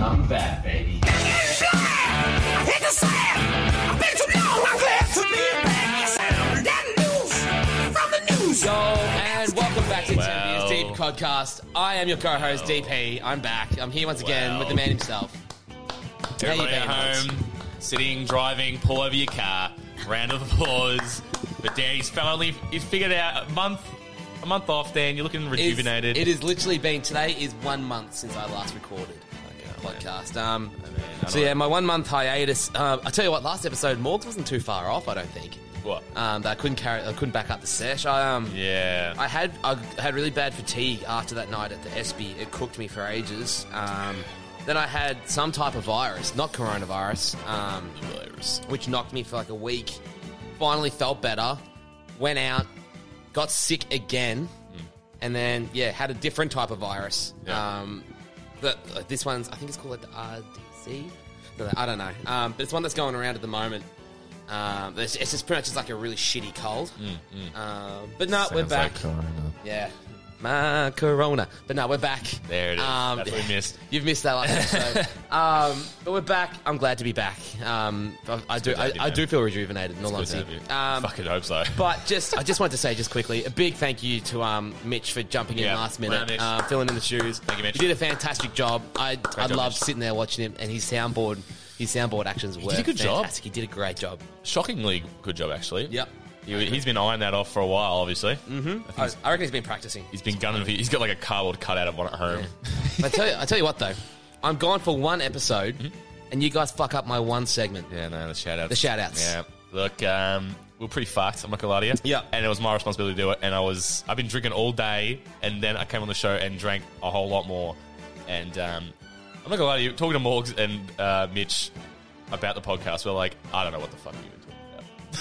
I'm back, baby. Yo, and welcome back to Wow. Champions Deep Podcast. I am your co-host DP. I'm back. I'm here once again Wow. with the man himself. How you Everybody at been, home, sitting, driving, pull over your car. Round of applause. But Danny's finally he's figured out a month, a month off. Dan, you're looking It's- rejuvenated. It has literally been today is one month since I last recorded a Okay, podcast. Um, I so know. yeah, my one month hiatus. Uh, I tell you what, last episode Morgs wasn't too far off. I don't think. What? Um, that I couldn't carry. I couldn't back up the sesh. I um. yeah. I had I had really bad fatigue after that night at the SB. It cooked me for ages. Um, then I had some type of virus, not coronavirus, um, which knocked me for like a week. Finally felt better. Went out, got sick again, and then yeah, had a different type of virus. Mm. Yeah. Um, but uh, this one's I think it's called the RDC. No, I don't know, um, but it's one that's going around at the moment. Um, it's, it's just pretty much just like a really shitty cold. Um, but no, we're Mm, Sounds like back. Yeah. My corona. But no, we're back. Um, There it is. That's what we missed. You've missed that last episode. um, but we're back. I'm glad to be back. Um, I, I do. good to I, have you, I man. do feel rejuvenated. In all Good to honesty. have you. Um, Fucking hope so. but just, I just wanted to say just quickly a big thank you to um, Mitch for jumping in Yeah. last Well minute, done, Mitch. uh, filling in the shoes. Thank you, Mitch. You did a fantastic job. I I job, loved Mitch. sitting there watching him, and his soundboard, his soundboard actions were a good job. fantastic. He did a great job. Shockingly good job, actually. Yep. He, he's been eyeing that off for a while, obviously. Mm-hmm. I, I reckon he's been practicing. He's been gunning. For, he's got like a cardboard cutout of one at home. I tell you, I tell you what though, I'm gone for one episode, and you guys fuck up my one segment. Yeah, no, the shout outs. The shout-outs. Yeah. Look, um, we are pretty fucked, I'm not gonna lie to you. Yeah. And it was my responsibility to do it, and I was I've been drinking all day and then I came on the show and drank a whole lot more. And um, I'm not gonna lie to you, talking to Morgs and uh, Mitch about the podcast, we're like, I don't know what the fuck you were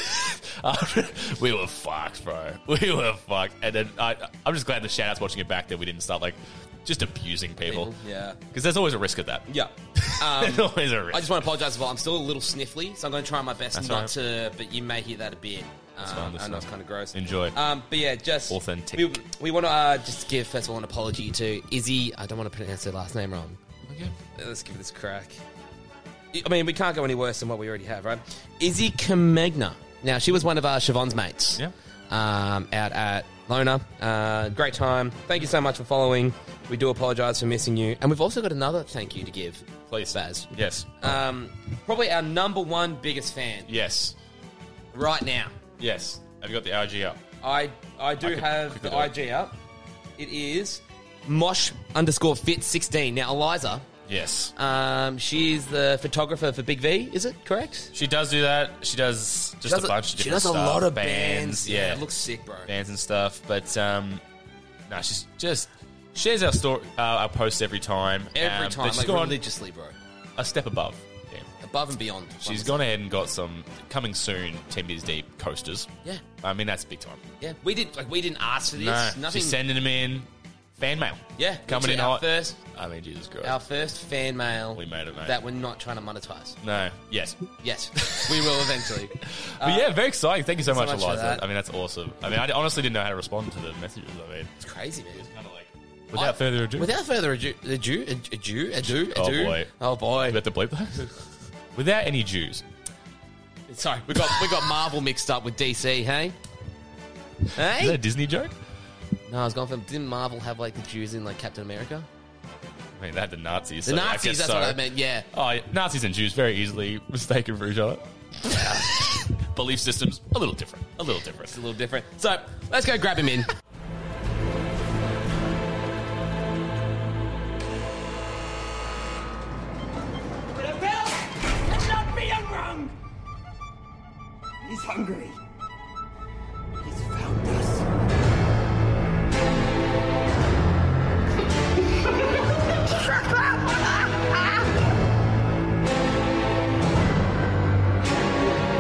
talking about. we were fucked, bro. We were fucked. And then I I'm just glad the shout outs watching it back that we didn't start like just abusing people. Yeah, Because there's always a risk of that. yeah. um, there's always a risk. I just want to apologise as well. I'm still a little sniffly, so I'm going to try my best That's not right. to. But you may hear that a bit. That's fine, that's I know it's fine. kind of gross. Enjoy. Um, but yeah, just Authentic. We, we want to uh, just give first of all an apology to Izzy. I don't want to pronounce her last name wrong. Let's give this a crack. I mean, we can't go any worse than what we already have, right? Izzy Kamegna. Now, she was one of uh, Siobhan's mates. Yeah. Um, out at Lona. Uh, great time. Thank you so much for following. We do apologise for missing you. And we've also got another thank you to give. Please. Baz. Yes. Um, probably our number one biggest fan Yes. right now. Yes. Have you got the RG up? I I do I could have quickly the do it. IG up. It is Mosh underscore fit sixteen. Now Eliza, Yes. um, she is the photographer for Big V. Is it correct? She does do that. She does just does a bunch of she different does a stuff. lot of bands. Yeah. it looks sick, bro. bands and stuff. But um no, she's just shares our story uh, our posts every time. Every Um, time, But she's like gone religiously, bro. a step above. Yeah. Above and beyond. She's gone ahead and got some coming soon, ten meters deep coasters. Yeah. I mean that's big time. Yeah, we did like we didn't ask for this. No, Nothing. she's sending them in. Fan mail. yeah, Coming literally in our hot. first I mean Jesus Christ. our first fan mail. We made it, mate. That we're not trying to monetize. no. Yes. Yes, we will eventually. But yeah, very exciting. Thank you so, much, Uh, much for Eliza. that. I mean, that's awesome. I mean, I honestly didn't know how to respond to the messages. I mean, It's crazy, man. kind of like without I- further ado, Without further ado, ado, ado, ado, ado. Oh, boy. Oh boy. we have to bleep that. without any Jews. Sorry, we got we got Marvel mixed up with DC. Hey, Is that a hey. Disney joke? No, I was going for. Didn't Marvel have like the Jews in like Captain America? I mean, they had the Nazis. The so I Nazis. guess That's so. what I meant. Yeah. Oh, yeah, Nazis and Jews very easily mistaken for each other. Belief systems a little different. A little different. It's a little different. So let's go grab him in. Let's not be wrong! He's hungry. He's found us.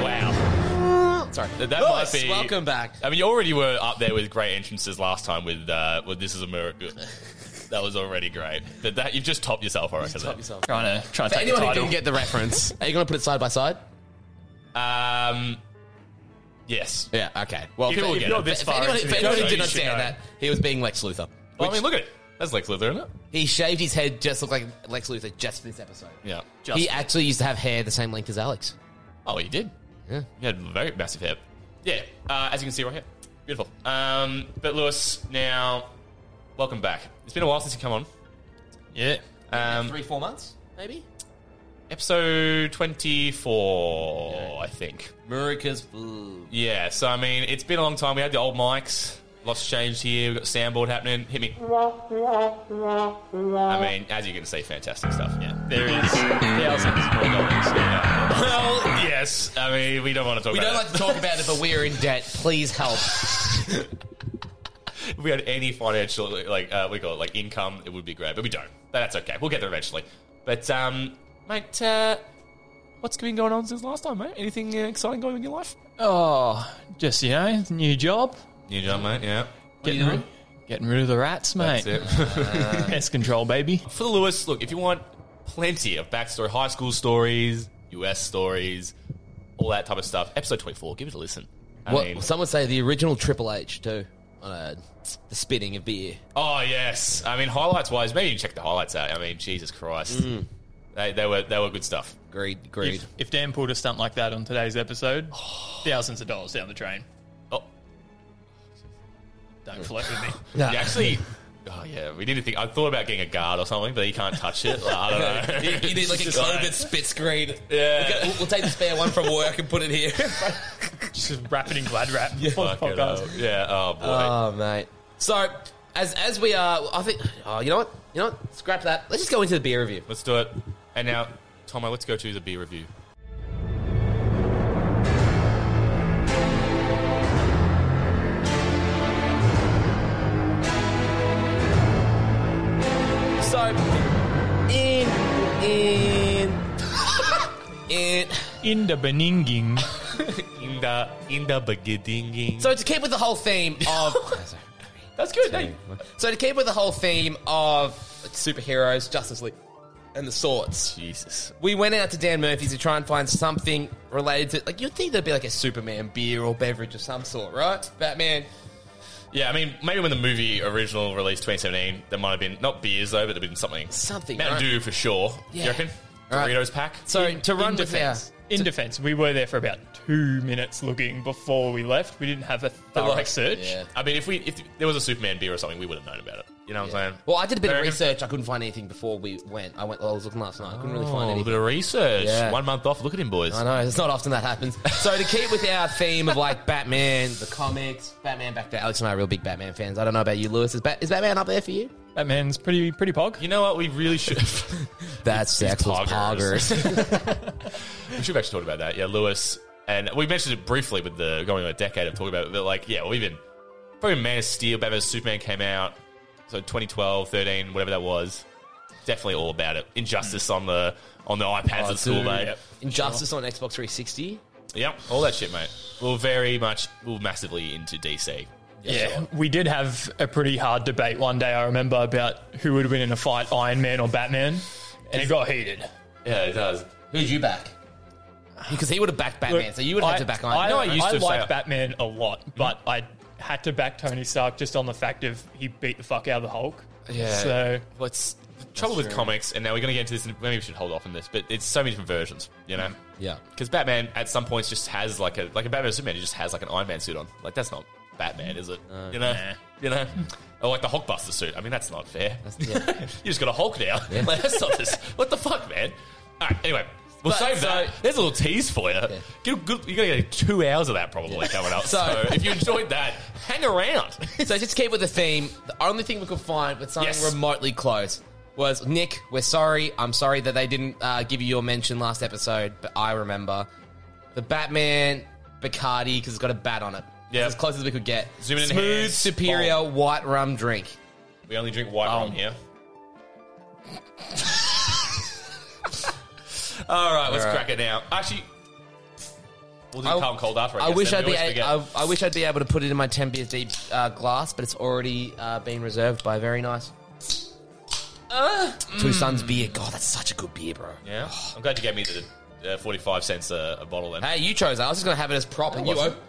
Wow. Sorry. That, that Lewis, might be. welcome back. I mean, you already were up there with great entrances last time with uh, with "This Is America." that was already great, but that you've just topped yourself, I reckon. Help there. yourself. Trying to trying to take the Anyone who title. didn't get the reference, are you going to put it side by side? Um, yes. Yeah. Okay. Well, People will if, get you're it. this If far, anyone- if if anyone anyone who did did not understand understand that, that, he was being Lex Luthor. Well, I mean, look at it. That's Lex Luthor, isn't it? He shaved his head just look like Lex Luthor just for this episode. Yeah. Just- he actually used to have hair the same length as Alex. Oh, he did. Yeah. He had very massive hair. Yeah, uh, as you can see right here. Beautiful. Um, but Lewis, now, welcome back. It's been a while since you come on. Yeah. Um, Three, four months, maybe. episode 24, I think. Murica's food. Yeah, so I mean, it's been a long time. We had the old mics, lots changed here. We've got soundboard happening. Hit me. I mean, as you can see, fantastic stuff. Uh, Yeah. There is thousands more dollars. Yeah. Well, yes. I mean, we don't want to talk We about don't like to talk about it, but we're in debt. Please help. If we had any financial, like, uh, we call it, like, income, it would be great, but we don't. But that's okay. We'll get there eventually. But, um, mate, uh, what's been going on since last time, mate? Anything uh, exciting going on in your life? Oh, just you know, new job. You know, mate, yeah. Getting rid, getting rid of the rats, mate. That's it. Pest control, baby. For the Lewis, look, if you want plenty of backstory, high school stories, US stories, all that type of stuff, episode 24, give it a listen. I What, mean- some would say the original Triple H too. Uh, the spitting of beer. oh, yes. I mean, highlights wise, maybe you can check the highlights out. I mean, Jesus Christ. Mm. They, they, were, they were good stuff. Agreed. Agreed. If, if Dan pulled a stunt like that on today's episode, thousands of dollars down the drain. Oh, Don't flirt with me. Nah. you actually. Oh yeah, we need to think. I thought about getting a guard or something, but you can't touch it. Like, I don't know. You need like a COVID spit screen. Yeah. We'll, we'll take the spare one from work and put it here. Just wrap it in glad wrap. Fuck it Podcast. up. Yeah. Oh boy. oh mate. So as as we are, I think. Oh, you know what? You know what? Scrap that. Let's just go into the beer review. let's do it. And now, Tomo, let's go to the beer review. So in in in. In the beninging. In the in the beginning. So to keep with the whole theme of that's good. Hey. so to keep with the whole theme of like, superheroes, Justice League, and the sorts. Jesus. we went out to Dan Murphy's to try and find something related to like you'd think there'd be like a Superman beer or beverage of some sort, right? Batman. Yeah, I mean, maybe when the movie original released 2017, there might have been not beers though, but there'd been something. Something, Mountain right. Dew for sure. Yeah. You reckon? Right. Doritos pack. So to run in with defense, our in defense, we were there for about two minutes looking before we left. We didn't have a thorough like- search. Yeah. I mean, if we if there was a Superman beer or something, we would have known about it. You know what I'm saying? Well, I did a bit of American- research. I couldn't find anything before we went. I went. I was looking last night. I couldn't really Oh, find a little anything. bit of research. Yeah. One month off. Look at him, boys. I know it's not often that happens. So to keep with our theme of like Batman, the comics, Batman back there. Alex and I are real big Batman fans. I don't know about you, Lewis. Is, Bat- is Batman up there for you? Batman's pretty pretty pog. You know what? We really should. That's sexless poggers. poggers. we should have actually talked about that. Yeah, Lewis, and we mentioned it briefly with the going on a decade of talking about it. But like, yeah, we've been probably Man of Steel, Batman, Superman came out, so 2012, 13, whatever that was. Definitely all about it. Hmm. Injustice on the on the iPads Oh, at school, mate. Yep. Injustice on Xbox 360. all that shit, mate. We're very much, we're massively into DC. Yeah, we did have a pretty hard debate one day. I remember about who would win in a fight, Iron Man or Batman, and it got heated. Yeah, it does. Who'd you back? Because he would have backed Batman, Look, so you would have I- to back I, Iron I, Man. I used to say like that. Batman a lot, but I had to back Tony Stark just on the fact of he beat the fuck out of the Hulk. Yeah. So Let's. The trouble with comics, and now we're going to get into this, and maybe we should hold off on this, but it's so many different versions, you know? Yeah. Because Batman at some points just has like a like a Batman or Superman he just has like an Iron Man suit on. Like that's not Batman, is it? you know, you know, or like the Hulkbuster suit. I mean, that's not fair. yeah. you just got a Hulk now. Like that's not this. What the fuck, man? All right. Anyway, we'll But- save that. so- There's a little tease for you. Get a good, you're gonna get two hours of that probably coming up. So, So- if you enjoyed that, hang around. So just to keep with the theme, the only thing we could find with something Yes. remotely close was Nick. We're sorry. I'm sorry that they didn't uh, give you your mention last episode, but I remember the Batman Bacardi because it's got a bat on it. Yeah. It's as close as we could get. Zoom in and Smooth, hands, superior bold. white rum drink. we only drink white Um. rum here. All right, let's All right. crack it now. Actually. We'll do I- calm cold after. I guess, wish I'd then. We be always a- forget. I, I wish I'd be able to put it in my 10 beer deep uh, glass, but it's already uh, been reserved by a very nice. Two Sons beer. God, that's such a good beer, bro. Uh, mm. Yeah, I'm glad you gave me the uh, 45 cents a, a bottle then. Hey, you chose that. I was just gonna have it as prop, and you. wasn't. Op-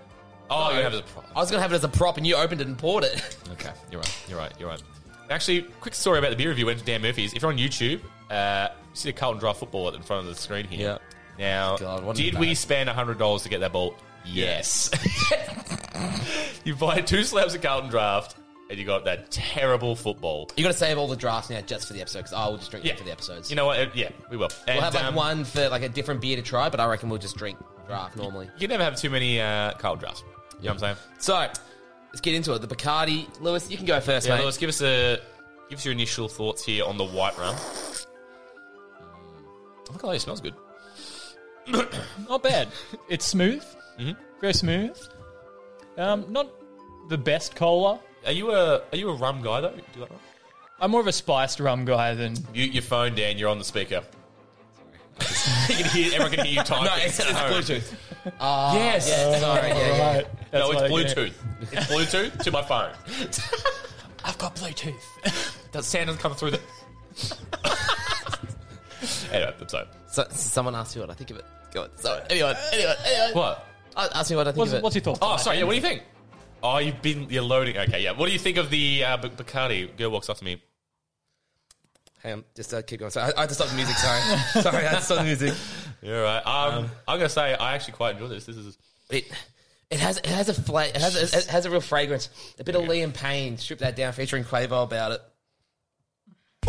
oh, no. you have the problem. I was gonna have it as a prop, and you opened it and poured it. Okay, you're right. You're right. You're right. Actually, quick story about the beer review went to Dan Murphy's. If you're on YouTube, uh, you see the Carlton Drive football in front of the screen here. Now, God, what a did we bad- spend $100 to get that ball? Yes. you buy two slabs of Carlton Draft, and you got that terrible football. You got to save all the drafts now just for the episode because I will just drink Yeah. them for the episodes. You know what? Uh, Yeah, we will. And, we'll have like um, one for like a different beer to try, but I reckon we'll just drink draft normally. You can never have too many uh, Carlton Drafts. You know what I'm saying? So let's get into it. The Bacardi, Lewis, you can go first, Yeah, mate. Lewis, give us a give us your initial thoughts here on the white rum. Mm. Oh my god, it smells good. Not bad. It's smooth. Mm-hmm. Very smooth. Um, not the best cola. Are you a are you a rum guy though? Do you like rum? I'm more of a spiced rum guy than Mute your phone, Dan. You're on the speaker. you can hear, everyone can hear you typing. No, it's, it's No. Bluetooth. Ah, yes. sorry. Yeah, yeah. right. No, it's Bluetooth. It's Bluetooth to my phone. I've got Bluetooth. That sound doesn't come through the. anyway, that's it. So, someone asked me what I think of it. Go on. Sorry. Anyway, anyway, anyway. What? Uh, Ask me what I think What's, of it. what's your thoughts? Oh, sorry. Yeah, what do you think? Oh, you've been you're loading. Okay, yeah. What do you think of the uh, B- Bacardi? Girl walks up to me. Hang on, just uh, keep going. Sorry, I, I had to stop the music. Sorry, sorry, I had to stop the music. You're right. Um, I'm gonna say I actually quite enjoy this. This is It it has it has a fla- it has a, it has a real fragrance. A bit of Liam Payne. Strip that down, featuring Quavo about it.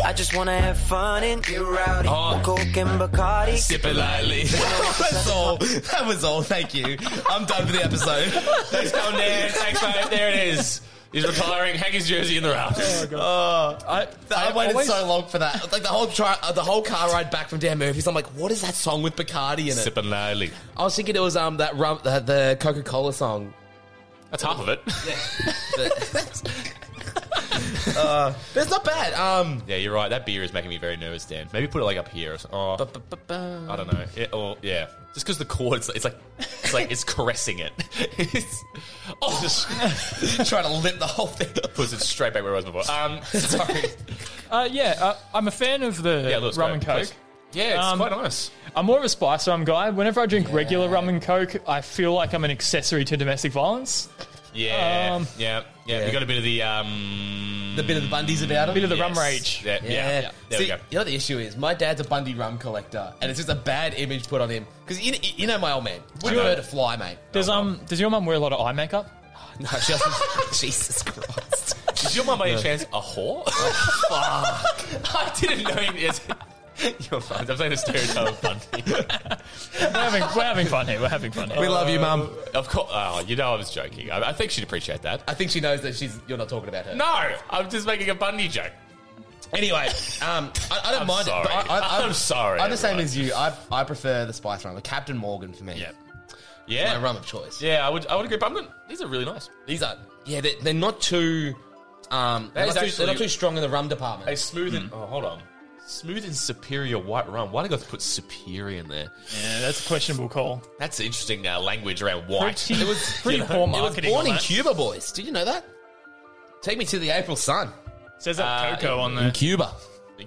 I just wanna have fun and get rowdy. Oh. Coke and Bacardi. dip it lightly. That's all. That was all. Thank you. I'm done for the episode. Thanks, Colin Dan. Thanks, mate. There it is. He's retiring. Hang his jersey in the Oh, rafters. I, I waited always- so long for that. Like the whole tri- uh, the whole car ride back from Dan Murphy's. I'm like, what is that song with Bacardi in it? Sipping lightly. I was thinking it was um that rum the, the Coca Cola song. That's half of it. Uh, But it's not bad. Um, Yeah, you're right. That beer is making me very nervous, Dan. Maybe put it like up here. Or something. Oh, I don't know. Yeah, or yeah, just because the cord, it's, it's like it's like it's caressing it. It's, oh, just trying to lip the whole thing. puts it straight back where it was before. Um, Sorry. Uh, yeah, uh, I'm a fan of the yeah, Lewis, rum go, and coke. please. Yeah, it's Um, quite nice. I'm more of a spice rum guy. Whenever I drink regular rum and coke, I feel like I'm an accessory to domestic violence. Yeah, um, yeah, yeah, yeah. You got a bit of the um, The bit of the Bundy's about it. Bit of the rum yes. rage. Yeah, yeah. yeah. There See, we go. You know what the issue is? My dad's a Bundy rum collector, and it's just a bad image put on him. Because you, you know my old man. Would know. hurt a fly, mate. Does um does your mum wear a lot of eye makeup? No, she doesn't. Jesus Christ. Is your mum by any chance a whore? Oh, I didn't know you. Yes. You're fine. I'm saying a stereotype of Bundy. We're having, we're having fun here. We're having fun here. We love you, mum. of course. Oh, you know I was joking. I, I think she'd appreciate that. I think she knows that she's. You're not talking about her. No, I'm just making a Bundy joke. Anyway, um, I, I don't I'm mind sorry. it. but I, I, I'm sorry, I'm the same everyone. as you. I, I prefer the spice rum, the Captain Morgan for me. Yeah. my Yeah. rum of choice. Yeah, I would. I would agree. But I'm gonna, these are really nice. These are. Yeah, they're, they're not too. Um, they're, is not too they're actually- not too strong in the rum department. A smooth and oh, hold on. Smooth and superior white rum. Why did I put superior in there? Yeah, that's a questionable call. That's interesting uh, language around white. Pretty, you pretty know, poor it was I was marketing. born on in that. Cuba, boys. Did you know that? Take me to the April sun Says that Uh, cocoa on in there. Cuba.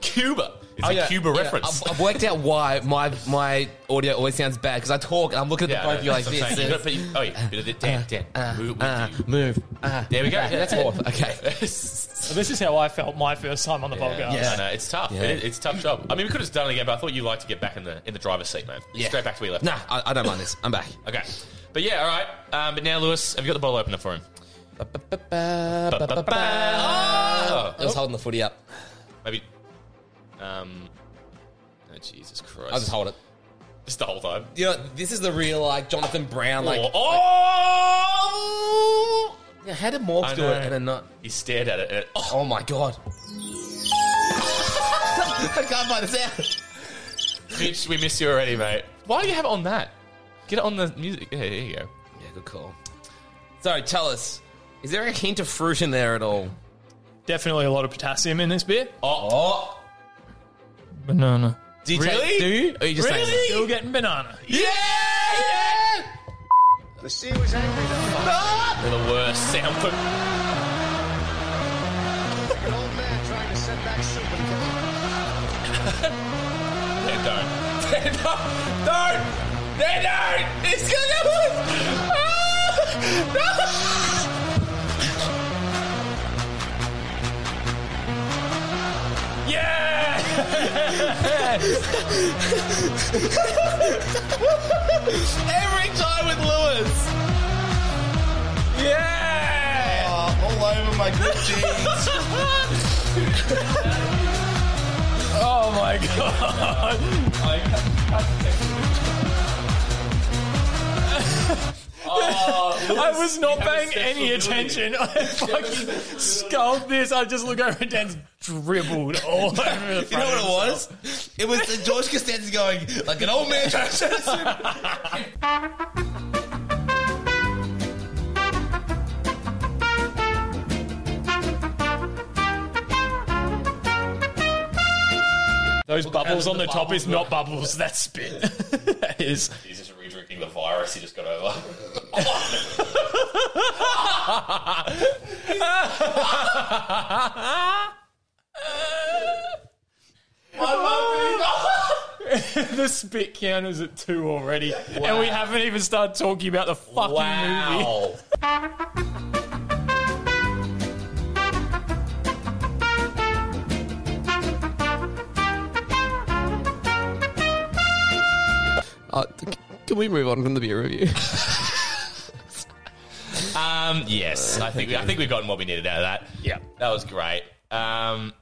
Cuba. It's a Yeah, Cuba yeah. reference. I've, I've worked out why my my audio always sounds bad because I talk and I'm looking at the both of you like that's what I'm saying. You this. gotta put your- Oh, yeah. Bit of the- Dan, Dan. Move with Uh, you. move. Uh, There we go. Yeah, that's more. Okay. So this is how I felt my first time on the podcast. Yeah. I know it's tough. Yeah. It is, it's a tough job. I mean, we could have done it again, but I thought you like to get back in the in the driver's seat, man. Yeah. Straight back to where you left. Nah, I, I don't mind this. I'm back. Okay. But yeah, all right. Um, but now, Lewis, have you got the bottle opener for him? Oh, I was holding the footy up. Maybe. Um. Oh, Jesus Christ! I'll just hold it. Just the whole time. You know, this is the real like Jonathan Brown. Like, oh, oh! yeah, how did Morgs I do it know. and then not? He stared at it. And it oh, Oh my god! I can't find this out. Mitch, we miss you already, mate. Why do you have it on that? Get it on the music. Yeah, there you go. Yeah, good call. So tell us, is there a hint of fruit in there at all? Definitely a lot of potassium in this beer. Oh, Banana. do you Really? Take, do you? Or are you just saying that? Still getting banana. Yeah! They're the worst sound. They don't. They don't. Don't. They don't. It's gonna. Ah! No. Every time with Lewis. Yeah. Oh, all over my good jeans. Oh my god. Oh, I was not paying any attention. I fucking sculled this. I just look over and Dan's dribbled all over the front. You know what it was? It was the George Costanza going like an old man trying to say something. Those bubbles on the top is not bubbles. That's spit. that is. He's just re-drinking the virus he just got over. The spit counters at two already, and we haven't even started talking about the fucking movie. Wow. Uh, c- can we move on from the beer review? Um, yes, I think I think we gotten what we needed out of that. Yeah. that was great. Um,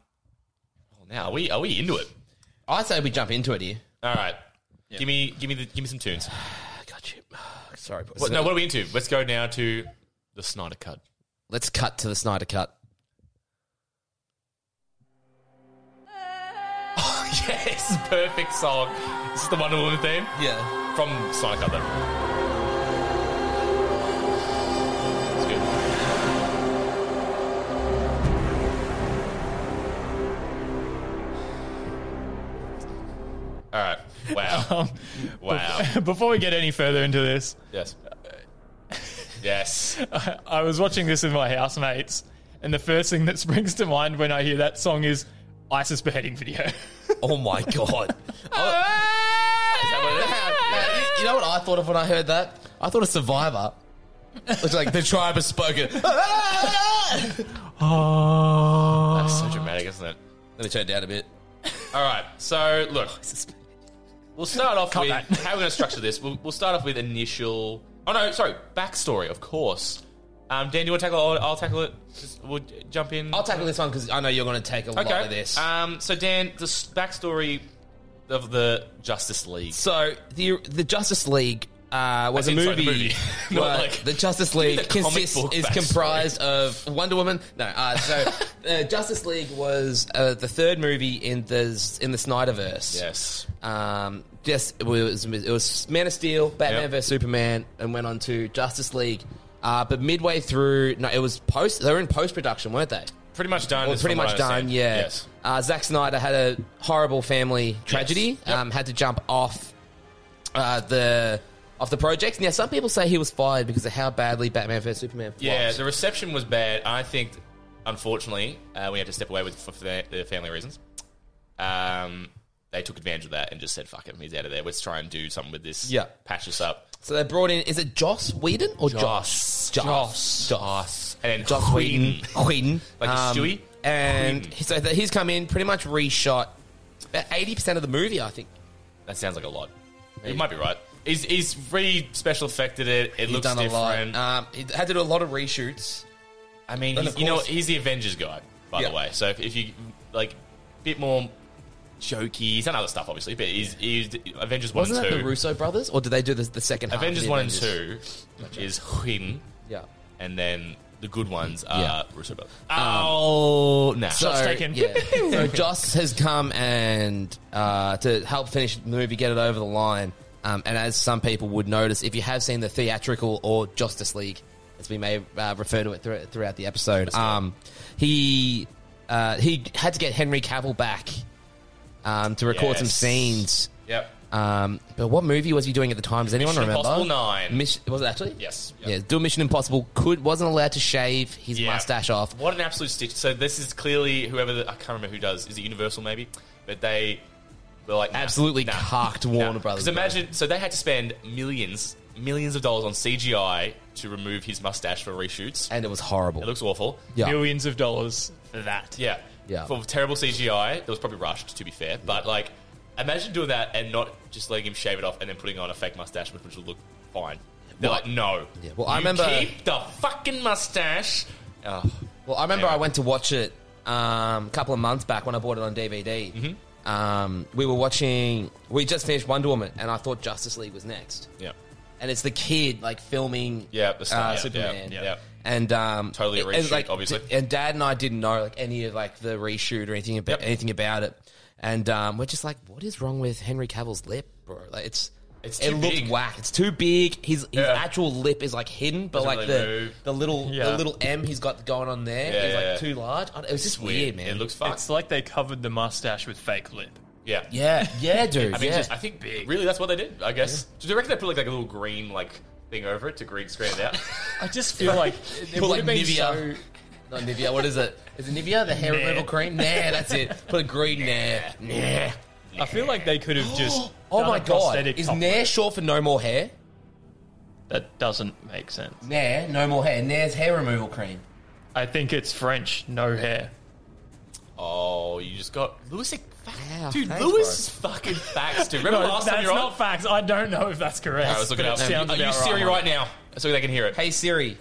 well, now are we are we into it? I say we jump into it here. All right, give me give me the, give me some tunes. I got you. Sorry, boys. What, no, what are we into? Let's go now to the Snyder Cut. Let's cut to the Snyder cut. yes, perfect song. This is the Wonder Woman theme Yeah. from Snyder Cut. Though. It's good. All right. Wow. wow. Before we get any further into this, Yes. Yes. I, I was watching this with my housemates, and the first thing that springs to mind when I hear that song is ISIS beheading video. Oh my god. I you know what I thought of when I heard that? I thought of Survivor. It's like the tribe has spoken. Ah. That's so dramatic, isn't it? Let me turn it down a bit. All right. So, look, we'll start off with that. how we're going to structure this. We'll, we'll start off with initial. Oh, no, sorry. Backstory, of course. Um, Dan, you want to tackle it? I'll tackle it. Just, we'll j- jump in. will tackle this one because I know you're going to take a lot of this. Um, so, Dan, the s- backstory of the Justice League. so the the Justice League uh, was As a in, sorry, movie. the movie. Not where like- the Justice League the comic consists, book is backstory. comprised of Wonder Woman. No, uh, so uh, Justice League was uh, the third movie in the in the Snyderverse. Yes. Um, just it was it was Man of Steel, Batman Yep. vs Superman, and went on to Justice League. Uh, but midway through, no, it was post. They were in post production, weren't they? Pretty much done. Well, is pretty from what much I done. understand. Yeah. Yes. Uh, Zack Snyder had a horrible family tragedy. Yep. Um, had to jump off uh, the off the project. Now, some people say he was fired because of how badly Batman vs Superman. Flopped. Yeah, the reception was bad. I think, unfortunately, uh, we had to step away with for fa- the family reasons. Um, they took advantage of that and just said, "Fuck him, he's out of there. Let's try and do something with this. Yeah. patch this up." So they brought in. Is it Joss Whedon or Joss? Joss. Joss. Joss. And then Joss Whedon. Whedon. Like a Stewie? Um, And Whedon. he- so that he's come in, pretty much reshot about 80% of the movie, I think. That sounds like a lot. You might be right. He's he's re special affected it. It He's looks done different. a lot. Um, he had to do a lot of reshoots. I mean, And he's- of you know, course- he's the Avengers guy, by Yeah. the way. So if, if you like, a bit more jokey, he's done other stuff obviously, but he's, he's Avengers one Wasn't and that two. the Russo brothers? Or did they do the, the second half? of Avengers the 1 Avengers? and 2, which is Huin, Yeah. and then the good ones are Yeah. Um, Russo Brothers. Oh, no. So, taken. yeah. so Joss has come and uh, to help finish the movie, get it over the line. Um, and as some people would notice, if you have seen the theatrical or Justice League, as we may uh, refer to it thro- throughout the episode, um, he uh, he had to get Henry Cavill back um, to record some Yes. scenes. yep. Um, but what movie was he doing at the time? Does anyone Mission remember? Impossible 9. Mis- was it actually? Yes. Yeah, do Mission Impossible. Could wasn't allowed to shave his Yeah. mustache off. What an absolute stitch. So this is clearly whoever, the, I can't remember who does. Is it Universal maybe? But they were like, nah, Absolutely nah, cocked nah. Warner Brothers. 'Cause imagine, so they had to spend millions, millions of dollars on CGI to remove his mustache for reshoots. and it was horrible. It looks awful. Yeah. Millions of dollars for that. Yeah. Yeah. for terrible CGI. It was probably rushed, to be fair. But like, imagine doing that and not just letting him shave it off and then putting on a fake mustache, which would look fine. They're Well, like, no. yeah, well, I You remember- keep the fucking mustache. Oh, Well, I remember Anyway. I went to watch it um, a couple of months back when I bought it on DVD. Um, we were watching. We just finished Wonder Woman, and I thought Justice League was next. yeah, And it's the kid like filming. Yeah, the star- uh, yeah, Superman. yeah, yeah. And um, Totally a it- and, reshoot, like, obviously. d- and Dad and I didn't know like any of like the reshoot or anything about Yep. anything about it. And um, we're just like, what is wrong with Henry Cavill's lip, bro? Like it's. It's it too looked big. whack. It's too big. His, his Yeah. actual lip is like hidden, but Doesn't like really the move. the little Yeah. the little M he's got going on there Yeah, is, like yeah, yeah. too large. I don't- It was just weird, man. It looks fucked. It's like they covered the mustache with fake lip. yeah, yeah, yeah, dude. I mean, yeah. just, I think really that's what they did. I guess. Do you reckon they put like, like a little green like thing over it to green screen it out? I just feel like it, Put would like have been Nivea, not Nivea. What is it? Is it Nivea the hair Nah. removal cream? Nah, that's it. Put a green nah, nah. so. I feel like they could have just. Oh done my a god, prosthetic is top nah lip. short for no more hair? That doesn't make sense. Nah, no more hair. Nah's hair removal cream. I think it's French, no hair. oh, you just got Lewis. Wow, Dude, thanks, Lewis' fucking facts, dude. Remember last time that's you're not on? facts. I don't know if that's correct. I was looking but up. it sounds Are you about Siri right now? So they can hear it. Hey Siri,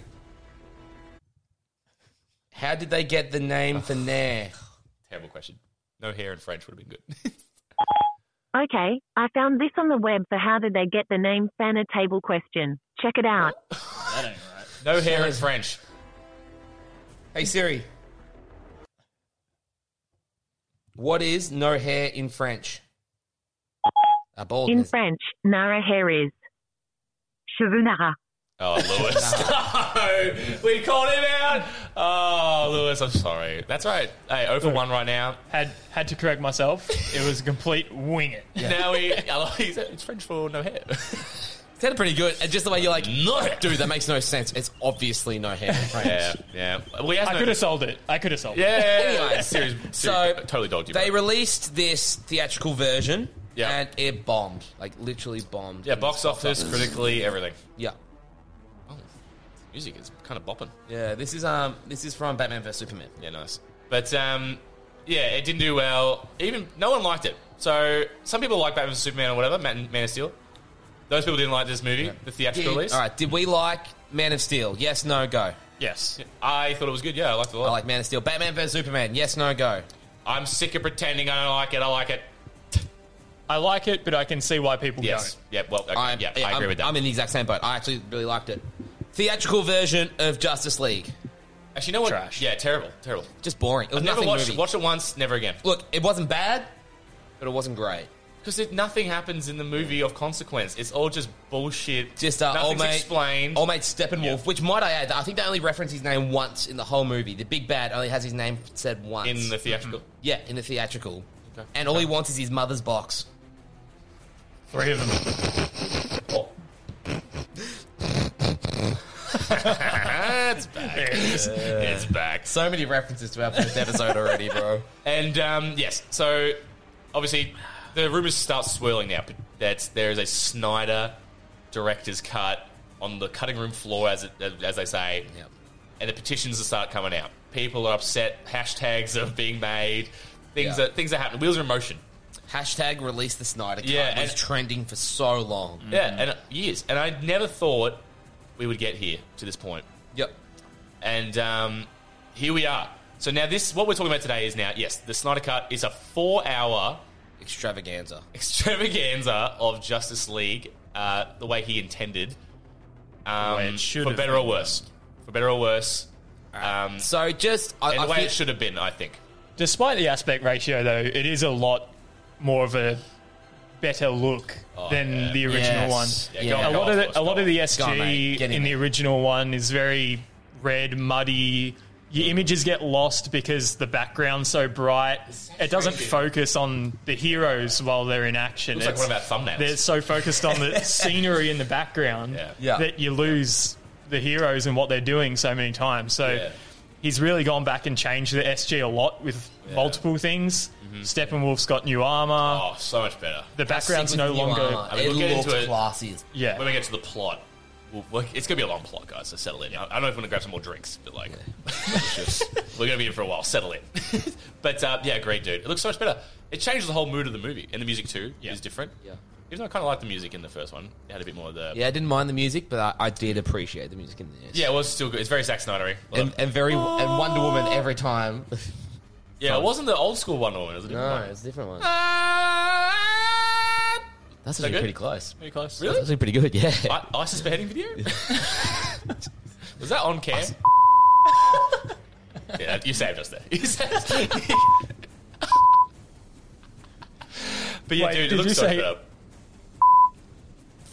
how did they get the name for nah? Terrible question. No hair in French would have been good. Okay, I found this on the web for how did they get the name Fana table question. Check it out. no hair in French. Hey Siri, what is no hair in French? A baldness. In French, Nara hair is cheveux nara. Oh, Lewis. no, we called him out. Oh, Lewis, I'm sorry. That's right. Hey, over one right now. Had had to correct myself. It was a complete wing it. Now we. I love- he's- It's French for no hair. Sounded pretty good. And just the way you're like, no, dude, that makes no sense. It's obviously no hair in French. yeah, yeah. We I could have sold it. I could have sold it. Yeah, yeah, yeah. Anyway, Serious- so serious- totally dogged you. They bro. released this theatrical version, Yeah. and it bombed. Like literally bombed. yeah, box office, critically, everything. Yeah, Music is kind of bopping. yeah. This is um, this is from Batman vs Superman. Yeah, nice. But um, yeah, it didn't do well. Even no one liked it. So some people like Batman vs Superman or whatever, Man, Man of Steel. Those people didn't like this movie, the theatrical All release. right, did we like Man of Steel? Yes, no, go. Yes. I thought it was good. Yeah, I liked it a lot. I like Man of Steel. Batman vs Superman. Yes, no, go. I'm sick of pretending I don't like it. I like it. I like it, but I can see why people Yes. don't. Yeah. Well. Okay, I'm- yeah. I agree I'm- with that. I'm in the exact same boat. I actually really liked it. Theatrical version of Justice League. Actually, you know what? Trash. Yeah. Terrible. Terrible. Just boring. It was I've never nothing watched movie. watched it once. Never again. Look, it wasn't bad, but it wasn't great. Because nothing happens in the movie of consequence. It's all just bullshit. Just uh, old nothing's mate, explained. old mate Steppenwolf. Yeah. Which might I add, I think they only reference his name once in the whole movie. The big bad only has his name said once in the theatrical. yeah in the theatrical, and all he wants is his mother's box. Three of them. That's back. it's, it's back. So many references to our first episode already, bro. And um, yes, so obviously the rumors start swirling now that there is a Snyder director's cut on the cutting room floor, as it, as they say, Yep. and the petitions will start coming out. People are upset. Hashtags are being made. Things Yeah. are things are happening. Wheels are in motion. Hashtag release the Snyder Cut Yeah, was and- trending for so long. Yeah, and uh, years. And I never thought we would get here to this point. Yep. and um, here we are. So now this, what we're talking about today is now, yes, the Snyder Cut is a four-hour Extravaganza. extravaganza of Justice League, uh, the way he intended, um, way it should for have better or been. worse, for better or worse, um, So just I, and I the way feel- it should have been, I think. Despite the aspect ratio, though, it is a lot more of a better look than Oh, yeah. the original Yes. one. Yeah, Yeah. Go on, a go lot on, of Forrest, the, a go lot of on. the Go on, mate. SG Get him, in mate. the original one is very red, muddy. Your images get lost because the background's so bright. It doesn't focus on the heroes while they're in action. Looks like one of our thumbnails. They're so focused on the scenery in the background Yeah. Yeah. that you lose the heroes and what they're doing so many times. So Yeah. he's really gone back and changed the SG a lot with multiple things. Steppenwolf's got new armor. Oh, so much better. The Sick background's with no you longer. are. I mean, it we'll get looks into it. classy. as- Yeah. When we get to the plot, Well, look, it's gonna be a long plot, guys. So settle in. I, I don't know if we want to grab some more drinks, but like, it's just- we're gonna be here for a while. Settle in. but uh, yeah, great dude. It looks so much better. It changed the whole mood of the movie, and the music too is different. Yeah. Even though I kind of liked the music in the first one, it had a bit more of the Yeah, I didn't mind the music, but I, I did appreciate the music in this. Yeah, it was still good. It's very Zack Snydery. Love and, it. and very and Wonder Woman every time. yeah, it wasn't the old school Wonder Woman. It was a different No, one. Ah, it's a different one. That's that actually good? pretty close. Pretty close. That's Really? actually pretty good. Yeah. I- ISIS beheading video? was that on cam? yeah, you saved us there. You saved us. but yeah, Wait, dude, it did looks you so say- good.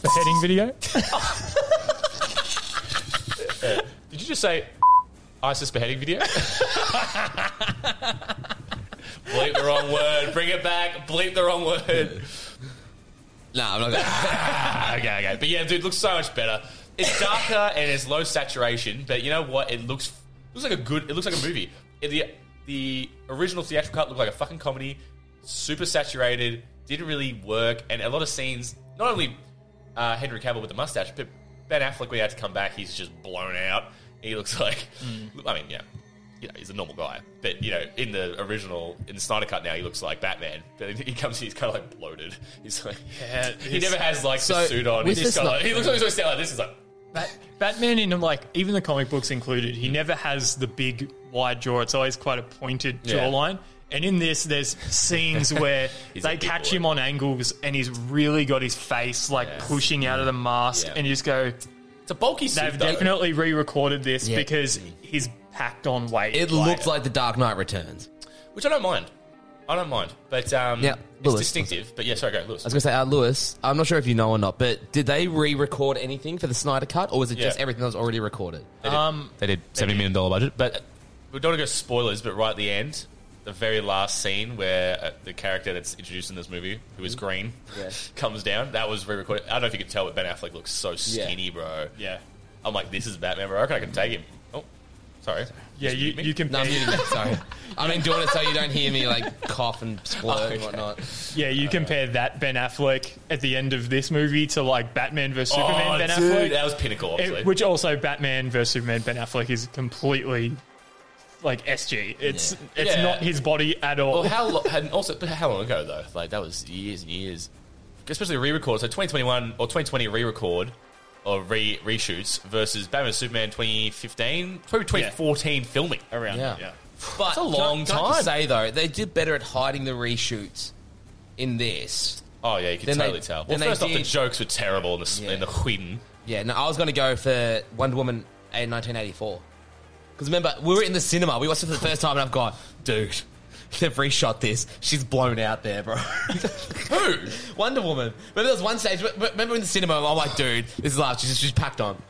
The heading video? Did you just say ISIS beheading video? bleep the wrong word. Bring it back. Bleep the wrong word. No, I'm not. Gonna, okay, okay. But yeah, dude, it looks so much better. It's darker and it's low saturation, but you know what? It looks looks like a good. It looks like a movie. It- the the original theatrical cut looked like a fucking comedy, super saturated, didn't really work, and a lot of scenes. Not only uh, Henry Cavill with the mustache, but Ben Affleck. We had to come back. He's just blown out. He looks like. I mean, yeah. You know, he's a normal guy, but you know, in the original, in the Snyder cut, now he looks like Batman. But he comes, he's kind of like bloated. He's like, Yeah, he never has like So, the suit on. with He's just this kinda not- like- he looks like he's always down like this. He's like, Bat- Batman in like even the comic books included, he never has the big wide jaw. It's always quite a pointed Yeah. jawline. And in this, there's scenes where He's a they big catch boy. him on angles, and he's really got his face like Yeah. pushing out of the mask, Yeah. and you just go, it's a bulky suit. they've though. definitely re-recorded this Yeah. because he's packed on weight. it looked like The Dark Knight Returns. which I don't mind. I don't mind, but um, Yeah, it's Lewis. distinctive. But yeah, sorry, go Lewis. I was gonna say, uh, Lewis, I'm not sure if you know or not, but did they re-record anything for the Snyder Cut, or was it just Yeah. everything that was already recorded? um, They did seventy million dollar budget, but we don't want to go spoilers. But right at the end, the very last scene where uh, the character that's introduced in this movie, who Mm-hmm. is green, comes down. That was re-recorded. I don't know if you could tell, but Ben Affleck looks so skinny, bro. yeah, I'm like, this is Batman, bro. I reckon I can take him. Oh, sorry. yeah. Just You, mute me? you can No, I'm muting you. Sorry, I've been doing it so you don't hear me like cough and splurt and whatnot. Yeah, you compare that Ben Affleck at the end of this movie to like Batman versus Superman Oh, Ben dude, Affleck, that was pinnacle. It- Obviously. which also Batman versus Superman Ben Affleck is completely like SG. It's it's Yeah. not his body at all. Well, how lo- and also, but how long ago though? Like that was years and years. Especially re-record, so 2021 or 2020 re-record or re reshoots versus Batman Superman 2015, probably 2014 filming around. Yeah. but it's a long Can I- can I just time. say though, they did better at hiding the reshoots in this. Oh yeah, you can Then they- totally tell. Well, then they first off, the did- jokes were terrible in the Yeah. in the Whedon. Yeah, no, I was going to go for Wonder Woman in 1984. Because remember, we were in the cinema, we watched it for the first time, and I've gone, dude, they've reshot this. She's blown out there, bro. Who? Wonder Woman. Remember there was one stage, but- but remember in the cinema, I'm like, dude, this is life. She's, she's packed on.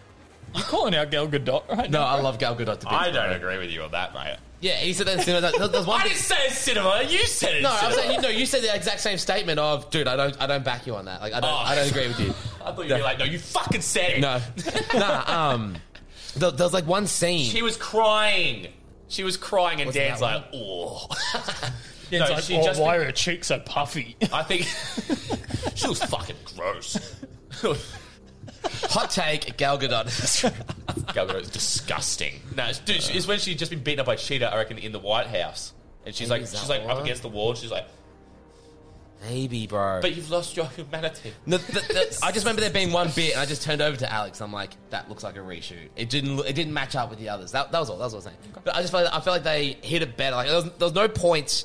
You're calling out Gal Gadot right No, now? I love Gal Gadot to be. I don't agree with you on that, mate. Yeah, he said that in the cinema. There- There's one I didn't say it's cinema. You said it's No, cinema. I'm saying you know you said the exact same statement of dude. I don't I don't back you on that. Like I don't Oh. I don't agree with you. I thought you'd be like, no, you fucking said it. No, nah. Um, there, there was like one scene. She was crying. She was crying, and Wasn't Dan's that like, oh. Yeah, it's No, like, she "Oh, just- why are her cheeks so puffy? I think she looks fucking gross. Hot take: Gal Gadot. Gal Gadot is disgusting. No, it's, dude, it's when she's just been beaten up by Cheetah, I reckon, in the White House, and she's Maybe like, is that she's like up why? against the wall. and She's like, Maybe, bro. but you've lost your humanity. No, th- th- I just remember there being one bit, and I just turned over to Alex. I'm like, that looks like a reshoot. It didn't. look- It didn't match up with the others. That, that was all. That was all I was saying. But I just felt. I felt like they hit it better. Like there was, there was no point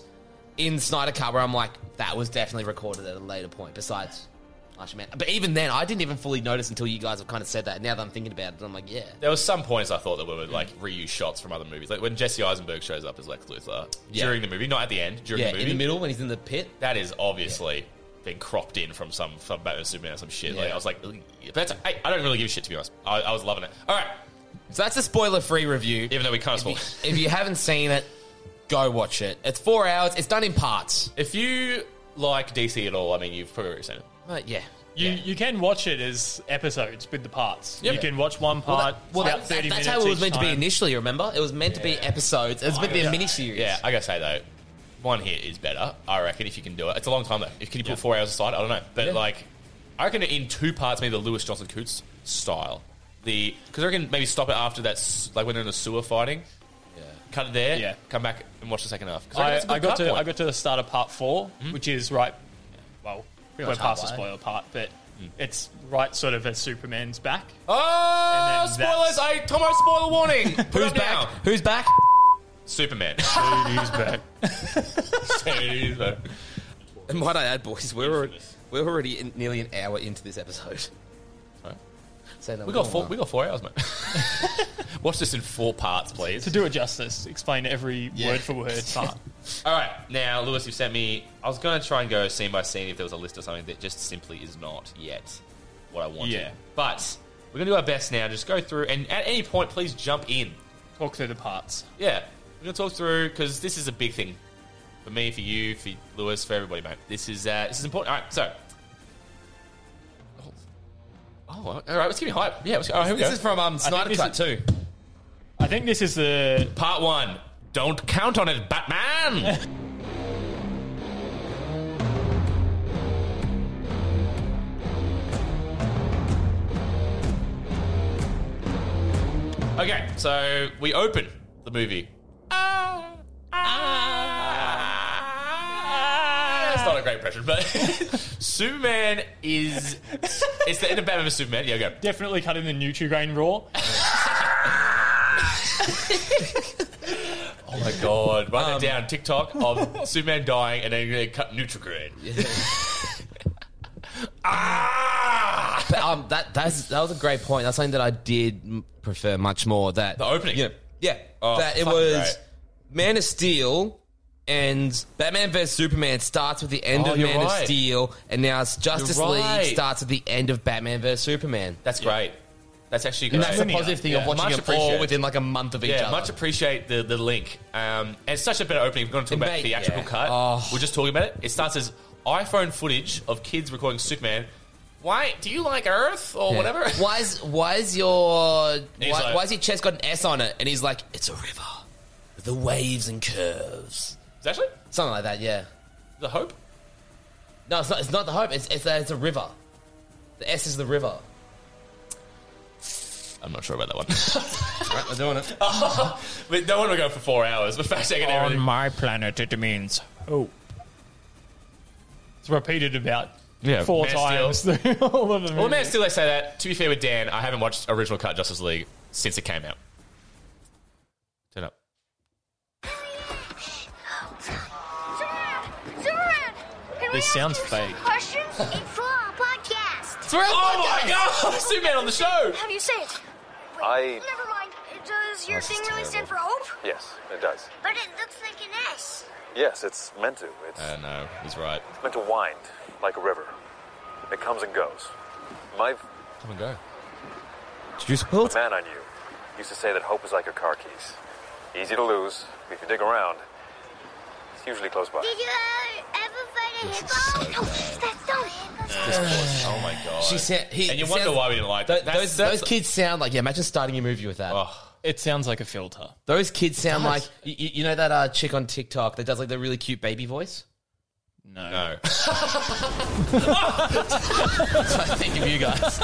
in Snyder Cut where I'm like, that was definitely recorded at a later point. Besides. Martian Man. But even then, I didn't even fully notice until you guys have kind of said that. Now that I'm thinking about it, I'm like, yeah, There were some points I thought that we were like reuse shots from other movies, like when Jesse Eisenberg shows up as Lex Luthor Yeah. during the movie, not at the end, during yeah. the movie. In the middle when he's in the pit, That is obviously been cropped in from some from Batman Superman or some shit. Like Yeah. I was like, "Ugh." but that's, I, I don't really give a shit to be honest. I, I was loving it. All right, So that's a spoiler-free review. even though we can't spoil. If you haven't seen it, go watch it. It's four hours. It's done in parts. If you like DC at all, I mean, you've probably already seen it. But yeah, You Yeah. you can watch it as episodes with the parts. Yep. You can watch one Well, part. that- well, it's about that- 30 that's minutes how it was each meant to be time. initially. Remember, it was meant to be episodes. It was meant to be a mini series. Yeah, I gotta say though, one hit is better. I reckon if you can do it, it's a long time though. If can you put four hours aside, I don't know, but like, I reckon in two parts, maybe the Lewis Johnson Coots style the because I reckon maybe stop it after that, s- like when they're in the sewer fighting. Cut it there. Yeah. Come back and watch the second half. 'Cause I, reckon that's a good I got cut to point. I got to the start of part 4 which is right. Well, we're much past the halfway. spoiler part, but it's right sort of as Superman's back. Oh, And then spoilers! I Tomo spoiler warning. Put Who's it back? down. Who's back? Superman. He's back. And might I add, boys, we're already, we're already in, nearly an hour into this episode. Sorry. So no, we got four. We got four hours, mate. Watch this in four parts, please. to do it justice, explain every word for word part. All right, now Lewis, you've sent me. I was going to try and go scene by scene if there was a list or something that just simply is not yet what I wanted. Yeah. But we're going to do our best now. Just go through, and at any point, please jump in. Talk through the parts. Yeah, we're going to talk through because this is a big thing for me, for you, for Lewis, for everybody, mate. This is uh, this is important. All right, so. Oh, all right. Let's give me hype. Yeah. Let's, all right, here we This go. is from um, Snyder this Cut is- too. I think this is the Part one. Don't count on it, Batman. okay, so we open the movie. Ah, ah. That's not a great impression, but Superman is. It's the end of Batman vs Superman. Yeah, go. definitely cut in the Nutrigrain raw. Oh my god! Write that down. TikTok of Superman dying and then you're gonna cut Nutrigrain. ah! But, um, that that's, that was a great point. That's something that I did m- prefer much more. That The opening. yeah, yeah. Oh, that it fucking was great. Man of Steel and Batman vs Superman starts with the end Oh, of you're Man of right. Steel, and now it's Justice You're right. League starts at the end of Batman vs Superman. That's great. That's actually great. And that's the Linear. positive thing Yeah. of watching Much them all appreciated. within like a month of each yeah, other. much appreciate the, the link. Um, and such a better opening. We're going to talk It about made- theatrical yeah. cut. Oh. We're just talking about it. It starts as iPhone footage of kids recording Superman. Why do you like Earth or Yeah. whatever? Why is why is your He's why, like- why is your chest got an S on it? And he's like, it's a river, with the waves and curves, Is that actually something like that. Yeah. the hope? No, it's not. It's not the hope. It's it's, that it's a river. The S is the river. I'm not sure about that one. Right, we're doing it. but no one will go for four hours. We're fact Um, checking everything. my planet, it means hope. It's repeated about Yeah, four Man times Steel. through all of them. Well, man, still they say that. To be fair with Dan, I haven't watched original cut Justice League since it came out. Turn up. Zoran! Zoran! Can we This ask sounds you fake. some Questions? it's for our podcast. Oh my god, Superman on the show. How do you say it? Wait, I- Never mind. Does your This thing is really stand for terrible. hope? Yes, it does. But it looks like an S. Yes, it's meant to. It's Uh, no, he's right. meant to wind like a river. It comes and goes. My Come and go. Juice quilt. man I knew used to say that hope is like your car keys. Easy to lose, but if you dig around, it's usually close by. Did you ever, ever fight a hippo? no, that's not it. Oh my god. She said. He, and you it wonder sounds- why we didn't like Th- that. That's- those, that's- those kids sound like yeah. Imagine starting your movie with that. Oh, it sounds like a filter. Those kids sound like you, you- you know that uh, chick on TikTok that does like the really cute baby voice. No. no. I think of you guys.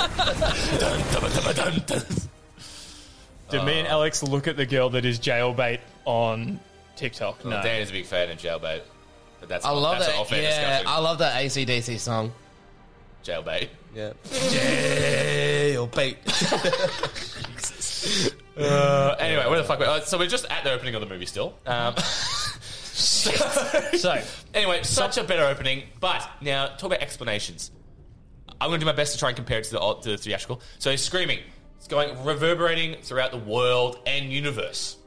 Did me and Alex look at the girl that is jailbait on TikTok? No. Dan is a big fan of Jailbait. But that's I love Oh, that's an that. off-air Yeah, discussion. I love that ACDC song. Jailbait. Yeah. Jail bait. Uh, anyway, where the fuck? we- uh, so we're just at the opening of the movie still. Um, So, Anyway, such a better opening. But now, talk about explanations. I'm going to do my best to try and compare it to the, to the theatrical. So he's screaming. It's going reverberating throughout the world and universe.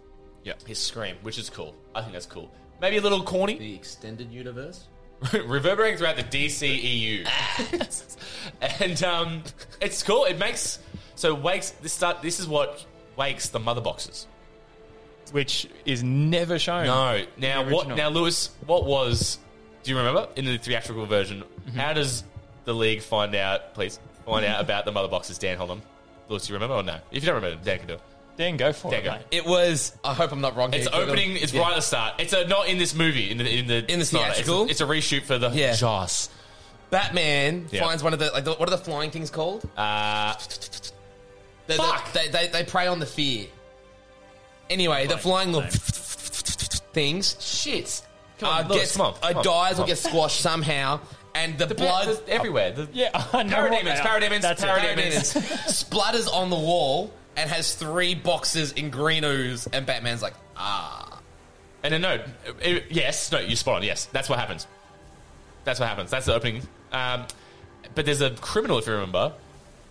yeah. His scream, which is cool. I think that's cool. Maybe a little corny. The extended universe. reverberating throughout the DCEU. and um, it's cool. It makes. So wakes. This, start, this is what wakes the mother boxes. Which is never shown. No. Now The what? original. Now Lewis, what was? Do you remember in the theatrical version? Mm-hmm. How does the league find out? Please find out about the mother boxes. Dan, hold on. Lewis, do you remember or no? If you don't remember, Dan can do it. Dan, go for Dan, it. go. mate. It was. I hope I'm not wrong. It's here. opening. It's Yeah. right at the start. It's a, not in this movie. In the in the In the it's not. It's a- theatrical? It's a, reshoot for the Yeah. Joss. Batman Yeah. finds one of the like. The, what are the flying things called? Uh, They, Fuck! They, they, they prey on the fear. Anyway, the flying little things Shit. uh, Come on, look, gets, come on, uh, come on, dies come or on. gets squashed somehow, and the, blood Blood everywhere. The- Yeah, I know what Parademons, they are. parademons, That's it. parademons. Splatters on the wall and has three boxes in green ooze, and Batman's like, ah. And then no, uh, uh, yes, no, you spot on. Yes, that's what happens. That's what happens. That's the opening. Um, but there's a criminal, if you remember,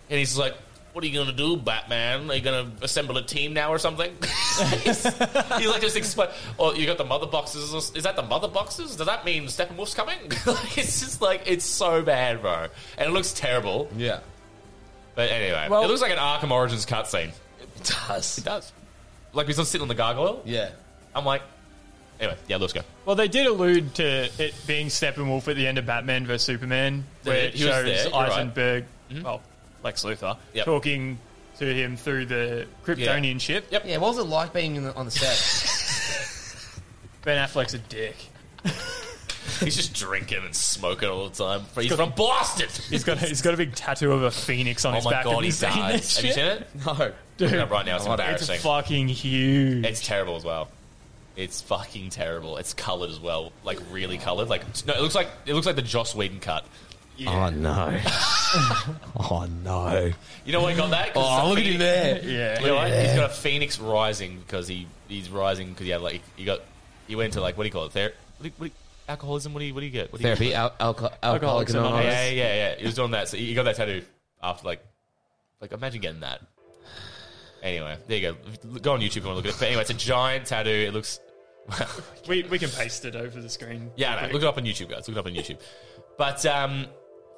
and he's like, "What are you going to do, Batman? Are you going to assemble a team now or something?" he's, he's like, "Just explain." Or you got the mother boxes? or- Is that the mother boxes? Does that mean Steppenwolf's coming? like, it's just like it's so bad, bro, and it looks terrible. Yeah. But anyway, Well- it looks like an Arkham Origins cutscene. It does. It does. Like he's not sitting on the gargoyle. Yeah. I'm like, anyway, yeah, let's go. Well, they did allude to it being Steppenwolf at the end of Batman vs Superman, where Yeah, it he was shows there, you're right. Mm-hmm. Eisenberg, well, Lex Luthor, Yep. talking to him through the Kryptonian ship. Yep. Yeah, what was it like being in the, on the set? Ben Affleck's a dick. He's just drinking and smoking all the time. He's from Boston. He's got a, he's got a big tattoo of a phoenix on Oh his my back. Have god, you he seen dies. this Have you seen shit? it? no. Look it up right now. It's embarrassing. It's fucking huge. It's terrible as well. It's fucking terrible. It's coloured as well, like really coloured. Like no, it looks like it looks like the Joss Whedon cut. Oh, no. oh, no. You know why he got that? 'Cause Oh, it's a phoenix- there. yeah. You know what? He's got a phoenix rising because he he's rising because he had like he got he went to like what do you call it? Ther- what do you, what do you, alcoholism? What do you what do you get? What do you Therapy, al- alco- alcoholic Alcoholics Oh, Anonymous. anonymous. yeah, yeah, yeah. He was doing that. So he got that tattoo after like, like imagine getting that. Anyway, there you go. Go on YouTube if you want to look at it. But anyway, it's a giant tattoo. It looks, We, we can paste it over the screen. yeah, I know. look it up on YouTube, guys. Look it up on YouTube. But um,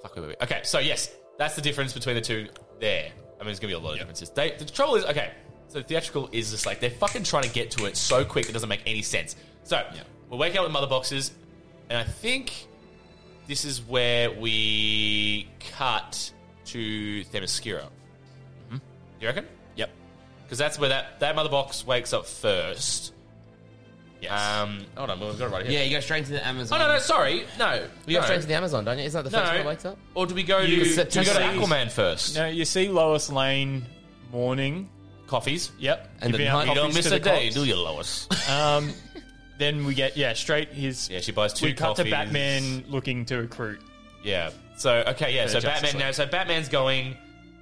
fuck, wait, wait, wait. okay. So yes, that's the difference between the two. There. I mean, there's gonna be a lot of differences. They, the trouble is, okay. So theatrical is just like they're fucking trying to get to it so quick it doesn't make any sense. So we're waking up with mother boxes, and I think this is where we cut to Themyscira. You reckon? Mm-hmm. Yep. Because that's where that, that mother box wakes up first. Yes. Um, hold on, we've got it right here. Yeah, you go straight into the Amazon. Oh, no, no, sorry. No. You no. go straight to the Amazon, don't you? Isn't that the No. first one that wakes up? Or do we go You- to, do we go to Testes. Aquaman first? No, you see Lois Lane morning. Coffees. Yep. And the giving out night- You You don't coffees miss to a the day, cops. do you, Lois? Um, then we get yeah straight his. yeah, she buys two we cut to coffees. Batman looking to recruit. Yeah. So okay, yeah. For So Justice Batman League. now. So Batman's going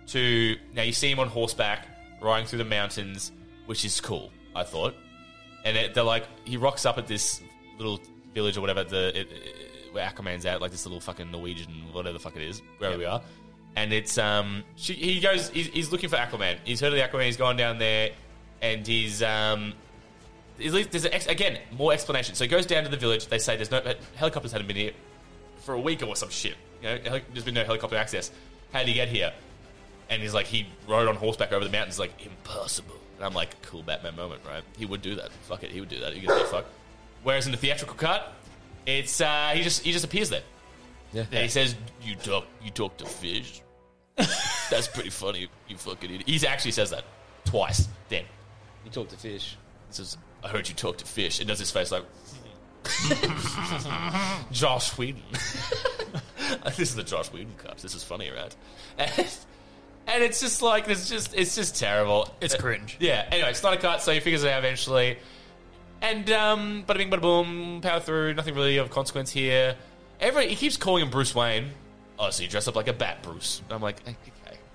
to now. You see him on horseback riding through the mountains, which is cool. I thought, and it, they're like he rocks up at this little village or whatever the it, it, where Aquaman's at, like this little fucking Norwegian whatever the fuck it is, wherever we are. And it's um, she, he goes. He's, he's looking for Aquaman. He's heard of the Aquaman. He's gone down there, and he's um, at least there's an ex- again more explanation. So he goes down to the village. They say there's no helicopters hadn't been here for a week or some shit. You know, heli- there's been no helicopter access. How did he get here? And he's like, he rode on horseback over the mountains. Like impossible. And I'm like, cool Batman moment, right? He would do that. Fuck it, he would do that. He gives a fuck. Whereas in the theatrical cut, it's uh, he just he just appears there. Yeah. And he says, "You talk, you talk to fish." That's pretty funny. You fucking idiot. He actually says that twice. Then You talk to fish. says, I heard you talk to fish. And does his face like, Josh Whedon. this is the Josh Whedon cups. This is funny, right? And, and it's just like, it's just, it's just terrible. It's Uh, cringe. Yeah. Anyway, it's not a cut, so he figures it out eventually. And, um, bada bing, bada boom, power through. Nothing really of consequence here. Everybody, he keeps calling him Bruce Wayne. Oh, so you dress up like a bat, Bruce. And I'm like, okay.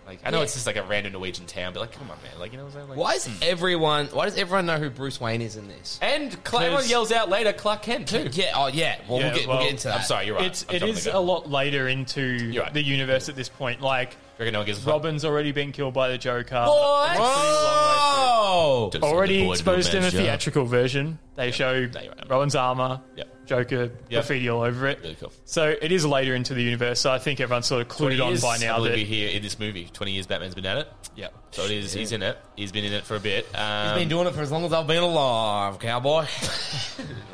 Like, I know Yeah. it's just like a random Norwegian town, but like, come on, man. Like, you know what I'm saying? Like, Why is everyone? Why does everyone know who Bruce Wayne is in this? and Cla- everyone yells out later, Clark Kent too. Yeah. Oh, yeah. Well, Yeah, we'll, get, well, we'll get into that. I'm sorry, you're right. It's I'm it jumping is the a gun. lot later into You're right. the universe at this point. Like You reckon no one gives a fuck? Robin's already been killed by the Joker. What? Oh, Just Already the boy exposed in the Batman's job. theatrical version. They show No, you're right. Robin's armor, Yep. Joker graffiti all over it. Really cool. So it is later into the universe. So I think everyone's sort of clued on Years, by I now believe that we're here in this movie. Twenty years, Batman's been at it. Yep. So it is. He's in it. He's been in it for a bit. Um, I've been doing it for as long as I've been alive, cowboy.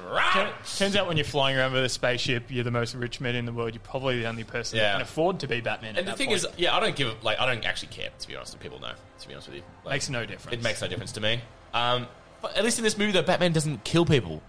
right. Turns out when you're flying around with a spaceship, you're the most rich man in the world. You're probably the only person Yeah. that can afford to be Batman. at And the that thing point. is, yeah, I don't give like I don't actually care to be honest. If people know, to be honest with you, Like, makes no difference. It makes no difference to me. Um, but at least in this movie, though, Batman doesn't kill people.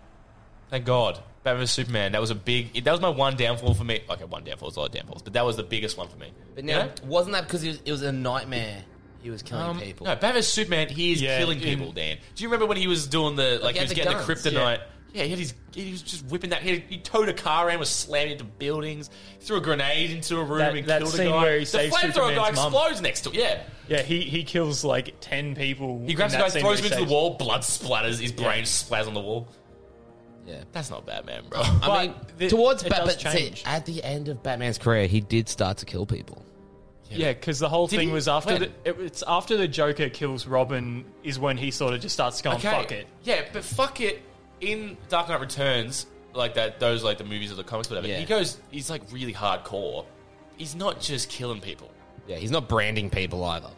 Thank God. Batman vs Superman. That was a big. That was my one downfall for me. Okay, one downfall is a lot of downfalls, but that was the biggest one for me. But now, Yeah. wasn't that because it was, it was a nightmare? He was killing Um, people. No, Batman Superman, he is Yeah, killing in- people, Dan. Do you remember when he was doing the, he like, he had was the getting guns, the kryptonite? Yeah, he, had his, he was just whipping that. He, had, he towed a car around, was slamming into buildings, threw a grenade into a room That- and that killed scene a guy. where he the saves flamethrower guy Superman's mum. explodes next to him. Yeah. Yeah, he, he kills like 10 people. He grabs in the that guy, scene throws him where he into the saves- wall, blood splatters, his brain splatters on the wall. yeah. That's not Batman, bro. But I mean, the- towards it Batman, does change. at the end of Batman's career, he did start to kill people. Yeah, because the whole thing he? was after When? the, it, it's after the Joker kills Robin is when he sort of just starts going fuck it. Yeah, but fuck it. In Dark Knight Returns, like that, those like the movies or the comics, whatever. Yeah. He goes, he's like really hardcore. He's not just killing people. Yeah, he's not branding people either.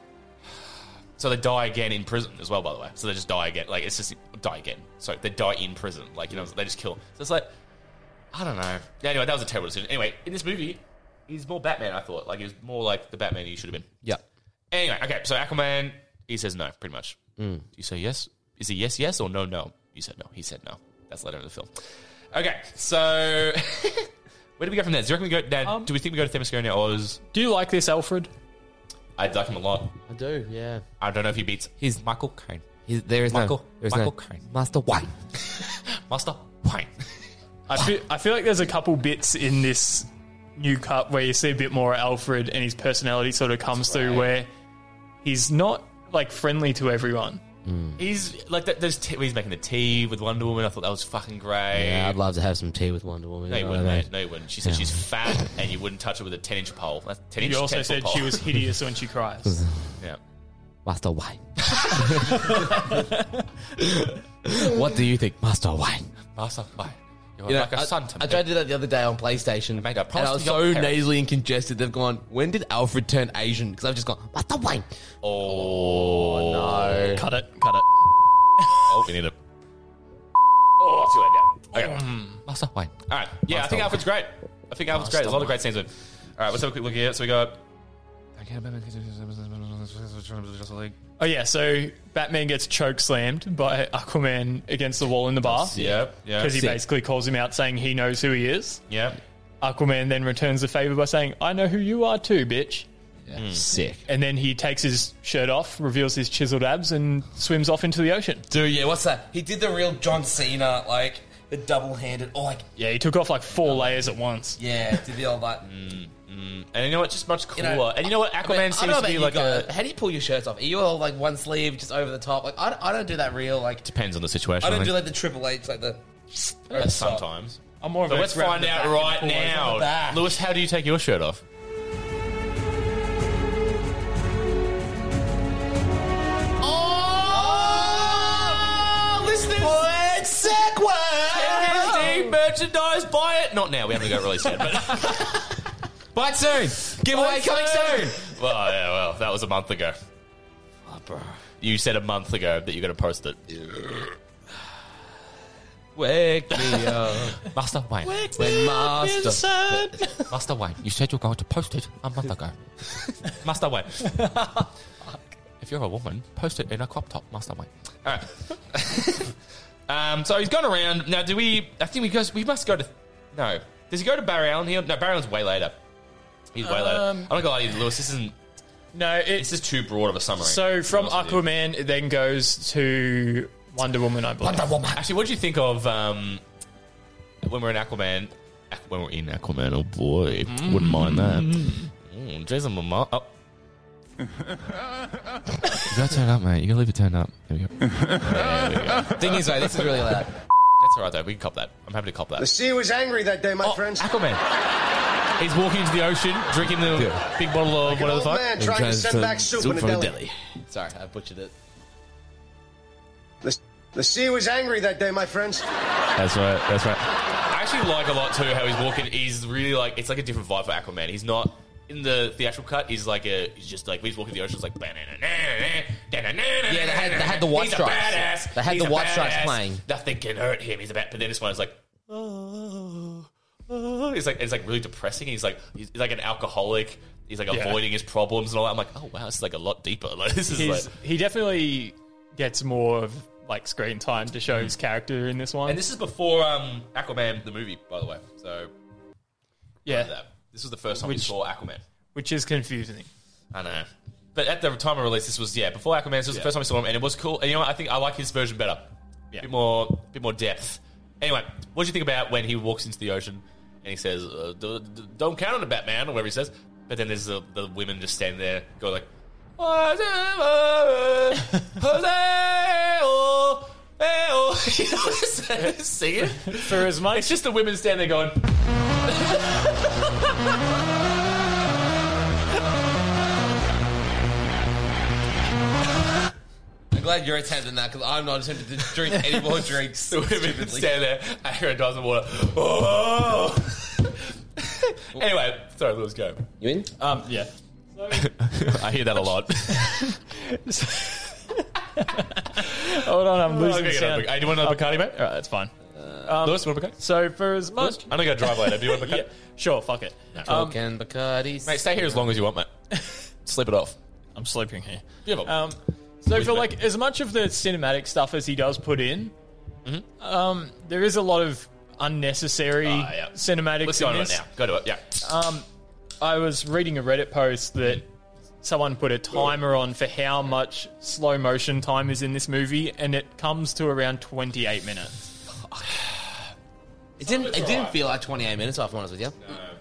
So they die again in prison as well, by the way. So they just die again. Like it's just die again. So they die in prison. Like you know, they just kill. So it's like, I don't know. Yeah, anyway, that was a terrible decision. Anyway, in this movie, he's more Batman. I thought like he was more like the Batman he should have been. Yeah. Anyway, okay, so Aquaman, he says no, pretty much. Do you say yes? Is he yes, yes, or no, no? You said no. He said no. That's later in the film. Okay, so where do we go from there? Do you reckon we go? Now, do we think we go to Themyscira now, or is Do you like this, Alfred? I like him a lot? I do, yeah. I don't know if he beats his Michael Caine, He's, there is Michael- no... There is Michael no, Caine. Master White. Master Wayne. I feel, I feel like there's a couple bits in this new cut where you see a bit more of Alfred and his personality sort of comes through where he's not like friendly to everyone. He's like that. There's t- he's making the tea with Wonder Woman. I thought that was fucking great. Yeah, I'd love to have some tea with Wonder Woman. no, you you know wouldn't, what I mate. mean? No, you wouldn't. She said Yeah. she's fat and you wouldn't touch her with a 10 inch pole. That's 10 inch You also 10 foot said pole. she was hideous when she cries. Yeah. Master White. what do you think, Master White? Master Wayne. You're You know, like a I, son to I me. tried to do that the other day on PlayStation, Mate, I and promised I was you got so parents. nasally and congested. They've gone. When did Alfred turn Asian? Because I've just gone. What the wine? Oh, no. Cut it, cut it. Oh, we need a. Oh, that's too late. Yeah. Okay. Master White. All right. Yeah, I think Alfred's great. I think Alfred's great. There's a lot of great scenes with. him. All right, let's have a quick look here. So we got. Oh yeah, so Batman gets choke slammed by Aquaman against the wall in the bar Yep. Yeah. because he Sick. basically calls him out saying he knows who he is. Yep. Aquaman then returns the favor by saying, "I know who you are too, bitch." Hmm. Sick. And then he takes his shirt off, reveals his chiseled abs, and swims off into the ocean. Dude, yeah. What's that? He did the real John Cena, like the double-handed. Oh, like Yeah, he took off like four layers at once. yeah. Did the old like. And you know what? Just much cooler. know, and you know what? Aquaman I mean, I don't seems know to about be you like guys. a. How do you pull your shirts off? Are you all like one sleeve, just over the top? Like I, don't- I don't do that real. Like Depends on the situation. I don't do think. like the Triple H, like the. But sometimes. I'm more of So a let's grab find the out back right and pull now. over the back. Lewis, how do you take your shirt off? Oh, listeners! What segue? merchandise, buy it. Not now. We haven't got released yet. But Bite soon! Giveaway coming soon! Ah, well, yeah, well, that was a month ago. bro. You said a month ago that you're going to post it. Wake me up. Master Wayne, when Master... Master Wayne, you said you're going to post it a month ago. Master Wayne, if you're a woman, post it in a crop top, Master Wayne. All right. um, so he's gone around. Now, do we? I think we goes. We must go to. No, does he go to Barry Allen here? No, Barry Allen's way later. He's way Um, later. I'm not gonna lie to you, Lewis. This isn't. No, This it's is too broad of a summary. so from To be honest with you. Aquaman, it then goes to Wonder Woman, I believe. Actually, what did you think of um, when we're in Aquaman? Aqu- When we're in Aquaman, oh boy, wouldn't mind that. Mm, Jason Momoa. Oh. you gotta turn up, mate. You gotta leave it turned up. There we go. There we go. That's Thing is, though, this is really loud. alright though. We can cop that. I'm happy to cop that. sea was angry that day, my Oh, Aquaman. He's walking into the ocean, drinking the big bottle of whatever the fuck. trying to send back soup from a deli. Sorry, I butchered it. The, the sea was angry that day, my friends. That's right. That's right. I actually like a lot too how he's walking. He's really like it's like a different vibe for Aquaman. He's not in the theatrical cut. He's like a he's just like when he's walking the ocean. It's like yeah. they They had had- they had the white he's a stripes. badass. They had He's the a white stripes badass. playing. Nothing can hurt him. He's a bad. But then this one is like. Oh, oh. It's like it's like really depressing. He's like he's like an alcoholic. He's like Yeah. avoiding his problems and all that. I'm like, oh wow, this is like a lot deeper. Like this is He's, like, he definitely gets more of like screen time to show his character in this one. and this is before um Aquaman the movie, by the way. So yeah, that. This was the first time we Which- saw Aquaman. which is confusing. I know. But at the time of release, this was yeah before Aquaman. This was the first time I saw him, and it was cool. And you know, what? I think I like his version better. Yeah. Bit more, bit more depth. Anyway, what do you think about when he walks into the ocean and he says, uh, d- d- "Don't count on the Batman" or whatever he says? But then there's the, the women just standing there, go like, "Jose, oh, eh, you know what I'm saying? singing for as much. It's just the women standing there going. I'm glad you're attempting that because I'm not attempting to drink any more drinks. The women stand there, I hear a dozen water. Oh! anyway, sorry, Lewis, go. You in? Um, yeah. I hear that a lot. Hold on, I'm losing Okay, get another sound. Bac- Hey, do you want another Bacardi, mate? All right, that's fine. Lewis, you want a Bacardi? So for as much, I'm going to go drive later. Do you want a Bacardi? Um, yeah, sure, fuck it. Um, Can Bacardi's. Mate, stay here as long as you want, mate. Slip it off. I'm sleeping here. Yeah, but- Um, so for that? like as much of the cinematic stuff as he does put in, Mm-hmm. um, there is a lot of unnecessary Ah, yeah. cinematics. Let's go in to it this. now. Go to it. Yeah. Uh, I was reading a Reddit post that someone put a timer on for how much slow motion time is in this movie, and it comes to around 28 minutes. It didn't. It didn't feel like 28 minutes. If I'm honest with you,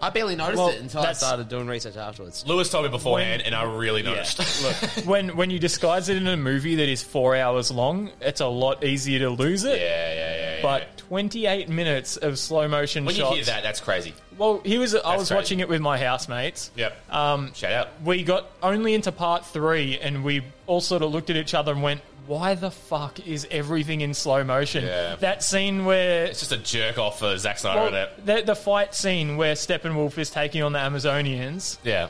I barely noticed Well, it until I that's- started doing research afterwards. Lewis told me beforehand, and I really noticed. Look, when when you disguise it in a movie that is four hours long, it's a lot easier to lose it. yeah, yeah, yeah, yeah. But 28 minutes of slow motion when you shots. hear that, that's crazy. Well, he was. I was crazy. watching it with my housemates. Yep. Um, Shout out. we got only into part three, and we all sort of looked at each other and went, "Why the fuck is everything in slow motion?" Yeah. That scene where. It's just a jerk off for Zack Snyder well, and that. the, the fight scene where Steppenwolf is taking on the Amazonians, Yeah.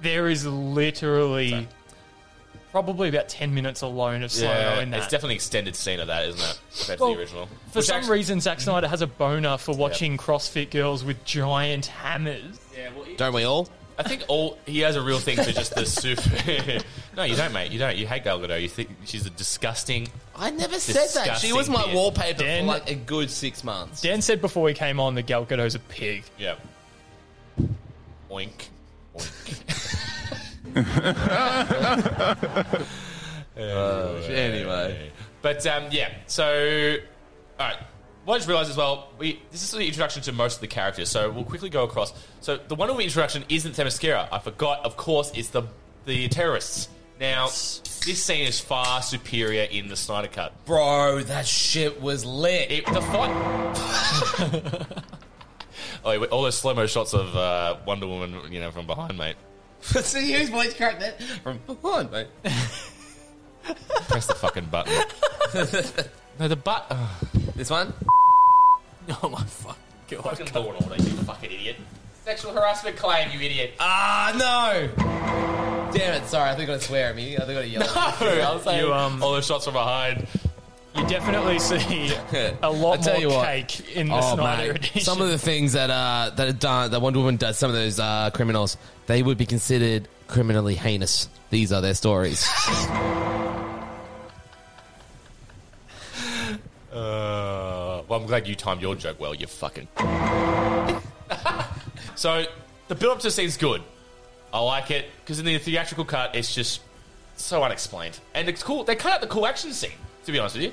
there is literally probably about 10 minutes alone of slow mo in that. It's definitely an extended scene of that, isn't it? Compared Well, to the original. For some reason, Zack Snyder has a boner for watching CrossFit girls with giant hammers. Don't we all? I think all he has a real thing for just the super. no, you don't, mate. You don't. You hate Gal Gadot. You think she's a disgusting. I never said that. She was my Disgusting wallpaper Dan- for like a good six months. Dan said before we came on that Gal Gadot's a pig. Yeah. Oink. Oink. Anyway, But um, yeah, so all right. What I just realised as well, we this is the introduction to most of the characters, so we'll quickly go across. So the one we introduction isn't Themyscira. I forgot. Of course, it's the the terrorists. Now, this scene is far superior in the Snyder Cut. bro, that shit was lit. It, the fight. oh, yeah, all those slow mo shots of uh, Wonder Woman, you know, from behind, mate. See whose voice cracked that from behind, mate. Press the fucking button. no, the butt. Oh, This one. Oh my fuck. fucking Lord Order, you fucking idiot. Sexual harassment claim, you idiot. Ah no! Damn it! Sorry, I think I swear at me. I think I yell. at me. I was saying, You, um, all those shots from behind. You definitely see a I lot tell more you what. Oh, cake in the Snyder edition. Some of the things that uh, that are done, that Wonder Woman does, some of those uh, criminals, they would be considered criminally heinous. These are their stories. Uh, well, I'm glad you timed your joke well. You fucking. so the build-up to the scene's good. I like it because in the theatrical cut, it's just so unexplained, and it's cool. They cut out the cool action scene. To be honest with you,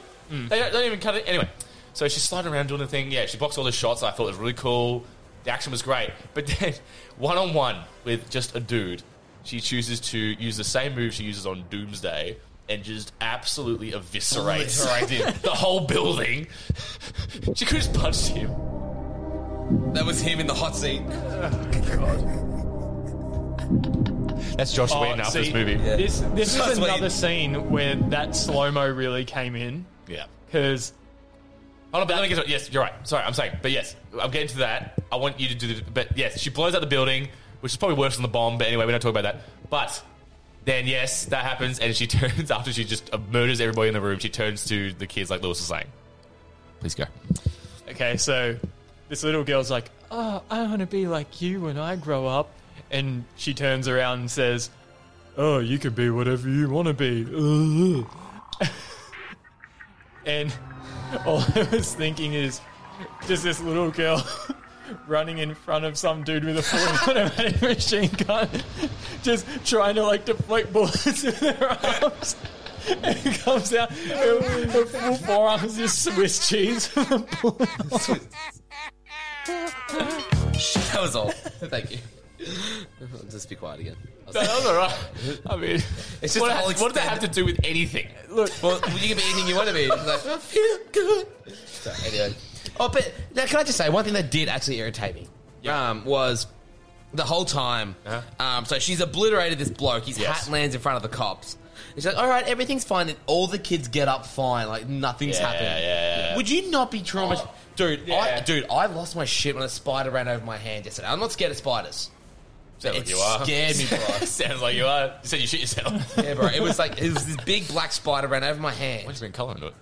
they don't, don't even cut it anyway. So she's sliding around doing the thing. Yeah, she boxed all the shots. I thought it was really cool. The action was great, but then one on one with just a dude, she chooses to use the same move she uses on Doomsday and just absolutely eviscerates the whole building. she could have just punched him. that was him in the hot seat. That's Josh Oh, Whedon after see, this movie. Yeah. This, this That's is what another you- scene where that slow mo really came in because Hold on, but let me get to it. Yes, you're right. Sorry, I'm saying. But yes, I'm getting to that. I want you to do the. But yes, she blows out the building, which is probably worse than the bomb. But anyway, we don't talk about that. But then, yes, that happens, and she turns, after she just uh, murders everybody in the room, she turns to the kids, like Lewis was saying. Please go. Okay, so this little girl's like, Oh, I want to be like you when I grow up. And she turns around and says, Oh, you can be whatever you want to be. Ugh. and all I was thinking is, does this little girl running in front of some dude with a fully automatic machine gun, just trying to like deflect bullets with their arms. And he comes out, her, her full forearms just Swiss cheese from the bullet. that was all. Thank you. I'll just be quiet again. No, that was alright. I mean, It's just what, the ha- whole what did that have to do with anything? Look, Well, you can be anything you want to be. It's like, I feel good. So, anyway. Oh, but now can I just say one thing that did actually irritate me? Um, was the whole time. Um, so she's obliterated this bloke. His Uh-huh. Yes. hat lands in front of the cops. And she's like, "All right, everything's fine." And all the kids get up fine, like nothing's Yeah, happening. yeah, yeah. Would you not be traumatized, Oh, dude? I, yeah. dude, I lost my shit when a spider ran over my hand yesterday. I'm not scared of spiders. Sounds It scared me, bro. Sounds like you are. You said you shit yourself. Yeah, bro. It was like it was this big black spider ran over my Why'd you hand bring colour into it?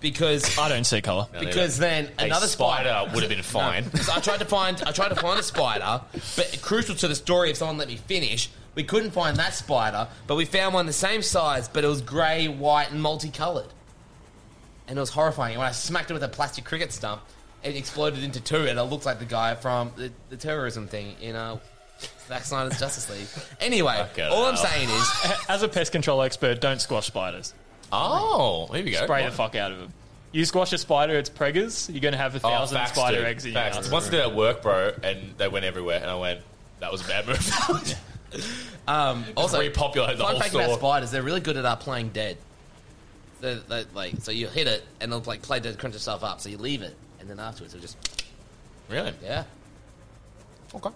because I don't see color. because then another spider, would have been fine. So I tried to find I tried to find a spider, but crucial to the story, if someone let me finish, we couldn't find that spider, but we found one the same size, but it was grey, white, and multicolored, and it was horrifying. And when I smacked it with a plastic cricket stump, it exploded into two, and it looked like the guy from the, the terrorism thing in uh, Zack Snyder's Justice League. Anyway, Fucking all I'm hell. saying is, As a pest control expert, don't squash spiders. oh, here we go. Spray the fuck out of them. You squash a spider, it's preggers. You're going to have a thousand Oh, facts, spider dude. eggs in your Facts. house. Once I did it at work, bro, and they went everywhere, and I went, that was a bad move. um, also repopulate the fun whole fact store. about spiders, they're really good at uh, playing dead. They, they, like, so you hit it and it'll like play dead, crunch itself up. So you leave it, and then afterwards it'll just really? yeah. Okay.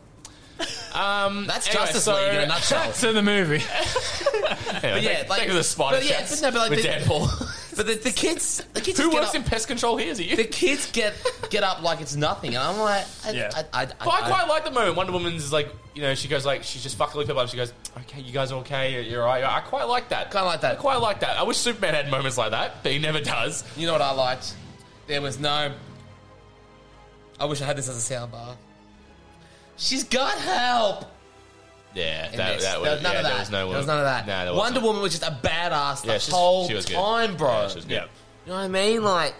That's Um, Anyway, Justice so- League in a nutshell. to the movie. Anyway, yeah, thank- like- thank you for the spider but yeah, chats but no, but like with the- Deadpool. but the, the kids, the kids Who just get works up, in pest control here? Is it you? the kids get get up like it's nothing, and I'm like, I, Yeah. I, I, I, But I I- quite like the moment. Wonder Woman's is like, you know, she goes like, she's just fucking people up. She goes, okay, you guys are okay. You're, you're all right. I quite like that. Kinda like that. I quite like that. I wish Superman had moments like that, but he never does. you know what I liked? There was no. I wish I had this as a soundbar. She's got help. Yeah, in that, this. that there was, was none yeah, of that. There was, no none of that. No, there Wonder wasn't. Woman was just a badass the Yeah, she's- whole she was good. time, bro. Yeah, she was good. yeah. You know what I mean? Like,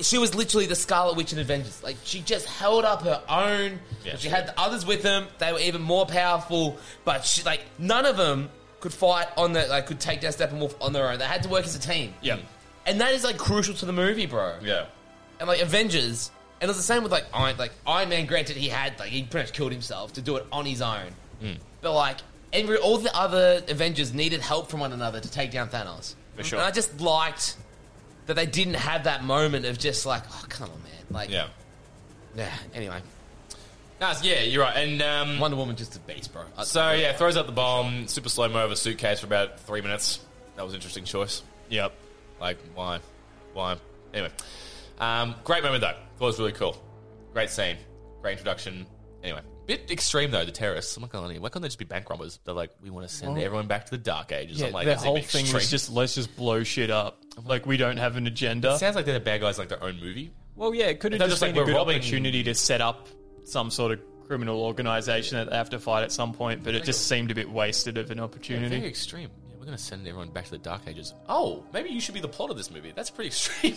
she was literally the Scarlet Witch in Avengers. Like, she just held up her own. Yeah, and she she had the others with them. They were even more powerful. But she, like, none of them could fight on their, like, could take down Steppenwolf on their own. They had to work as a team. Yeah. And that is like crucial to the movie, bro. Yeah. And like Avengers, and it was the same with like Iron, like Iron Man. Granted, he had like he pretty much killed himself to do it on his own. Hmm. But like every all the other Avengers needed help from one another to take down Thanos. For sure. And I just liked that they didn't have that moment of just like, oh come on, man. Like, Yeah. yeah. Anyway, No, it's- yeah, you're right. And um, Wonder Woman just a beast, bro. Uh, I- so yeah, throws out the bomb, super slow mo of a suitcase for about three minutes. That was an interesting choice. Yep. Like why, why? Anyway, um, great moment though. Thought it was really cool. Great scene. Great introduction. Anyway, bit extreme though. The terrorists. I'm not gonna lie. Why can't they just be bank robbers? They're like, we want to send everyone back to the dark ages. Yeah, I'm like, the that's a bit whole thing was extreme. just let's just blow shit up. Like we don't have an agenda. It sounds like they're the bad guys, like their own movie. Well, yeah, it could have They're just, just like, been a we're good robbing- opportunity to set up some sort of criminal organization that they have to fight at some point. But it just seemed a bit wasted of an Very opportunity. extreme. Yeah, we're gonna send everyone back to the dark ages. Oh, maybe you should be the plot of this movie. That's pretty extreme.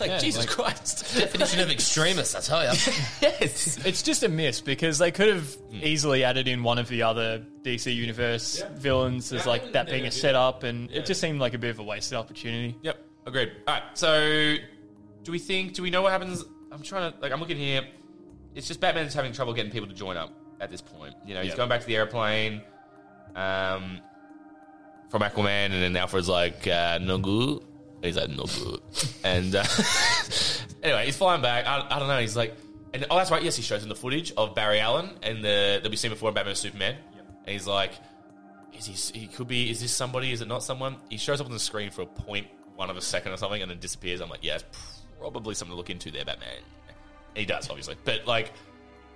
like Yeah, Jesus like- Christ. definition of extremist, I tell you. yes. It's just a miss because they could have easily added in one of the other DC universe villains as Hmm. Yeah, like that they being a did. setup, and it just seemed like a bit of a wasted opportunity. Yep. Agreed. All right. So, do we think? Do we know what happens? I'm trying to like. I'm looking here. It's just Batman's having trouble getting people to join up at this point. You know, he's Yep. going back to the airplane. Um, from Aquaman, and then Alfred's like, uh, "No good." And He's like, "No good." and uh, anyway, he's flying back. I, I don't know. He's like, and oh, that's right. Yes, he shows him the footage of Barry Allen and the that we seen before in Batman and Superman. And he's like, is he, he could be is this somebody is it not someone he shows up on the screen for a point one of a second or something and then disappears i'm like yeah it's probably something to look into there batman And he does obviously but like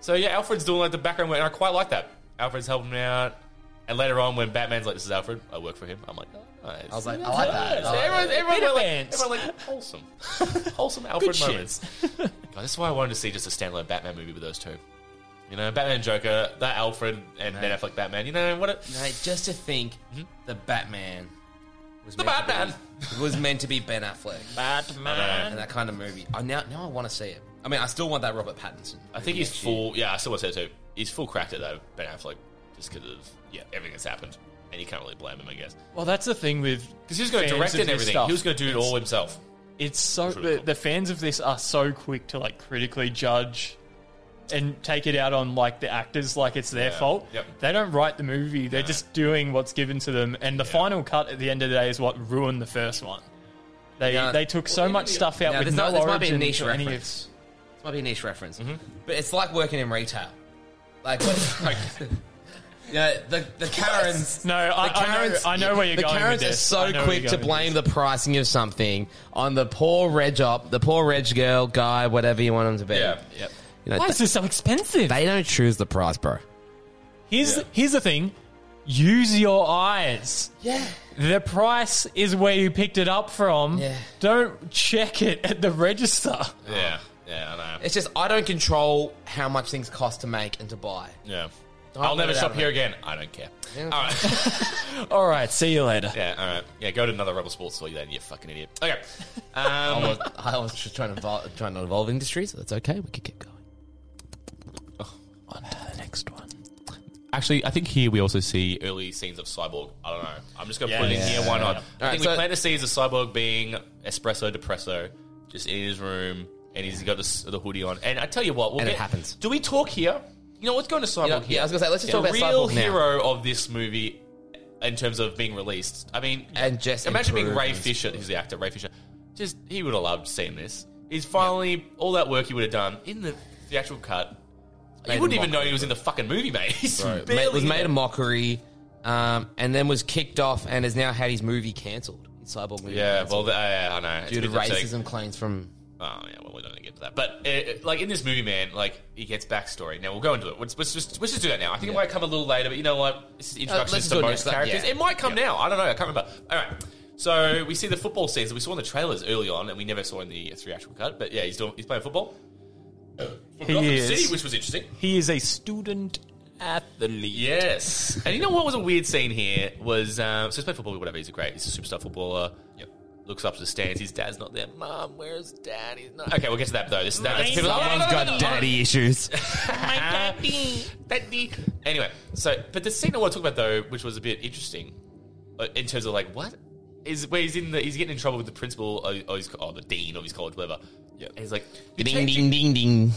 so yeah alfred's doing like the background work and i quite like that alfred's helping him out and later on when batman's like this is alfred i work for him i'm like oh, nice. I was like, I like that. I like everyone, that. everyone, went like, Pants. everyone like wholesome wholesome alfred shit. moments God, that's why i wanted to see just a standalone batman movie with those two you know, Batman and Joker, that Alfred and Ben Affleck Batman. You know what? A, Mate, just to think, the Batman was Mm-hmm. The meant to Batman. be- was meant to be Ben Affleck. I don't know. and that kind of movie. I now now I want to see it. I mean, I still want that Robert Pattinson. Uh, I think he's full. Yeah, I still want to say it too. He's full cracked at though Ben Affleck just because of yeah everything that's happened, and you can't really blame him, I guess. Well, that's the thing with Because he was going to fans direct of and this everything. stuff. He was going to do it all himself. It's so the, the fans of this are so quick to like critically judge and take it out on like the actors like it's their Yeah. fault. Yep. They don't write the movie. They're just doing what's given to them and the final cut at the end of the day is what ruined the first one. They Now- they took so much stuff out Now, with this no might- this might be a origin niche or any of reference. This might be a niche reference, Mm-hmm. but it's like working in retail. Like, what, like yeah, the the Karens. No, I, the Karens, I know, I know where you're the going Karens with this. are I know so where quick you're to going with blame the pricing of something on the poor reg op, the poor reg girl, guy, whatever you want them to be. Yeah, yeah. You know, Why is this so expensive? they don't choose the price, bro. Here's here's the thing. Use your eyes. Yeah. The price is where you picked it up from. Yeah. Don't check it at the register. Yeah, yeah, I know. It's just I don't control how much things cost to make and to buy. Yeah. Don't I'll let never it shop happen. here again. I don't care. All right. All right, see you later. Yeah, all right. Yeah, go to another Rebel Sports store then, you fucking idiot. Okay. I Um, was, I was just trying to evolve, trying to evolve industries. That's okay. We can keep going. On to the next one. actually, I think here we also see early scenes of Cyborg. I don't know. I'm just going to put it in here. Why not? I think right, so- we plant the seeds of Cyborg being espresso depresso, just in his room, and he's got the, the hoodie on. And I tell you what, we'll And it get- happens. Do we talk here? You know, let's go into Cyborg Yeah, yeah, here. I was gonna say, let's just The talk about real Cyborg now. hero of this movie in terms of being released. I mean, And just imagine being Ray improvements. Fisher. He's the actor, Ray Fisher. Just he would have loved seeing this. He's finally all that work he would have done in the theatrical cut. You Made wouldn't a even know mockery he was in the fucking movie, mate. He's Ma- barely was in made it. a mockery, um, and then was kicked off, and has now had his movie cancelled. His cyborg movie, Yeah, cancelled well, th- yeah, I know. It's due a to bit upsetting. racism claims from. Oh yeah, well we're not gonna get to that. But uh, like in this movie, man, like he gets backstory. Now we'll go into it. Let's, let's just let's just do that now. I think it might come a little later, but you know what? This is Uh, introduction let's to do it most next time, characters. yeah. It might come now. I don't know. I can't remember. All right. So we see the football scenes that we saw in the trailers early on, and we never saw in the uh, theatrical cut. But yeah, he's doing he's playing football. For Gotham is. City, which was interesting. He is a student athlete. Yes. And you know what was a weird scene here was um, so he's playing football, whatever. He's a great, he's a superstar footballer. Yep. Looks up to the stands. His dad's not there. Mom, where's dad? He's not. Okay, we'll get to that though. This is that. That's people. Someone's got daddy issues. my daddy. daddy. Anyway, so but the scene I want to talk about though, which was a bit interesting, uh, in terms of like what is where he's in the he's getting in trouble with the principal of, of his, or the dean of his college, whatever. Yeah. And he's like, you ding take- ding ding ding.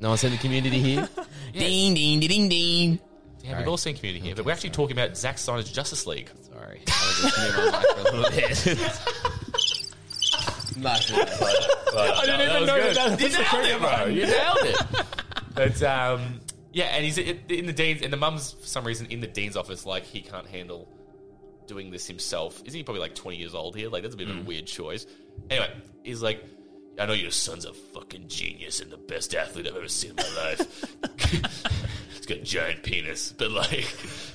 No one's in the community here. Ding ding ding ding ding. Yeah, we've all seen Community here, but we're actually talking about Zack Snyder's Justice League. Sorry, I was just muting my mic for a little bit. Nice. I didn't even know that that was you nailed it, bro. one. You nailed it. But um, yeah, and he's in in the dean's, and the mum's for some reason in the dean's office, like he can't handle doing this himself. Isn't he probably like twenty years old here? Like that's a bit of a weird choice. Anyway, he's like. I know your son's a fucking genius and the best athlete I've ever seen in my life. He's got a giant penis, but like,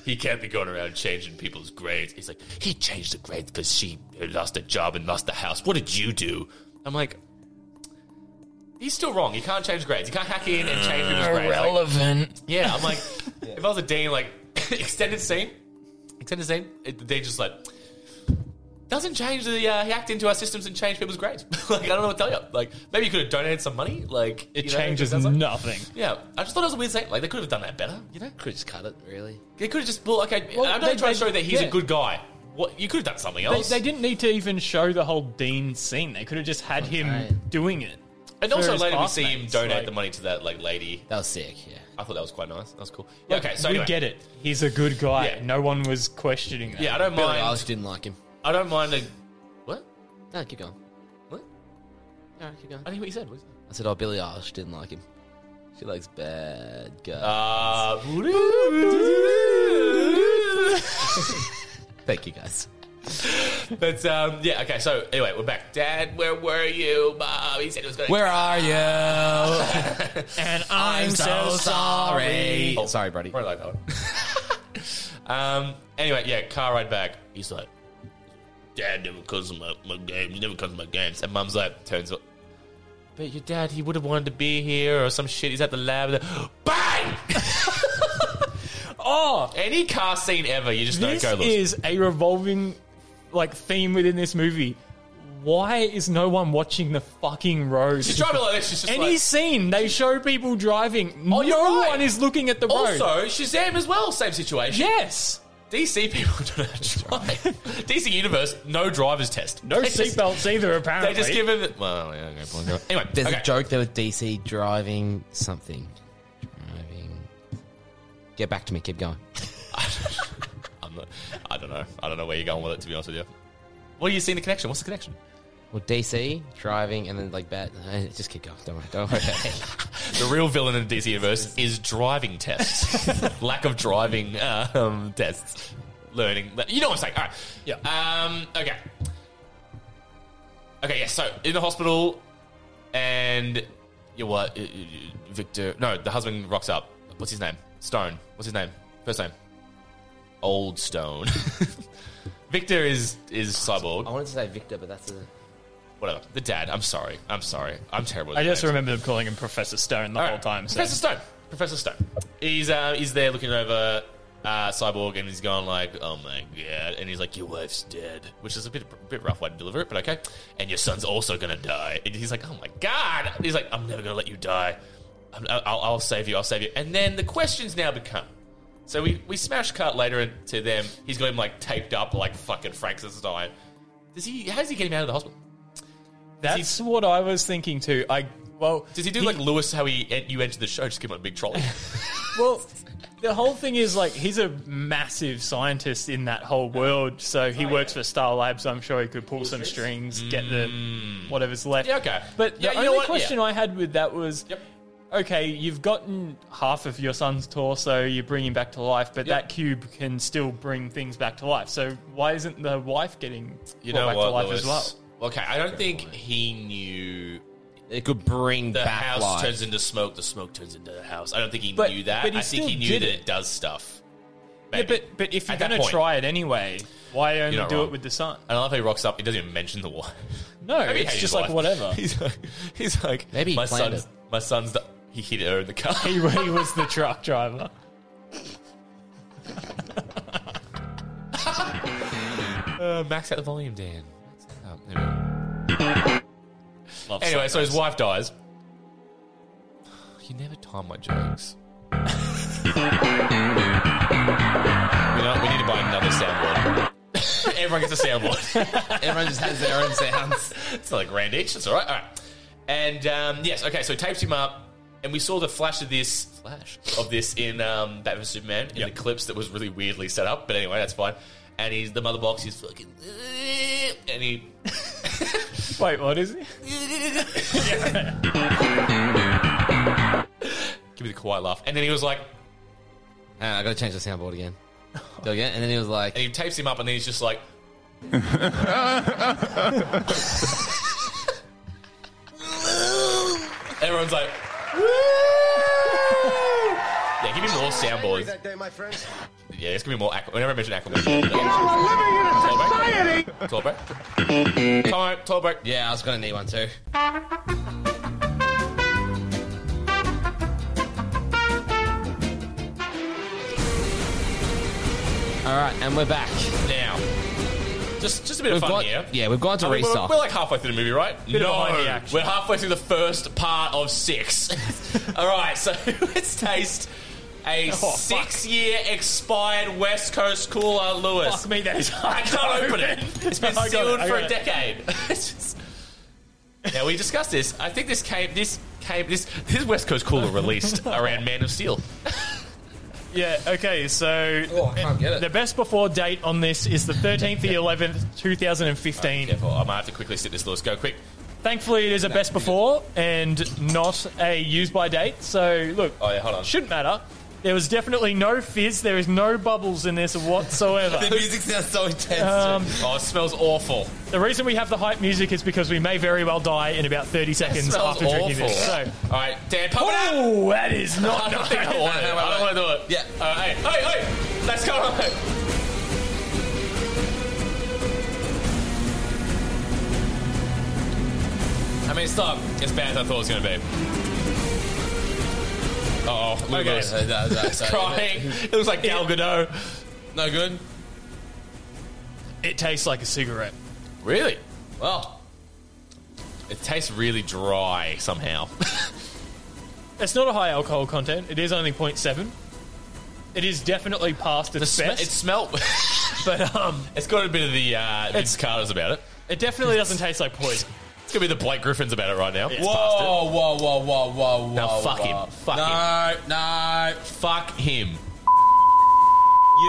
he can't be going around changing people's grades. He's like, he changed the grades because she lost a job and lost the house. What did you do? I'm like, he's still wrong. He can't change grades. He can't hack in and change people's grades. Like, Relevant. Mm, yeah, I'm like, if I was a Dane, like, extended scene, extended scene, it, the Dane just like, doesn't change the, uh, he hacked into our systems and changed people's grades. like, I don't know what to tell you. Like, maybe you could have donated some money. Like, It you know, changes that's like- nothing. Yeah, I just thought it was a weird scene. Like, they could have done that better, you know? Could just cut it, really. They could have just, well, okay, Well, I'm they- not trying to they- show that he's yeah. a good guy. What, you could have done something They, else. they didn't need to even show the whole Dean scene. They could have just had him Right. doing it. and for also his later we classmates, see him donate like- the money to that, like, lady. That was sick. Yeah. I thought that was quite nice. That was cool. Yeah, okay, so we anyway. get it. He's a good guy. Yeah. No one was questioning that. Yeah, I don't Billy mind. Eilish didn't like him. I don't mind the. What? No, keep going. What? All right, keep going. I don't know what you said. What you said? I said, "Oh, Billie Eilish didn't like him. She likes bad girls." Uh, Thank you, guys. but um, yeah, okay. So anyway, we're back. Dad, where were you? Mom, he said he was going. are you? And I'm, so sorry. Oh, sorry, buddy. Probably like that one. um. Anyway, yeah. Car ride back. He's like, Dad never comes to my, my games. He never comes to my games. And Mum's like, turns. up, But your dad, he would have wanted to be here or some shit. He's at the lab. And then, bang! Oh, Any car scene ever, you just this don't go look. is a revolving like theme within this movie. why is no one watching the fucking road? She's driving like this. She's just Any like- scene they show people driving, Oh, you're no right. one is looking at the road. Also, Shazam as well, same situation. yes, DC people don't know how to drive. DC Universe, no drivers test. no They just- seatbelts either. Apparently, They just give him. Well, yeah, okay, point girl. Anyway, There's okay. a joke there with DC driving something. Driving. Get back to me. Keep going. I'm not, I don't know. I don't know where you're going with it, to be honest with you. What are you seeing the connection? What's the connection? Well, DC driving and then like bat. uh, Just keep going. Don't worry. Don't worry. The real villain in the DC universe is driving tests, lack of driving uh, um, tests, learning. You know what I'm saying? All right. Yeah. Um, okay. Okay. Yeah. So in the hospital, and you know what? uh, uh, Victor. No, the husband rocks up. What's his name? Stone. What's his name? First name. Old Stone. Victor is is I Oh. cyborg. wanted to say Victor, but that's a. Whatever. The dad. I'm sorry. I'm sorry. I'm terrible. with I just names. remember them calling him Professor Stone the All whole right. time. So. Professor Stone. Professor Stone. He's uh, he's there looking over uh, Cyborg, and he's going like, "Oh my god!" And he's like, "Your wife's dead," which is a bit bit rough way to deliver it, but okay. And your son's also gonna die. And he's like, "Oh my god!" He's like, "I'm never gonna let you die. I'm, I'll, I'll save you. I'll save you." And then the questions now become. So we, we smash cut later to them. He's got him like taped up like fucking Frankenstein. Does he? How does he get him out of the hospital? That's what I was thinking too. I well, Does he do like Lewis how he en- you enter the show? Just give him a big trolley. Well, the whole thing is like he's a massive scientist in that whole world, so Oh, he works for Star Labs. I'm sure he could pull some strings, get the whatever's left. Mm. Yeah, okay. But Yeah, you the know only what? question I had with that was. Yep. Okay, you've gotten half of your son's torso, you bring him back to life, but Yep. that cube can still bring things back to life. So why isn't the wife getting you brought know back what, to life Lewis? as well? Okay, I don't think he knew It could bring the back house life. turns into smoke, the smoke turns into the house. I don't think he But- knew that. but he I think he still knew did that it. it does stuff. Yeah, Maybe. but but if you're At that going to point. try it anyway, why only not do wrong. it with the son? and I love how he rocks up. He doesn't even mention the wife. No, Maybe he it's hated just his like wife. whatever. He's like, he's like Maybe he my planned son's it. my son's the, he hit her in the car. he, he was the truck driver. Uh, max out the volume, Dan. Max it up. There we go. Anyway, so his wife dies. You never time my jokes. we, don't- we need to buy another soundboard. Everyone gets a soundboard. Everyone just has their own sounds. it's not like grand each. It's all right. All right. And um, yes, okay. So he tapes him up, and we saw the flash of this flash of this in um, Batman v Superman in the clips that was really weirdly set up. But anyway, that's fine. And he's the mother box. He's fucking, and he Wait, what is it? give me the quiet laugh. And then he was like, Hang on, I got to change the soundboard again. Do it again, and then he was like, and he tapes him up, and then he's just like, everyone's like, "Woo!" yeah, give me more Angry soundboards. that day, my friends. Yeah, it's gonna be more. Aqu- Whenever I mention Aquaman, We're living in a Tall break. Tall break. Tall break. Tall break. Yeah, I was gonna need one too. "All right, and we're back." Now, just just a bit We've of fun got, here. yeah, we've gone to I mean, we're, restart. we're like halfway through the movie, right? behind the action. we're halfway through the first part of six. All right, so let's taste a Oh, fuck. 6 year expired West Coast cooler, Lewis. Fuck me, that is I can't open it. It's been I got it, sealed I for got a it. decade. It's just- now we discussed this. I think this came this came this this West Coast cooler released around Man of Steel. Yeah, okay, so Oh, I can't get the it. best before date on this is the 13th, the 11th, 2015. Careful, I might have to quickly sit this, Lewis. Go quick. Thankfully, it is a best before and not a use by date, so look, Oh yeah, hold on. shouldn't matter. There was definitely no fizz, there is no bubbles in this whatsoever. The music sounds so intense. Um, Oh, it smells awful. the reason we have the hype music is because we may very well die in about 30 seconds smells after drinking this. So, All right, Dan, pump it out. oh, that is I not don't think I want it. I don't want to do it. Yeah. All right, hey, hey, hey, let's go. I mean, it's not as bad as I thought it was going to be. Uh-oh, Lou Okay. Lewis. So, no, no, so- Crying. It looks like Gal Gadot. No good. It tastes like a cigarette. Really? Well, It tastes really dry somehow. It's not a high alcohol content. It is only 0.7. It is definitely past its Sme- best. it smelt. but um, it's got a bit of the uh, Vince Carter's about it. it definitely doesn't taste like poison. It's gonna be the Blake Griffins about it right now. Whoa, whoa, whoa, whoa, whoa, whoa. Now fuck whoa. him. Fuck no, no. Fuck him.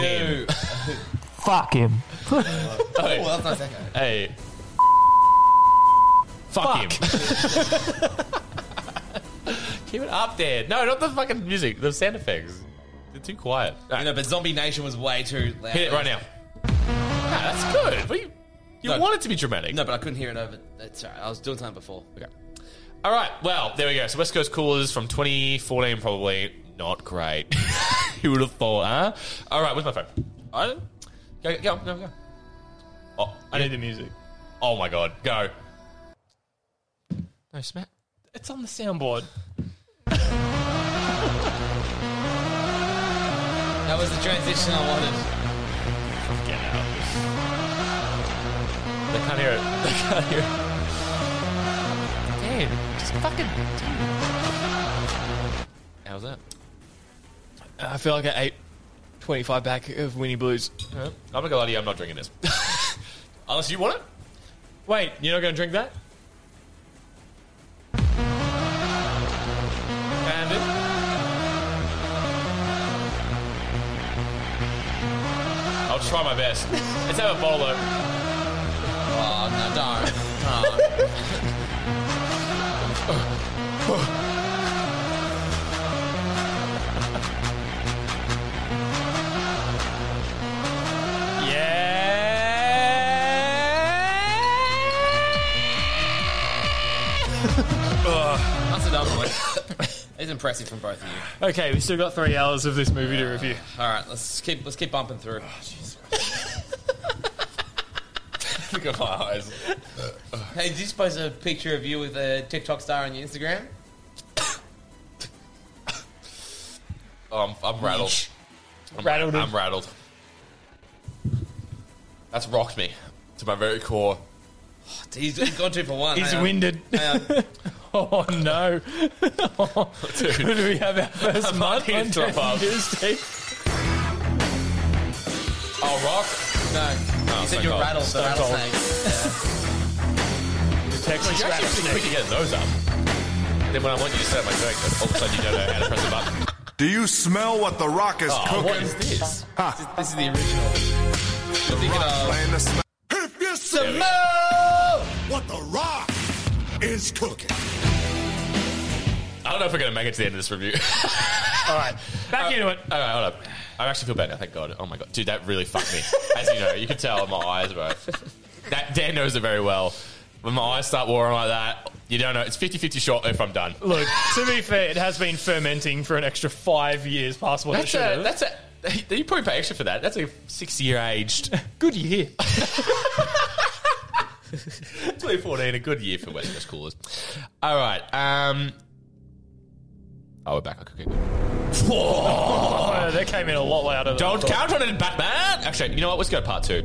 You. Him. Fuck him. Oh, that's nice echo. Hey. Fuck, him. Keep it up there. No, not the fucking music. The sound effects. They're too quiet. You know, but Zombie Nation was way too loud. Hit it right now. Nah, that's good. But you you No. want it to be dramatic. No, but I couldn't hear it over. That's all right. I was doing something before. Okay. All right. Well, there we go. So West Coast Coolers from 2014, probably not great. Who would have thought, huh? All right. Where's my phone? I don't. Go, go, go, go. Oh, I I need- need the music. oh my god. Go. No, smack. It's on the soundboard. That was the transition I wanted. Get out. They can't hear it. They can't hear it. Damn. Just fucking. How's that? Uh, I feel like I ate 25 back of Winnie Blues. I'm not gonna lie to you. I'm not drinking this. Unless you want it. Wait, you're not going to drink that? And it. I'll try my best. Let's have a bottle though. Oh no, don't. That's a dumb one. It's impressive from both of you. Okay, we still got three hours of this movie to review. All right, let's keep let's keep bumping through. Look at my eyes. Hey, did you post a picture of you with a TikTok star on your Instagram? Oh, I'm, I'm rattled. I'm Rattled. I'm rattled. That's rocked me to my very core. He's he's gone two for one. He's Hang on. winded. Hang on. Oh no! Could we have our first month need to on drop off. Tuesday? Oh, rock. No, Oh, you said thank you're God. rattled. So cold. You're actually pretty quick at getting those up. Then when I want you to set up my drink, all of a sudden you don't know how to press a button. Do you smell what the rock is Oh, what cooking? is this? This is the original. uh, Playing the sm- if you smell what the rock is cooking. I don't know if we're going to make it to the end of this review. All right, back into it. All right, hold up. I actually feel better. Thank God. Oh my God, dude, that really fucked me. As you know, you can tell in my eyes, bro. That Dan knows it very well. When my eyes start watering like that, you don't know. It's 50-50 shot if I'm done. Look, to be fair, it has been fermenting for an extra five years past what it That's should a. have. That's a. You probably pay extra for that. That's a six-year aged. good year. 2014, a good year for West Coast Coolers. All right. Um. Oh, we're back. Okay, good. Oh, that came in a lot louder. Than Don't I thought. count on it, Batman. Actually, you know what? Let's go to part two.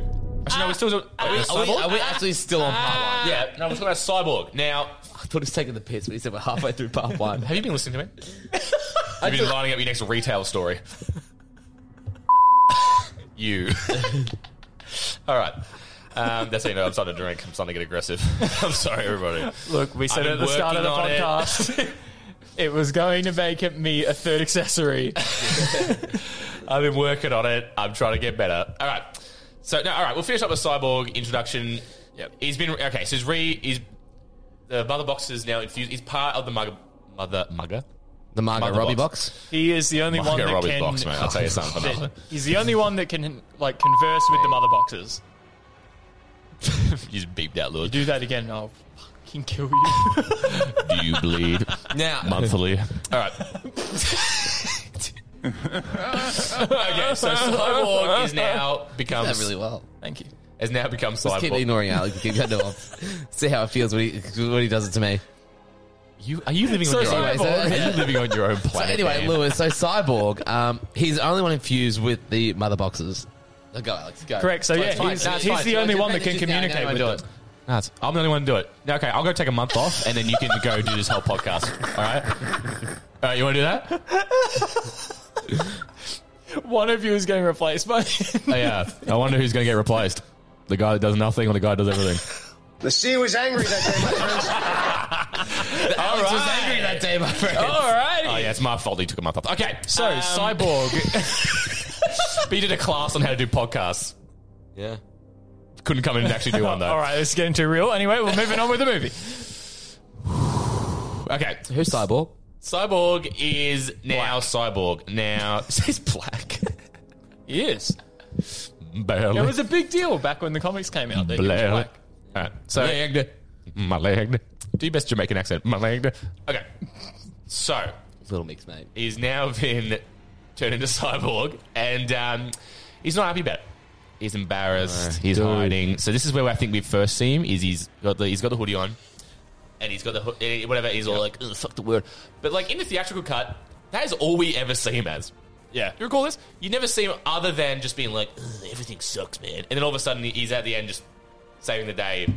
Actually, no, we're still. Are we, Uh, Are we, are we actually still on part one? Yeah, no, we're talking about Cyborg. Now, I thought he was taking the piss, but he said we're halfway through part one. have you been listening to me? You've been lining up your next retail story. you. All right. Um, that's how you know I'm starting to drink. I'm starting to get aggressive. I'm sorry, everybody. Look, we said I've at the been start of the working on it. podcast, it. was going to make it me a third accessory. I've been working on it. I'm trying to get better. All right. So no, all right. We'll finish up the cyborg introduction. Yep. He's been okay. So he's re is the mother box is now infused. He's part of the mugger mother mugger. The Margot Mother Robbie box. box. He is the only one Mugger that Robbie's can. box, mate. I'll tell you something. for nothing. He's the only one that can like converse with the mother boxes. you just beeped out, Lord. Do Do that again, I'll fucking kill you. you bleed Now, monthly? All right. okay, so cyborg is now that becomes really well. Thank you. has now become cyborg. Just keep ignoring Alex. Keep cutting him off. See how it feels when he when he does it to me. you are you living on your Anyway, own? so- Are you living on your own So planet? anyway, man? Lewis. So Cyborg, um, he's the only one infused with the mother boxes. Uh, Go, Alex. Go. Correct, so yeah, it's fine, he's- it's he's fine. the So only it's one that just can now, now communicate I with do them. it. No, it's- I'm the only one to do it. No, okay, I'll go take a month off, and then you can go do this whole podcast. All right, all right. You want to do that? One of you is getting replaced by. Oh, yeah. I wonder who's going to get replaced: the guy that does nothing or the guy that does everything. The sea was angry that day, my friends. Alex was angry that day, my friend. Oh yeah, it's my fault he took a month off. Okay, so Um, Cyborg, he did a class on how to do podcasts. Yeah. Couldn't come in and actually do one though. All right, this is getting too real. Anyway, we're moving on with the movie. Okay. Who's Cyborg? Cyborg is now Cyborg. Now he's black. He is. Barely. It was a big deal back when the comics came out. That he was Blair. black. All right. So My leg. Do your best Jamaican accent. My leg. Okay. So Little mix, mate. he's now been turned into cyborg, and um, he's not happy about it. He's embarrassed. he's Dude. hiding. So this is where I think we first see him. Is he's got the he's got the hoodie on, and he's got the hoo- eh, whatever. He's all like, Ugh, fuck the word. But like in the theatrical cut, that is all we ever see him as. Yeah. You recall this? You never see him other than just being like, "Ugh, everything sucks, man. And then all of a sudden, he's at the end just saving the day.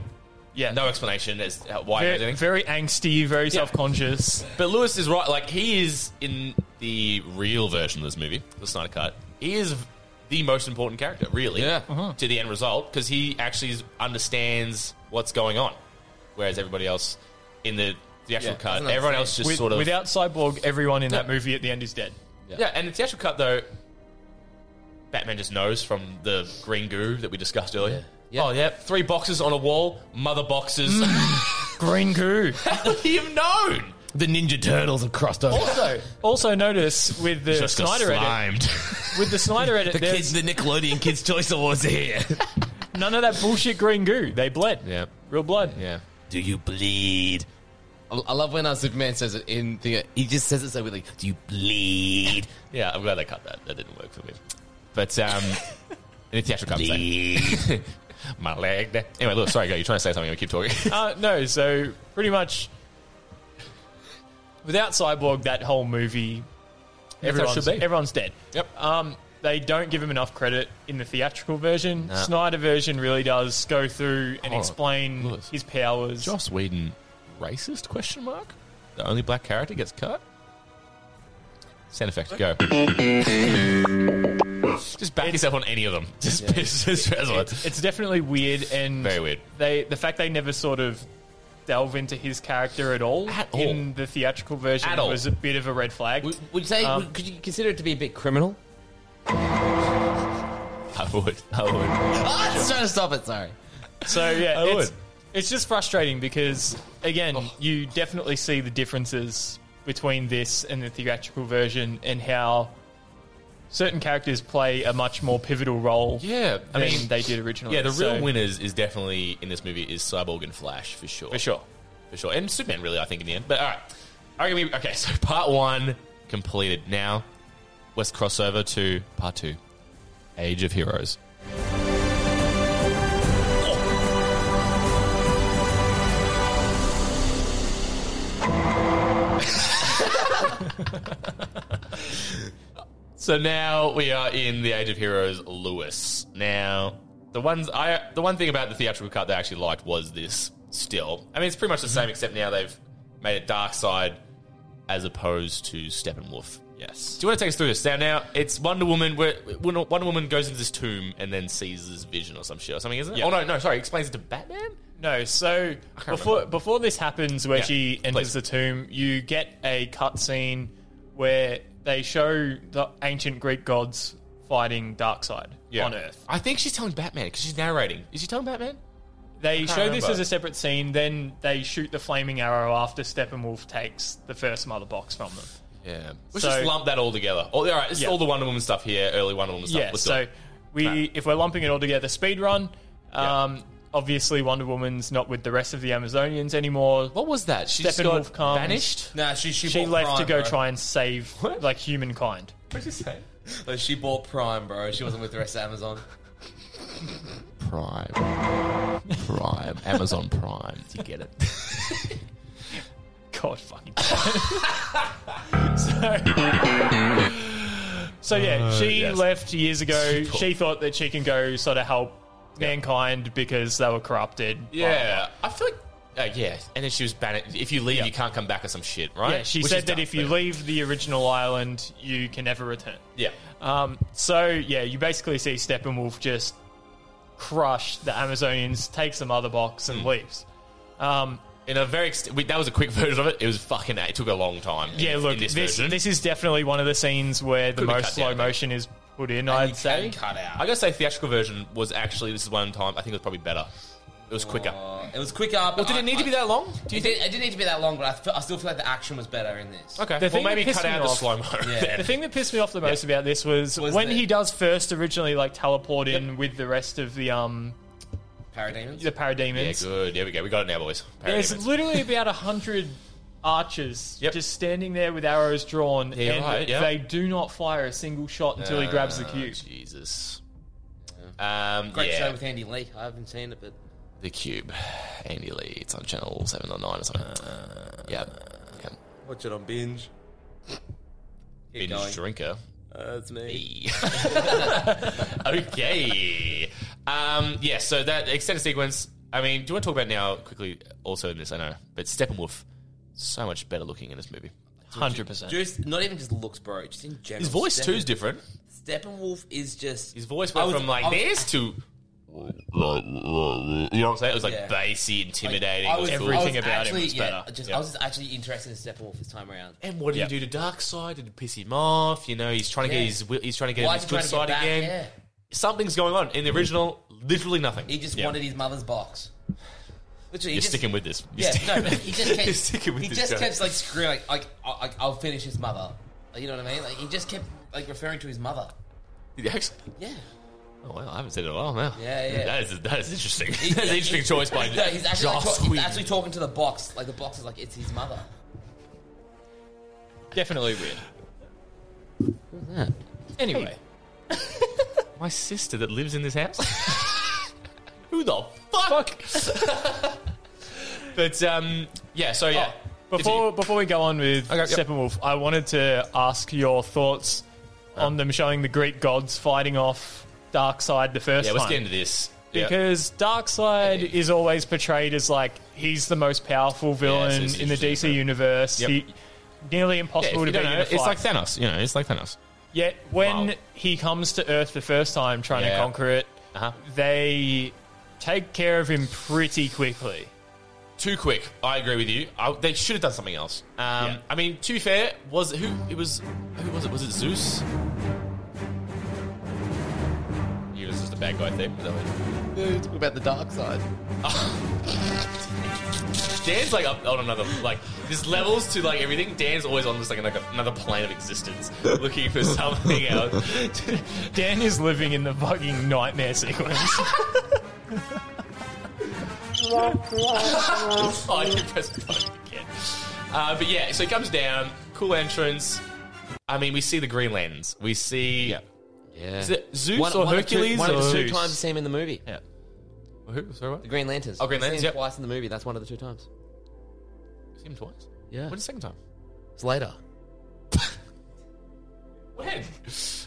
Yeah. No explanation as to how- why he knows Very, anything. very angsty, very self-conscious. But Lewis is right. Like, he is in the real version of this movie, the Snyder Cut. He is the most important character, really, yeah. Uh-huh. to the end result, because he actually is- understands what's going on. Whereas everybody else in the, the actual Yeah. cut, everyone else just With- sort of. without Cyborg, everyone in that Yeah. movie at the end is dead. Yeah. and the theatrical cut though, Batman just knows from the green goo that we discussed earlier. Oh yeah, three boxes on a wall, mother boxes. Green goo. How would he have known? The Ninja Turtles have crossed over. Also, also notice with the Just a Snyder slimed. edit, with the Snyder edit, The there's kids, the Nickelodeon Kids Choice Awards are here. none of that bullshit green goo. They bled. Yeah. Real blood. Yeah. Do you bleed? I I love when uh, Superman says it in the. He just says it so weirdly. Do you bleed? Yeah, I'm glad they cut that. That didn't work for me. But um, in the theatrical cut, it's like, my leg. there. Anyway, look, sorry, go. You're trying to say something. We keep talking. Uh, no, so pretty much without Cyborg, that whole movie, it everyone's, should be. everyone's dead. Yep. Um, they don't give him enough credit in the theatrical version. Nah. Snyder version really does go through and Oh, explain his powers. Joss Whedon, racist? Question mark. The only black character gets cut. Sound effect. Go. Just back yourself on any of them. Just piss just piss on it. It's definitely weird and Very weird. They the fact they never sort of delve into his character at all, in the theatrical version At all. was a bit of a red flag. Would, Would you say? would- could you consider it to be a bit criminal? I would. I would. Ah, just trying to stop it. Sorry. So yeah, I it's, would. it's just frustrating because again, you definitely see the differences between this and the theatrical version and how certain characters play a much more pivotal role. Yeah, I mean they did originally. Yeah, the So- real winners is definitely in this movie is Cyborg and Flash for sure, for sure, for sure, and Superman really I think in the end. But all right, all right, we, okay. So part one completed. Now let's cross over to part two, Age of Heroes. So now we are in the Age of Heroes Lewis. Now the ones I the one thing about the theatrical cut that I actually liked was this still. I mean it's pretty much the Mm-hmm. same except now they've made it dark side as opposed to Steppenwolf. Yes. Do you want to take us through this? Now now it's Wonder Woman where Wonder Wonder Woman goes into this tomb and then sees this vision or some shit or something, isn't it? Yeah. Oh no, no, sorry, explains it to Batman? No, so before before this happens, where she enters the tomb, you get a cutscene where they show the ancient Greek gods fighting Darkseid on Earth. I think she's telling Batman because she's narrating. Is she telling Batman? They can't show this remember. as a separate scene, then they shoot the flaming arrow after Steppenwolf takes the first mother box from them. Yeah. Let's So- just lump that all together. All, all right, it's Yeah. all the Wonder Woman stuff here, early Wonder Woman stuff. Yeah, Let's do so it. we if we're lumping it all together, speed run. Um, Obviously, Wonder Woman's not with the rest of the Amazonians anymore. What was that? She just Steppenwolf got comes, vanished? Nah, she she, She bought left to Prime, go bro. try and save like humankind. What'd you say? Like, she bought Prime, bro. She wasn't with the rest of Amazon. Prime. Prime. Amazon Prime. You get it. God fucking. so, so yeah, Uh, she yes. left years ago. Cool. She thought that she can go sort of help mankind because they were corrupted. Yeah, I feel like uh, yeah. And then she was banned. If you leave, you can't come back or some shit, right? Yeah, she Which is said that dumb, if you but- leave the original island, you can never return. yeah, Um, so yeah, you basically see Steppenwolf just crush the Amazonians, take some other box, Hmm. and leaves. Um, in a very ext- we, that was a quick version of it. It was fucking. It took a long time. in- yeah, in look, this, this this, version. is definitely one of the scenes where the Could've been most cut down, slow motion is put in. I'd say cut out. I gotta say, theatrical version was actually this is one time. I think it was probably better. It was quicker. Uh, It was quicker. Well, did it need to be that long? Do you think it didn't need to be that long? But I, fe- I still feel like the action was better in this. Okay. The well, thing that maybe pissed cut me out the off- slow mo. Yeah. The thing that pissed me off the most about this was, Was when the- he does first originally like teleport in with the rest of the um Parademons. the parademons. Yeah, good. There we go. We got it now, boys. There's literally about a hundred archers just standing there with arrows drawn, Yeah, and right, yeah. Uh, they do not fire a single shot until he grabs the cube. Oh, Jesus. Um, Great yeah. show with Andy Lee. I haven't seen it, but The Cube, Andy Lee. It's on channel seven or nine or something. Uh, yeah. uh, yeah. watch it on binge. Binge going. drinker. Uh, that's me. okay. Um, yeah. So that extended sequence. I mean, do you want to talk about now quickly? Also in this, I know, but Steppenwolf, so much better looking in this movie. Hundred percent. Just not even just looks, bro. Just in general. His voice too Steppen- is different. Steppenwolf is just Oh, His voice went I was- from like I was- this to. You know what I'm saying? It was like Yeah. bassy, intimidating. I it was- was cool. I was actually- yeah, Just, I was just actually interested in Steppenwolf this time around. And what did Yeah. he do to Darkseid? Did it piss him off? You know, he's trying to Yeah. get his wi- he's trying to get Why his is he good trying side to get again. back? Yeah. Something's going on in the original. Literally nothing. Mm-hmm. He just wanted his mother's box. Literally, he You're just- sticking with this. You're Yeah, sticking no, with but he this. just kept, You're sticking with he this just guy. kept like screaming, like, like, like I'll finish his mother. Like, you know what I mean? Like he just kept like referring to his mother. Did he actually? Yeah. Oh well, I haven't seen it in a while now. Yeah, yeah. That is that is interesting. That's an interesting he's- choice by no, he's actually, like, Joss talk- he's Whedon. actually talking to the box. Like the box is like it's his mother. Definitely weird. Anyway, My sister that lives in this house. Who the fuck? but um, yeah. So yeah. Oh, before before we go on with Steppenwolf, I wanted to ask your thoughts on them showing the Greek gods fighting off Darkseid the first yeah, time. let's get into this. Yeah. because Darkseid is always portrayed as like he's the most powerful villain it's in the DC universe. Yep. He, nearly Yeah, if impossible you to beat don't in know, a it's like fight. Thanos. You know, it's like Thanos. Yet when Wow. he comes to Earth the first time trying to Yeah. conquer it, Uh-huh. they take care of him pretty quickly. Too quick. I agree with you. I, they should have done something else. Um, Yeah. I mean, to be fair, was who it was? Who was it? Was it Zeus? He was just a bad guy thing. Talk about the dark side. Dan's like up on another like there's levels to like everything. Dan's always on this like, like another plane of existence, looking for something else. Dan is living in the fucking nightmare sequence. oh, you press the button again. Uh, but yeah, so he comes down. Cool entrance. I mean, we see the Green Lanterns. We see. Yeah. Is it Zeus One- or one of two- Hercules one of or the two Zeus? times you see him in the movie. Yeah. Who? Sorry, what? The Green Lanterns. Oh, You Green see Lanterns, him yep. Twice in the movie. That's one of the two times. See him twice. Yeah. When's the second time? It's later. When?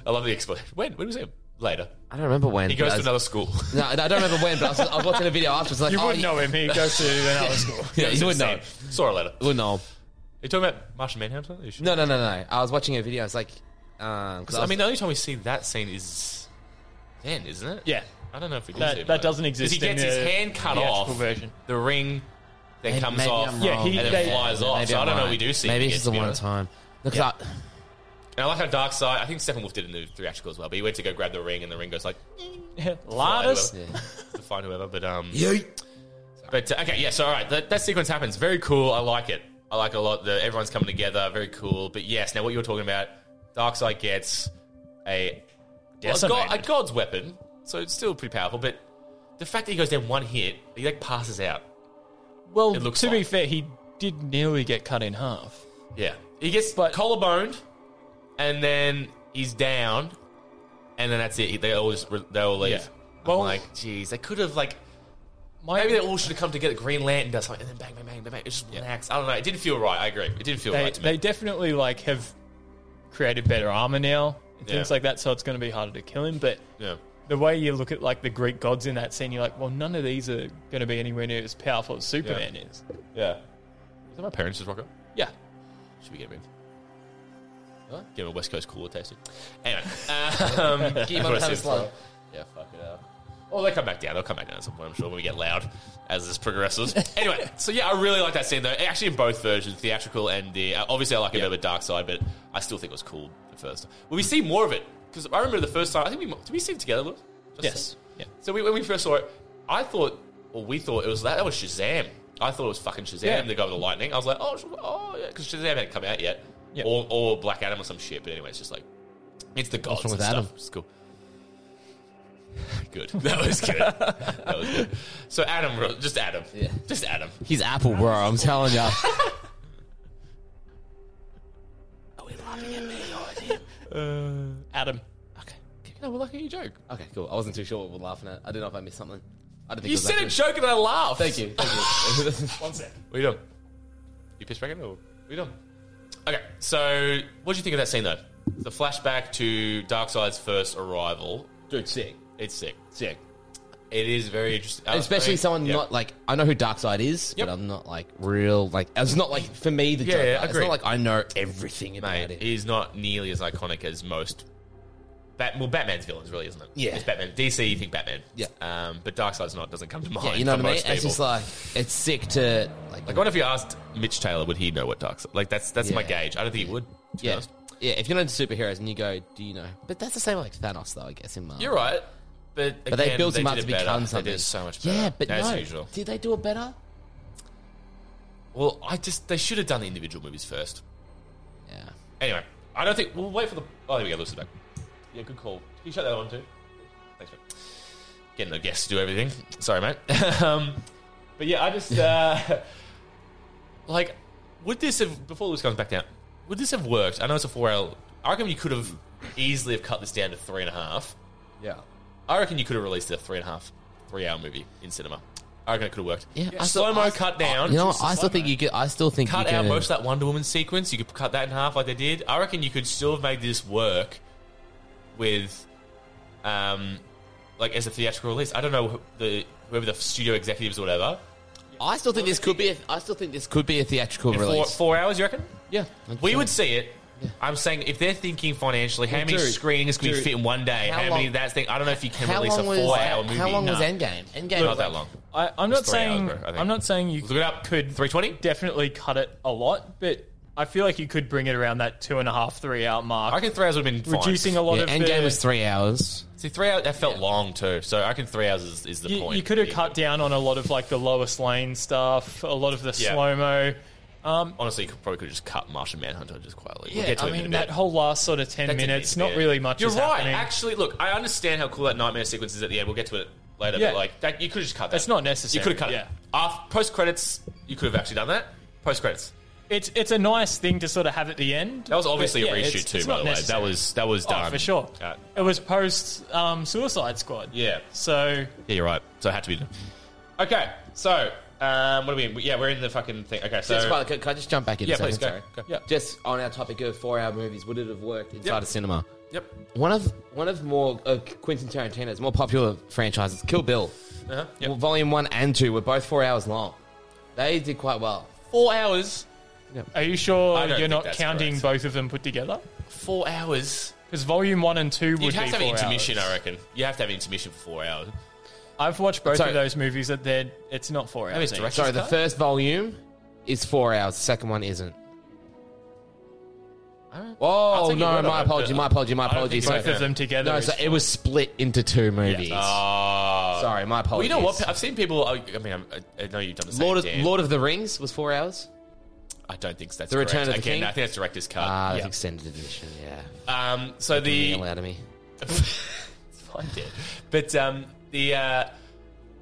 I love the explanation. When? When was it? Later. I don't remember when. He goes but I to was- another school. No, I don't remember when, but I was, I was watching a video afterwards. Like, you oh, he- wouldn't know him. He goes to another school. Yeah, you wouldn't know. Saw her later. Wouldn't know. him. Are you talking about Martian Manhunter? You should- No, no, no, no. I was watching a video. It's like, um, 'Cause, I mean, the only time we see that scene is then, isn't it? Yeah. I don't know if we do That- see it, that but- doesn't 'cause exist He gets in his the hand cut theatrical off. version. The ring then Maybe- comes maybe off. I'm Yeah, he- and they- then flies off. maybe So I I'm don't know. right. We do see. Maybe it it's just again, the to be one honest. time. Look, Yeah. I, And I like how Dark Side. I think Steppenwolf did it in the theatrical as well. But he went to go grab the ring, and the ring goes like fly Lardus. whoever- to find whoever. But um, But uh, okay, yeah. So all right, that, that sequence happens. Very cool. I like it. I like it a lot. The, everyone's coming together. Very cool. But yes, now what you were talking about, Darkseid gets a well, a, god, a Decimated. god's weapon, so it's still pretty powerful. But the fact that he goes down one hit, he like passes out. Well, It looks to be like- fair, he did nearly get cut in half. Yeah, he gets But- collarboned, and then he's down, and then that's it. He- They all just, re- they all leave. Yeah. I'm Well- like, geez, they could have like My, Maybe they all should have come together. Green Lantern does something, and then bang, bang, bang, bang, bang. It's just relax. I don't know. It didn't feel right. I agree. It didn't feel they, right to they me. definitely like have created better armor now and Yeah. things like that, so it's going to be harder to kill him. But yeah. the way you look at like the Greek gods in that scene, you're like, well, none of these are going to be anywhere near as powerful as Superman Yeah. is. Yeah. Is that my parents just rock up? Yeah. Should we get him in? Give him a West Coast cooler tasting. Anyway. Get him Um, that's on what the I said slide. before. Yeah, fuck it up. Oh, they come back down. They'll come back down at some point, I'm sure, when we get loud as this progresses. anyway, so yeah, I really like that scene, though. Actually, in both versions, theatrical and the. uh, Obviously, I like it better with Dark Side, but I still think it was cool the first time. Well, we see more of it, because I remember the first time, I think we. Did we see it together, Lewis? Just Yes. Yeah. So we, when we first saw it, I thought, or we thought it was that. That was Shazam. I thought it was fucking Shazam, Yeah. the guy with the lightning. I was like, oh, sh- oh yeah, because Shazam hadn't come out yet. Yeah. Or, or Black Adam or some shit. But anyway, it's just like, it's the gods What's wrong and with stuff. Adam? It's cool. Good. That was good. that was good. So Adam, just Adam. Yeah. Just Adam. He's Apple, bro. I'm telling you. Adam. Uh, No, we're lucky you joke. Okay, cool. I wasn't too sure what we're laughing at. I don't know if I missed something. I didn't think it You was said that a good. joke and I laughed. Thank you. Thank you. One sec. What are you doing? You pissed back in or what are you doing? Okay, so what do you think of that scene though? The flashback to Darkseid's first arrival. Dude, sick. It's sick. Sick. It is very interesting. Uh, Especially I mean, someone yeah. not like I know who Darkseid is, Yep. but I'm not like real like it's not like for me the Yeah, Joker. yeah, it's agreed. not like I know everything about Mate, it. he's not nearly as iconic as most. Bat- well, Batman's villains really isn't it? Yeah. it's Batman. DC, you think Batman? Yeah. Um, but Darkseid's not doesn't come to mind. Yeah, you know for what I mean? most It's people. just like it's sick to like, Like, I wonder if you asked Mitch Taylor, would he know what Darkseid? Like, that's that's my Yeah. gauge. I don't think he would. To be yeah, honest. yeah. If you're not into superheroes and you go, do you know? But that's the same like Thanos though, I guess in Marvel. You're right. But, But they again, built him up did to it better. become They something did it so much better. Yeah, but as no, usual. did they do it better? Well, I just they should have done the individual movies first. Yeah. Anyway, I don't think we'll wait for the. Oh, there we go. Lewis is back. Yeah, good call. Can you shut that on too? Thanks, mate. Getting the guests to do everything. Sorry, mate. um, but yeah, I just uh, like would this have before Lewis comes back down? Would this have worked? I know it's a four-hour. I reckon you could have easily have cut this down to three and a half. Yeah. I reckon you could have released a three and a half, three-hour movie in cinema. I reckon it could have worked. Yeah, I still- slow mo I- cut down. You know, what? I still think you could. I still think cut you out can, most of that Wonder Woman sequence. You could cut that in half like they did. I reckon you could still have made this work with, um, like as a theatrical release. I don't know who- the whoever the studio executives or whatever. I still think this could be. A, I still think this could be a theatrical In four, release. four hours, you reckon? yeah, We would see it. I'm saying if they're thinking financially, how Well, many dude, screenings can we dude, fit in one day? how How, many long- of that thing? I don't know if you can How release a long was four-hour movie. how long was Nah. Endgame? Endgame Not was that like- long. I, I'm It's not three hours, saying bro, I think. I'm not saying you Look it up. could 320? definitely cut it a lot, but I feel like you could bring it around that two and a half, three hour mark. I reckon three hours would have been fine. reducing a lot Yeah, of Endgame the, was three hours. See, three hours that felt long too. So I reckon three hours is, is the you, point. you could have Yeah. cut down on a lot of like the lowest lane stuff, a lot of the Yeah. slow mo. Honestly, you could, probably could have just cut Martian Manhunter just quietly. Yeah, we'll get to I him mean in a that bit. whole last sort of ten That didn't minutes, need to be not it. really much. You're is right. happening. Actually, look, I understand how cool that nightmare sequence is at the end. We'll get to it later. Yeah. But like, that, you could have just cut that. It's not necessary, You could have cut yeah. it. After post credits, you could have actually done that. Post credits. it's it's a nice thing to sort of have at the end. That was obviously but, a yeah, reshoot it's- too, it's by not the way. necessary. That was that was Oh, done for sure. Uh, it was post um, Suicide Squad. yeah. So Yeah, you're right. So it had to be done. Okay, so um, what are we? In? Yeah, we're in the fucking thing. Okay, so Just quiet, can, can I just jump back in? yeah, a second? please go. Sorry. go. yeah, Just on our topic of four-hour movies, would it have worked inside Yep. a cinema? Yep. One of one of more uh, Quentin Tarantino's more popular franchises, Kill Bill. Uh-huh. Yep. Well, Volume one and two were both four hours long. They did quite well. Four hours. are you sure I don't you're think not that's counting correct. both of them put together? Four hours. Because Volume One and Two would You'd have be to have four intermission, hours. I reckon. You have to have intermission for four hours. I've watched both Sorry. of those movies. That they're it's not four hours. it's each. direct- Sorry, the cut? first volume is four hours. The second one isn't. I'll Oh take your word no! on My it, apology. but My apology. My I don't apology. think both So, of them together. no, is so it was split into two movies. Ah. Sorry, my Well, apologies. you know what? I've seen people. I I mean, I'm- I, I know you've done the same. Lord of, Dan. Lord of the Rings was four hours. I don't think that's The correct. Return of the Again, King? I think that's director's cut. Ah, that's Yeah. extended edition. Yeah, um, so the Yell out of me. it's fine, Dan. But um, the uh,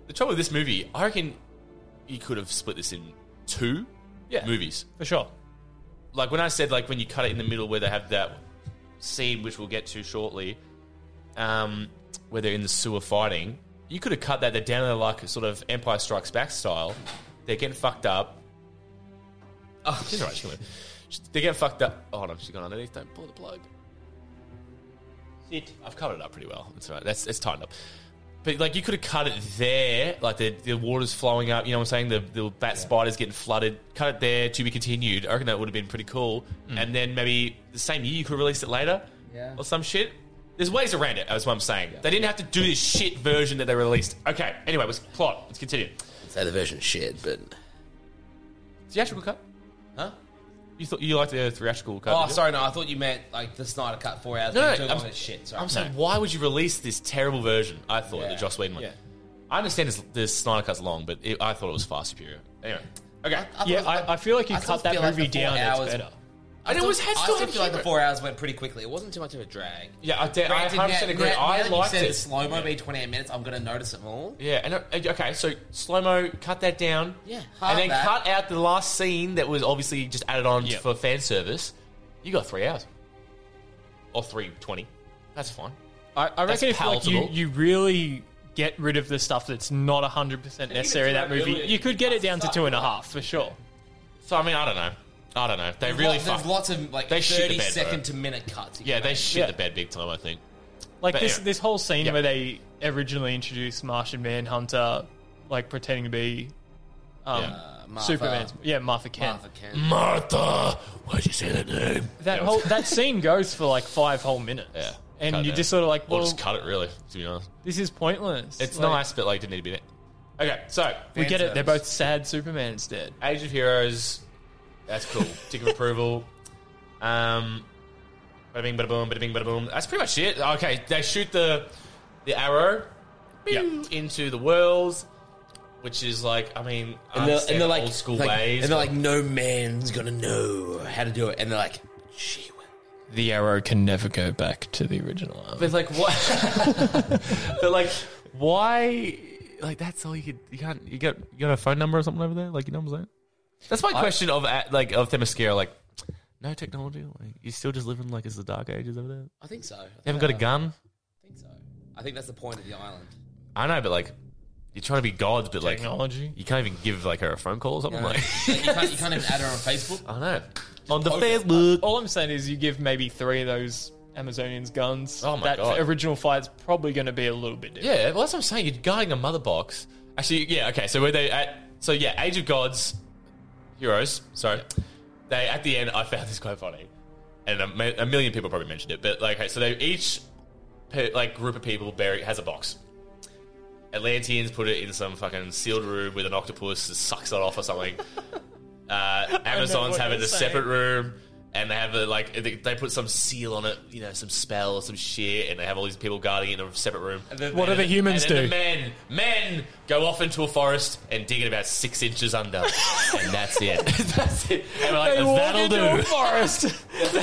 the trouble with this movie, I reckon you could have split this in two Yeah. movies. for sure. Like when I said, like when you cut it in the middle where they have that scene, which we'll get to shortly, um, where they're in the sewer fighting, you could have cut that. They're down there like a sort of Empire Strikes Back style. They're getting fucked up. Oh, she's alright. She's gonna- They're getting fucked up. Oh, hold on, she's gone underneath. Don't pull the plug. It. I've covered it up pretty well. That's all right. That's it's tightened up. But like you could have cut it there, like the, the water's flowing up. You know what I'm saying? The the bat spider's getting flooded. Cut it there to be continued. I reckon that would have been pretty cool. And then maybe the same year you could release it later, Hmm. Yeah. or some shit. There's ways around it. That's what I'm saying. They didn't have to do this shit version that they released. Okay. Anyway, let's plot. Let's continue. Say the version shit, but Theatrical cut? Huh? You thought you liked the theatrical cut? Oh, did you? sorry, no. I thought you meant like the Snyder cut four hours. No, no, too I'm- long as shit. Sorry. I'm saying, why would you release this terrible version? I thought the Joss Whedon one. I understand this, this Snyder cut's long, but it, I thought it was far superior. Anyway, okay. yeah, I, I feel like you I still cut that feel like movie the four down. It's hours- better. I And it still, was- had I still still had feel like the humor. four hours went pretty quickly. It wasn't too much of a drag. yeah, I, did, Granted, I 100% now- agree. now- now I that you liked said it. Slow mo be 28 minutes. I'm gonna notice it more. Yeah, and uh, okay, so slow mo, cut that down. Yeah, half and then that. cut out the last scene that was obviously just added on Yeah. for fan service. You got three hours, or three twenty. That's fine. I, I That's reckon if like, you, palatable. you really get rid of the stuff that's not 100% necessary in that movie, you could get it down to two and a half for sure. So I mean, I don't know. I don't know. They There's really lot- there's fucked. lots of like They shit 30 the bed, bro. second to minute cuts. you yeah, can they make. shit Yeah. the bed big time. I think. Like But this yeah. this whole scene Yeah. where they originally introduced Martian Manhunter, like pretending to be um, Yeah. Martha. Superman's yeah Martha Kent. Martha Kent. Martha, why'd you say that name? That Yeah. whole that scene goes for like five whole minutes. Yeah, and cut it you down. just sort of like, or well, just cut it really. To be honest, this is pointless. it's Like, nice, but like didn't need to be there. Okay, so We get it. They're service. both sad. Superman's dead. Age of Heroes. That's cool. Tick of approval. Um, bada bing, bada boom, bada bing, bada boom. That's pretty much it. Okay, they shoot the the arrow pew, into the worlds, which is like, I mean, I and they're, and understand they're like old school like- ways. and they're like, no man's gonna know how to do it, and they're like, she will. The arrow can never go back to the original. Arrow. but like what? but like, why? Like that's all you could. You can't. You got you got a phone number or something over there? Like your number's there. That's my question of uh, like of Themyscira. Like, no technology. Like, you still just living like it's the dark ages over there. I think so. I think, They haven't got a gun. I think so. I think that's the point of the island. I know, but like, you're trying to be gods, but like, Technology. you can't even give like her a phone call or something. Like, you, can't, you can't even add her on Facebook. I know. On the poker. Facebook. All I'm saying is, you give maybe three of those Amazonians guns. Oh my that God. original fight's probably going to be a little bit different. Yeah, well, that's what I'm saying. You're guarding a mother box. Actually, yeah, okay. So were they at? So yeah, Age of Gods, heroes. Sorry, they at the end. I found this quite funny, and a, mi- a million people probably mentioned it. But like, okay, so they each pe- like group of people bury has a box. Atlanteans put it in some fucking sealed room with an octopus that sucks it off or something. uh, Amazons what have it in you're a saying. separate room. And they have a, like they, they put some seal on it, you know, some spell or some shit, and they have all these people guarding it in a separate room. What do And the then- humans and then The do? men, men go off into a forest and dig it about six inches under, and that's it. that's it. And we're like, They walk that'll into a do. forest.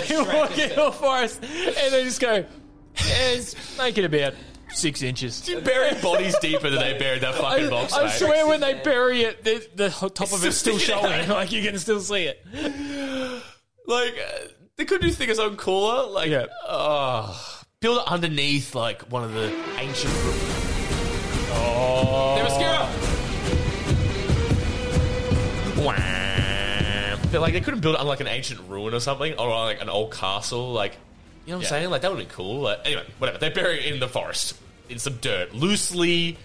they walk into a forest, and they just go, "Yes, make it about six inches." You bury bodies deeper than they buried that fucking I, box. I mate. swear, when they bury it, the, the ho- top of it's still sticking out. showing. Like you can still see it. like uh, they could do things on cooler. Like, Yeah. oh, build it underneath like one of the ancient. Oh, Wham. But like they couldn't build it on like an ancient ruin or something, or on, like an old castle. Like, you know what I'm Yeah. saying? Like that would be cool. Like, anyway, whatever. They bury it in the forest in some dirt, loosely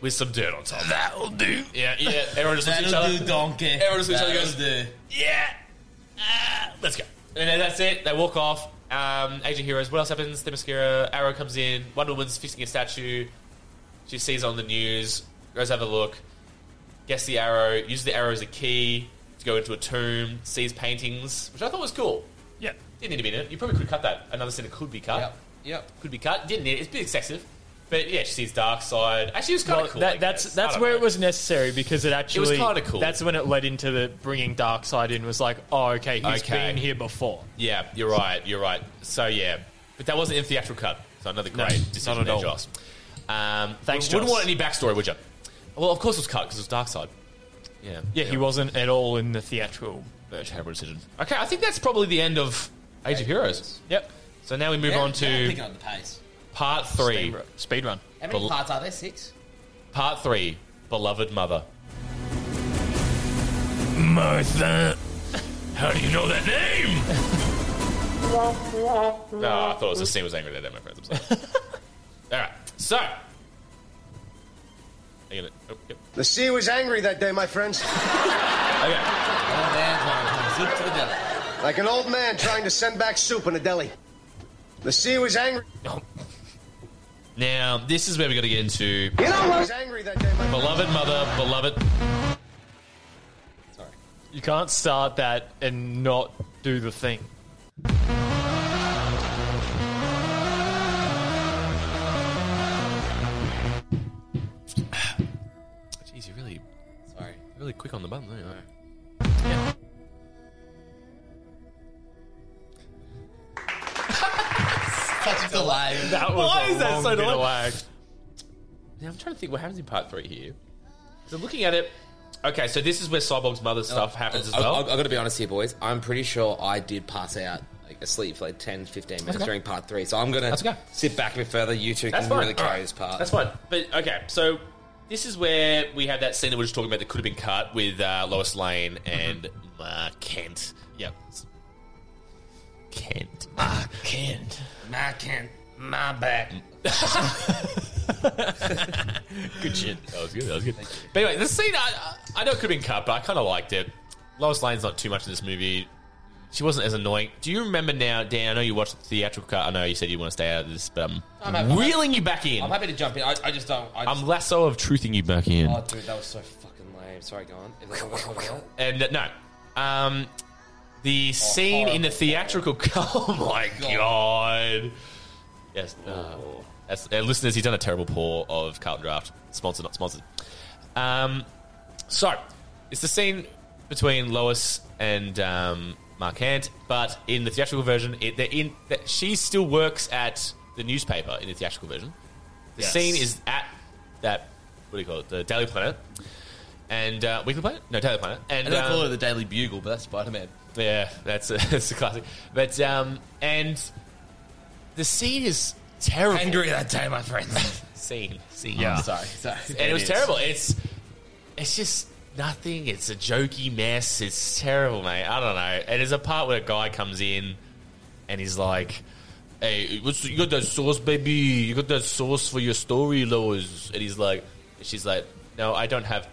with some dirt on top. That'll do. Yeah, yeah. Everyone just looks at each other. That'll do, donkey. Everyone just looks at each other. and That'll goes, do. yeah. Ah, let's go. And then that's it. They walk off. Um, Age of Heroes. What else happens? Themyscira. Arrow comes in. Wonder Woman's fixing a statue. She sees on the news. Goes have a look. Gets the arrow. Uses the arrow as a key to go into a tomb. Sees paintings, which I thought was cool. Yeah. Didn't need to be in it. You probably could cut that. Another scene that could be cut. Yep. Yep. Could be cut. Didn't need it. It's a bit excessive. But yeah, she sees dark side. Actually, it was kind of Well, cool. I that, that's guess. I that's don't where know. it was necessary because it actually kinda cool. That's when it led into the bringing Dark Side in. Was like, oh, okay, he's Okay. been here before. Yeah, you're right. You're right. So yeah, but that wasn't in theatrical cut. So another great decision there, not at all. Joss. Um, Thanks, wouldn't, wouldn't Joss. want any backstory, would you? Well, of course it was cut because it was Dark Side. Yeah, Yeah, he wasn't at all in the theatrical. Very terrible decision. Okay, I think that's probably the end of Age of Heroes. Yep. So now we move on to picking up the pace. part three. Speed run. How many Bel- parts are there? Six. Part three, beloved mother. Martha, how do you know that name? No, I thought it was the scene was angry that my friends. I'm sorry. All right, so. Are you gonna- oh, yep. The sea was angry that day, my friends. Oh, Like an old man trying to send back soup in a deli. The sea was angry. Now this is where we got to get into You know what? Was angry that day, my beloved mother, beloved. You can't start that and not do the thing. Jeez, you're really sorry. Really quick on the button, aren't you? Such a delay. That was Why a is that long so bit of delayed? lag. Now I'm trying to think what happens in part three here. So looking at it, okay, so this is where Cyborg's Oh, mother stuff happens as I- well. I, I, got to be honest here, boys. I'm pretty sure I did pass out like asleep for like 10, 15 minutes okay. during part three. So I'm gonna That's okay. sit back a bit further. You two That's can fine. really carry All right. this part. That's fine. But okay, so this is where we have that scene that we are just talking about that could have been cut with uh, Lois Lane and Mm-hmm. Mark Kent. Yep. Kent. Mark Kent. My can, my back. Good shit. That was good. That was good. But anyway, the scene I, I I know it could have been cut, but I kind of liked it. Lois Lane's not too much in this movie. She wasn't as annoying. Do you remember now, Dan? I know you watched the theatrical cut. I know you said you want to stay out of this, but I'm, I'm happy- I'm reeling you back in. I'm happy to jump in. I, I just don't. I just, I'm lasso of truthing you back in. oh, dude, that was so fucking lame. Sorry, go on. Is there something else? And uh, no, um, the scene in the theatrical. Oh my god! Yes, uh, that's, uh, listeners, he's done a terrible pour of Carlton Draft. Sponsored, not sponsored. Um, so it's the scene between Lois and um, Mark Hant, but in the theatrical version, it, they're in. That she still works at the newspaper in the theatrical version. The Yes. scene is at that. What do you call it? The Daily Planet. And uh, Weekly Planet? No, Daily Planet. And, And I um, call it the Daily Bugle, but that's Spider Man. yeah, that's a, that's a classic. But um, and the scene is terrible. Angry that day, my friends. scene, scene. Yeah. Sorry, sorry. And it, was is. terrible. It's it's just nothing. It's a jokey mess. It's terrible, mate. I don't know. And there's a part where a guy comes in and he's like. Hey, what's, you got that sauce, baby? You got that sauce for your story, Lois? And he's like, she's like, no, I don't have.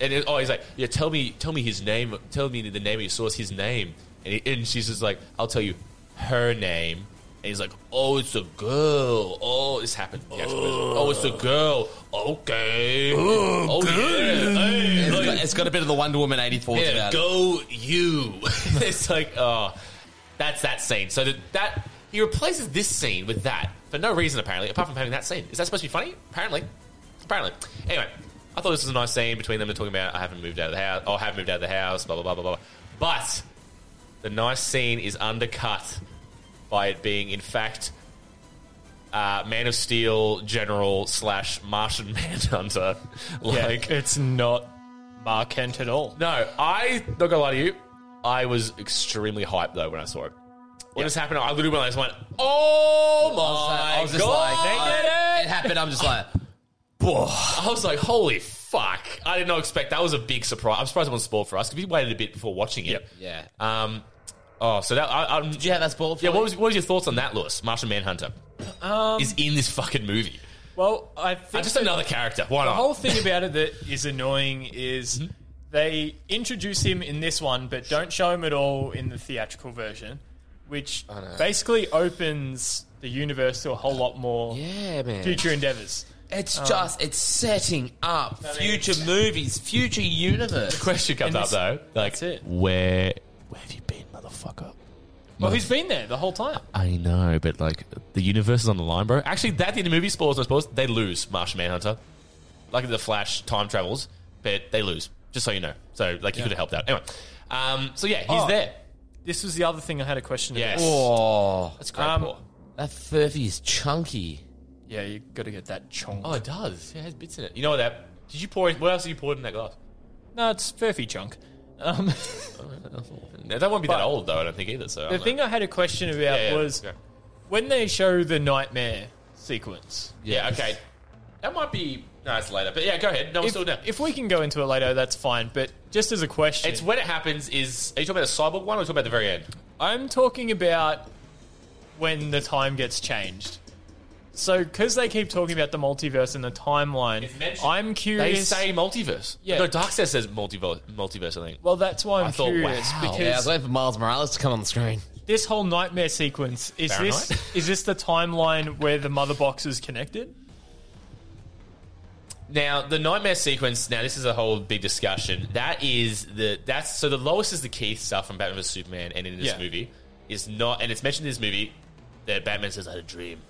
And it, oh, he's like, yeah, tell me, tell me his name. Tell me the name of your sauce, his name. And, he, and she's just like, I'll tell you her name. And he's like, oh, it's a girl. Oh, this happened. in the actual version. Oh, it's a girl. Okay. oh, yeah. Hey, It's like- got, it's got a bit of the Wonder Woman 84 yeah, about it. go you. it's like, oh, that's that scene. So that, that he replaces this scene with that for no reason apparently, apart from having that scene. Is that supposed to be funny? Apparently, apparently. Anyway, I thought this was a nice scene between them. They're talking about I haven't moved out of the house. Oh, I have moved out of the house. Blah blah blah blah blah. But the nice scene is undercut by it being, in fact. Uh, Man of Steel General slash Martian Manhunter, Yeah, like it's not Mark Kent at all. no, I not gonna lie to you. I was extremely hyped though when I saw it. When this happened, I literally realized, went, "Oh my I was just god!" like, they did it happened. I'm just like, I was like, "Holy fuck!" I did not expect that was a big surprise. I'm surprised it wasn't spoiled for us because we waited a bit before watching it. yeah. Um. Oh, so that I, I'm. Did you have that spoiled for Yeah. What you? was what was your thoughts on that, Lewis? Martian Manhunter Um, is in this fucking movie. well, I think just another character. Why the not? whole thing about it that is annoying is Mm-hmm. they introduce him in this one, but don't show him at all in the theatrical version, which basically opens the universe to a whole lot more Yeah, man. future endeavors. Oh. It's just, it's setting up mean- future movies, future universe. Question comes And up this- though. Like, that's it. where where have you been, motherfucker? Well, he's been there the whole time. I know, but like the universe is on the line, bro. Actually, that the movie spoilers, no spoilers. They lose, Martian Manhunter. Like the Flash time travels, but they lose. Just so you know. So like you could have helped out. Anyway, um, so yeah, he's Oh. there. This was the other thing I had a question Yes, about. Oh, that's great. Um, Paul. that furphy is chunky. Yeah, you got to get that chonk. Oh, it does. Yeah, it has bits in it. You know what? That did you pour? in- What else did you pour in that glass? No, it's furfy chunk. Um, No, That won't be that But- old though. I don't think either. So I the don't thing know. I had a question about Yeah, yeah, was okay. when they show the nightmare sequence. yeah, okay, that might be. No, it's later. But yeah, go ahead. No, we're If, still down. if we can go into it later, that's fine. But just as a question, It's when it happens. Is are you talking about the cyborg one or are you talking about the very end? I'm talking about when the time gets changed. So, because they keep talking about the multiverse and the timeline, I'm They curious. say multiverse. Yeah. No, Darkseid says multiverse. Multiverse, I think. well, that's why I'm I thought, curious wow. because Yeah, I was waiting for Miles Morales to come on the screen. this whole nightmare sequence is Fahrenheit? this is this the timeline where the mother box is connected? Now the nightmare sequence. Now this is a whole big discussion. That is the that's so the lowest is the Keith stuff from Batman vs Superman, and in this Yeah. movie is not, and it's mentioned in this movie that Batman says I had a dream.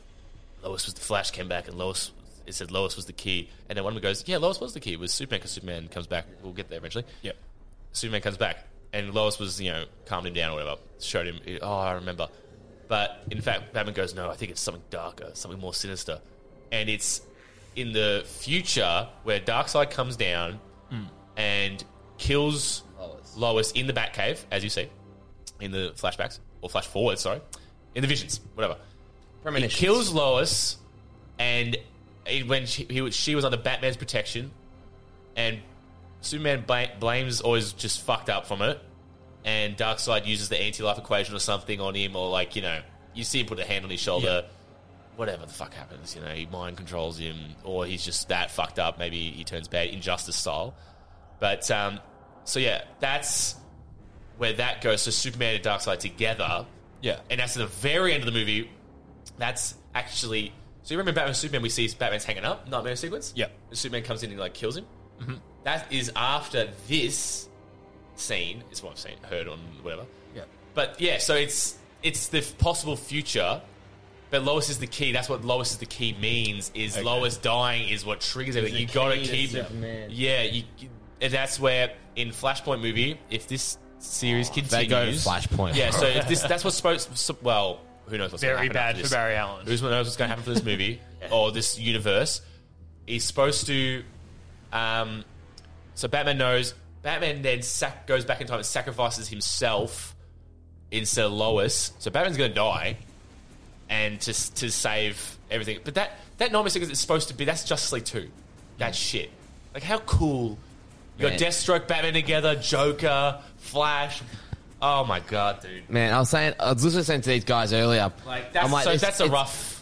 Lois was the Flash came back, and Lois it said Lois was the key, and then one of them goes, yeah, Lois was the key. It was Superman because Superman comes back. We'll get there eventually. Yep. Superman comes back, and Lois was you know calmed him down or whatever, showed him oh I remember, but in fact Batman goes no I think it's something darker, something more sinister, and it's in the future where Darkseid comes down and kills Lois. in the Batcave, as you see in the flashbacks or flash forward, sorry, in the visions, whatever. He Premonitions. kills Lois, and it, when she, he, was- she was under Batman's protection, and Superman bla- blames or is just fucked up from it, and Darkseid uses the anti-life equation or something on him, or like you know, you see him put a hand on his shoulder. Whatever the fuck happens, you know, he mind controls him, or he's just that fucked up. Maybe he turns bad, injustice style. But um, so yeah, that's where that goes. So Superman and Darkseid together. Yeah. And that's at the very end of the movie. That's actually. So you remember Batman and Superman? We see Batman's hanging up, nightmare sequence. Yeah. Mm-hmm. And Superman comes in and like kills him. That is after this scene. Is what I've seen, heard on whatever. Yeah. But yeah, so it's it's the f- possible future. But Lois is the key. That's what Lois is the key means. Is Lois dying is what triggers everything. You gotta keep. Yeah, you, and that's where in Flashpoint movie, if this series Oh, they continues, go to Flashpoint. Yeah, so if this that's what's supposed. so- Well, who knows what's gonna Very happen bad after for this. Barry Allen. Who knows what's going to happen for this movie or this universe? He's supposed to. Um, so Batman knows. Batman then sac- goes back in time and sacrifices himself instead of Lois. So Batman's going to die, and to s- to save everything. But that that nightmare sequence is supposed to be that's Justice League two. That shit. Like how cool. You got Man. Deathstroke, Batman together, Joker, Flash. Oh my god, dude! Man, I was saying, I was listening to these guys earlier. Like that's I'm like, so this- that's a it's- rough.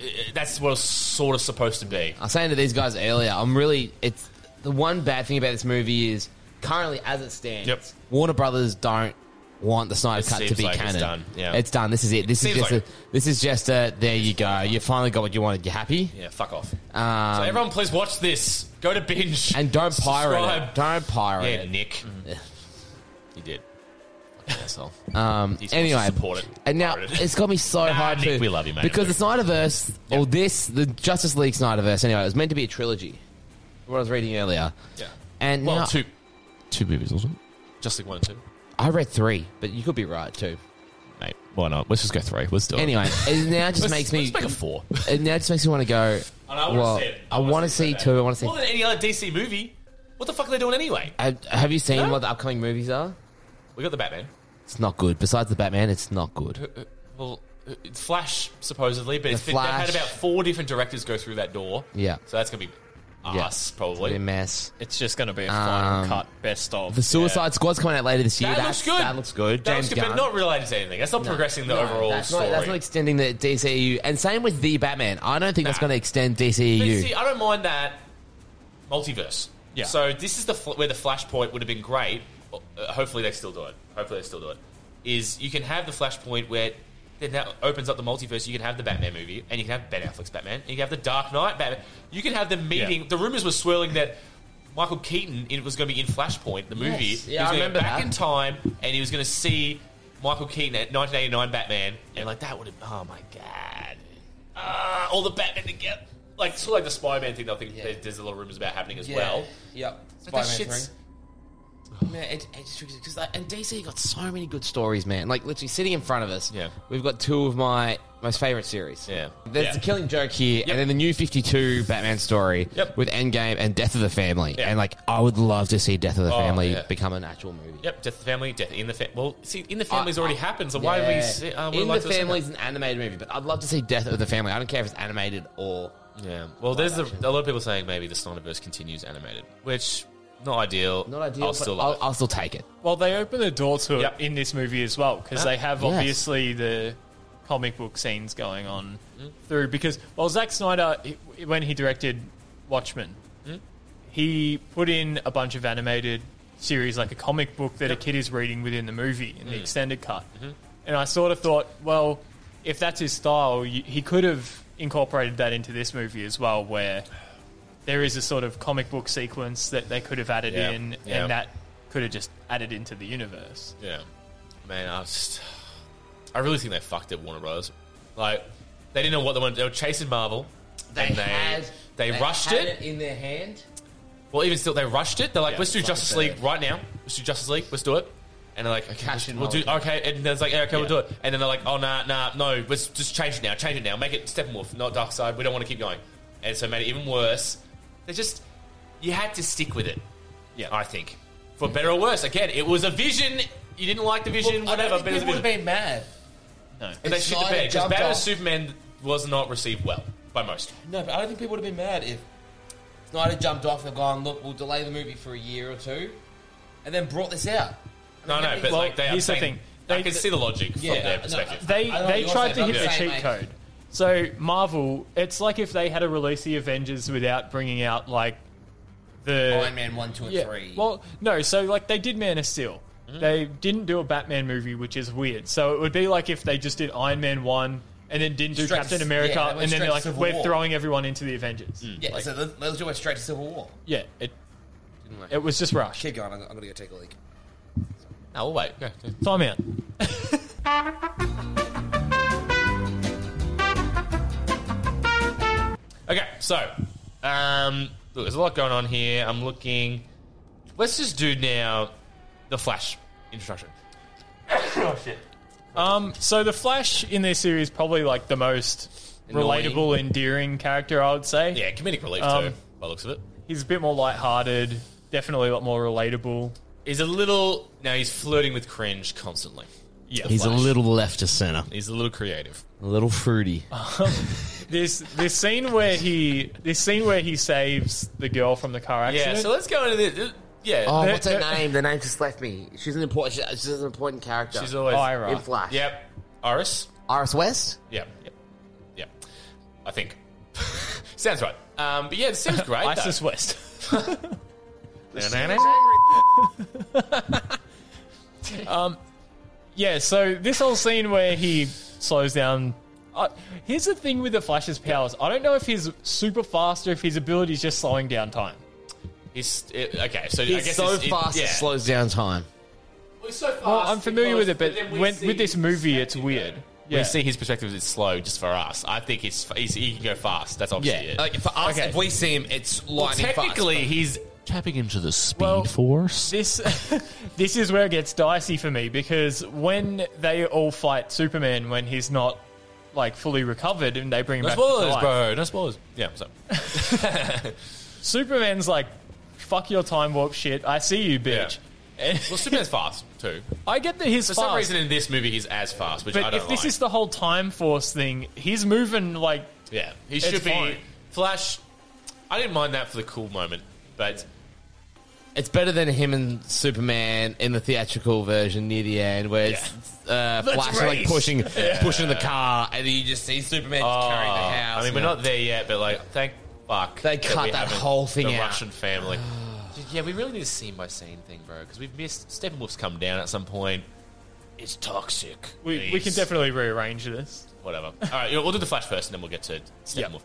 i- That's what it's sort of supposed to be. I was saying to these guys earlier, I'm really. It's the one bad thing about this movie is currently, as it stands, Yep. Warner Brothers don't want the Snyder It Cut to seems be like it's canon. done, yeah. It's done. This is it. This seems is just. like a, this is just a. There you go. You finally got what you wanted. You happy? Yeah, fuck off. Um, so everyone, please watch this. Go to binge and don't pirate subscribe. it. Don't pirate Yeah, it. Mm. Nick, you did. Fucking asshole. Um, He's supposed to anyway, support it. and now Pirate it. it's got me so Nah, hard Nick, to. we love you, mate. Because the Snyderverse, or this, the Justice League Snyderverse. Anyway, it was meant to be a trilogy. What I was reading earlier, Yeah. and Well, now- two, two movies, wasn't it? Just like one and two. I read three, but you could be right too. Mate, why not? Let's just go three. Let's do it. Anyway, it now just Let's- makes me. let's make a four. It now just makes me want to go. And I wanna well, see it. I want to see two. I want to see. More than any other DC movie. What the fuck are they doing anyway? Have, have you seen No? what the upcoming movies are? We got the Batman. It's not good. Besides the Batman, it's not good. Uh, Well, uh, it's Flash supposedly, but it's been, Flash. they've had about four different directors go through that door. Yeah. So that's gonna be Yeah. us It's probably. a mess. It's just going to be a final Um, cut, best of. The Suicide Squad's coming out later this year. That That's- looks good. That looks good. That James looks good, Gunn. but not related to anything. That's not progressing the No, overall that's story. Not, that's not extending the DCEU. And same with the Batman. I don't think that's Nah. going to extend E But DCEU. see, I don't mind that multiverse. Yeah. So this is the fl- where the Flashpoint would have been great. Uh, hopefully they still do it. Hopefully they still do it. Is you can have the Flashpoint where then that opens up the multiverse. You can have the Batman movie, and you can have Ben Affleck's Batman, and you can have the Dark Knight Batman. You can have the meeting. The rumors were swirling that. Michael Keaton it was going to be in Flashpoint, the movie. Yes. He Yeah, was I gonna go remember back that. in time, and he was going to see Michael Keaton at 1989 Batman, and like that would have. Oh my god! Ah, all the Batman together, like sort of like the Spider-Man thing. I think Yeah. there- there's a lot of rumors about happening as well. Yep. But that shit's Man, it, it's tricky because like, and DC got so many good stories, man. Like literally sitting in front of us, Yeah. we've got two of my most favorite series. yeah. There's yeah. the Killing Joke here, and then the new 52 Batman story Yep. with Endgame and Death of the Family. Yeah. And like, I would love to see Death of the Oh, Family yeah. become an actual movie. Yep, death of the family, death in the family. Well, see, in the family's already happened, so why do Yeah. we? See, uh, we in like the to see Family is an animated movie, but I'd love to see Death of the Family. I don't care if it's animated or that? Yeah. Well, there's the, a lot of people saying maybe the Snyderverse continues animated, which Not ideal. Not ideal, I'll but still I'll- love it. I'll still take it. Well, they open the door to it in this movie as well because Yeah. they have Ah, Yes. obviously the comic book scenes going on Mm-hmm. through. Because well, Zack Snyder, he- when he directed Watchmen, Mm. he put in a bunch of animated series like a comic book that a kid is reading within the movie in the Mm. extended cut. Mm-hmm. Mhm. And I sort of thought, well, if that's his style, y he could have incorporated that into this movie as well, where there is a sort of comic book sequence that they could have added Yeah. in, Yeah. and that could have just added into the universe. Yeah, man, I just, I really think they fucked it, Warner Brothers. Like, they didn't know what they wanted. They were chasing Marvel. They and they, had they, rushed had it. in their hand. Well, even still, they rushed it. They're like, Yeah, let's do it's Justice like a League right now. Let's do Justice League. Let's do it. And they're like, okay, Cash in we'll do while we okay. And there's like, yeah, okay, we'll do Yeah. it. And then they're like, oh nah, nah, no, let's just change it now. Change it now. Make it Steppenwolf, not Dark Side. We don't want to keep going. And so it made it even worse. They just, you had to stick with it. Yeah, I think for better or worse. Again, it was a vision. You didn't like the vision, Well, I don't whatever. think But it was people a would have vision. been mad. No, And they shit the Snyder bed because jumped Batman off. Superman was not received well by most. No, but I don't think people would have been mad if Snyder jumped off and gone, look, we'll delay the movie for a year or two, and then brought this out. I No, mean, no, that'd but be- like they are here's the saying, thing. I can see the logic Yeah, from their no, perspective. They I know they what you're tried to saying, hit but the I'm cheat saying, code. So Marvel, it's like if they had to release the Avengers without bringing out like the Iron Man 1, 2, and 3. Well, no. So like they did Man of Steel. Mm. They didn't do a Batman movie, which is weird. So it would be like if they just did Iron Man one and then didn't do Straight to- Captain yeah, America, they went and then straight they're to like, Civil we're War." Mm. throwing everyone into the Avengers. yeah, Like, so let- let's do it straight to Civil War. yeah. It it was just rushed. Keep going, I'm, I'm going to go take a leak. No, we'll Oh, wait. Time out. Okay, so um, look, there's a lot going on here. I'm looking. Let's just do now the Flash introduction. oh shit. Um, so the Flash in this series probably like the most Annoying. relatable, endearing character, I would say. Yeah, comedic relief too, by the looks of it. He's a bit more lighthearted, definitely a lot more relatable. He's a little now. He's flirting with cringe constantly. Yeah, He's a little left of center. He's a little creative. A little fruity. This this scene where he this scene where he saves the girl from the car Yeah, accident. so let's go into this. Yeah. Oh, They're- what's her they're- name? The name just left me. She's an important. she- She's an important character. She's always Ira. in Flash. Yep, Iris. Iris West. Yep. Yep. Yep. I think sounds right. Um, but yeah, it seems great. Isis West. um, yeah. So this whole scene where he slows down. Uh, here's the thing with the Flash's powers. I don't know if he's super fast or if his ability is just slowing down time. He's it, okay. So I He's guess so it's, fast It, it, yeah. slows down time. Well, it's so fast Well, I'm familiar with it, but because- then we when, see- with this movie, it's weird. We Yeah. see his perspective is slow just for us. I think he's, he's he can go fast. That's Yeah, obviously it. like for us, if we see him, it's Well, lightning technically, fast. he's tapping into the speed force. This this is where it gets dicey for me because when they all fight Superman when he's not like fully recovered and they bring him No back to spoilers, life, bro. No spoilers. Yeah. So Superman's like, "Fuck your time warp shit. I see you, bitch." well, Superman's fast too. I get that he's For some fast, reason, in this movie, he's as fast, which I but don't if this like. is the whole time force thing, he's moving like yeah, he it's should be fine. Flash. I didn't mind that for the cool moment, but It's better than him and Superman in the theatrical version near the end, where it's uh, Let's Flash is, like race. pushing, Yeah. pushing the car, and you just see Superman just carrying Oh, the house. I mean, we're and- not there yet, but like, thank fuck They cut we that haven't- whole thing the out. Russian family. Dude, yeah, we really need a scene by scene thing, bro, because we've missed. Steppenwolf's come down at some point. It's toxic. we, we can Please. definitely rearrange this. whatever. All right, you know, we'll do the Flash first, and then we'll get to Steppenwolf.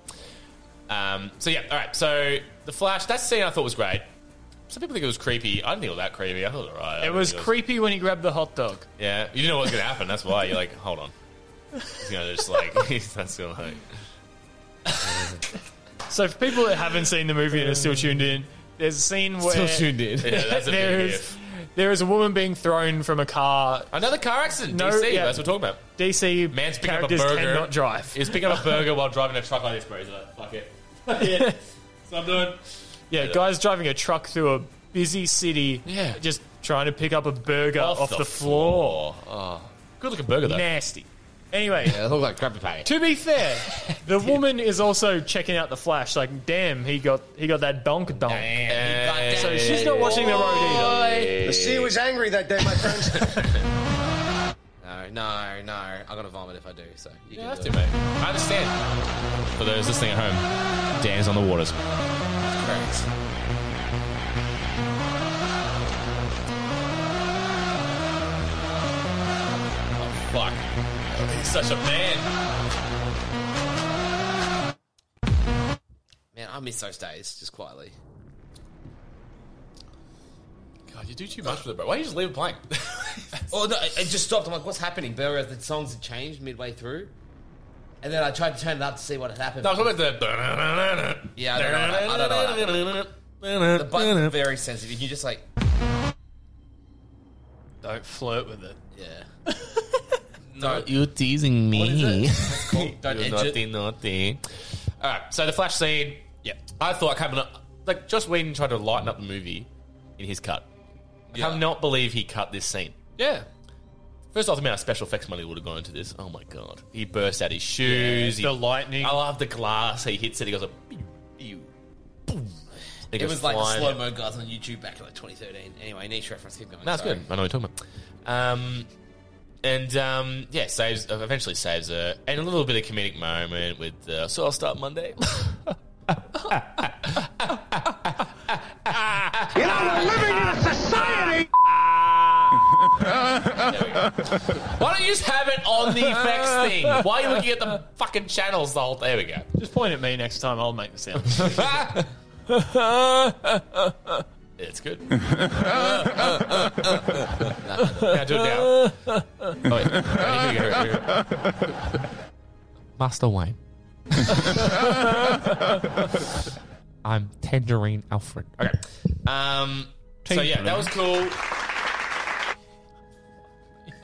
Um, so yeah, all right. So the Flash, that scene I thought was great. Some people think it was creepy. I didn't think it was that creepy. I thought it was alright. I It didn't was think creepy when he grabbed the hot dog. Yeah, you didn't know what was going to happen. That's why you're like, hold on. You know, just like that's going to like. So for people that haven't seen the movie and are still tuned in, there's a scene where Still tuned in. Yeah, that's a there big is if. there is a woman being thrown from a car. Another car accident. No, DC. yeah. That's what we're talking about. DC Man's picking up a characters burger. cannot drive. He's picking up a burger while driving a truck like this, bro. He's like, fuck it. yeah, So I'm doing. yeah, guys driving a truck through a busy city. Yeah. just trying to pick up a burger off, the, floor. Oh, good looking burger though. Nasty. Anyway, Yeah, look like crappy patty. To be fair, the woman is also checking out the flash. Like, damn, he got he got that donk donk. So she's not watching the road either. The sea was angry that day, my friends. No, no, no. I'm gonna vomit if I do. So you You can have do to, it. mate. I understand. For those listening at home, Dan's on the waters. Oh, fuck. He's such a man. Man, I miss those days. Just quietly. God, you do too much with it, bro. Why don't you just leave it playing? Oh no! It it just stopped. I'm like, what's happening? But whereas the songs had changed midway through, and then I tried to turn it up to see what had happened. No, I'm talking about the. Yeah, I don't know. that. I don't know. that. The button's very sensitive. You just like don't flirt with it. Yeah. No, you're teasing me. Don't you're edge naughty, naughty. All right, so the flash scene. Yeah, I thought coming up, like Joss Whedon tried to lighten up the movie in his cut. I cannot believe he cut this scene. yeah. First off, the amount of special effects money would have gone into this. Oh my god! He bursts out his shoes. Yeah, the lightning. I love the glass. He hits it. He goes like, pew, pew, boom. It, was like flying. slow mo guys on YouTube back in like 2013. Anyway, niche reference. Keep going. That's Sorry. good. I know what you're talking about. Um, and um, yeah, saves eventually saves her, and a little bit of comedic moment with uh, so I'll start Monday. You're not living in a society. Why don't you just have it on the effects thing? Why are you looking at the fucking channels the whole? There we go. Just point at me next time. I'll make the sound. It's good. Can't do it now. Oh, wait. All right, here we go, here we go. Master Wayne. I'm Tangerine Alfred. Okay. Um, so yeah, that was cool.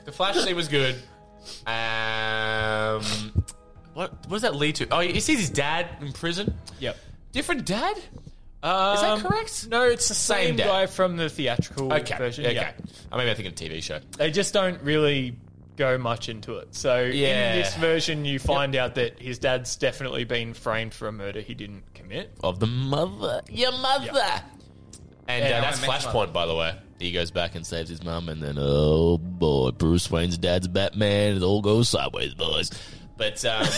The flash scene was good. Um, what what does that lead to? Oh, he sees his dad in prison. Yep. Different dad. Is that correct? No, it's the Um, same, Same dad. guy from the theatrical Okay. version. Okay. Yeah. I maybe I think of a TV show. They just don't really go much into it. So Yeah. in this version, you find out that his dad's definitely been framed for a murder he didn't commit. Of the mother. Your mother. And Yeah, uh, I that's met him. Flashpoint, by the way. He goes back and saves his mum, and then oh boy, Bruce Wayne's dad's Batman. It all goes sideways, boys. But um,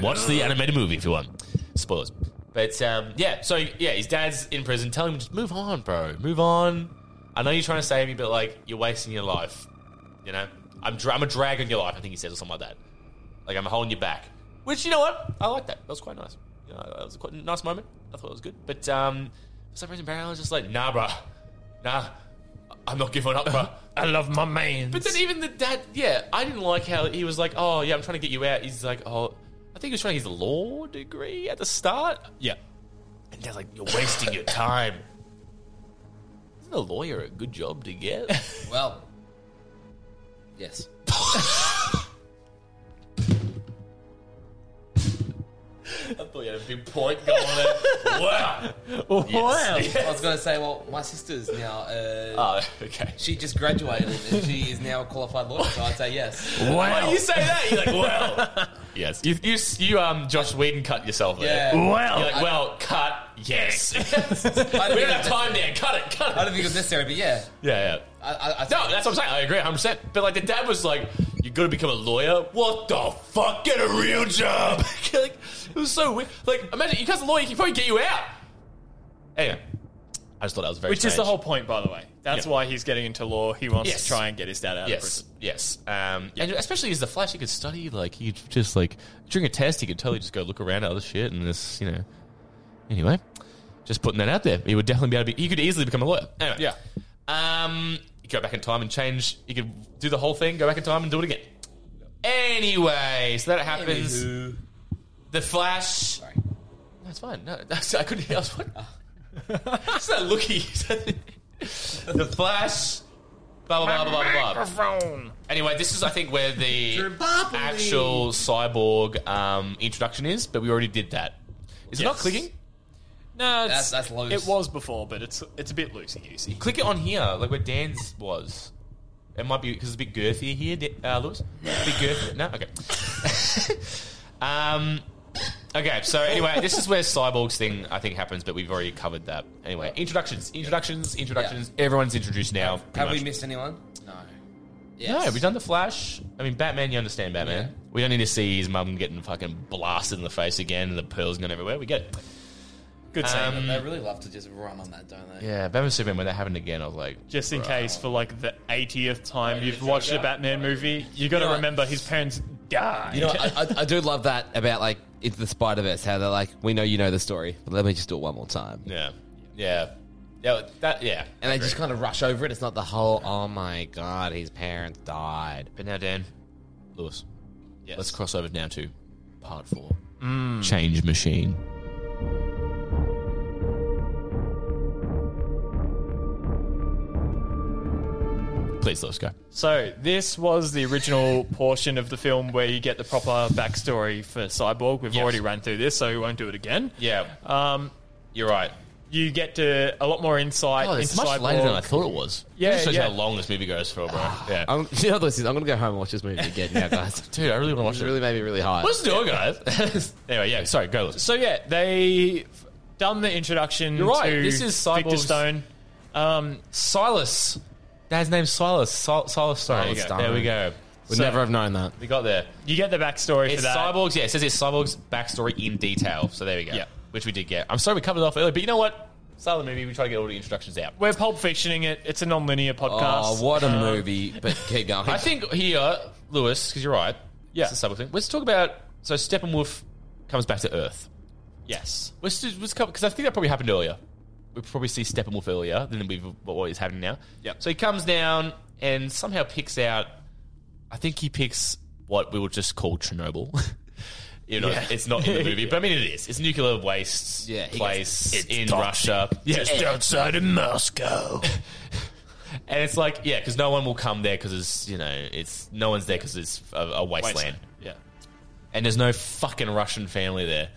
watch the animated movie if you want. Spoilers. But um, yeah, so yeah, his dad's in prison. Tell him just move on, bro. Move on. I know you're trying to save me, but like you're wasting your life. You know, I'm dra- I'm a drag on your life. I think he says or something like that. Like I'm holding you back. Which you know what? I like that. That was quite nice. You know, that was quite a nice moment. I thought it was good. But um, for some reason, Barry Allen was just like, nah, bruh. nah. I'm not giving up, bruh. I love my man. But then even the dad, yeah, I didn't like how he was like, oh yeah, I'm trying to get you out. He's like, oh, I think he was trying his law degree at the start. Yeah, and dad's like, you're wasting your time. Isn't a lawyer a good job to get? Well, yes. I thought you had a big point going there. wow. Wow. I was going to say, well, my sister's now. Uh, oh, okay. She just graduated and she is now a qualified lawyer, so I'd say yes. Why do you say that? You're like, well. yes. You, you, you um, Josh Whedon cut yourself there. Yeah. Well. You're like, I- well, cut, yes. we don't have time there. Cut it, cut it. I don't think it was necessary, but yeah. Yeah, yeah. no, that's what I'm saying. I agree 100%. But, like, the dad was like, you got to become a lawyer? What the fuck? Get a real job. like, it was so weird. Like, imagine, you cast a lawyer, he can probably get you out. Anyway, I just thought that was very Which is the strange. whole point, by the way. That's Yeah. why he's getting into law. He wants Yes. to try and get his dad out Yes, of prison. yes. Um, And especially as the Flash, he could study. Like he just like during a test, he could totally just go look around at other shit and this, you know. Anyway, just putting that out there, he would definitely be able to. Be, he could easily become a lawyer. Anyway, yeah. Um, you go back in time and change. You could do the whole thing, go back in time and do it again. Anyway, so that happens. Anywho. The Flash. Sorry. That's fine. No, that's, I couldn't. I was like, it's that looky. the Flash. Blah blah blah blah blah. blah. Anyway, this is I think where the Tripopoli. actual cyborg um, introduction is, but we already did that. Is it not Yes. clicking? No, That's- it's, that's loose. It was before, but it's it's a bit loosey goosey. Click it on here, like where Dan's was. It might be because it's a bit girthy here, Di- uh, Lewis. A bit girthy. No, okay. um, okay. So anyway, this is where Cyborg's thing I think happens, but we've already covered that. Anyway, introductions, introductions, introductions. Everyone's introduced now. pretty Have much. we missed anyone? No. No, we've done the Flash. I mean, Batman. You understand Batman. We don't need to see his mum getting fucking blasted in the face again, and the pearls going everywhere. We get it. Good Um, They really love to just run on that, don't they? Yeah, Batman Superman. When that happened again, I was like, Just in case, for like the 80th time you've watched a Batman movie, you got to You know- remember his parents died. You know, I- I, I do love that about like it's the Spider Verse. How they're like, we know you know the story, but let me just do it one more time. Yeah, yeah, yeah. That yeah. And they just kind of rush over it. It's not the whole. Oh my god, his parents died. But now, Dan, Lewis, let's cross over now to part four. Mm. Change machine. Please, Lewis, go. So this was the original portion of the film where you get the proper backstory for Cyborg. We've Yes. already ran through this, so we won't do it again. Yeah, Um, you're right. You get to a lot more insight Oh, it's into much Cyborg. later than I thought it was. Yeah, It just shows yeah. how long this movie goes for, bro. yeah. I'm, you know, this is, I'm gonna go home and watch this movie again now, guys. Duys, I really want to watch it. Really made me really high. What's doing, guys? anyway, yeah. Sorry, go. Lewis. So yeah, they done the introduction. You're right, To this is Victor Cyborg's- Stone. Um, Silas. Dad's name's Silas. Sil- Silas Stone. There There, you go. we go. Would never have known that. We got there. You get the backstory It's for that. Cyborg's. Yeah, it says it's Cyborg's backstory in detail. So there we go. Yeah. Which we did get. I'm sorry we covered it off earlier, but you know what? Start of the movie. We try to get all the introductions out. We're pulp fictioning it. It's a non-linear Ah, podcast. Oh, what a Um, movie! But keep going. Uh, I think here, Lewis, because you're right. Yeah. It's a subtle thing. Let's talk about. So Steppenwolf comes back to Earth. Yes. Let's do. Let's cover because I think that probably happened earlier. We probably see Steppenwolf earlier than we've what is happening now. Yep. So he comes down and somehow picks out. I think he picks what we will just call Chernobyl. you know, Yeah. it's not in the movie, but I mean it is. It's a nuclear waste Yeah, he place gets- it's in toxic. Russia, Just outside of Moscow. and it's like yeah, because no one will come there because it's you know it's no one's there because it's a, a wasteland, Yeah. and there's no fucking Russian family there.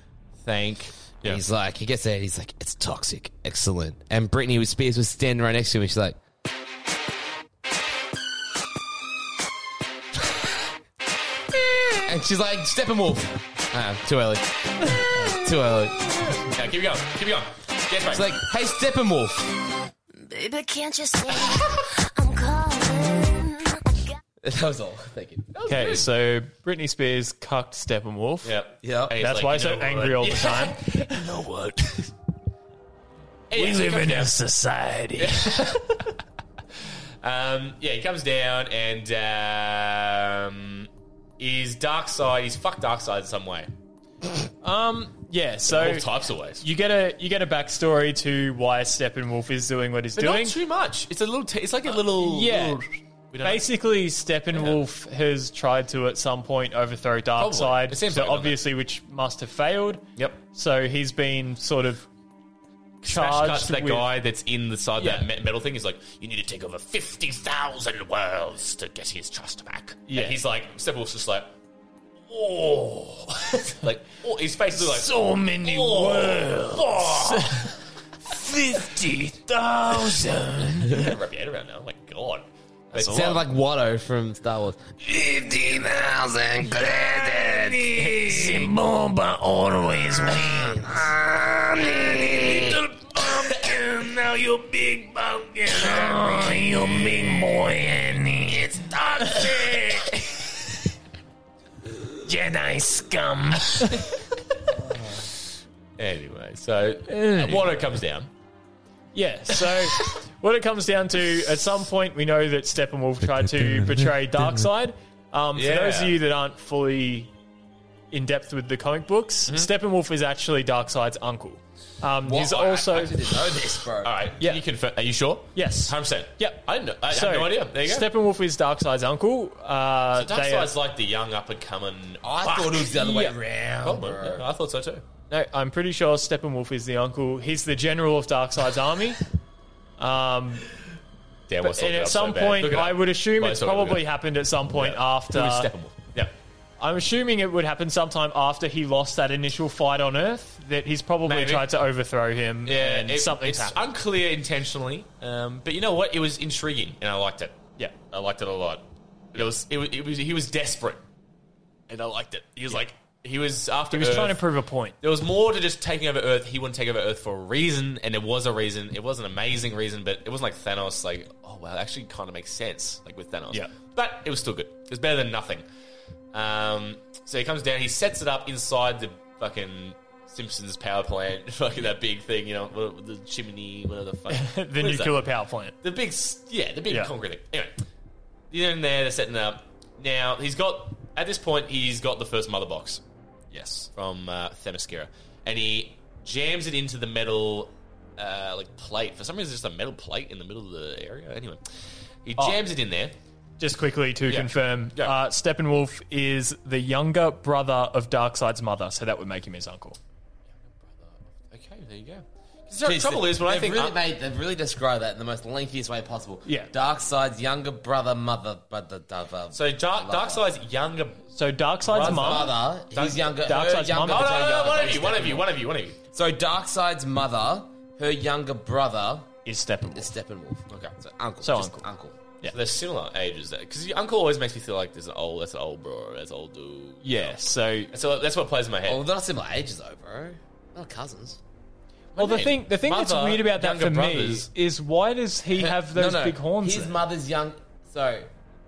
Thank. Yeah. He's like, he gets there. and He's like, it's toxic. Excellent. And Brittany with Spears was standing right next to him. And she's like, and she's like, Steppenwolf. Ah, too early. too early. Yeah, keep going. Keep going. Get She's like, hey, Steppenwolf. Baby, can't you see? I'm calling. That was all. Thank you. Okay, so Britney Spears cucked Steppenwolf. Yep. Yeah. And he's like, That's "You why he's so know angry what?" all the Yeah. time. You know what? We live in a society. um, yeah, he comes down and um, is dark side. He's fucked dark side in some way. Um, yeah. So All types of ways. you get a you get a backstory to why Steppenwolf is doing what he's But doing. not too much. It's a little. T- it's like a little. yeah. little- we don't know. Basically, Steppenwolf has tried to at some point overthrow Darkseid. It seems so like it, doesn't it? obviously, which must have failed. Yep. So he's been sort of Smash cuts charged to that with guy that's in the side Yeah. that me- metal thing. He's like, you need to take over fifty thousand worlds to get his trust back. Yeah. And he's like, Steppenwolf's just like, oh, like oh, his face is like so many worlds. fifty thousand. Wrap your head around now. Oh my god. That's Sounded like Watto from Star Wars. 50,000 credits. Simba always Little pumpkin, now you're big pumpkin. Oh, you're big boy, and it's toxic. Jedi scum. Anyway, so uh, water comes down. Yeah, so what it comes down to, at some point, we know that Steppenwolf tried to betray Darkseid. Um, Yeah. For those of you that aren't fully in depth with the comic books, Mm-hmm. Steppenwolf is actually Darkseid's uncle. Um, he's I- I also. actually didn't know this, bro. All right. Yeah. You confirm? Are you sure? yes. Hundred percent. Yep. I didn't know. I So, have no idea. There you go. Steppenwolf is Darkseid's uncle. Uh, so they are- Darkseid's like the young up and coming. I Fuck. thought it was the other Yeah. way around. Probably. bro. Yeah, I thought so too. no, I'm pretty sure Steppenwolf is the uncle. He's the general of Darkseid's army. Um, Damn, but, and at some point, I would assume it's probably happened at some point after. Steppenwolf. Yeah. I'm assuming it would happen sometime after he lost that initial fight on Earth. That he's probably Maybe. tried to overthrow him. Yeah, and it- something's it's happened. unclear intentionally, um, but you know what? It was intriguing, and I liked it. yeah, I liked it a lot. But it was, it was, it was he was desperate, and I liked it. He was like he was after. He was Earth. trying to prove a point. There was more to just taking over Earth. He wouldn't take over Earth for a reason, and there was a reason. It was an amazing reason, but it wasn't like Thanos. Like, oh wow, that actually kind of makes sense. Like with Thanos, Yeah. But it was still good. It was better than nothing. Um, so he comes down. He sets it up inside the fucking Simpsons power plant. Fucking that big thing, you know, what, the chimney, whatever the fuck. What The is that? nuclear power plant. The big, s- yeah, the big Yeah. concrete thing. Anyway, they're in there, they're setting up. Now, he's got, at this point, he's got the first mother box. Yes. From uh, Themyscira. And he jams it into the metal, uh, like, plate. For some reason, there's just a metal plate in the middle of the area. Anyway, he Oh. jams it in there. Just quickly to Yeah. confirm, uh, Steppenwolf is the younger brother of Darkseid's mother, so that would make him his uncle. Okay, there you go. So the trouble is, when I they've think- really I- made, they've really described that in the most lengthiest way possible. Yeah. Dark Side's younger brother, mother, brother, brother. So Dark, Darkseid's younger. So Darkseid's mum- mother, he's younger- Darkseid's her younger- mum- Oh, No, no, no, her no, one younger- of you, one of you, one of you, one of you. So Darkseid's mother, her younger brother is Steppenwolf. Is Steppenwolf. Okay, so uncle. So just uncle. uncle. Yeah. they're similar ages. Because your uncle always makes me feel like there's an old, that's an old bro, that's an old dude. Yeah, so So that's what plays in my head. Oh, they're not similar ages though, bro. They're not cousins. Well, the mean, thing the thing that's mother, weird about that younger for brothers. me is why does he Her- have those no, no, big horns? His then? mother's young. So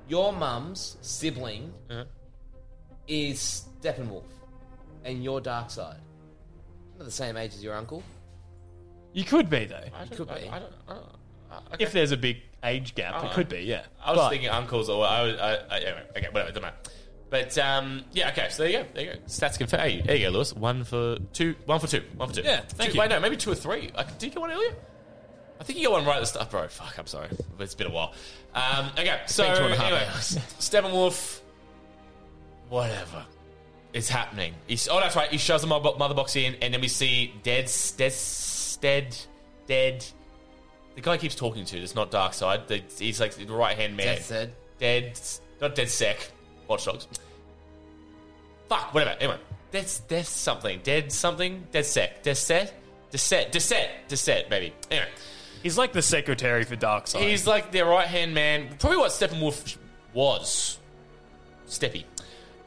your mum's sibling Uh-huh. is Steppenwolf, and your Dark Side. Not the same age as your uncle. you could be though. You could be. I don't, I don't, Uh-huh. If there's a big age gap, it could be. Yeah, I was But- thinking uncles or I was. I, I, anyway, okay, whatever, doesn't matter. But um, yeah, okay. So there you go. There you go. Stats confirmed. Hey, there you go, Lewis. One for two. One for two. One for two. Yeah, thank two, you. Wait, no, maybe two or three. I, did you get one earlier? I think you got one right at the start, bro. Fuck, I'm sorry. It's been a while. Um, okay, so been two and a half anyway, hours. Steppenwolf, whatever, it's happening. He's, oh, that's right. He shoves the mo- mother box in, and then we see dead, dead, dead, dead. The guy he keeps talking to. It's not Dark Side. He's like the right hand man. Dead Sed. Dead, not dead sec. Watch Dogs. Fuck, whatever. Anyway, that's that's something. Dead something. Dead sec. Dead set. Dead set. Dead set. Dead set. Maybe. Anyway. He's like the secretary for Darkseid. He's like their right hand man, probably what Steppenwolf was. Steppy.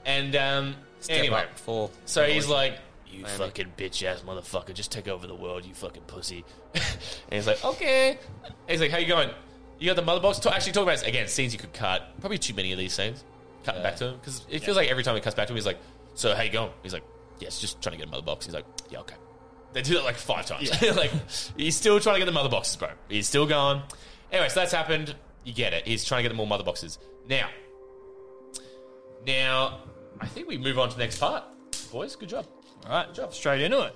And um Step anyway, up for- so he's like, You Miami. fucking bitch ass motherfucker, just take over the world, you fucking pussy. and he's like, Okay. And he's like, How you going? You got the mother box? Ta- Actually, talk about this. again, scenes you could cut. Probably too many of these scenes. Cutting back to him. Because it feels like every time he cuts back to him, he's like, So how you going? He's like, Yes, just trying to get a mother box. He's like, Yeah, okay. They do that like five times. like he's still trying to get the mother boxes, bro. He's still going. Anyway, so that's happened. You get it. He's trying to get more mother boxes. Now, now, I think we move on to the next part, boys. Good job. All right, straight into it.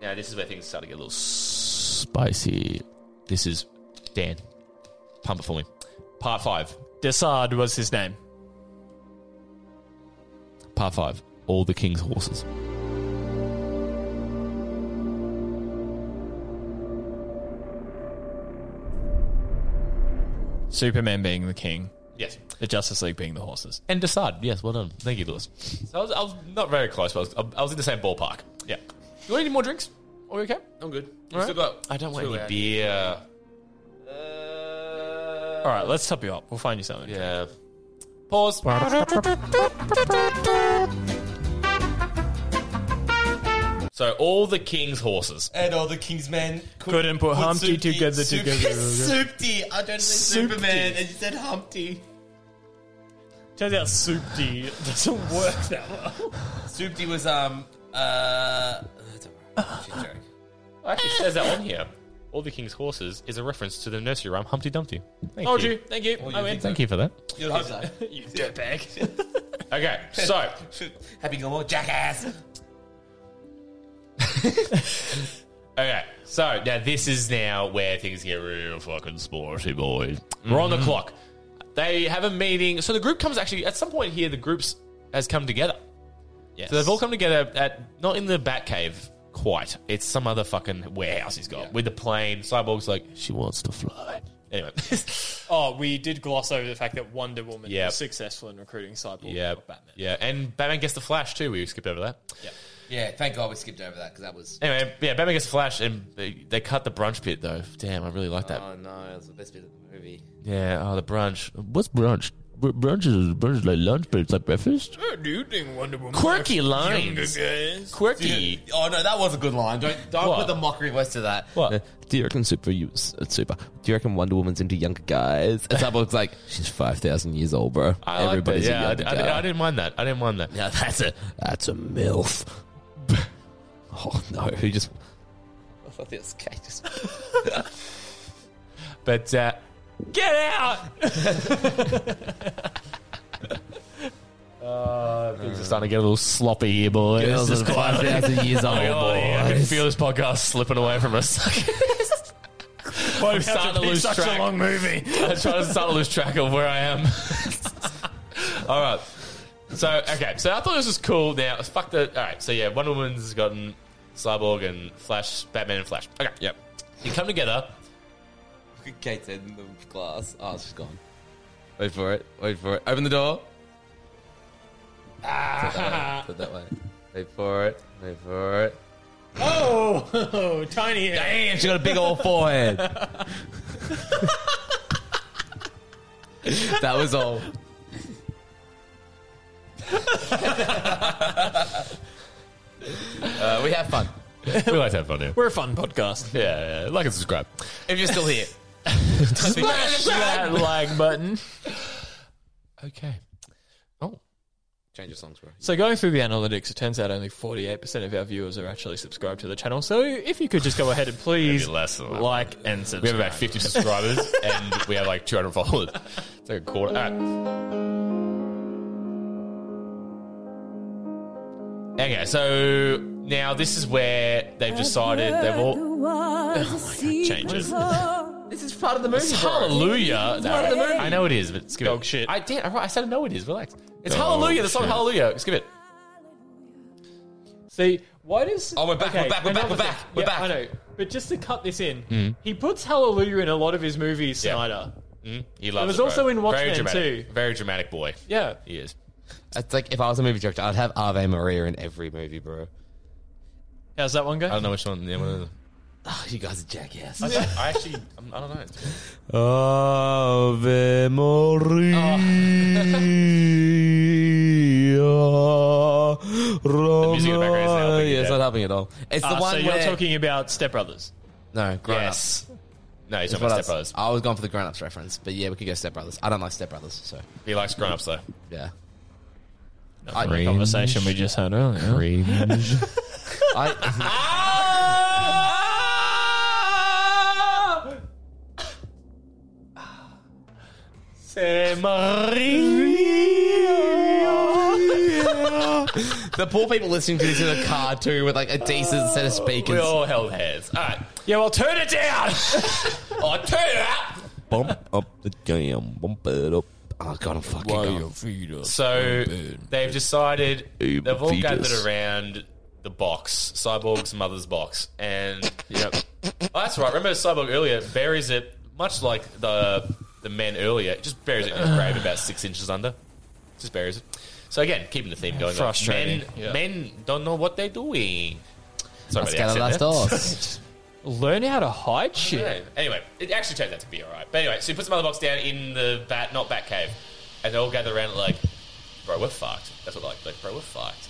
Now this is where things start to get a little spicy. This is Dan. Pump it for me. Part five. Desard was his name. Part five. All the king's horses. Superman being the king. Yes. The Justice League being the horses. And Desard. Yes, well done. Thank you, Lewis. So I was, I was not very close, but I was, I was in the same ballpark. Yeah. You want any more drinks? Are we okay? I'm good. All right. I don't want any beer. All Uh, right, let's top you up. We'll find you something. Yeah. Pause. So all the king's horses. And all the king's men Couldn't put Humpty together together. Soupty. I don't know Superman, and you said Humpty. Turns out Soupty doesn't work that well. Soupty was um uh. That's alright. She's a joke. Actually, it says that on here. All the king's horses is a reference to the nursery rhyme Humpty Dumpty. Thank Told you. you. Thank you. I win. Thank you for that. You'll hope so. you dirtbag. Okay, so Happy Gilmore, jackass. okay, so now this is now where things get real fucking sporty, boys. We're Mm-hmm. on the clock. They have a meeting. So the group comes actually at some point here. The groups has come together. Yes. So they've all come together at not in the Batcave quite. It's some other fucking warehouse he's got with the plane. Cyborg's like she wants to fly. Anyway, Oh, we did gloss over the fact that Wonder Woman Yep. was successful in recruiting Cyborg. yeah, Batman. yeah, and Batman gets the Flash too. We skipped over that. Yeah. Yeah, thank God we skipped over that because that was. Anyway, yeah, Batman gets Flash, and they, they cut the brunch bit though. Damn, I really like that. Oh no, that's the best bit of the movie. Yeah, oh the brunch. What's brunch? Br- Brunch is brunch is like lunch, but it's like breakfast. do you think Wonder Woman? Quirky lines. Quirky. Oh no, that was a good line. Don't don't put the mockery voice to that. What? Do you reckon super use? It's super. Do you reckon Wonder Woman's into younger guys? And Cyborg's like, she's five thousand years old, bro. I liked it. Everybody's Yeah, I, a younger I- guy. I didn't mind that. I didn't mind that. Yeah, that's a that's a milf. oh no, who just? I thought it was Kate. Just But uh, get out. Uh, things are starting to get a little sloppy here, boys. Girls Just are quiet. 5,000 years Oh, old, yeah, I can boys. feel this podcast slipping away from us. I'm starting to lose such track. a long movie. I'm trying to start to lose track of where I am. all right. So okay. So I thought this was cool. Now fuck the. All right. So yeah, Wonder Woman's gotten Cyborg and Flash, Batman and Flash. Okay. Yep. You come together. Kate said in the glass. Oh, she's gone. Wait for it. Wait for it. Open the door. Ah. Put that way. Put that way. Wait for it. Wait for it. Oh, tiny head. Damn, she got a big old forehead. that was all. uh, we have fun. we like to have fun here. We're a fun podcast. Yeah, yeah. Like and subscribe. If you're still here. Smash that like button. Okay. Oh. Change your songs, bro. So going through the analytics, it turns out only 48% of our viewers are actually subscribed to the channel. So if you could just go ahead and please less than that. like and subscribe. We have about 50 subscribers and we have like 200 followers. It's like a quarter. All right. Okay, so now this is where they've decided they've all. Oh changes. This is part of the movie. It's bro. hallelujah. No, part of the movie. I know it is, but skip Dog it. shit. I did. I said I know it is. Relax. It's Dog hallelujah. The song Oh, shit. hallelujah. Skip it. See, why does. Oh, we're back, we're back, we're back, we're another back, thing. we're Yeah, back. Hmm. I know. But just to cut this in, Mm. he puts Hallelujah in a lot of his movies, Yeah. Snyder. Mm, he loves It was bro. also in Very Watchmen, dramatic. Very dramatic boy. Yeah. He is. It's like if I was a movie director, I'd have Ave Maria in every movie, bro. How's that one go? I Uh, don't know which one. Yeah, one of them. Oh, you guys are jackass. I, don't- I actually, I'm- I don't know. Ave Oh. Maria. The music in the background is helping yeah, you it's there. not helping at all. It's Ah, the one so where you're talking about Step Brothers. no grown Yes. ups. No, he's That's talking what I about was- Step Brothers. I was going for the grown ups reference, but yeah, we could go Step Brothers. I don't like Step Brothers, so He likes grown ups though. yeah. The conversation we just had earlier. I, the poor people listening to this in a car too, with like a decent set of speakers. Oh, We all held hands. All right. Yeah, well, turn it down. Oh, turn it up. Bump up the jam. Bump it up. Oh god, I'm fucking. gone. So they've decided Hey, they've all fetus. gathered around the box, Cyborg's mother's box, and yep. Oh, that's right. Remember Cyborg earlier buries it much like the the men earlier. it Just buries it in his grave about six inches under. Just buries it. So again, keeping the theme going. on. Frustrating. Men, Yeah. men don't know what they're doing. Sorry about the Scala last accent there. doors. Learn how to hide shit. Yeah. Anyway, it actually turns out to be all right. But anyway, so he puts the mother box down in the bat, not bat cave, and they all gather around it like, bro, we're fucked. That's what like, like, bro, we're fucked.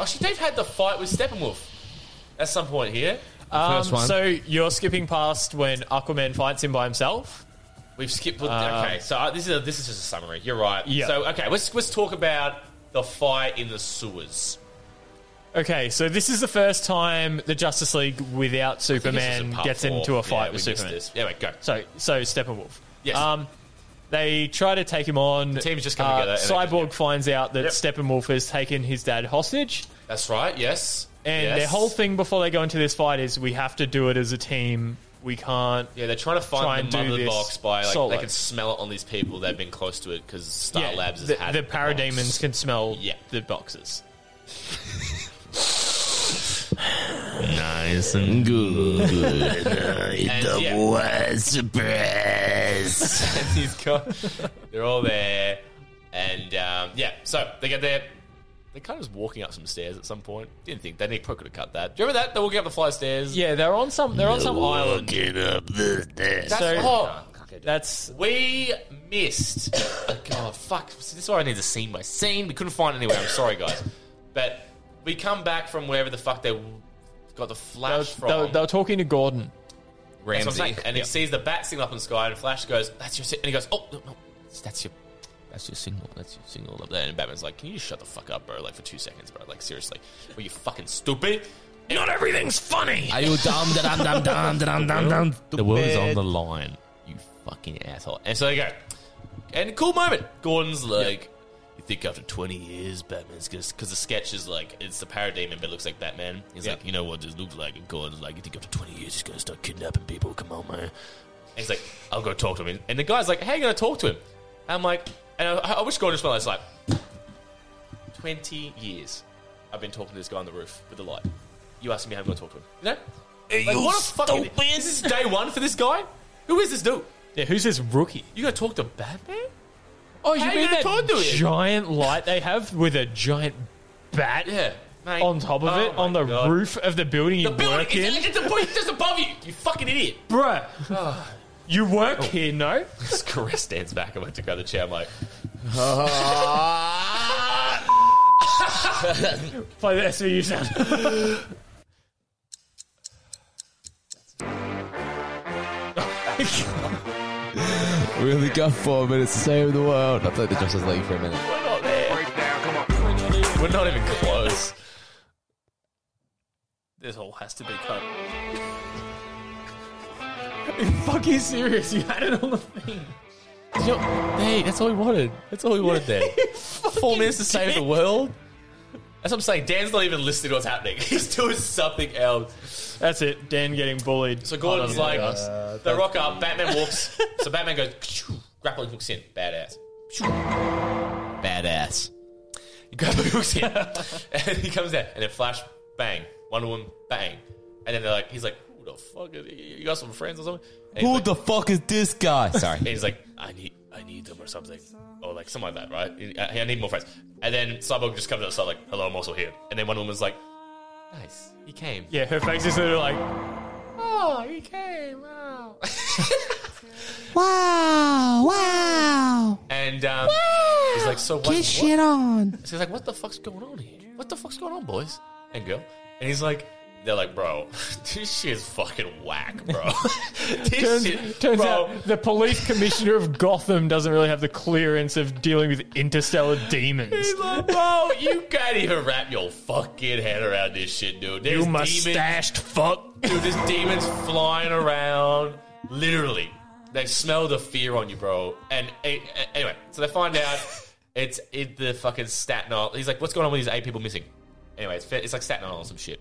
Actually, they've had the fight with Steppenwolf at some point here. Um, First one. so you're skipping past when Aquaman fights him by himself. We've skipped. okay, so uh, this is a, this is just a summary. You're right. Yeah. So okay, let's let's talk about the fight in the sewers. Okay, so this is the first time the Justice League I without think this is in Superman part gets four. into a Yeah, fight we with missed Superman. this. Anyway, go. So, so Steppenwolf. Um, Yes. they try to take him on. The teams just come together and they Cyborg just- finds out that Yep. Steppenwolf has taken his dad hostage, That's right. Yes. and yes. their whole thing before they go into this fight is we have to do it as a team. We can't. Yeah, they're trying to find Try and the do mother this box by like solo. they can smell it on these people that have been close to it because Star Yeah, Labs has the, had the it. parademons can smell Yeah. the boxes. Nice and Good. And, yeah. What surprise! and he's got- They're all there, and um, yeah. So they get there. They're kind of just walking up some stairs at some point. Didn't think they need probably could have cut that. Do you remember that? They're walking up the flight of stairs. Yeah, they're on some. They're on some island. up the stairs. That's So- oh, That's we missed. God, fuck. See, This is why I need to scene by scene. We couldn't find it anywhere. I'm sorry, guys, but we come back from wherever the fuck they got the flash They were, from. they were talking to Gordon. That's what I'm saying. and he sees the bat signal up in the sky, and Flash goes, "That's your," si-" and he goes, "Oh, no, no, that's your, that's your signal, that's your signal up there." And Batman's like, "Can you just shut the fuck up, bro? Like for two seconds, bro? Like seriously, were you fucking stupid? Not everything's funny. Are you dumb, da-dum, dum, dum, da-dum, dum, dum, The world is stupid? on the line. You fucking asshole." And so they go, and cool moment. Gordon's like. You think after 20 years, Batman's gonna. Because the sketch is like, it's the parademon, but it looks like Batman. He's Yeah. like, you know what this looks like? And Gordon's like, you think after 20 years, he's gonna start kidnapping people? Come on, man. And he's like, I'll go talk to him. And the guy's like, how you gonna talk to him? And I'm like, and I, I wish Gordon just realized, like, 20 years I've been talking to this guy on the roof with the light. You asking me how I'm gonna talk to him? You know? Like, you what a fucking. stupid? Is this day one for this guy? Who is this dude? Yeah, who's this rookie? You gonna talk to Batman? Oh, you How mean gonna talk to that him? giant light they have with a giant bat Yeah, mate. on top of Oh it on the roof of the building you work in? It's the point just above you, you fucking idiot. Bruh, Oh. you work here, no? This Chris stands back. I'm about to go to the chair. I'm like, Play the SVU sound. We only got four minutes to save the world. I thought the just was late for a minute. we're not there. We're not even close. This all has to be cut. Fuck you, serious? You had it on the thing. Hey, that's all we wanted. That's all we wanted there. Four minutes to save the world. That's what I'm saying. Dan's not even listening to what's happening. He's doing something else. That's it. Dan getting bullied. So Gordon's Oh, like, yes. they rock up. Batman walks. so Batman goes, grappling hooks in. Badass. Badass. Grappling hooks in. and he comes out. And then Flash, bang. Wonder Woman, bang. And then they're like, he's like, who the fuck? Is you got some friends or something? And he's Who like- the fuck is this guy? Sorry. and he's like, I need, I need them or something, or like something like that, right? uh, I, I need more friends. And then Cyborg just comes outside like, "Hello, I'm also here." And then one woman's like, "Nice, he came." Yeah, her face is sort of like, Oh, he came out. Wow, wow. And um, he's like, "So what?" Get what? shit on. So he's like, "What the fuck's going on here? What the fuck's going on, boys and girl?" And he's like, "They're like, bro, this shit is fucking whack, bro." this turns, shit, turns bro, out the police commissioner of Gotham doesn't really have the clearance of dealing with interstellar demons. He's like, bro, you can't even wrap your fucking head around this shit, dude. There's you demons, mustached fuck. dude. There's demons flying around, literally. They smell the fear on you, bro. And eh, eh, anyway, so they find out it's it, the fucking Staten Island. He's like, what's going on with these eight people missing? Anyway, it's, it's like Staten Island or some shit.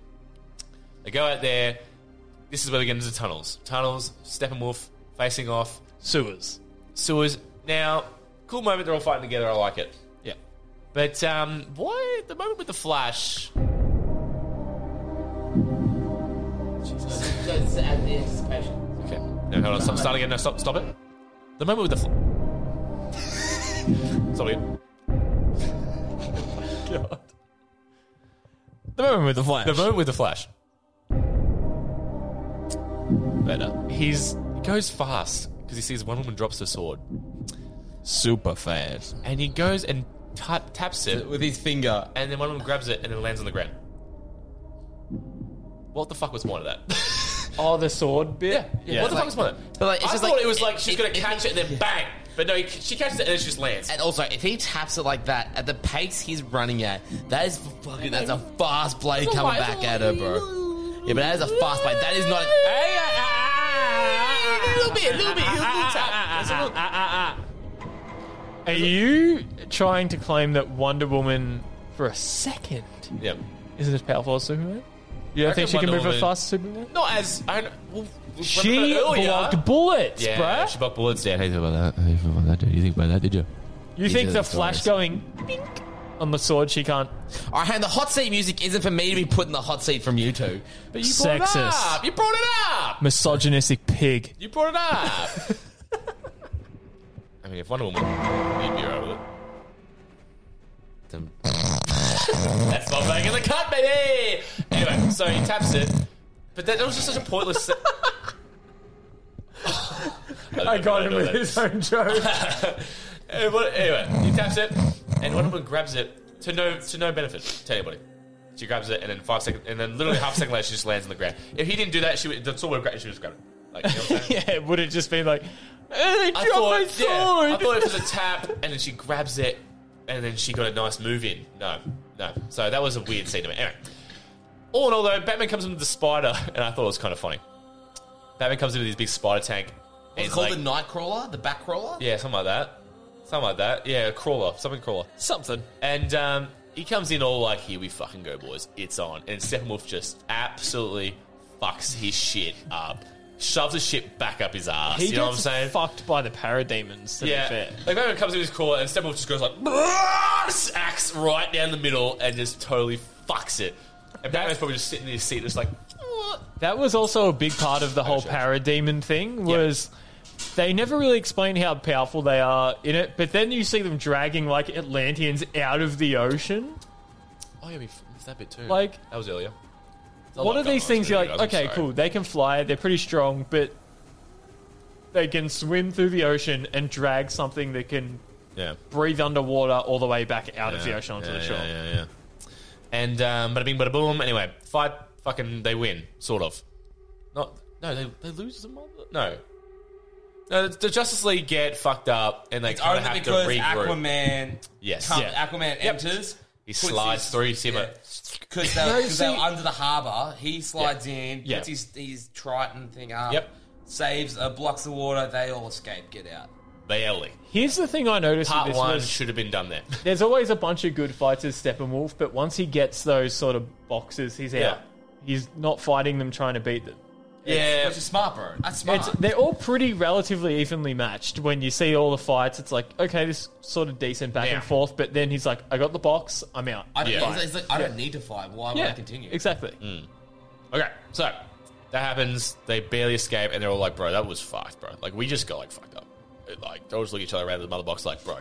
They go out there. This is where they get into tunnels. Tunnels, Steppenwolf, facing off. Sewers. Sewers. Now, cool moment. They're all fighting together. I like it. Yeah. But um, why the moment with the Flash? Just at the anticipation. Okay. No, hold on. Stop. Start again. No, stop. Stop it. The moment with the Flash. stop again. God. The moment with the flash. The moment with the Flash. Better. He's he goes fast because he sees one woman drops her sword. Super fast. and he goes and ta taps it with his finger, and then one of them grabs it and it lands on the ground. What the fuck was more of that? Oh, the sword bit. Yeah. What the fuck was more of that? But, like, it's I just thought like- it was like it- she's it- gonna it- catch it and then bang. But no, he, she catches it and it just lands. And also, if he taps it like that at the pace he's running at, that is fucking. That's a fast blade coming back at her, bro. Yeah, but that is a fast blade. That is not. A little bit, a little bit, a little tap. It's a little- Are you trying to claim that Wonder Woman, for a second, Yeah. isn't as powerful as Superman? You don't I think reckon she can Wonder move as Woman- fast as Superman? Not as I don't, well, She earlier- blocked bullets, Yeah, bruh. she blocked bullets down. How you think about that? How you think about that? Did you think about that? Did you? You think the Flash going bink on the sword? She can't. All right, and the hot seat music isn't for me to be put in the hot seat from you two. But you brought it Sexist. up. You brought it up. Misogynistic pig. You brought it up. I mean, if Wonder Woman, you'd be right with it. That's not making the cut, baby. Anyway, so he taps it, but that, that was just such a pointless. Se- I got him with his own joke. Eh, what- anyway, he taps it, and one of them grabs it to no to no benefit to anybody. She grabs it, and then five seconds, and then literally half a second later, she just lands on the ground. If he didn't do that, she would, the sword would have grabbed. She would have grabbed it. Like, you know what I'm saying? yeah, would it just be like, I dropped my yeah, I sword. thought it was a tap, and then she grabs it, and then she got a nice move in. No, no. So that was a weird scene to me. Anyway, all in all, though, Batman comes into the spider, and I thought it was kind of funny. Batman comes into this big spider tank. It's and he's called like- the night crawler, the back crawler. yeah, something like that. Something like that. Yeah, a crawler. Something crawler. Something. And um, he comes in all like, here we fucking go, boys. It's on. And Steppenwolf just absolutely fucks his shit up. Shoves his shit back up his ass. He you know what I'm gets saying? fucked by the parademons. To be yeah. fair. Like, Batman comes in with his crawler and Steppenwolf just goes like, "Brrrr," axe right down the middle and just totally fucks it. And Batman's probably just sitting in his seat just like, That was also a big part of the whole parademon thing was they never really explain how powerful they are in it, but then you see them dragging like Atlanteans out of the ocean. oh, yeah, we missed that bit too. Like- that was earlier. There's a What lot are going these on. things? It's You're really like, good. I'm okay, sorry. cool. They can fly. They're pretty strong, but they can swim through the ocean and drag something that can Yeah. breathe underwater all the way back out of the Yeah, ocean onto yeah, the shore. Yeah, yeah, yeah. And um, bada bing, bada boom. Anyway, fight. Fucking, they win, sort of. Not. No, they they lose the mother. No. No, the the Justice League get fucked up, and they It's kind of only have to because regroup. Aquaman. Yes. comes- Yeah. Aquaman Yep. enters. He slides through. You see him. because they, No, were- 'cause they see- were under the harbour. He slides in, Yeah. puts his, his Triton thing up, Yep. saves, uh, blocks the water. They all escape, get out. Barely. Here's the thing I noticed. Part with this one was- should have been done there. There's always a bunch of good fights as Steppenwolf, but once he gets those sort of boxes, he's Yeah. out. He's not fighting them, trying to beat them. Yeah, which is smart, bro. That's smart. It's, they're all pretty relatively evenly matched. When you see all the fights, it's like, okay, this sort of decent back Yeah. and forth, but then he's like, I got the box, I'm out. I, don't- Bye. he's, he's like, I don't Yeah. need to fight. Why would I Yeah, continue? Exactly. Mm. Okay, so that happens. They barely escape, and they're all like, "Bro, that was fucked, bro. Like, we just got like fucked up. It, like, they all just look at each other around the mother box, like, bro,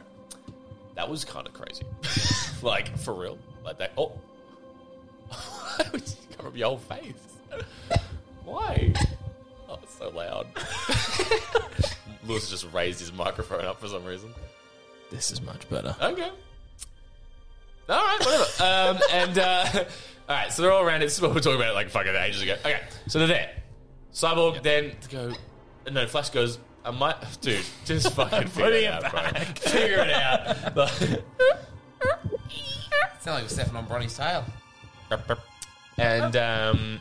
that was kind of crazy. like, for real. Like that. Oh, cover up your whole face. Why? Oh, it's so loud. Lewis just raised his microphone up for some reason. This is much better. Okay. All right, whatever. um, and uh, all right, so they're all around. it. This is what we we're talking about like fucking ages ago. Okay, so they're there. Cyborg then to go. No, Flash goes. I might, dude. Just fucking figure Putting it it out, bro. Figure it out. Like- It's not like we're stepping on Bronny's tail. and um,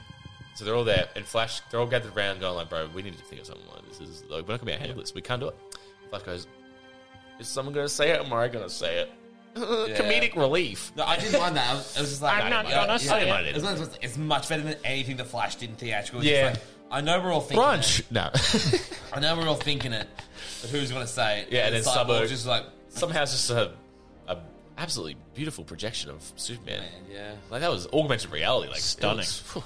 so they're all there, and Flash, they're all gathered around, going like, "Bro, we need to think of something like this. Is like, we're not gonna be a handless. We can't do it." Flash goes, "Is someone gonna say it? Or am I gonna say it?" Comedic relief. No, I didn't mind that. I was, I was just like, I'm not you know, gonna you know, say it. I didn't mind it. As long as it's, it's much better than anything the Flash did in theatrical. It's Yeah. just like, I know we're all thinking. Brunch. No. It. I know we're all thinking it, but who's gonna say it? Yeah, and then Cyborg's Cyborg just like somehow it's just a, a absolutely beautiful projection of Superman. yeah. like that was augmented reality, like it Stunning. was- phew.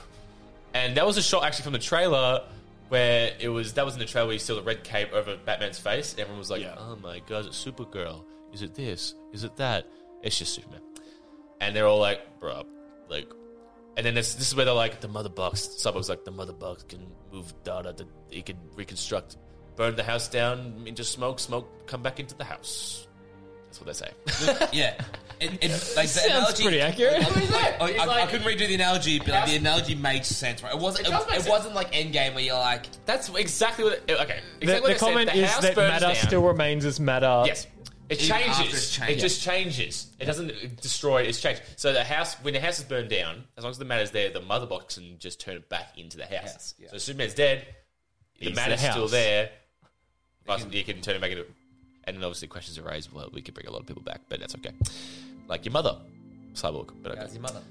and that was a shot actually from the trailer where it was that was in the trailer where you saw the red cape over Batman's face. and Everyone was like, "Oh my god, is it Supergirl? Is it this? Is it that? It's just Superman." And they're all like, "Bro, like." And then this, this is where they're like, the mother box. Cyborg's like, the mother box can move data. That it can reconstruct, burn the house down into smoke. Smoke come back into the house. That's what they say. yeah. It, it, like, the Sounds analogy, pretty accurate. Like, like, It's I, I like- couldn't redo the analogy, but like, the analogy made sense. Right? It wasn't. It, does make it, sense. wasn't like Endgame where you're like, that's exactly what. It, okay, The, the comment is that matter still remains as matter. Yes. It Even after changes. it's It changed. just changes. It doesn't destroy. It's changed. So the house, when the house is burned down, as long as the matter's there, the mother box can just turn it back into the house. So Superman's dead. The He's matter's the house. still there. But you can turn it back into. And then obviously questions are raised. Well, we could bring a lot of people back, but that's okay. Like your mother, cyborg. But okay. "How's your mother?"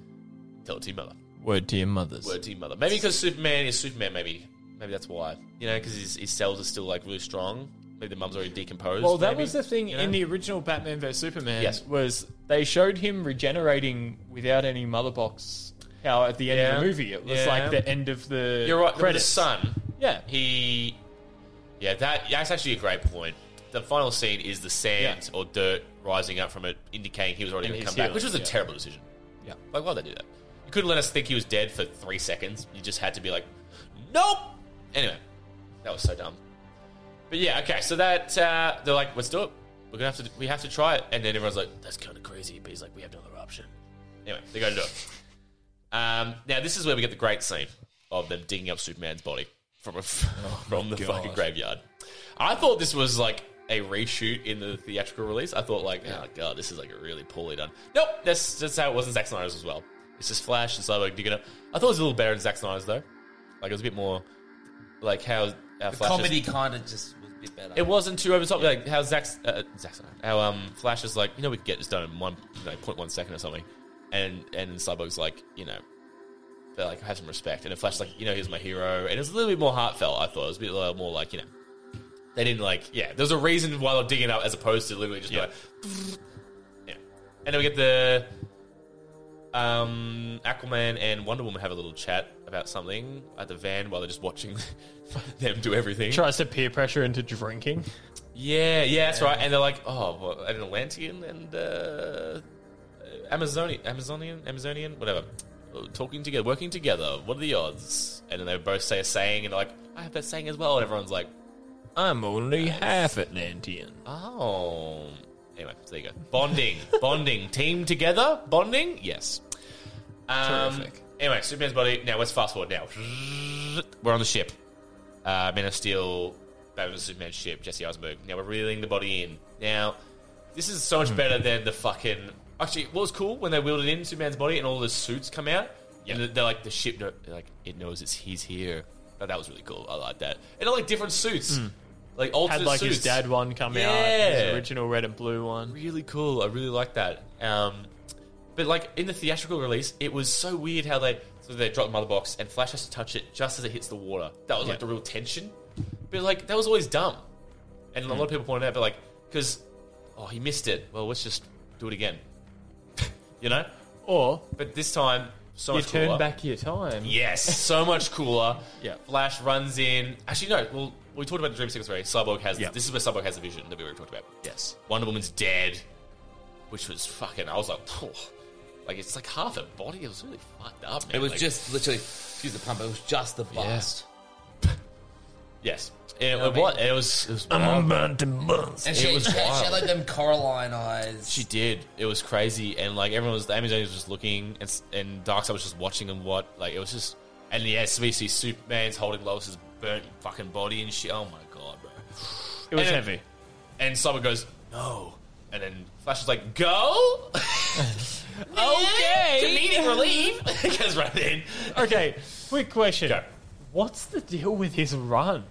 Tell it to your mother. Word to your mothers. Word to your mother. Maybe because Superman is Superman. Maybe maybe that's why. You know, because his, his cells are still like really strong. Maybe the mum's already decomposed. Well, that maybe, was the thing you know? in the original Batman vs Superman. Yes. was they showed him regenerating without any mother box. How at the end of Yeah. the movie, it was Yeah. like the end of the You're right. credits. The sun. Yeah. He. Yeah, that that's actually a great point. The final scene is the sand or dirt rising up from it, indicating he was already And going to he's come back, healed, which was a yeah. terrible decision. Yeah. Like, why'd they do that? You couldn't let us think he was dead for three seconds. You just had to be like, nope. Anyway, that was so dumb. But yeah, okay. So that uh, they're like, let's do it. We're gonna have to. We have to try it. And then everyone's like, that's kind of crazy. But he's like, we have no other option. Anyway, they go to do it. Um, now this is where we get the great scene of them digging up Superman's body from a, from the Oh God. fucking graveyard. I thought this was like a reshoot in the theatrical release. I thought like, oh god, this is like really poorly done. Nope, that's that's how it was in Zack Snyder's as well. It's just Flash and Cyborg digging up. I thought it was a little better in Zack Snyder's though. Like it was a bit more like how our The Flash is- comedy kind of just was a bit better. it wasn't too over the top. Like how Zack's, uh, Zack Snyder, how um, Flash is like, you know, we could get this done in one, you know, point one second or something, and and Cyborg's like, you know, they like have some respect, and then Flash's like, you know, he's my hero, and it's a little bit more heartfelt. I thought it was a bit uh, more like, you know, they didn't like, yeah, there's a reason why they're digging up as opposed to literally just going, yeah. And then we get the um, Aquaman and Wonder Woman have a little chat about something at the van while they're just watching them do everything. Tries to peer pressure into drinking. Yeah, yeah, that's right. And they're like, oh, well, an Atlantean and uh, Amazonian, Amazonian, Amazonian, whatever. Talking together, working together. What are the odds? And then they both say a saying, and they're like, I have that saying as well. And everyone's like, I'm only half Atlantean. oh. Anyway, so there you go. Bonding, bonding, team together, bonding. Yes. Um, Terrific. Anyway, Superman's body. Now let's fast forward. Now we're on the ship. Uh, Men of Steel, Batman and Superman ship, Jesse Eisenberg. Now we're reeling the body in. Now this is Hmm. so much better than the fucking. Actually, what was cool when they wheeled it in Superman's body and all the suits come out. And they're like the ship, kno- like it knows it's he's here. But that was really cool. I like that. And they're like different suits, Mm. like alternate Had like suits. his dad one come out, Yeah. his original red and blue one. Really cool. I really like that. Um, but like in the theatrical release, it was so weird how they so they drop the mother box and Flash has to touch it just as it hits the water. That was like Yeah. the real tension. But like that was always dumb, and a lot of people pointed out, but like because oh he missed it. Well, let's just do it again. you know. Or but this time so you much turn cooler. back your time. Yes, so much cooler. yeah. Flash runs in. Actually, no. Well, we talked about the dream sequence where Cyborg has. Yeah. This is where Cyborg has the vision that we already talked about. Yes. Wonder Woman's dead, which was fucking. I was like, Phew. like it's like half her body. It was really fucked up. Man. It was Like- just literally, excuse the pump, it was just the bust. yes. It, know it, what I was, it was. It was. I'm about to And she, It was she, had- she wild. had like them Coraline eyes. She did. It was crazy, and like everyone was, the Amazonian was just looking, and s- and Darkseid was just watching and what, like it was just, and yeah, so we see Superman's holding Lois's burnt fucking body and shit. Oh my god, bro, It was And- heavy. And Cyborg goes no, and then Flash is like go, okay, comedic relief. He goes right in. Okay, quick question. What's the deal with his run?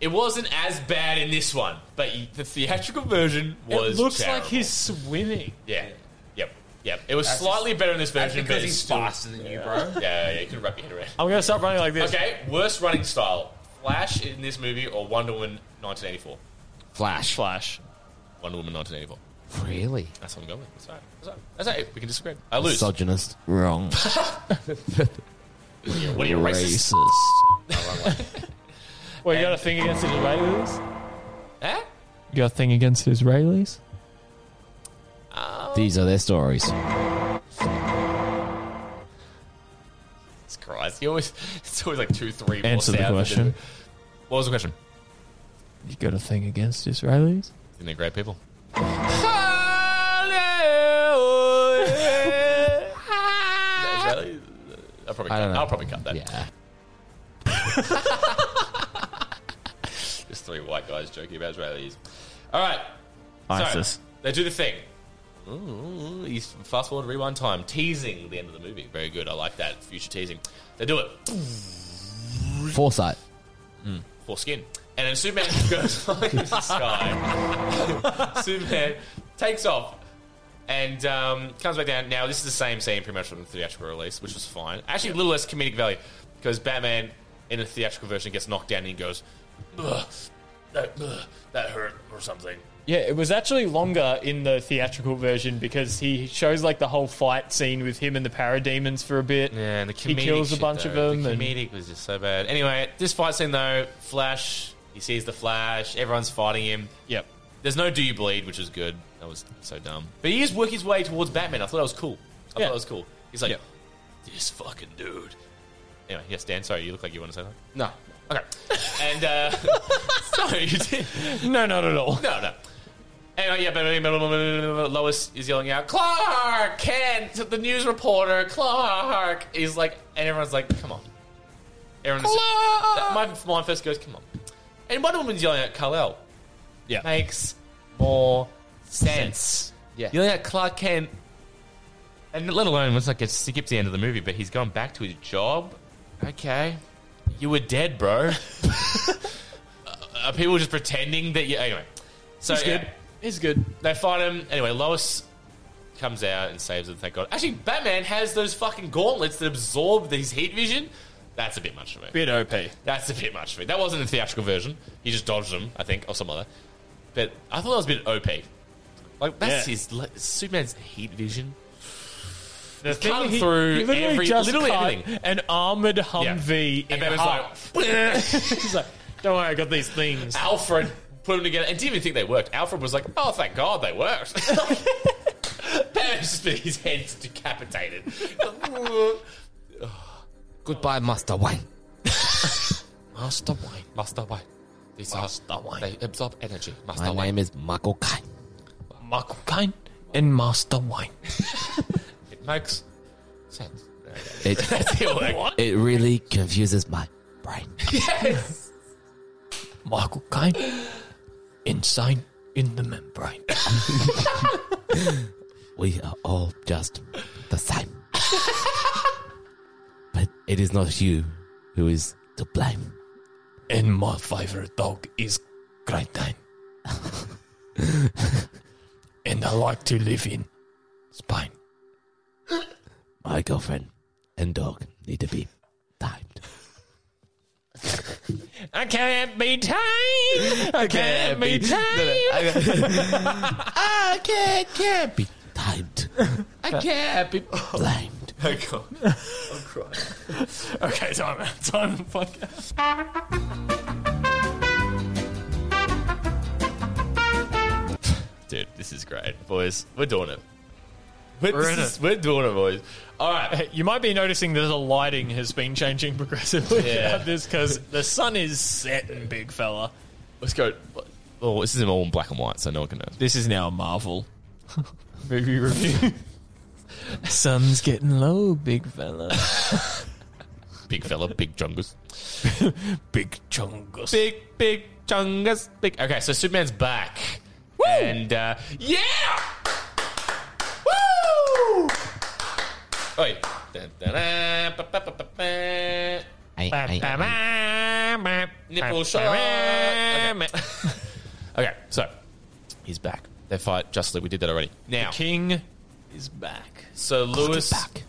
It wasn't as bad in this one, but y- the theatrical version was. it looks terrible. like he's swimming. Yeah. Yep. Yep. It was That's slightly just- better in this that's version, because but it's he's still- faster than you, bro. Yeah, yeah, yeah, you can wrap your head around. I'm gonna stop running like this. Okay, worst running style: Flash in this movie or Wonder Woman 1984? Flash. Flash. Wonder Woman 1984. Really? That's what I'm going with. That's right. That's right. That's right. We can disagree. I lose. Misogynist. Wrong. What are you, racist? Well, you got a thing against Israelis? Eh? You got a thing against Israelis? These are their stories. Jesus Christ! You always it's always like two, three. more Answer the sound than question. What was the question? You got a thing against Israelis? Isn't they great people? Israeli? I'll probably I cut, don't know. I'll probably cut that. Yeah. Just three white guys joking about Israelis. All right. ISIS. So, they do the thing. Ooh, he's fast forward, rewind time, teasing the end of the movie. Very good. I like that future teasing. They do it. Foresight. Foreskin. And then Superman goes flying into the sky. Superman takes off and um, comes back down. Now, this is the same scene pretty much from the theatrical release, which was fine. Actually, a little less comedic value because Batman in the theatrical version gets knocked down and he goes, "Ugh, that, ugh, that hurt or something. Yeah, it was actually longer in the theatrical version because he shows like the whole fight scene with him and the parademons for a bit. Yeah, and the he kills a shit, bunch of though. them. The and comedic was just so bad. Anyway, this fight scene though, Flash, he sees the Flash, everyone's fighting him. Yep. There's no Do You Bleed, which is good. That was so dumb. But he is working his way towards Batman. I thought that was cool. I Yeah. thought that was cool. He's like, this fucking dude. Anyway, yes, Dan. Sorry, you look like you want to say that. No. Okay. And uh, so you did. No, not at all. No, no. Anyway, yeah, but- but- but- but- but Lois is yelling out, Clark Kent, the news reporter, Clark. He's like, and everyone's like, come on. Everyone's, That- my mind first goes, come on. And Wonder Woman's yelling at Kal-El. Yeah. Makes more sense. Yeah. Yelling at Clark Kent. And let alone, once like, it skips the end of the movie, but he's gone back to his job. Okay. You were dead, bro. Uh, Are people just pretending that you. Anyway. So, He's good. He's good. They fight him. Anyway, Lois comes out and saves him, thank God. Actually, Batman has those fucking gauntlets that absorb these heat vision. That's a bit much for me. Bit OP. That's a bit much for me. That wasn't the theatrical version. He just dodged them, I think, or some other. But I thought that was a bit OP. Like that's Yeah. his like, Superman's heat vision. The He's cutting through literally every- just literally cut everything. An armored Humvee. And in Batman's half. like, he's like, don't worry, I got these things. Alfred put them together and didn't even think they worked. Alfred was like, "Oh, thank God they worked." Batman's just been- his head's decapitated. Goodbye, Master Wayne. Master Wayne. Master Wayne. These Master Wayne. They absorb energy. Master My Wayne. name is Marco Kai. Michael Caine and Master Wayne. It makes sense. It, it really confuses my. yes. Michael Caine, insane in the membrane. We are all just the same. but it is not you who is to blame. And my favorite dog is Great Dane. and I like to live in Spain. My girlfriend and dog need to be. I can't be tamed. I can't be tamed. I can't, can't be timed. I can't be blamed. Oh god, I'm crying. okay, time out. Time for podcast. Dude, this is great, boys. We're doing it. We're, We're this in is- we're doing it, boys. All right. You might be noticing that the lighting has been changing progressively Yeah. throughout this because the sun is setting, big fella. Let's go. Oh, this is all in black and white, so no one can know. This is now a Marvel movie review. Sun's getting low, big fella. Big fella, big jungus. big chungus. Big, big chungus. Big. Okay, so Superman's back. Woo! And, uh, yeah! Woo! Oi. Dun, dun, dun, ba, ba, ba, ba, ba. Nipple shot. Okay. okay, so he's back. They fight justly. We did that already. Now, King is back. so Lewis back.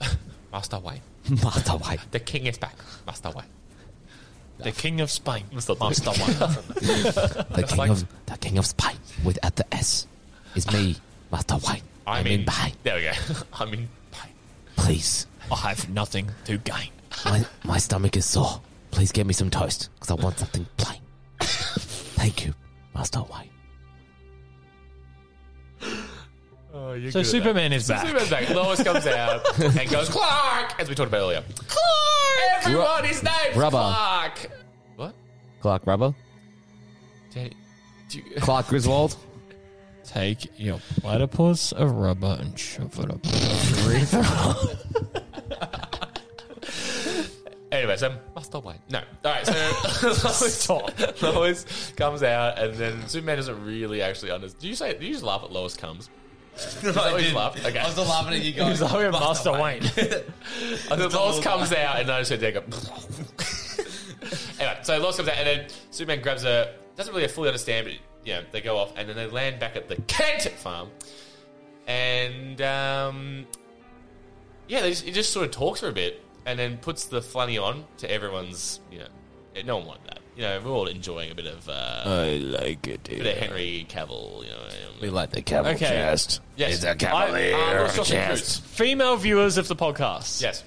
Master Wayne. Master Wayne. The king is back. Master Wayne. The king of Spain. Master The king of the king of spy with at the S is me, Master Wayne. I I'm mean, in behind. There we go. I mean, Please, I have nothing to gain. my, my stomach is sore. Please get me some toast because I want something plain. Thank you, Master Wayne. oh, you're So good at Superman that. is back. Superman's back. Lois comes out and goes Clark, as we talked about earlier. Clark. Everyone, his name's Rubber. Clark. What? Clark Rubber, Daddy, do you- Clark Griswold. Take your platypus of rubber and shove it up your urethra. Anyway, so Master Wayne. um, No. All right, so Lois, Lois comes out, and then Superman doesn't really actually understand. Do you say? Do you just laugh at Lois comes? Is that what you laughed? Okay. I was still laughing at you guys. He's like, "We're Master Wayne. And then Lois comes out, and I just heard they go. anyway, so Lois comes out, and then Superman grabs her. Doesn't really fully understand, but you know, they go off, and then they land back at the Kent farm, and um, yeah, they just, he just sort of talks for a bit, and then puts the funny on to everyone's. You know, eh, no one wanted that. You know, we're all enjoying a bit of uh, Oh, I like it. bit of Henry Cavill. You know, um, We like the Cavill Okay. chest. Yes. It's a Cavalier I- I was just chest. Female viewers of the podcast. yes,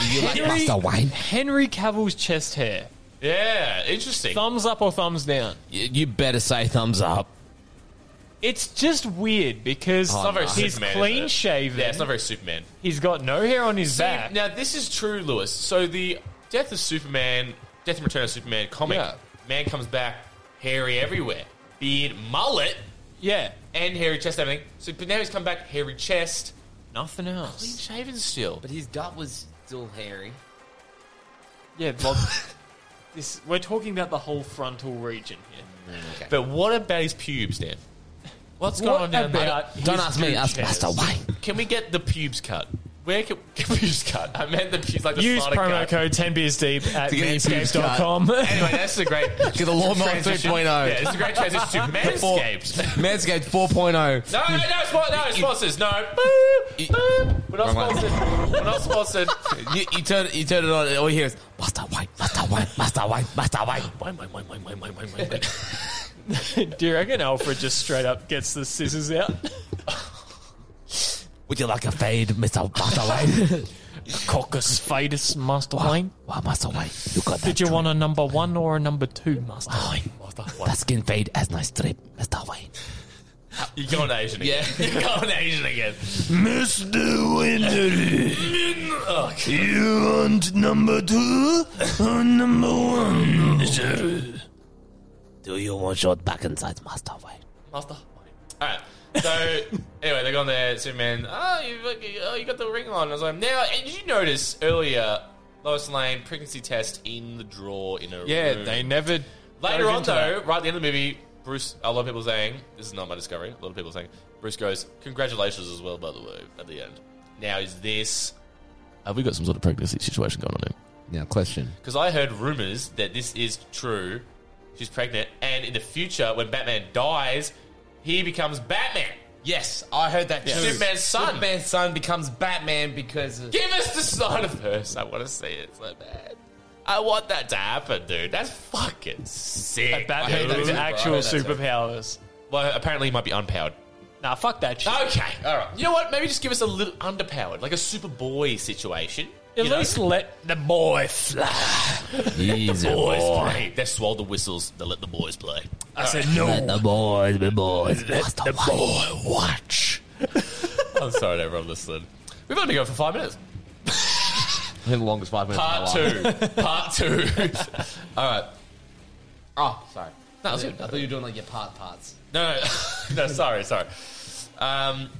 Wayne? Henry Cavill's chest hair. yeah, interesting. Thumbs up or thumbs down? You, you better say thumbs up. It's just weird because It's not very he's Superman, is it? clean shaven. Yeah, it's not very Superman. He's got no hair on his See, back. Now this is true, Lewis. So the Death of Superman, Death and Return of Superman comic, Yeah. man comes back hairy everywhere, beard, mullet, yeah, and hairy chest, everything. So but now he's come back hairy chest, nothing else. Clean shaven still. But his gut was still hairy. Yeah, Bob. this we're talking about the whole frontal region here. But what about his pubes, Dan? What's What going on down there? about Don't- don't his ask me, ask pubes? Master Wayne. Can we get the pubes cut? Where can, pubes cut? I meant the pubes like the Use slider promo cut. code 10 beers deep at To get your pubes cut. manscaped.com. Anyway, that's a great Get the lawnmower transition. 3.0. Yeah, it's a great transition to Manscaped. oh. Manscaped oh. 4.0. No, no, no, spon- no sponsors. No, Boop, boop. we're not Wrong one. sponsored. We're not sponsored. You, you turn it, you turn it on, and all you hear is Master Wayne, Master Wayne, Master Wayne, Master Wayne. Do you reckon Alfred just straight up gets the scissors out? Would you like a fade, Mister Master Wayne? Caucus fadus, Master Wayne. Wow, Master Wayne, you got that. Did you want a number one or a number two, Master Wayne? That skin fade as nice strip, Mister Wayne. You're going Asian again. You're going Asian again. Mr. Winter, Oh, you want number two or number one, sir? Do you want short back and sides, Master Wayne? Master. All right. So anyway, they go on there. Superman. Oh, you, fucking- oh, you got the ring on. I was like, now. And did you notice earlier? Lois Lane pregnancy test in the drawer in a Yeah, room. they never. Later dove on, into though, that. right at the end of the movie, Bruce. A lot of people saying this is not my discovery. A lot of people saying Bruce goes, "Congratulations as well." By the way, at the end. Now is this Have we got some sort of pregnancy situation going on here? Now, question. Because I heard rumors that this is true. She's pregnant, and in the future, when Batman dies, he becomes Batman. Yes, I heard that Yeah. too. Superman's son. Superman's son becomes Batman because of. Give us the Snyderverse. I want to see it so bad. I want that to happen, dude. That's fucking sick. That Batman has actual superpowers. Well, apparently he might be unpowered. Nah, fuck that shit. Okay, all right. You know what? Maybe just give us a little underpowered, like a Superboy situation. At you know? least let the boy fly. Let the a boys boy. play. They swallow the whistles. They let the boys play. I said no. Let the boys be boys. Let the boy watch. I'm sorry to everyone listening. We've only gone for five minutes. I think the longest five minutes. Part two. Part two. All right. Oh, sorry. No, No, it's I good. thought you were doing like your part parts. No, no, no sorry, sorry. Um,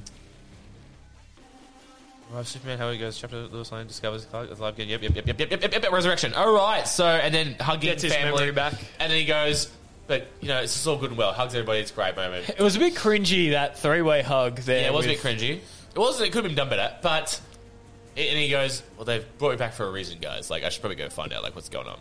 Arrive Superman, how he goes, chapter Lewis Lane discovers Clark is alive again. Yep, yep, yep, yep, yep, yep, yep, yep, yep, resurrection. All right, so, and then hugging Gets his family. memory back. And then he goes, but, you know, it's just all good and well. Hugs everybody, it's a great moment. It was a bit cringy that three-way hug there. Yeah, it was a bit with- cringy. It wasn't, it could have been done better, but, and he goes, well, they've brought me back for a reason, guys. Like, I should probably go find out, like, what's going on.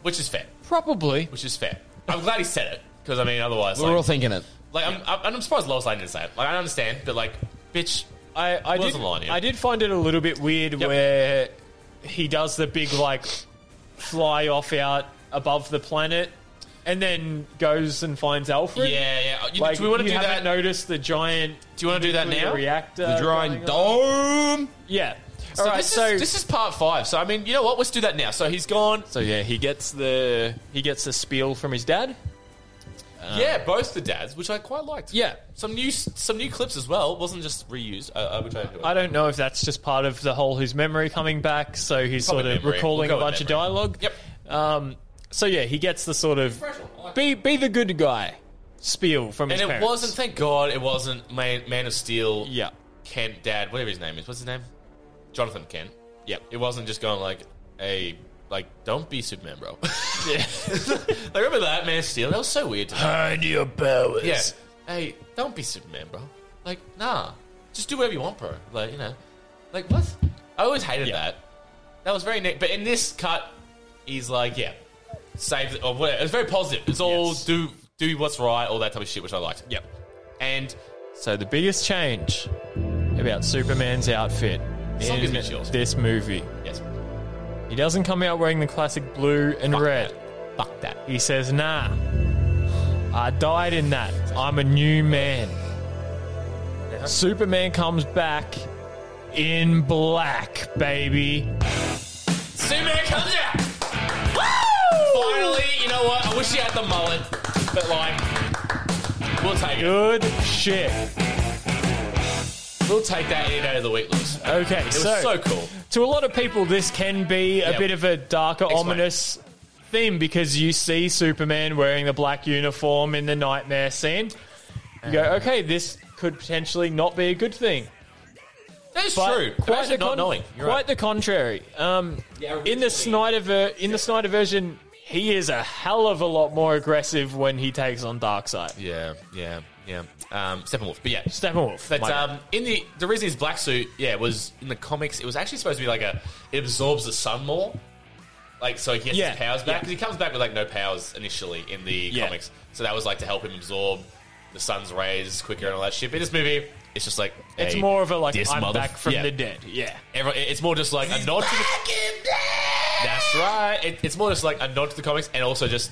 Which is fair. Probably. Which is fair. I'm glad he said it, because, I mean, otherwise, We're like, all thinking it. like, I'm, I'm, I'm surprised Lois Lane didn't say it. Like, I understand, but like, bitch, I, I What was did. the line here? I did find it a little bit weird where he does the big like fly off out above the planet, and then goes and finds Alfred. Yeah, yeah. You- like, do we wanna you do haven't that- Noticed the giant. Do you wanna do that nuclear now? Reactor. The giant dome. Yeah. So All right. this So is, this is part five. So I mean, you know what? Let's do that now. So he's gone. So yeah, he gets the he gets the spiel from his dad. yeah, both the dads, which I quite liked. uh, Yeah. some new some new clips as well. It wasn't just reused. I, I would try to do it. I don't know if that's just part of the whole his memory coming back, so he's Probably sort of memory. recalling We'll a go with bunch of dialogue. Yep. Um, so yeah, he gets the sort of be be the good guy spiel from and his it parents. wasn't. Thank God, it wasn't Man, Man of Steel. Yeah, Kent, Dad, whatever his name is. What's his name? Jonathan Kent. Yeah, it wasn't just going like, hey, like don't be Superman, bro. yeah, like, remember that Man of Steel? That was so weird. To me. Hide your powers. Yeah. Hey, don't be Superman, bro. Like, nah. Just do whatever you want, bro. Like, you know. Like, what? I always hated that. That was very neat. But in this cut, he's like, yeah, save it, or whatever. It's very positive. It's all do do what's right, all that type of shit, which I liked. Yep. And So the biggest change about Superman's outfit Song gives in me chills. this movie. Yes. He doesn't come out wearing the classic blue and red. Fuck that. He says, nah. I died in that. I'm a new man. Uh-huh. Superman comes back in black, baby. Superman comes out. Woo! Finally, you know what? I wish he had the mullet, but like, We'll take Good shit. it. We'll take that any day of the week, Lewis. Okay, it so, was so cool. To a lot of people, this can be a Yeah. bit of a darker, Explain. ominous theme because you see Superman wearing the black uniform in the nightmare scene. You go, okay, this could potentially not be a good thing. That's But true. Quite Imagine the not con- knowing. You're quite right. the contrary. Um, in the Snyder ver- in the Snyder version, he is a hell of a lot more aggressive when he takes on Darkseid. Yeah, yeah, yeah. Um, Steppenwolf, but yeah, Steppenwolf. But my bad. um, in the the reason his black suit, yeah, was in the comics. It was actually supposed to be like a it absorbs the sun more, like so he gets Yeah, his powers back yeah. because he comes back with like no powers initially in the Yeah. comics. So that was like to help him absorb the sun's rays quicker and all that shit. But in this movie, it's just like It's hey, more of a, like, this I'm mother- back from yeah. the dead. Yeah. Everyone- it- it's more just like a nod. To the, that's right. It, it's more just like a nod to the comics, and also just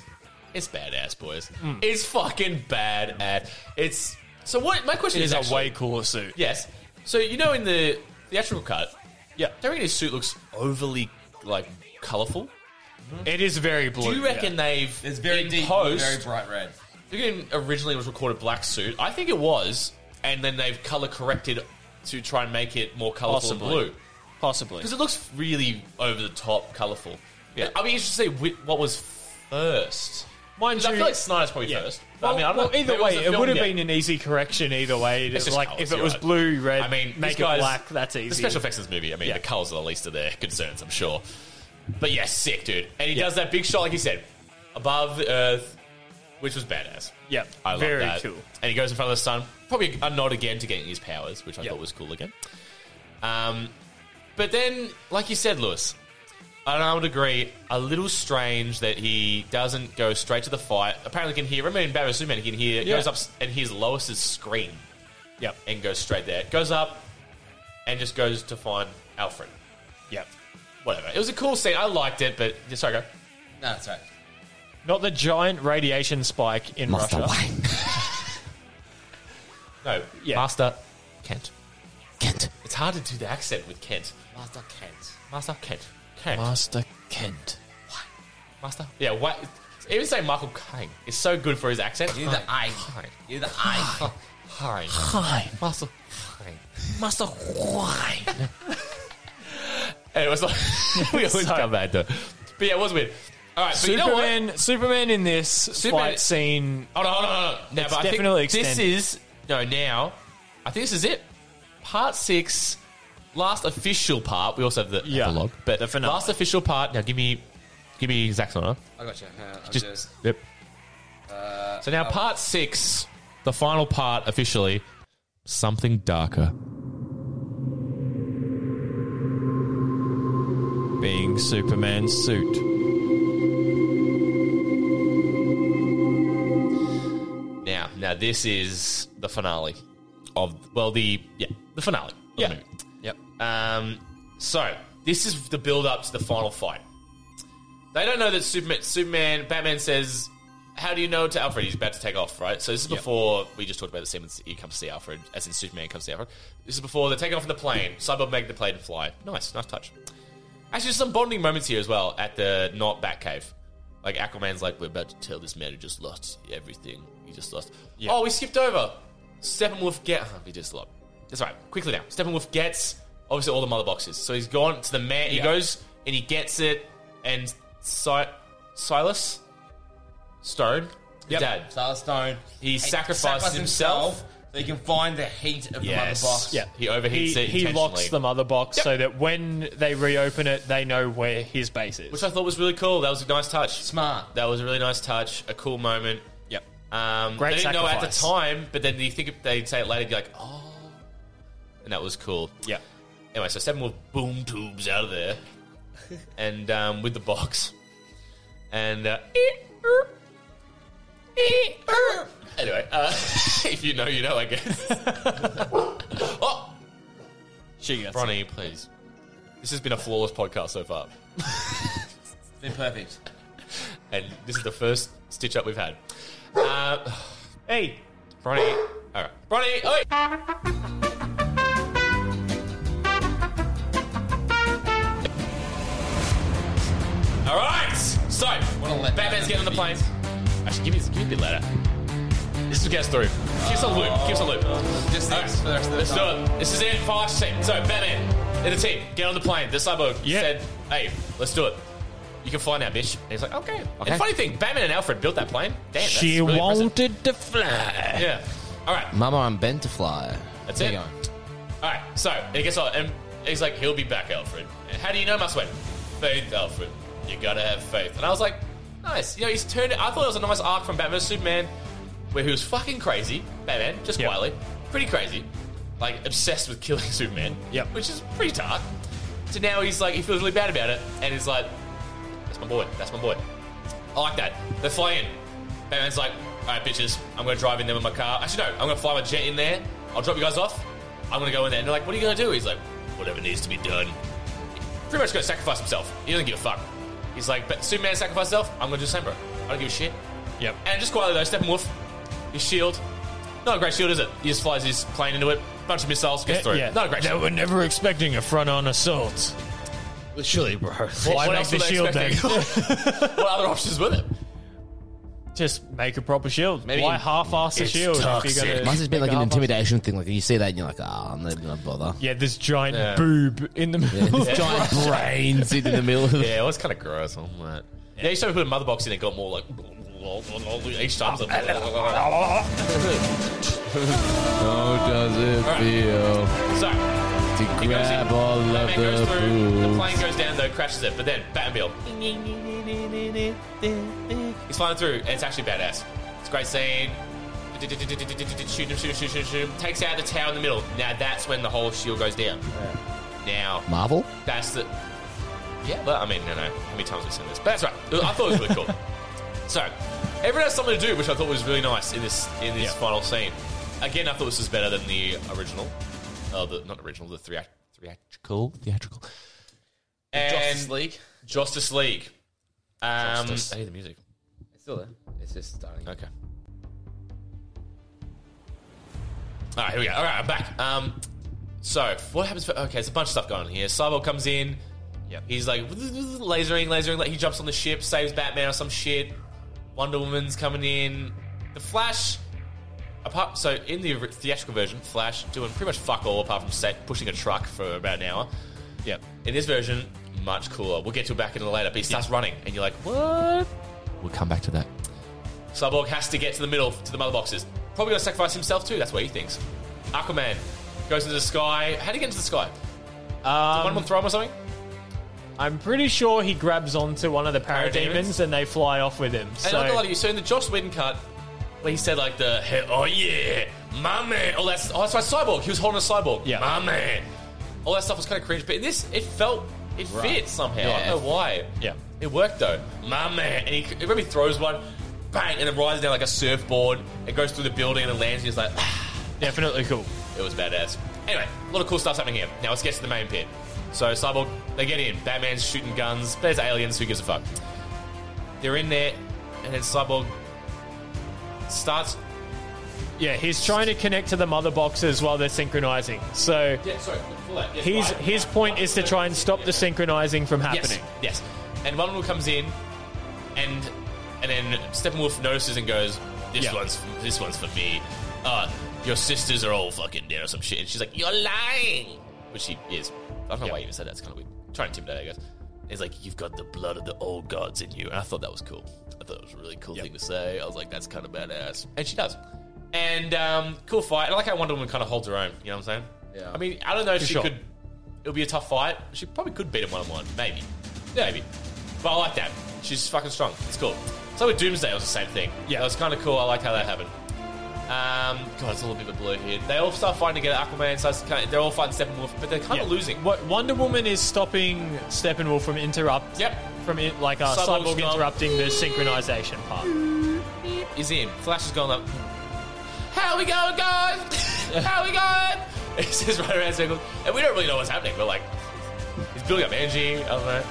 it's badass, boys. Mm. It's fucking badass. It's so what? My question It is is a actually- way cooler suit. Yes. So you know in the theatrical cut, yeah, don't think his suit looks overly like colorful. It is very blue. Do you reckon yeah. they've It's very in deep, post, very bright red. Do you reckon originally it was recorded black suit? I think it was, and then they've color corrected to try and make it more colorful and Possibly. blue. Possibly. Because it looks really over the top colorful. Yeah, I'd be interested to see whi- what was first. Mind 'Cause I you- feel like Snyder's probably first. But Well, I mean, I don't well, know. either Maybe way, wasn't it would have filmed yet. been an easy correction either way. It's It's just like colours, if it you're was right. blue, red, I mean, make these it guys- black. That's easy. The special effects in this movie, I mean, the colours are the least of their concerns, I'm sure. But yeah, sick, dude. And he does that big shot, like you said, above the Earth, which was badass. Yep. I love Very that. cool. And he goes in front of the sun, probably a nod again to getting his powers, which I thought was cool again. Um, but then, like you said, Lewis, and I would agree, a little strange that he doesn't go straight to the fight. Apparently, he can hear. Remember in Batman Superman, he can hear. Yeah. Goes up and hears Lois's scream. Yep. And goes straight there. Goes up and just goes to find Alfred. Yep. Whatever. It was a cool scene. I liked it, but yeah, sorry, go. No, that's right. Not the giant radiation spike in Master Russia. No, Yeah. Master Kent. Kent. It's hard to do the accent with Kent. Master Kent. Master Kent. Kent. Master Kent. Master. Yeah. Why? Even saying Michael Caine is so good for his accent. You're the I. You're the I. Hi. Hi. Master. Master why? And it was like we always come back to. it. But yeah, it was weird. All right, but you know what? Superman, Superman in this Superman- fight scene. Hold on, hold on, hold on. Now, It's but I definitely think this extended. is no now. I think this is it. Part six, last official part. We also have the yeah. epilogue, but the finale. last official part. Now, give me, give me Zack Snyder. I got you. Uh, I'll Just- just- yep. uh, So now, oh, part six, the final part officially. Something darker. Being Superman's suit. Now, now this is the finale of well, the yeah, the finale. Yeah. Yep. Um, so this is the build up to the final fight. They don't know that Superman, Superman, Batman says, "How do you know?" To Alfred, he's about to take off, right? So this is Yep. before we just talked about the scene when he comes to see Alfred, as in Superman comes to see Alfred. This is before they take off in the plane. Cyborg make the plane fly. Nice, nice touch. Actually, some bonding moments here as well at the not Batcave. Like Aquaman's like, we're about to tell this man who just lost everything. He just lost. Oh, we skipped over. Steppenwolf get. huh, we just lost. That's right. Quickly now. Steppenwolf gets obviously all the mother boxes. So he's gone to the man. He Yeah. goes and he gets it. And si- Silas Stone, his dad. Silas Stone. He sacrificed himself. so he can find the heat of Yes. the mother box. Yeah. He overheats he, it He locks intentionally. the mother box so that when they reopen it, they know where his base is. which I thought was really cool. That was a nice touch. Smart. That was a really nice touch. A cool moment. Yep. Um, Great they didn't know at the sacrifice. time, but then you think if they'd say it later, you'd be like, oh, and that was cool. Yeah. Anyway, so Steppenwolf boom tubes out of there, and um, with the box, and uh, eh, anyway, uh, if you know, you know, I guess. oh, she gets Bronny, please. This has been a flawless podcast so far. It's been perfect. and this is the first stitch up we've had. Uh, hey, Bronny. All right, Bronny. Oi. All right. So, Batman's getting on the plane. Actually, give me, give me a bit louder. This gets through. Give us a loop. Give us a loop. Oh, Just this for the rest of the Let's do it. This is it. Five, six. So, Batman, in the team, get on the plane. The cyborg said, hey, let's do it. You can fly now, bitch. And he's like, okay. Okay. And funny thing, Batman and Alfred built that plane. Damn, that's She really impressive. wanted to fly. Yeah. All right. Mama, I'm bent to fly. That's Keep it. going. All right, so it gets on, and he's like, "He'll be back, Alfred." How do you know, Mustwin? Faith, Alfred. You gotta have faith. And I was like, "Nice." You know, he's turned. I thought it was a nice arc from Batman vs Superman, where he was fucking crazy, Batman, just quietly, pretty crazy, like obsessed with killing Superman. Yep. Which is pretty dark. So now he's like, he feels really bad about it, and he's like, "That's my boy. That's my boy." I like that. They fly in. Batman's like, all right, bitches, I'm going to drive in there with my car. Actually, no, I'm going to fly my jet in there. I'll drop you guys off. I'm going to go in there. And they're like, what are you going to do? He's like, whatever needs to be done. Pretty much going to sacrifice himself. He doesn't give a fuck. He's like, but Superman sacrificed himself. I'm going to do the same, bro. I don't give a shit. Yep. And just quietly, though, Steppenwolf, his shield. Not a great shield, is it? He just flies his plane into it. Bunch of missiles, gets through. Not a great They shield. were never expecting a front-on assault. Surely, bro. what Why make else the were they shield then? expecting? what other options were there? Just make a proper shield. Maybe Why half-ass a it's shield? toxic. gonna Must have been make like a an half-ass- intimidation thing. Like you see that and you're like, ah, I'm not even gonna bother. Yeah, this giant Yeah. boob in the middle. this giant brain sitting in the middle. Of Yeah, it was kind of gross. I'm like, yeah. you started putting mother box in, it got more like each time. Oh, it's like- How does it Alright. feel so, to he goes in. grab all Batman of goes the through. The plane boobs? goes down though, crashes it, but then Batmobile. He's flying through, and it's actually badass. It's a great scene. Shoot him, shoot him, shoot him, shoot him, shoot him. Takes out the tower in the middle. Now that's when the whole shield goes down. Now Marvel. that's the. Yeah, but I mean, no, no. How many times have we seen this? But that's right. I thought it was really cool. So, everyone has something to do, which I thought was really nice in this in this final scene. Again, I thought this was better than the original. Uh, the, not original, the three act, three act Cool, theatrical. and Justice League. Justice League. Um, Justice- I hear the music. It's still there. It's just starting. Okay. All right, here we go. All right, I'm back. Um, so what happens? For, okay, it's a bunch of stuff going on here. Cyborg comes in. Yep. He's like lasering, lasering. Like he jumps on the ship, saves Batman or some shit. Wonder Woman's coming in. The Flash. Apart, so in the theatrical version, Flash doing pretty much fuck all apart from set, pushing a truck for about an hour. Yep. In this version, much cooler. We'll get to it back in later, but he starts running, and you're like, what? We'll come back to that. Cyborg has to get to the middle to the mother boxes. Probably gonna sacrifice himself too. That's what he thinks. Aquaman goes into the sky. How do you get into the sky? Did one of them throw him or something? I'm pretty sure he grabs onto one of the parademons, Parademons? and they fly off with him. And So like a lot of you, so in the Joss Whedon cut, where he said like the "Hey, oh yeah, my man, all that. Oh, that's right, cyborg. He was holding a cyborg. Yeah, my man. All that stuff was kind of cringe, but in this, it felt it Right. fit somehow. I Yeah. don't know why. Yeah, it worked though. My man, and he, remember he throws one, bang, and it rises down like a surfboard. It goes through the building and it lands. And he's like, definitely cool. It was badass. Anyway, a lot of cool stuff's happening here. Now let's get to the main pit. So Cyborg, they get in. Batman's shooting guns. There's aliens. Who gives a fuck? They're in there, and then Cyborg starts. yeah, he's trying to connect to the mother boxes while they're synchronizing. So Yeah, sorry. Pull that. Yes, his right. his point is to try and stop the synchronizing from happening. Yes, yes. And Wonder Woman comes in, and and then Steppenwolf notices and goes, "This one's this one's for me." Uh, your sisters are all fucking dead or some shit. And she's like, "You're lying," which she is. I don't know why he even said that. It's kind of weird. Trying to intimidate, I guess. He's like, "You've got the blood of the old gods in you," and I thought that was cool. I thought it was a really cool thing to say. I was like, "That's kind of badass," and she does. And um, cool fight. And I like how Wonder Woman kind of holds her own. You know what I'm saying? Yeah. I mean, I don't know if For she sure. could It'll be a tough fight. She probably could beat him one on one, maybe, maybe. But I like that. She's fucking strong. It's cool. So with Doomsday, it was the same thing. Yeah, it was kind of cool. I like how that happened. Um, God, it's a little bit of a blur here. They all start fighting together. Aquaman starts. Kind of, they're all fighting Steppenwolf, but they're kind of Yeah. losing. What Wonder Woman is stopping Steppenwolf from interrupt. Yep. From in, like uh, Cyborg's cyborg gone. interrupting the synchronization part. Is in. Flash has gone up. How we going, guys? How we going? It's just right around circles, and we don't really know what's happening. We're like, he's building up energy. I don't know.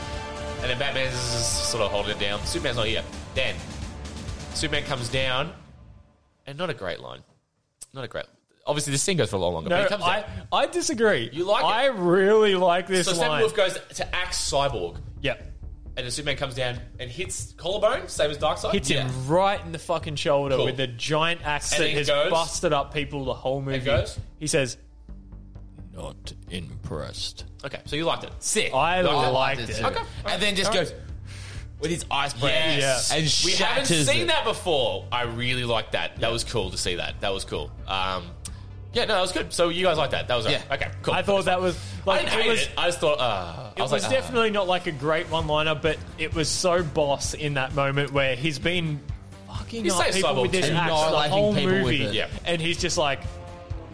And then Batman's just sort of holding it down. Superman's not here. Then Superman comes down, and not a great line. Not a great. Obviously, this thing goes for a lot longer. but No, he comes I, down. I disagree. You like it? I really like this so line. Steppenwolf goes to axe Cyborg. Yep. and then Superman comes down and hits collarbone, same as Darkseid. Hits Yeah. him right in the fucking shoulder Cool. with a giant axe And that he has goes- busted up people the whole movie. goes- He says, Not impressed. Okay, so you liked it. Sick. I Liked it. liked it. Okay. And then just All right. goes with his ice break Yes. and we haven't shatters seen it. that before. I really like that. That was cool to see that. That was cool. Um, yeah, no, that was good. So you guys like that? That was yeah. Okay, cool. I thought that was I like didn't it hate was. it. I just thought uh, It I was, was, like, ah. definitely not like a great one-liner, but it was so boss in that moment where he's been fucking You up say people Cyborg with this too. axe the Annihilating whole people with movie, it. Yeah. and he's just like,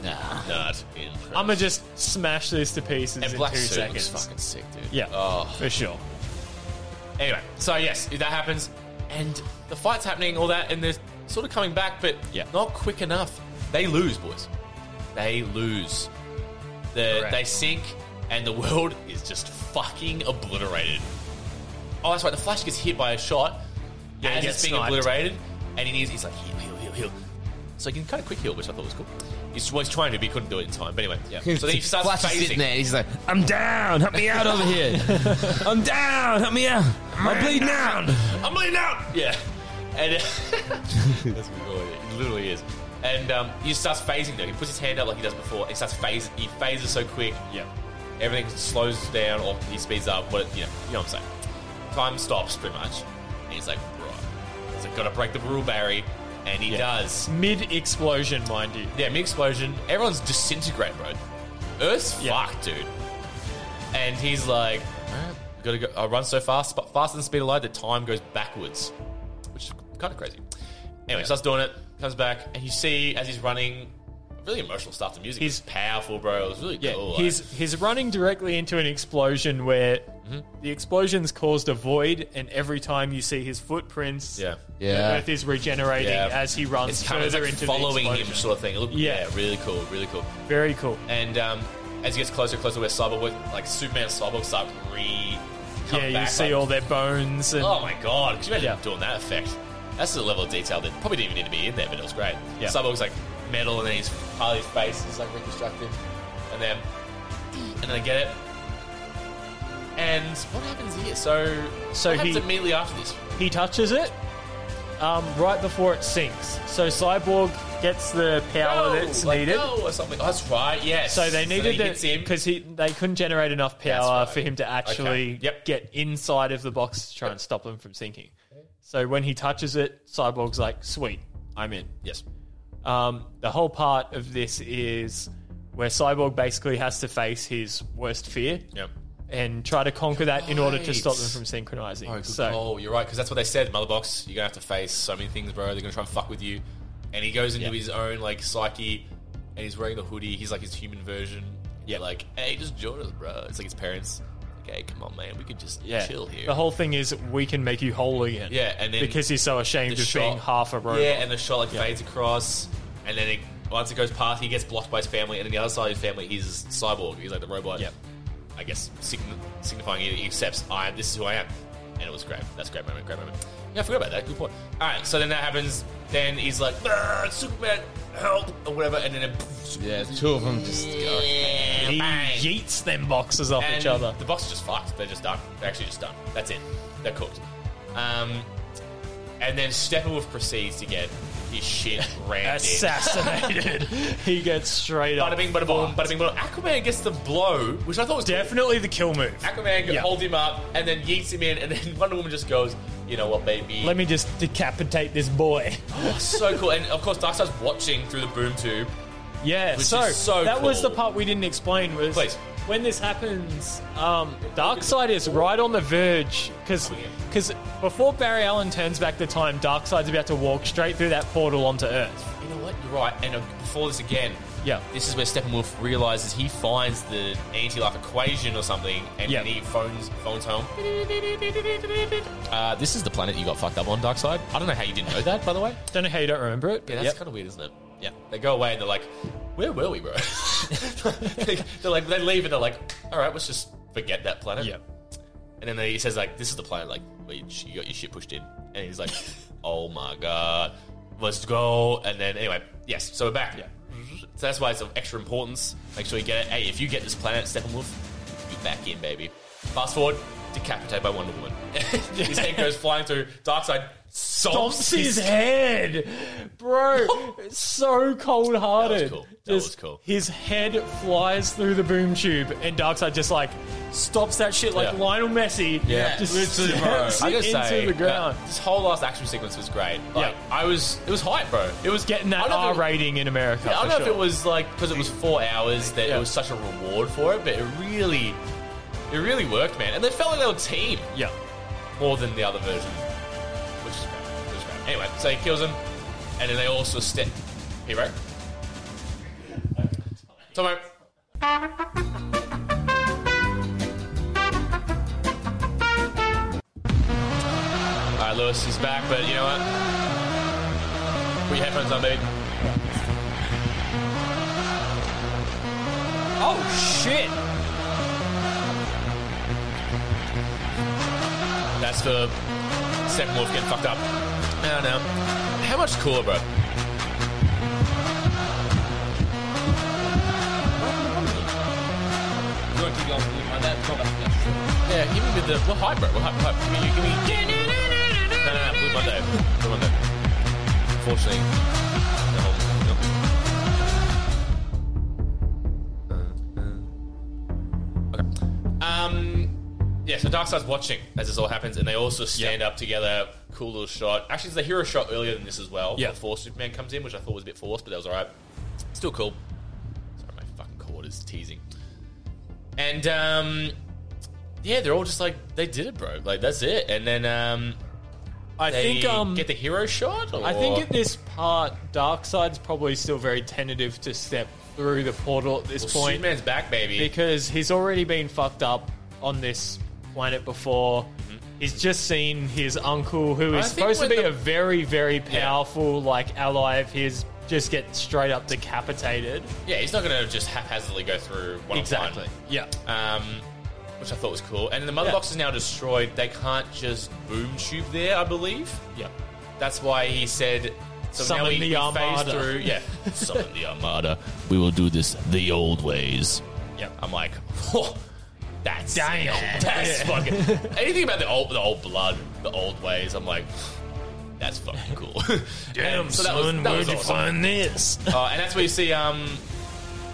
Nah, not impressed. "I'm gonna just smash this to pieces And in Black two Suit seconds." looks fucking sick, dude. Yeah, Oh. for sure. Anyway, so yes, that happens, and the fight's happening, all that, and they're sort of coming back, but yeah. not quick enough. They lose, boys. They lose. The, Correct. they sink, and the world is just fucking obliterated. Oh, that's right. The Flash gets hit by a shot Yeah, he as gets it's being sniped. obliterated, and he needs. He's like heal, heal, heal, heal. So he can kind of quick heal, which I thought was cool. He's, well, he's trying to, but he couldn't do it in time. But anyway, yeah. So then he starts Flash is phasing. sitting there. and He's like, "I'm down. Help me out over here. I'm down. Help me out. I'm bleeding out. I'm bleeding out. Yeah. And that's really, it literally is. And um, he starts phasing though. He puts his hand up like he does before. He starts phasing. He phases so quick. Yeah. Everything slows down or he speeds up. What you know, you know what I'm saying. Time stops pretty much. And he's like, right. He's like, gotta break the rule barrier. And he does. Mid explosion, mind you. Yeah, mid explosion. Everyone's disintegrate, bro. Earth's fucked, dude. And he's like, "Alright, gotta go. I run so fast, but faster than the speed of light, the time goes backwards, which is kind of crazy. Anyway, starts doing it, comes back, and you see as he's running, really emotional stuff. The music is powerful, bro. It was really cool. eh? like- He's he's running directly into an explosion where Mm-hmm. the explosion's caused a void, and every time you see his footprints, Yeah. the Yeah. Earth is regenerating Yeah. as he runs It's kind of further like into following the him, explosion. sort of thing. It looked, yeah. really cool, really cool. Very cool. And um, as he gets closer, and closer, where Cyborg, like Superman, and Cyborg start re. come yeah, you back, see like, all their bones. And oh my god! Could you imagine doing that effect? That's the level of detail that probably didn't even need to be in there, but it was great. Yeah. Cyborg's like metal, and then his part of his face is like reconstructed, and then and then I get it. And what happens here? So So what happens he- immediately after this. He touches it um, right before it sinks. So Cyborg gets the power Go! that's Like, needed. go or something. Oh, that's right. Yes. So they needed he hits that because he they couldn't generate enough That's power right. for him to actually Okay. get inside of the box to try and stop them from sinking. So when he touches it, Cyborg's like, "Sweet, I'm in." Yes. Um, the whole part of this is where Cyborg basically has to face his worst fear. Yep. And try to conquer that in order to Right. stop them from synchronizing. Oh, good so call. You're right, because that's what they said. Mother box, you're gonna have to face so many things, bro. They're gonna try and fuck with you. And he goes into Yeah. his own like psyche, and he's wearing the hoodie. He's like his human version. Yeah, like hey, just join us, bro. It's like his parents. Like, hey, come on, man. We could just yeah, chill here. the whole thing is we can make you whole again. Yeah, and then because he's so ashamed the of being half a robot. Yeah, and the shot like fades across, and then it, once it goes past, he gets blocked by his family, and then the other side of his family, he's cyborg. He's like the robot. Yeah, I guess sign- signifying he he accepts I am. This is who I am, and it was great. That's a great moment. Great moment. Yeah, I forgot about that. Good point. All right, so then that happens. Then he's like, "Ah, Superman, help, or whatever, and then it, Yeah, two of them just go. he yeets them boxes off and each other. The box is just fucked. They're just done. They're actually just done. That's it. They're cooked. Um, and then Steppenwolf proceeds to get his shit rammed assassinated. he gets straight up. Bada bing, bada boom, bada bing, bada. Aquaman gets the blow, which I thought was definitely the kill move. Aquaman Yeah. holds him up and then yeets him in, and then Wonder Woman just goes, "You know what, baby? Let me just decapitate this boy. Oh, so cool." And of course, Darkseid's watching through the boom tube. Yeah, Which so, is so that was cool. the part we didn't explain. Was Please. when this happens, um, Darkseid is right on the verge because before Barry Allen turns back the time, Darkseid's about to walk straight through that portal onto Earth. You know what? You're right. And uh, before this again, yeah, this is where Steppenwolf realizes he finds the anti-life equation or something, and Yeah. then he phones phones home. Uh, this is the planet you got fucked up on, Darkseid. I don't know how you didn't know that, by the way. Don't know how you don't remember it. Yeah, that's kind of weird, isn't it? Yeah, they go away and they're like, "Where were we, bro?" they, they're like, they leave and they're like, "All right, let's just forget that planet." Yeah. And then he says like, "This is the planet like where you, you got your shit pushed in," and he's like, "Oh my god, let's go!" And then anyway, yes, so we're back. Yeah. So that's why it's of extra importance. Make sure you get it. Hey, if you get this planet, Steppenwolf, you're back in, baby. Fast forward decapitated by Wonder Woman. his head goes flying through. Darkseid stomps Stomps his head, bro. it's so cold-hearted. That was cool. That was cool. His head flies through the boom tube, and Darkseid just like stops that shit like Yeah. Lionel Messi. Yeah, just literally, bro. steps I it gotta into say, the ground. that- this whole last action sequence was great. Like, I was, it was hype, bro. It was Getting I that don't know if R it- rating in America. Yeah, I don't for know sure. if it was like because it was four hours that it was such a reward for it, but it really, it really worked, man. And they felt like they were a team. Yeah, more than the other version, which is great. Which is great. Anyway, so he kills him, and then they also step. Hero. Tomo. All right, Lewis is back, but you know what? Put your headphones on, dude. Oh shit! That's the second wolf getting fucked up. I don't know. How much cooler, bro? Yeah, give me with the what hype, bro. What hype, hype. Give me, give me. No, no, no, Blue Monday. Blue Monday. Unfortunately, the whole- no. Uh, Um, yeah, so Darkseid's watching as this all happens, and they also stand up together. Cool little shot. Actually, there's a hero shot earlier than this as well. Yeah. Before Superman comes in, which I thought was a bit forced, but that was alright. Still cool. Sorry, my fucking cord is teasing. And, um, yeah, they're all just like, they did it, bro. Like, that's it. And then, um, I they think, um, get the hero shot? Or? I think at this part, Darkseid's probably still very tentative to step through the portal at this Well, point. Superman's back, baby. Because he's already been fucked up on this planet before. He's just seen his uncle, who Mm-hmm. I is think supposed to when be the- a very, very powerful like ally of his, just get straight up decapitated. Yeah, he's not going to just haphazardly go through one Exactly. Uh, Yeah. Um, which I thought was cool. And the mother box is now destroyed. They can't just boom tube there, I believe. Yeah. That's why he said. So Summon now he, the he phased Armada. Through, yeah. Summon the Armada. Marta, we will do this the old ways. Yep. I'm like, oh, that's damn. That's Yeah. fucking anything about the old, the old blood, the old ways. I'm like, that's fucking cool. Damn, And son, where'd you find this? Oh, and that's where you see um,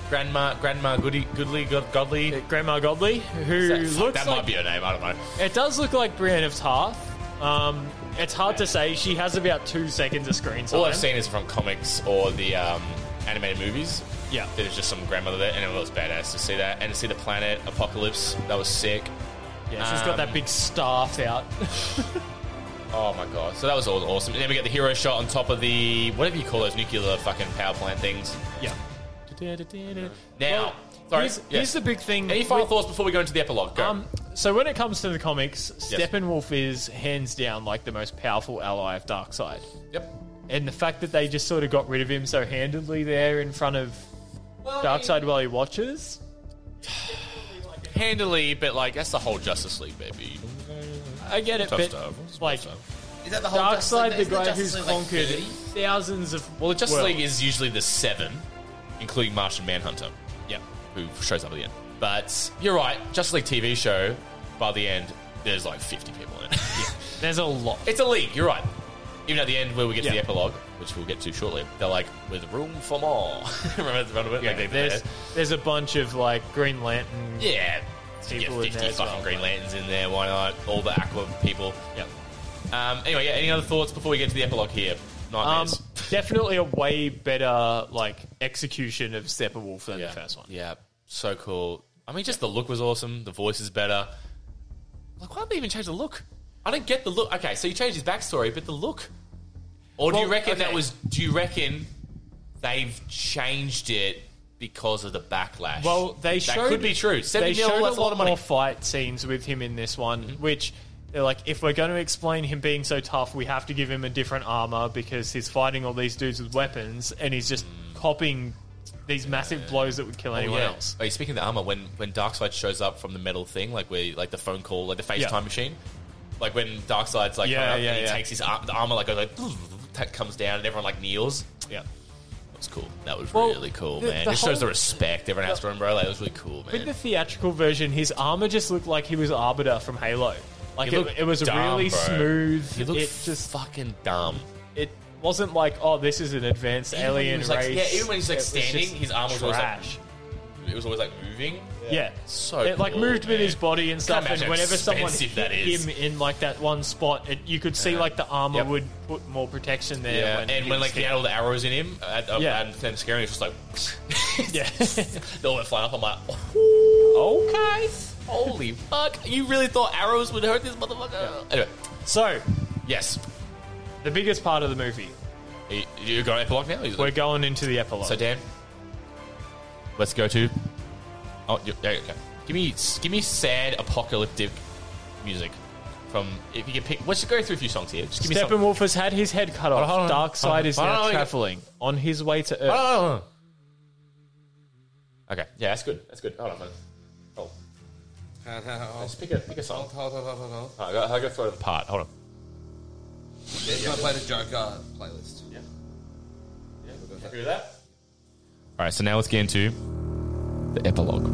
Grandma Grandma Goody Goodly God, Godly Grandma Godly who looks that like- might be her name. I don't know. It does look like Brienne of Tarth. Um, it's hard to say. She has about two seconds of screen time. All I've seen is from comics or the um, animated movies. Yeah. There's just some grandmother there, and it was badass to see that. And to see the planet, Apocalypse, that was sick. Yeah, she's got Um, that big staff out. Oh my god! So that was all awesome. And then we get the hero shot on top of the whatever you call those nuclear fucking power plant things. Yeah. Now, sorry. Here's, here's the big thing. Any final thoughts before we go into the epilogue? Go. Um, so when it comes to the comics, Yes. Steppenwolf is hands down like the most powerful ally of Darkseid. Yep. And the fact that they just sort of got rid of him so handedly there in front of Darkseid while he watches. handily, but like that's the whole Justice League, baby. I get it, Tough but stuff. like, Is that the whole Justice League? Darkseid, the Oh, Isn't the guy Justice who's League, like, conquered 30? thousands of Well, the Justice worlds. League is usually the seven, including Martian Manhunter. Yeah, who shows up at the end. But you're right, Justice League TV show. By the end, there's like 50 people in it. There's a lot. It's a league. You're right. Even at the end, where we get to Yeah. the epilogue, which we'll get to shortly, they're like, "With room for more." Remember the front of it? Like, they- There's, they're- there's a bunch of like Green Lantern. Yeah, so you get people in 50 there as fucking well. Green Lanterns in there. Why not? All the Aqua people. Yep. Um, anyway, yeah, any other thoughts before we get to the epilogue here? Um, Nightmares. definitely a way better like execution of Steppenwolf than the first one. Yeah, so cool. I mean, just the look was awesome. The voice is better. Like, why did they even change the look? I don't get the look. Okay, so you changed his backstory, but the look. Or do you Well, reckon that okay. was? Do you reckon they've changed it because of the backlash? Well, they that showed could be true. They Seventy mil, showed a that's lot more fight scenes with him in this one, Mm-hmm. which they're like, if we're going to explain him being so tough, we have to give him a different armor because he's fighting all these dudes with weapons and he's just copying these massive blows that would kill anyone Mm. Oh, yeah. else. Wait, speaking of the armor, when when Darkseid shows up from the metal thing, like where like the phone call, like the FaceTime Yeah. machine, like when Darkseid's like Yeah, coming up yeah, and he yeah. takes his ar- the armor, like goes like comes down and everyone like kneels. Yeah. was cool. That was Well, really cool, the- man. the it shows the whole- respect everyone has for him, bro. Like, that was really cool, With man. the theatrical version, his armor just looked like he was Arbiter from Halo. Like He it, looked it was dumb, really bro. smooth. He looked it just fucking dumb. It wasn't like, oh, this is an advanced Even when he alien was, race. like- yeah, even when he's, like, It was standing, just his arm was always, like, trash. It was always like moving. Yeah, so it like cool, moved with man. his body and Can't stuff. And imagine how whenever someone hit expensive that is. him in like that one spot, it, you could see Yeah. like the armor Yep. would put more protection there. yeah, when and he when was like he hit. had all the arrows in him, at, uh, Yeah. and then scaring, was just like, yeah, they all went flying off. I'm like, oh, okay, holy fuck! You really thought arrows would hurt this motherfucker? Anyway, so yes, the biggest part of the movie. you, you got epilogue now. Is it- We're going into the epilogue. So Dan, let's go to. Oh, yeah, yeah, okay. Give me, give me sad apocalyptic music from. If you can pick, let's just go through a few songs here. Just give me some. Steppenwolf has had his head cut off. Hold on, hold on, Dark hold Side on. is Hold on, now hold on. traveling on his way to Earth. Hold on, hold on. Okay, yeah, that's good. That's good. Hold on, man. Oh, Let's pick a pick a song. Hold, hold, hold, hold, hold. I got, I got to throw it apart. Hold on. Yeah, you gotta play the Joker playlist. Yeah. Yeah, we'll go with that. All right, so now let's get into the epilogue.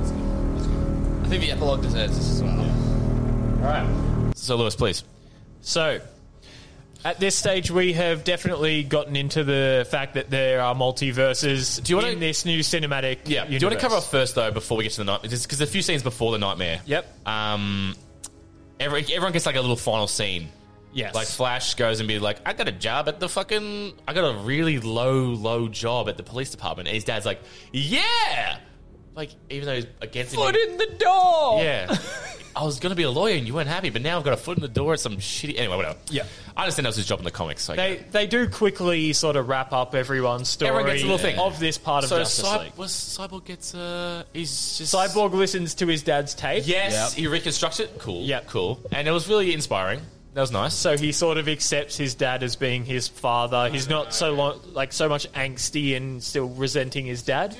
I think the epilogue deserves this as well. All right. So, Lewis, please. So, at this stage, we have definitely gotten into the fact that there are multiverses Do you in this new cinematic. Yeah. Do you want to cover off first though before we get to the night? Because a few scenes before the nightmare. Yep. Um, every, everyone gets like a little final scene. Yes. Like Flash goes and be like, I got a job at the fucking, I got a really low, low job at the police department, and his dad's like, Yeah. Like even though he's against him, Foot he- in the door. Yeah. I was gonna be a lawyer and you weren't happy, but now I've got a foot in the door at some shitty. Anyway, whatever. Yeah. I understand that was his job in the comics. So I get They, they do quickly sort of wrap up everyone's story Everyone gets a little thing. of this part of So Justice Cy- League. was Cyborg gets uh he's just Cyborg listens to his dad's tape. Yes, he reconstructs it. Cool. Yeah, cool. And it was really inspiring. That was nice. So he sort of accepts his dad as being his father. He's not so long, like so much angsty and still resenting his dad.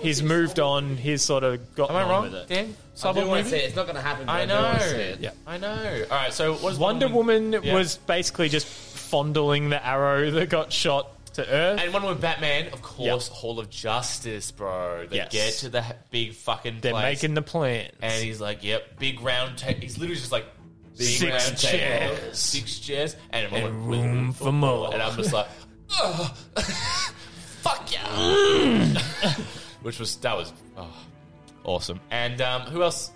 he's moved on. He's sort of got. Am I on wrong, With it. Dan? I do want to see it. It's not going to happen. But I I do wanna know. see it. Yeah. I know. All right. So what is Wonder Woman, Yeah. was basically just fondling the arrow that got shot to Earth. And one with Batman, of course, Hall of Justice, bro. They Yes. get to the h- big fucking. They're place, making the plan. And he's like, "Yep, big round table." He's literally just like. big Six round table, chairs. six chairs, and, one And with- room for more. And I'm just like, Ugh. fuck yeah. Mm. which was that was oh, awesome. And um, who else?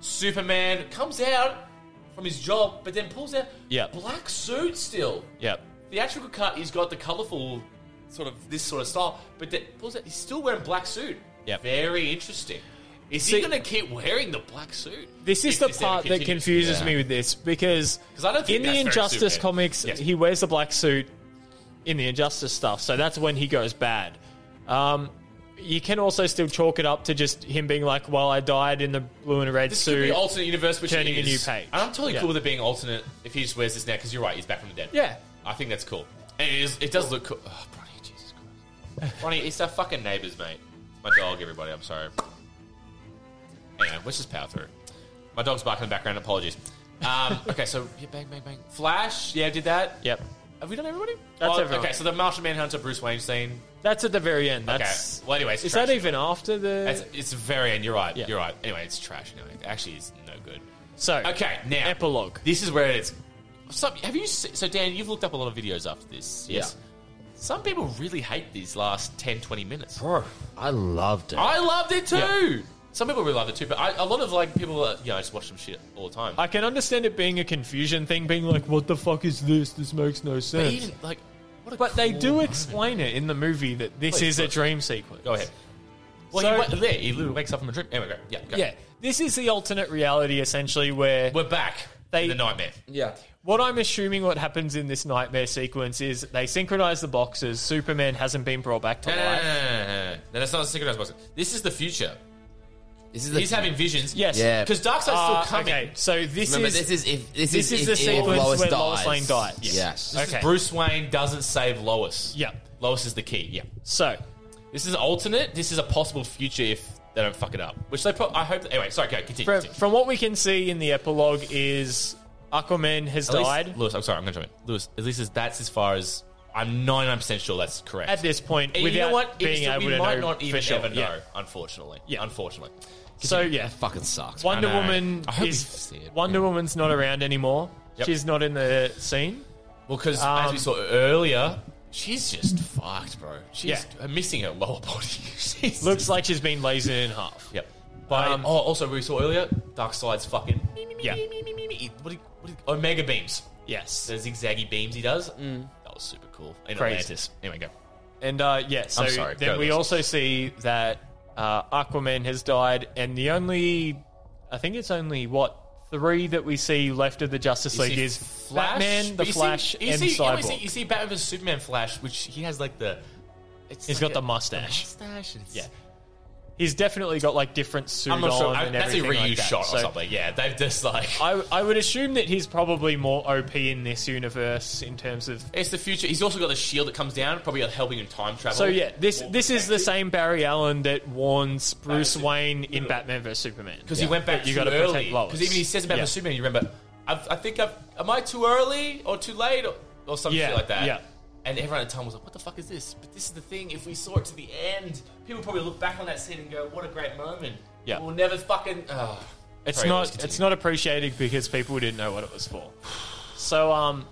Superman comes out from his job, but then pulls out Yep. black suit still. Yep. The actual cut, he's got the colourful sort of this sort of style, but then pulls out. He's still wearing black suit. Yep. Very interesting. Is See- he going to keep wearing the black suit? This is the part that confuses me with this because 'Cause I don't think in the that's very Injustice Superman. comics, he wears the black suit in the Injustice stuff, so that's when he goes bad. Um, you can also still chalk it up to just him being like, "Well, I died in the blue and red This suit." could be alternate universe, which turning it is. a new page. And I'm totally Yeah. cool with it being alternate if he just wears this now because you're right, he's back from the dead. Yeah. I think that's cool. And it, is, it does look cool. Oh, Bronny, Jesus Christ. Bronny, it's our fucking neighbors, mate. My dog, everybody, I'm sorry. Anyway, let's just power through. My dog's barking in the background, apologies. Um, okay, so yeah, bang, bang, bang. Flash, yeah, did that. Yep. Have we done everybody? That's Oh, everyone. Okay, so the Martian Manhunter Bruce Wayne scene. That's at the very end. That's, Okay. Well, anyways, is trash that even after the? It's, it's very end. You're right. You're right. Anyway, it's trash. Anyway, it actually, it's no good. So okay, now epilogue. This is where it's. Some, have you se- so Dan? You've looked up a lot of videos after this. Yes. Some people really hate these last 10, 20 minutes. Bro, I loved Oh, it. I loved it too. Yeah. Some people really loved it too, but I, a lot of like people, uh, you know, just watch some shit all the time. I can understand it being a confusion thing, being like, "What the fuck is this? This makes no But sense." even like, what a But they cool do moment. explain it in the movie that this Please, is a look. dream sequence. Go ahead. Well, So- he, wa- there, he literally wakes up from a dream. Anyway, go. Yeah, go. Yeah, this is the alternate reality essentially where we're back. They the nightmare. Yeah. What I'm assuming what happens in this nightmare sequence is they synchronize the boxes. Superman hasn't been brought back to No, no, no, no, life. no, no, no, no. No, That's not a synchronized box. This is the future. This is the He's future. having visions. Yes. Yeah. Because Darkseid's Uh, still coming. okay, so this Remember, is- this is if- this this is is the if sequence Lois where Lois dies. Lane dies. Yes. Yes. This is Okay. Bruce Wayne doesn't save Lois. Yeah. Lois is the key. Yeah. So this is alternate. This is a possible future if they don't fuck it up. Which they. Pro- I hope. Anyway, sorry. Go continue. From, continue. from what we can see in the epilogue is Aquaman has At least- died. Lewis, I'm sorry, I'm going to jump in. Lewis, at least as- that's as far as I'm 99% sure that's correct. At this point, And without It's- being able we to might know not for even sure. ever know, Yeah. unfortunately. Yeah. Unfortunately. So yeah, fucking sucks. Wonder I know. Woman I hope we is see it. Wonder Woman's not around anymore. Yep. She's not in the scene. Well, because Um, as we saw earlier, she's just fucked, bro. She's missing her lower body. She's- looks like she's been lasered in half. Yep. But oh, also we saw earlier, Dark Side's fucking Yeah. what do you- what do you- Omega beams. Yes, the zigzaggy beams he does. That was super cool. In Crazy. Atlantis. Anyway, go. And uh, yeah, so I'm sorry, then go, we Liz. also see that uh, Aquaman has died, and the only, I think it's only what three that we see left of the Justice You see League is Flash, Batman, the but you see- Flash, you and see, you always Cyborg. see- You see Batman vs Superman Flash, which he has like the. It's He's like got a- the mustache. mustache. and it's- Yeah. He's definitely got like different suit I'm not sure. on. I- and that's a everything reused like that. shot So or something. Yeah, they've just like. I, I would assume that he's probably more OP in this universe in terms of It's the future. He's also got the shield that comes down, probably helping him time travel. So yeah, this this is the same Barry Allen that warns Bruce Wayne in Batman vs Superman because he went back That You too gotta early. protect Lois. Because even he says about Yeah. the Superman, you remember, I've, I think I've, am I too early or too late or, or some Yeah, shit like that. yeah. And everyone at the time was like, "What the fuck is this?" But this is the thing. If we saw it to the end, people probably look back on that scene and go, "What a great moment!" Yeah. We'll never fucking. Oh. It's Sorry, let's not continue. it's not appreciated because people didn't know what it was for. So um,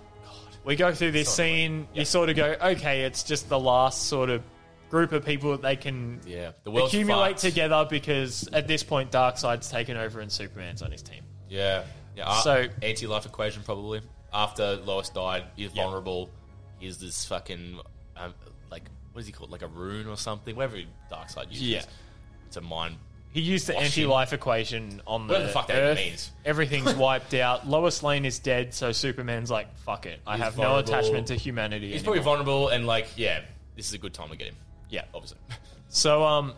we go through this scene. You sort of go, okay, it's just the last sort of group of people that they can Yeah, the world's accumulate fucked. together because at this point, Darkseid's taken over and Superman's on his team. Yeah. Yeah. uh, So- anti-life equation probably. After Lois died, he's vulnerable. He's this fucking um, like what is he called? Like a rune or something. Whatever Dark Side uses. Yeah. It's a mind. He used the Washing. anti-life equation on the, Whatever the fuck that Earth. means. Everything's wiped out. Lois Lane is dead, so Superman's like, "Fuck it, I He's have vulnerable. no attachment to humanity." He's anymore. probably vulnerable and like yeah, this is a good time to get him. Yeah, obviously. So um,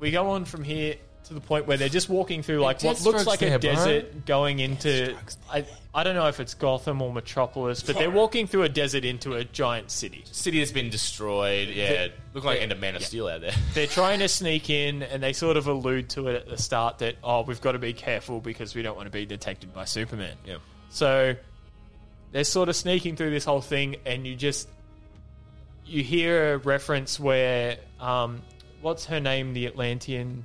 we go on from here to the point where they're just walking through like what Deathstroke's looks like there, a bro. desert, going into I, I don't know if it's Gotham or Metropolis, but they're walking through a desert into a giant city. City that's been destroyed. Yeah, The- look like end of Man of Steel out there. They're trying to sneak in, and they sort of allude to it at the start that oh, we've got to be careful because we don't want to be detected by Superman. Yeah. So they're sort of sneaking through this whole thing, and you just you hear a reference where um, what's her name, the Atlantean.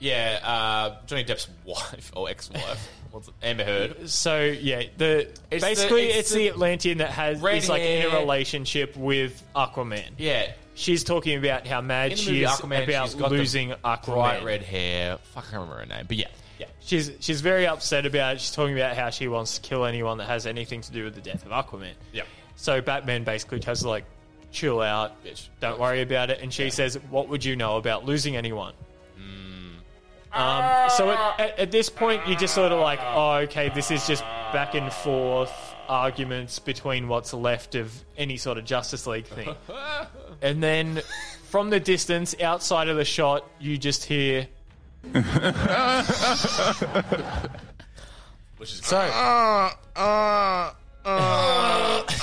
Yeah, uh, Johnny Depp's wife or ex-wife, what's it? Amber Heard. So yeah, the It's basically the- it's it's, the, the Atlantean that has red is like in hair. a relationship with Aquaman. Yeah. she's talking about how mad In the she movie is Aquaman, about she's got the losing Aquaman. bright red hair. Fuck, I can't remember her name, but yeah, yeah. She's she's very upset about it. She's talking about how she wants to kill anyone that has anything to do with the death of Aquaman. Yeah. So Batman basically tells her like, chill out, Bitch. don't worry about it. And she says, what would you know about losing anyone? Um, so at, at, at this point, you're just sort of like, oh, okay, this is just back and forth arguments between what's left of any sort of Justice League thing. and then from the distance, outside of the shot, you just hear. Which is so. Uh,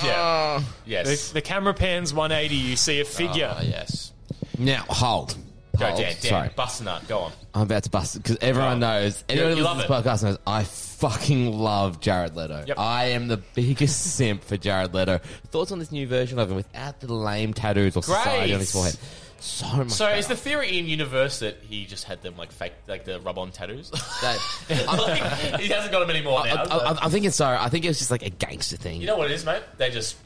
yeah. Yes. The, the camera pans 180. You see a figure. Ah, yes. Now, hold. Go, Hold. Dan. Dan, Sorry. bust a nut. Go on. I'm about to bust because everyone knows. Anyone who Oh. you listens to love this podcast knows I fucking love Jared Leto. Yep. I am the biggest simp for Jared Leto. Thoughts on this new version of him without the lame tattoos or Great. society on his forehead? So much. So is the theory in universe that he just had them like fake, like the rub-on tattoos? Like, he hasn't got them anymore I, now. I, but- I, I'm thinking sorry. I think it was just like a gangster thing. you know what it is, mate? They just,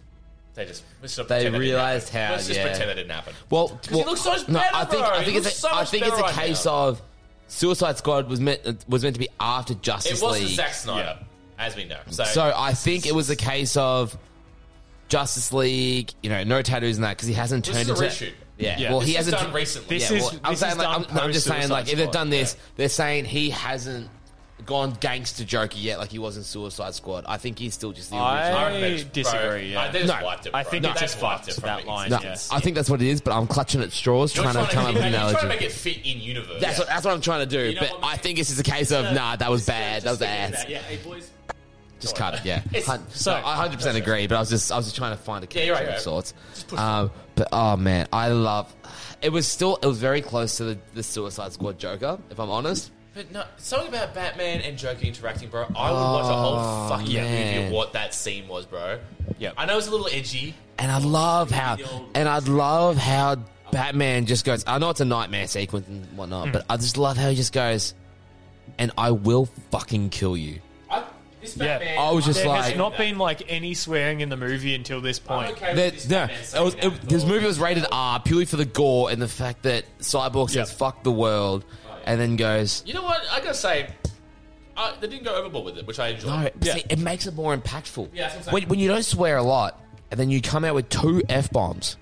they just, let's just They pretend that didn't realised happen. how. Let's just yeah. pretend that didn't happen. Well, because well, he looks so much no, better. I think bro. I think He it's a, looks so I much think it's a better right case now. of Suicide Squad was meant was meant to be after Justice It wasn't League. Zack Snyder, as we know. So, So, I think it was a case of Justice League, you know, no tattoos and that because he hasn't This turned is a into reshoot. Yeah, Yeah. well, This he is hasn't done recently. Yeah, This well, is- I'm this saying is like I'm, done no, I'm just saying post-Suicide like if they've Squad. done this, they're saying he hasn't gone gangster Joker yet, like he was in Suicide Squad. I think he's still just the original. I disagree. Bro, yeah. I- they just wiped it, I bro. think No. it just They've wiped wiped it from that the line. No, yes. I think that's what it is, but I'm clutching at straws, You're trying, to come up with an you're analogy. trying to make it fit in universe. That's, what, that's what I'm trying to do, You know but what, I think it's just a case of nah, that was bad, that was ass. Yeah, hey boys. Just cut it, yeah. It's- Hun- so I 100 percent agree, but I was just I was just trying to find a Yeah, you're connection of right, you're right. sorts. Um, but oh man, I love. It was still it was very close to the, the Suicide Squad Joker, if I'm honest. But no, something about Batman and Joker interacting, bro. I would watch a whole Oh, fucking movie man. of what that scene was, bro. Yeah, I know it's a little edgy. And I love how, and I love how Batman just goes. I know it's a nightmare sequence and whatnot, Hmm. but I just love how he just goes, and I will fucking kill you. This Batman- I was just there like- has not been like any swearing in the movie until this point. That- no, it was, it, this movie was rated R purely for the gore and the fact that Cyborg says "fuck the world" and then goes. You know what? I gotta say, uh, they didn't go overboard with it, which I enjoyed. No, but see, it makes it more impactful. Yeah, that's what I'm saying. when, when you don't swear a lot and then you come out with two f bombs,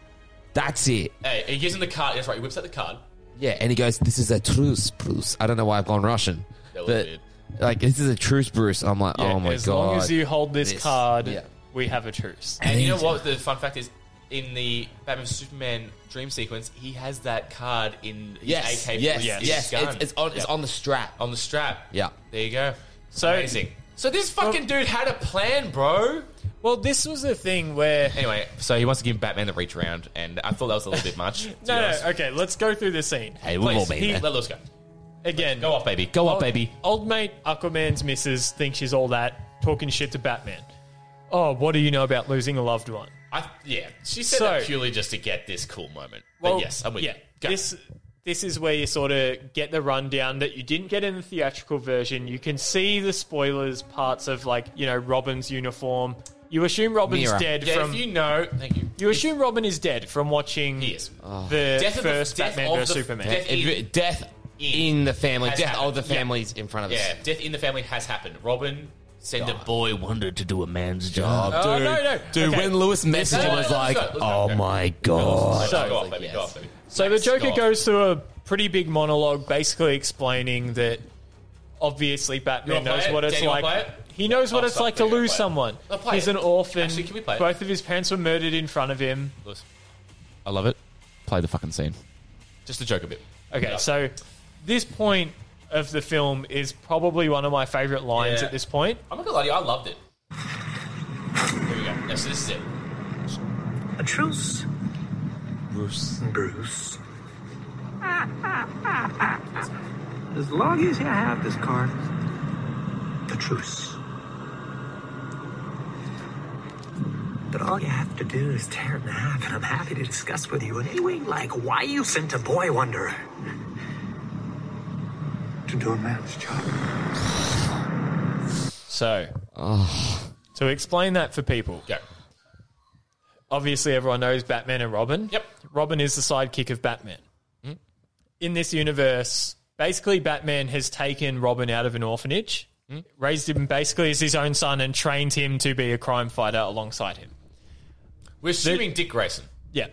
that's it. Hey, he gives him the card. That's right. He whips out the card. Yeah, and he goes, "This is a truce, Bruce." I don't know why I've gone Russian, That was but like this is a truce, Bruce. I'm like, Yeah, oh my as god! long as you hold this, This. card, Yeah. we have a truce. And you know what? The fun fact is, in the Batman v Superman dream sequence, he has that card in his Yes, AK. yes, his yes. gun. It's- it's on- it's on the strap. On the strap. Yeah. There you go. So amazing. So this fucking dude had a plan, bro. Well, this was a thing where Anyway, so he wants to give Batman the reach round, and I thought that was a little bit much. to be No, honest. no, okay, let's go through this scene. Hey, we've all been there. Let- let's go. Again. Go off, baby. Go off, Old- baby. Old mate Aquaman's missus thinks she's all that, talking shit to Batman. Oh, what do you know about losing a loved one? I, yeah, she said So- that purely just to get this cool moment. but yes, I'm with yeah, you. Go. This this is where you sort of get the rundown that you didn't get in the theatrical version. You can see the spoilers parts of like you know Robin's uniform. You assume Robin's Mira. dead Yeah, from if you know. Thank you. You assume Robin is dead from watching the Death of the- first death Batman of vs the- Superman. death in- It- death in the family, Has death happened. of the Yeah. families in front of us. Yeah, death in the family has happened. Robin send a boy wanted to do a man's job. Oh, dude, no, no. dude Okay. when Lewis messaged No, him, no, I was no, no, like, let's go, let's oh my god. So- Oh, go off, baby. Go off, baby. So the Joker goes through a pretty big monologue, basically explaining that obviously Batman You wanna knows play it? what it's Dan, you wanna like. play it? He knows what Oh, it's stop, like to we're gonna lose play it. someone. Let's play He's it. an orphan. Actually, can we play it? Both of his parents were murdered in front of him. I love it. Play the fucking scene. Just a joke a bit. Okay, so this point of the film is probably one of my favorite lines Yeah. at this point. I'm not gonna lie to you, I loved it. Here we go. Yeah, so this is it. A truce. Bruce. Bruce. As long as you have this card, the truce. But all you have to do is tear it in half, and I'm happy to discuss with you in any way, like why you sent a boy wanderer to do a man's job. So, to explain that for people, go. Obviously, everyone knows Batman and Robin. Yep. Robin is the sidekick of Batman. Hmm? Mhm. In this universe, basically, Batman has taken Robin out of an orphanage, hmm? raised him basically as his own son, and trained him to be a crime fighter alongside him. We're assuming Dick Grayson. Yeah.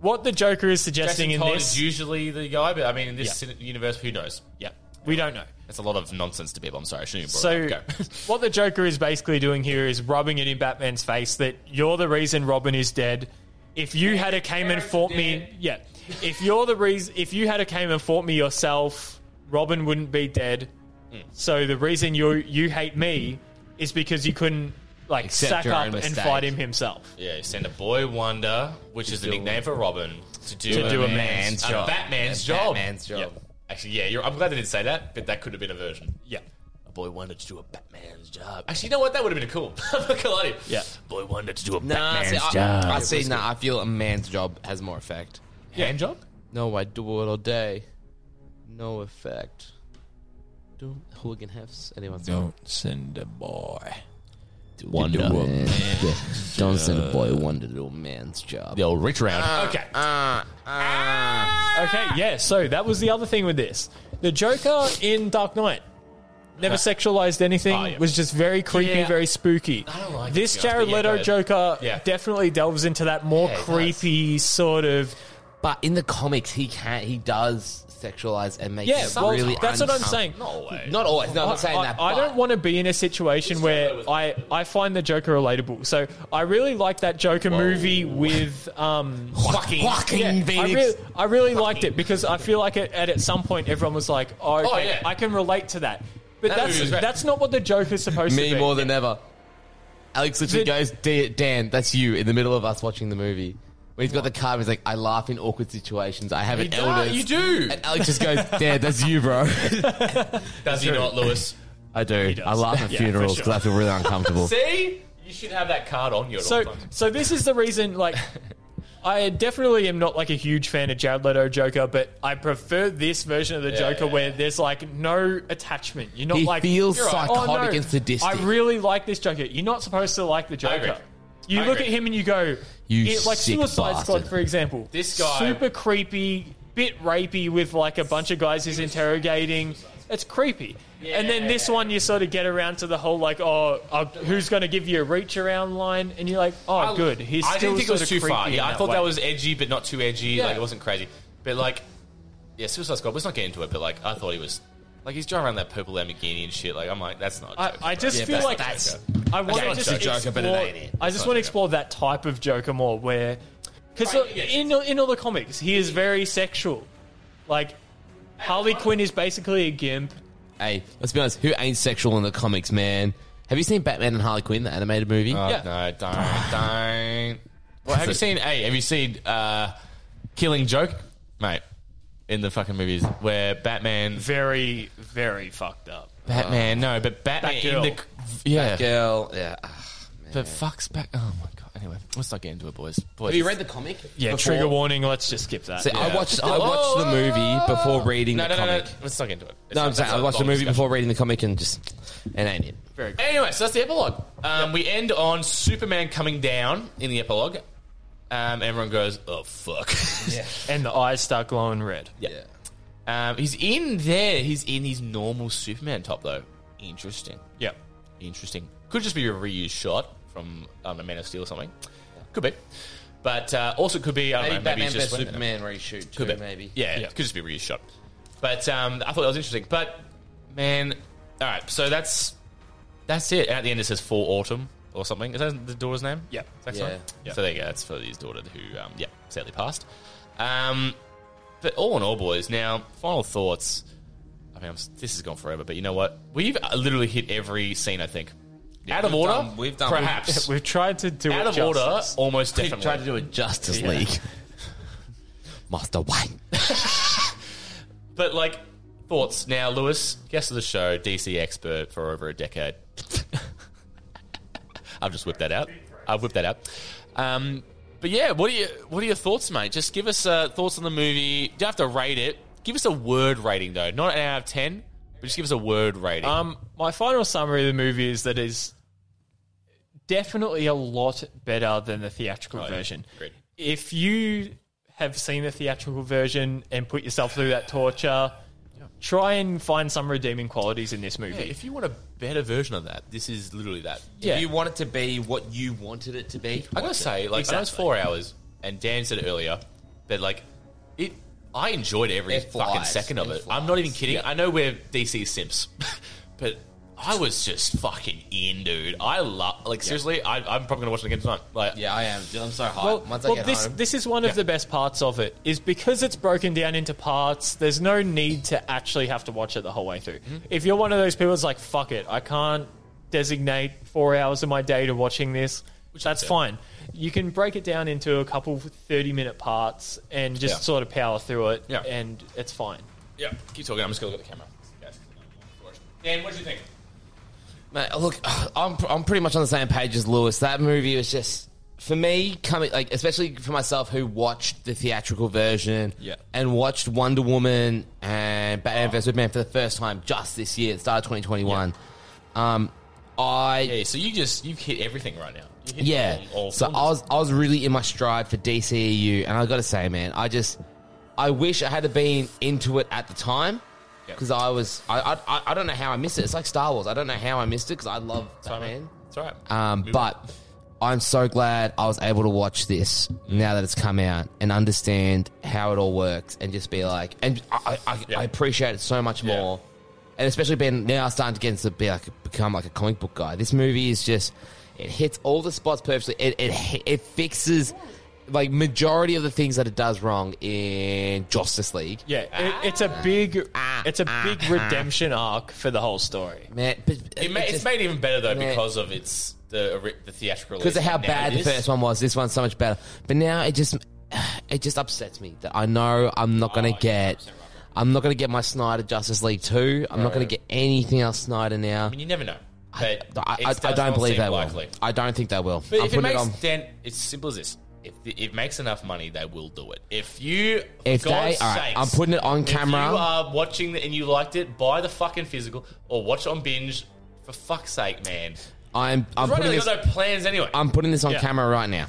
What the Joker is suggesting Jason in Todd this, is usually the guy, but I mean, in this Yeah. universe, who knows? Yeah, we don't know. That's a lot of nonsense to people. I'm sorry, I shouldn't have So, brought it up. Go. what the Joker is basically doing here is rubbing it in Batman's face that you're the reason Robin is dead. If you had a came and fought me, yeah. If you're the reason, if you had a came and fought me yourself, Robin wouldn't be dead. Hmm. So the reason you you hate me is because you couldn't like Accept sack your own up and mistake. fight him himself. Yeah, send a boy wonder, which is the nickname for Robin, to do, To a, do a man's, man's a job. Batman's A job. Batman's job. Yep. Actually, yeah, you're, I'm glad they didn't say that, but that could have been a version. Yeah. A boy wonder to do a Batman's job. Actually, you know what? That would have been cool. I'm not gonna lie to you. Yeah. Boy wonder to do a Nah, see, Batman's I, job. I see. Nah, I feel a man's job has more effect. Hand job? No, I do it all day. No effect. Do hooligan hefts? Anyone? send a boy. Wonder. Do a man's Don't send a job. boy wonder to a man's job. The old reach round. okay. Uh, Okay, yeah, so that was the other thing with this. The Joker in Dark Knight never sexualized anything, was just very creepy, Oh, Yeah. very spooky. I don't like it, this to be honest, Jared but yeah, Leto go ahead. Joker Yeah. definitely delves into that more Yeah, it does. creepy sort of. But in the comics, he can he does sexualize and make Yeah, it well, really. that's what I'm uncom- saying. Not always. Not always. No, I'm not I- saying I, that. I don't want to be in a situation where I, I find the Joker relatable. So I really like that Joker movie with um Joaquin- Joaquin Phoenix. I really, I really liked it because I feel like it, at at some point everyone was like, oh, okay, Oh, yeah. I can relate to that. But That movie that's was great. that's not what the Joker's supposed to Me be. more than ever. Alex literally The- goes, "D- Dan, that's you in the middle of us watching the movie. Where he's got the card, and he's like, "I laugh in awkward situations. I have You an do- elder." you do. And Alex just goes, "Dad, that's you, bro." Does he not, Lewis? I do. I laugh at Yeah, for funerals because sure. I feel really uncomfortable. See? You should have that card on you at all So, times. so this is the reason. Like, I definitely am not like a huge fan of Jared Leto Joker, but I prefer this version of the Yeah, Joker yeah, where there's like no attachment. You're not He like feels you're right. Oh, psychotic no, and sadistic. I really like this Joker. You're not supposed to like the agree. Joker. You I look agree. at him and you go, You it- like sick Suicide Squad, bastard. for example. This guy- super creepy, bit rapey, with like a bunch of guys he's interrogating. It's creepy. and then this one, you sort of get around to the whole like, oh, uh, who's going to give you a reach around line? And you're like, oh, I- good. He's I still didn't think it sort was of too creepy far. in Yeah, I thought way. that was edgy, but not too edgy. Yeah. Like it wasn't crazy. But like, yeah, Suicide Squad. Let's not get into it. But like, I thought he was like he's driving around that purple Lamborghini and shit. Like, I'm like, that's not. a I, Joker, I just bro. feel like I That's want to not just a Joker, but it explore- ain't it. I It's just not a want to explore that type of Joker more, where because in in all the comics he is very sexual, like Harley Quinn is basically a gimp. hey, let's be honest. Who ain't sexual in the comics, man? Have you seen Batman and Harley Quinn, the animated movie? Oh, No, don't, don't. Well, have you That's seen? Hey, have you seen uh, Killing Joke, mate? In the fucking movies where Batman, very, very fucked up. Batman, no, but Batman Batgirl. in the yeah, girl, yeah. But fucks back. Oh my god. Anyway, let's not get into it, boys. boys. Have you read the comic? Yeah, before? trigger warning. Let's just skip that. See, I Yeah. watched I watched the movie before reading Oh! No, the no, no, comic. no. Let's not get into it. It's No, not- I'm saying that's I a watched the long movie discussion. before reading the comic and just it ain't it. Very good. Anyway, so that's the epilogue. Um, We end on Superman coming down in the epilogue. Um, everyone goes, oh, fuck. and the eyes start glowing red. Yeah. Um, he's in there. He's in his normal Superman top, though. Interesting. Yeah. Interesting. Could just be a reused shot from um, a Man of Steel or something. Could be. But uh, also could be, I don't Maybe know, maybe Batman it's just vs Superman reshoot too, Could be. maybe. Yeah, it could just be reused shot. But um, I thought that was interesting. But man, all right. So that's that's it. And at the end, it says for autumn or something. Is that the daughter's name? Yeah. Yeah. yeah. So there you go. That's for his daughter who, um, yeah, sadly passed. Um, but all in all, boys. Now, final thoughts. I mean, I'm, s- this has gone forever, but you know what? We've uh, literally hit every scene. I think. Out of we've order, done- we've done- perhaps. We've tried to do out it of order, justice. almost We've definitely. tried to do it Justice League. Master White. But like thoughts now, Lewis, guest of the show, DC expert for over a decade. I've just whipped that out. I've whipped that out. Um, but yeah, what are you? What are your thoughts, mate? Just give us uh, thoughts on the movie. Do you have to rate it? Give us a word rating though, not an out of ten, but just give us a word rating. Um, my final summary of the movie is that it's definitely a lot better than the theatrical version. Agreed. If you have seen the theatrical version and put yourself through that torture, try and find some redeeming qualities in this movie. Yeah, if you want a better version of that, this is literally that. Yeah. If you want it to be what you wanted it to be, I gotta say, like, I know it's four hours, and Dan said it earlier, but like, it, I enjoyed every It flies. fucking second of It it. I'm not even kidding. I know we're DC simps, but I was just fucking in, dude. I love, like, seriously, I, I'm probably gonna watch it again tonight. Like, yeah, I am. Dude, I'm so hyped. Well, Once I well, get this home, this is one of the best parts of it is because it's broken down into parts. There's no need to actually have to watch it the whole way through. If you're one of those people that's like, "Fuck it, I can't designate four hours of my day to watching this," that's fine. You can break it down into a couple thirty minute parts and just Yeah. sort of power through it, Yeah. and it's fine. yeah, keep talking. I'm just gonna look at the camera. Dan, what do you think? Mate, look, I'm I'm pretty much on the same page as Lewis. That movie was just for me coming like especially for myself who watched the theatrical version Yeah. and watched Wonder Woman and Batman vs Superman for the first time just this year, the start of 2021. Um, I Yeah, so you just you've hit everything right now. You hit yeah. all- all so I cylinders. was I was really in my stride for DCEU, and I got to say, man, I just I wish I had been into it at the time Yep. because I was I, I- I I don't know how I missed it. It's like Star Wars. I don't know how I missed it because I love Batman. It's all right. Um, but I'm so glad I was able to watch this Mm. now that it's come out and understand how it all works and just be like, and I, I, I appreciate it so much more. And especially being now starting to get into be like become like a comic book guy. This movie is just it hits all the spots perfectly. It it, hi- it fixes like majority of the things that it does wrong in Justice League. Yeah, Ah. it, it's a big, it's a big redemption arc for the whole story. Man, but It ma- it's made even better though because of its the ori- the theatrical because of how bad the it is. first one was. This one's so much better. But now it just it just upsets me that I know I'm not Oh, going to get I'm not going to get my Snyder Justice League two. I'm not No. going to get anything else Snyder now. I mean, you never know. But I, it I, does I not don't believe seem they likely. will. I don't think they will. But I'm if it putting makes on. then it's simple as this. If the, it makes enough money, they will do it. If you, for If they- God's all right, sakes, I'm putting it on if camera. you are watching the, and you liked it, buy the fucking physical or watch on binge. For fuck's sake, man! I'm I'm right now putting this. they've got no plans anyway. I'm putting this on Yeah. camera right now.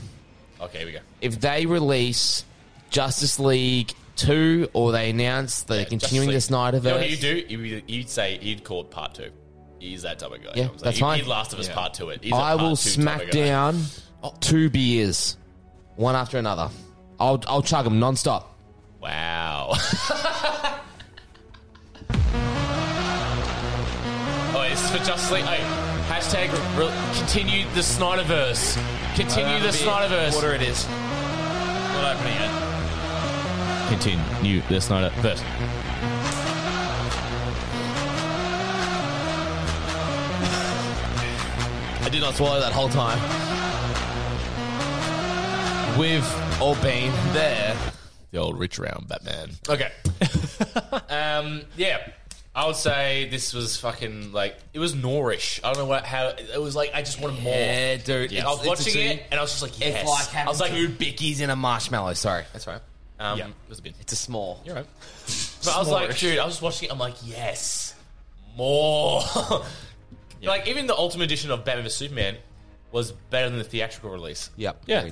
Okay, here we go. If they release Justice League two, or they announce that they're continuing the Justice League. Snyderverse, You know what you'd do? You'd, you'd say you'd call it part two. He's that type of guy. Yeah, You know what I'm saying? that's He'd- fine. He'd Last of Us part two. It. He's I a part will two type smack of guy. Oh. down two beers, one after another. I'll I'll chug them nonstop. Wow. Oh, this is for Justice League. Hey, hashtag re- continue the Snyderverse. Continue Oh, the that'd be Snyderverse. water Ah. it is. Not opening it. Continue the Snyderverse. I did not swallow that whole time. We've all been there. The old rich round Batman. Okay. um, yeah. I would say this was fucking like it was nourish. I don't know what how it was like. I just wanted more. Yeah, dude. I was watching it and I was just like, yes. It's like having I was like, two bickies in a marshmallow. Sorry, that's right. Um, Yeah. it was a bit. It's a small. You're right. But I was like, S'mores. dude, I was watching it. I'm like, yes, more. Like even the Ultimate Edition of Batman vs Superman was better than the theatrical release. Yep. Yeah.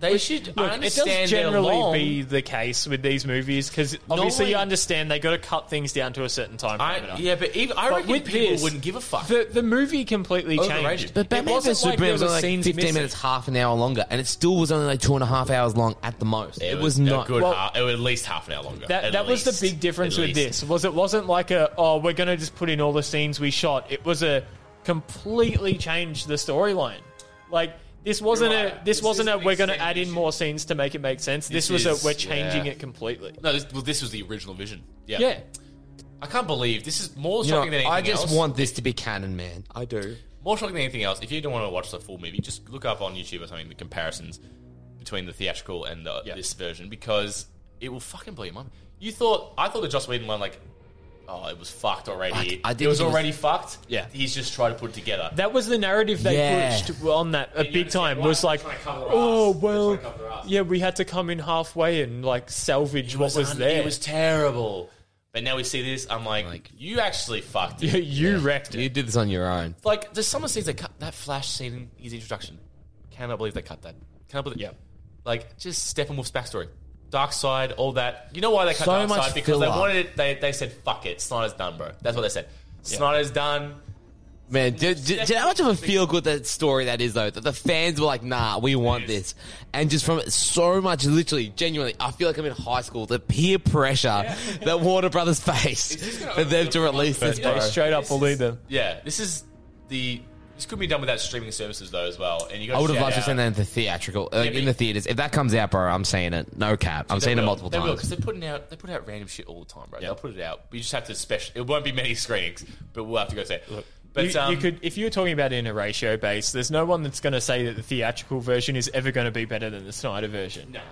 They should. Look, I it does understand they're long. generally be the case with these movies because obviously you one- understand they got to cut things down to a certain time. I, parameter. yeah, but even, I But reckon with people this- wouldn't give a fuck. The, the movie completely Overrated. changed. But It Batman wasn't vs like there Superman was were only like scenes fifteen missing. minutes, half an hour longer, and it still was only like two and a half hours long at the most. It, was, not a good. half, it was at least half an hour longer. That, At that was least. the big difference At with least. this was it wasn't like a oh we're gonna just put in all the scenes we shot. It was a completely changed the storyline. Like this wasn't You're a right. this, This wasn't is a an we're gonna add in more scenes to make it make sense. This, This was is- a we're changing yeah. it completely. No, this, well, this was the original vision. Yeah. Yeah. I can't believe this is more You shocking than know, anything I just else. want this to be canon, man. I do. more shocking than anything else. If you don't want to watch the full movie, just look up on YouTube or something the comparisons between the theatrical and the, this version because it will fucking blow your mind. You thought I thought the Joss Whedon one like, oh, it was fucked already. I didn't it was think it was- already fucked. Yeah, he's just trying to put it together. That was the narrative they Yeah. pushed on that a big time. why Was they're like, trying to cover oh us. They're well, trying to cover us." yeah, we had to come in halfway and like salvage what was un- there. It was terrible. But now we see this. I'm like, you actually fucked it. Yeah, you wrecked it. You did this on your own. Like, there's some of the scenes they cut. That flash scene in his introduction. Cannot believe they cut that. Cannot believe. Yeah. Like, just Steppenwolf's backstory. Dark Side, all that. You know why they cut So Dark much Side? Because they filler. wanted it. They, they said, fuck it. Snyder's done, bro. That's what they said. Snyder's done. Man, do, do, do you know how much of a feel good that story that is though? That the fans were like, "Nah, we want this," and just from so much, literally, genuinely, I feel like I'm in high school. The peer pressure that Warner Brothers faced for them to release this, they bro. straight up believed them. Yeah. This is the. This could be done without streaming services, though, as well. And you got I would have liked to out. see that in the theatrical, like in the theaters. If that comes out, bro, I'm seeing it. No cap, I'm They seeing it will. multiple they times. because they're putting out they put out random shit all the time, bro. They'll put it out. We just have to special. It won't be many screenings, but we'll have to go see. It. But you, um, you could, if you're talking about it in a ratio base, there's no one that's going to say that the theatrical version is ever going to be better than the Snyder version. No,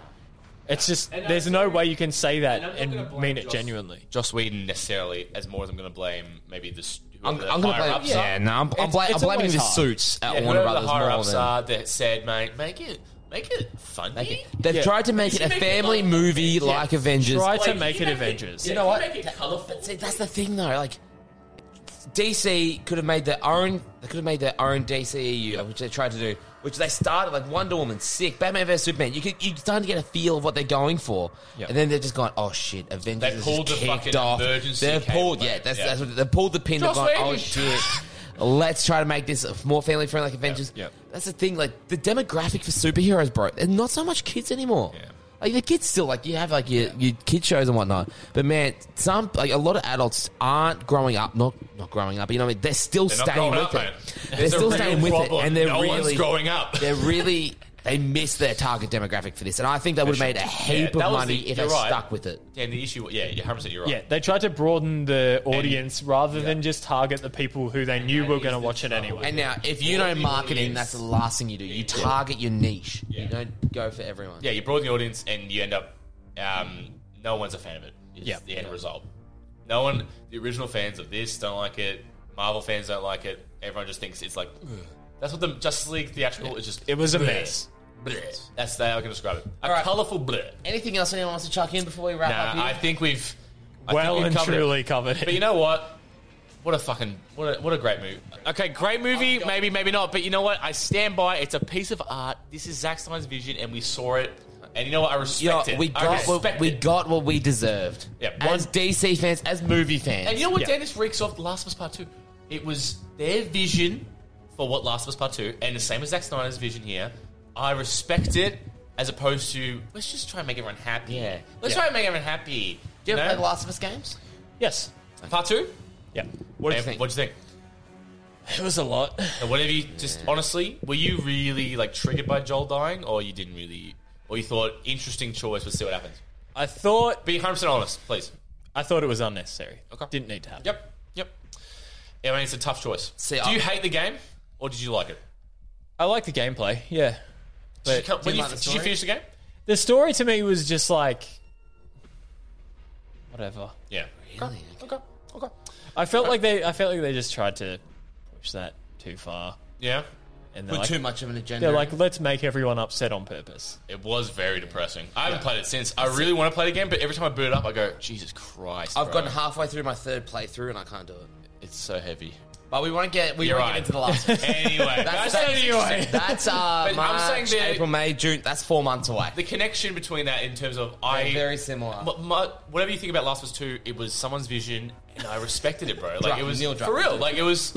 it's just And I'm there's no sorry- way you can say that and I'm not and, gonna blame mean it Joss- genuinely. Joss Whedon necessarily as more as I'm going to blame maybe this. I'm- I'm gonna blame- yeah, no, I'm- I'm bla- I'm blaming the suits at Warner Brothers The higher more ups than- are that said, mate, make it make it funny. They've tried to make it You a make family movie like Avengers. Try to Like, make it Avengers. You know what? But see, that's the thing though. Like DC could have made their own. They could have made their own DCEU, uh, which they tried to do. Which they started like Wonder Woman, sick, Batman vs Superman. You could you starting to get a feel of what they're going for, and then they've just gone, oh shit, Avengers They is pulled the kicked fucking off. emergency They've cable, pulled, mate. yeah, that's, Yeah. that's what they pulled the pin. They've Joss gone, oh Whedon. shit. Let's try to make this more family friendly like Avengers. That's the thing, like the demographic for superheroes, bro, they're not so much kids anymore. Like the kids still like you have like your, your kid shows and whatnot. But man, some like a lot of adults aren't growing up, not not growing up, you know what I mean? They're still They're not staying growing with up, it. mate. They're It's a still real staying with it problem. and they're No really one's growing up. they're really They missed their target demographic for this, and I think they would have made a heap Yeah, that of was money the- if they you're right. stuck with it. Damn, the issue. Yeah, you're 100. percent You're right. Yeah, they tried to broaden the audience rather than just target the people who they knew were going to watch it anyway. And now, if you know marketing, that's the last thing you do. You target your niche. You don't go for everyone. Yeah, you broaden the audience and you end up um, no one's a fan of it. It's Yeah. the end result. No one, the original fans of this don't like it. Marvel fans don't like it. Everyone just thinks it's like that's what the Justice League theatrical is just. It was a bleh. mess. Bleh. That's the way I can describe it. A Alright. colorful bleh. Anything else anyone wants to chuck in before we wrap up? Nah, Here? I think we've I Well think we've and covered truly covered it. But you know what? What a fucking what a, what a great movie. Okay, great movie. Maybe maybe not. But you know what? I stand by. it. It's a piece of art. This is Zack Stein's vision, and we saw it. And you know what? I respect Yeah, it. we I got respect what, we it. got what we deserved. Yeah. As DC fans, as movie fans. And you know what? Dennis reeks off The Last of Us Part Two. It was their vision for what Last of Us Part Two, and the same as Zack Snyder's vision here. I respect it, as opposed to let's just try and make everyone happy. Yeah, let's Yeah. try and make everyone happy. Do you ever know? play The Last of Us games? Yes. Part two? Yeah. What do you think? What do you think? It was a lot. And what have you just honestly? Were you really like triggered by Joel dying, or you didn't really, or you thought interesting choice? We'll see what happens. I thought. Be 100 percent honest, please. I thought it was unnecessary. Okay. Didn't need to happen. Yep. Yep. Yeah, I mean, it's a tough choice. See, Do I- you hate the game, or did you like it? I like the gameplay. Yeah. Did you, But come, when you, like the did you story? finish the game? the story to me was just like whatever. Yeah. Really? Okay. Okay. I Uh, felt like they. I felt like they just tried to push that too far. Yeah. And Put they're like- too much of an agenda They're in. like, let's make everyone upset on purpose. It was very depressing. I haven't played it since. I really want to play the game, but every time I boot it up, I go, Jesus Christ! I've bro. gotten halfway through my third playthrough and I can't do it. It's so heavy. But we won't get we You're won't right. get into the last. one. Anyway, that's, that's anyway. That's uh, But I'm March, saying they're- April, May, June. That's four months away. the connection between that in terms of I very similar. M- my- whatever you think about Last of Us Two, it was someone's vision, and I respected it, bro. Like Druck- it was Neil Druckmann. for real. Like it was,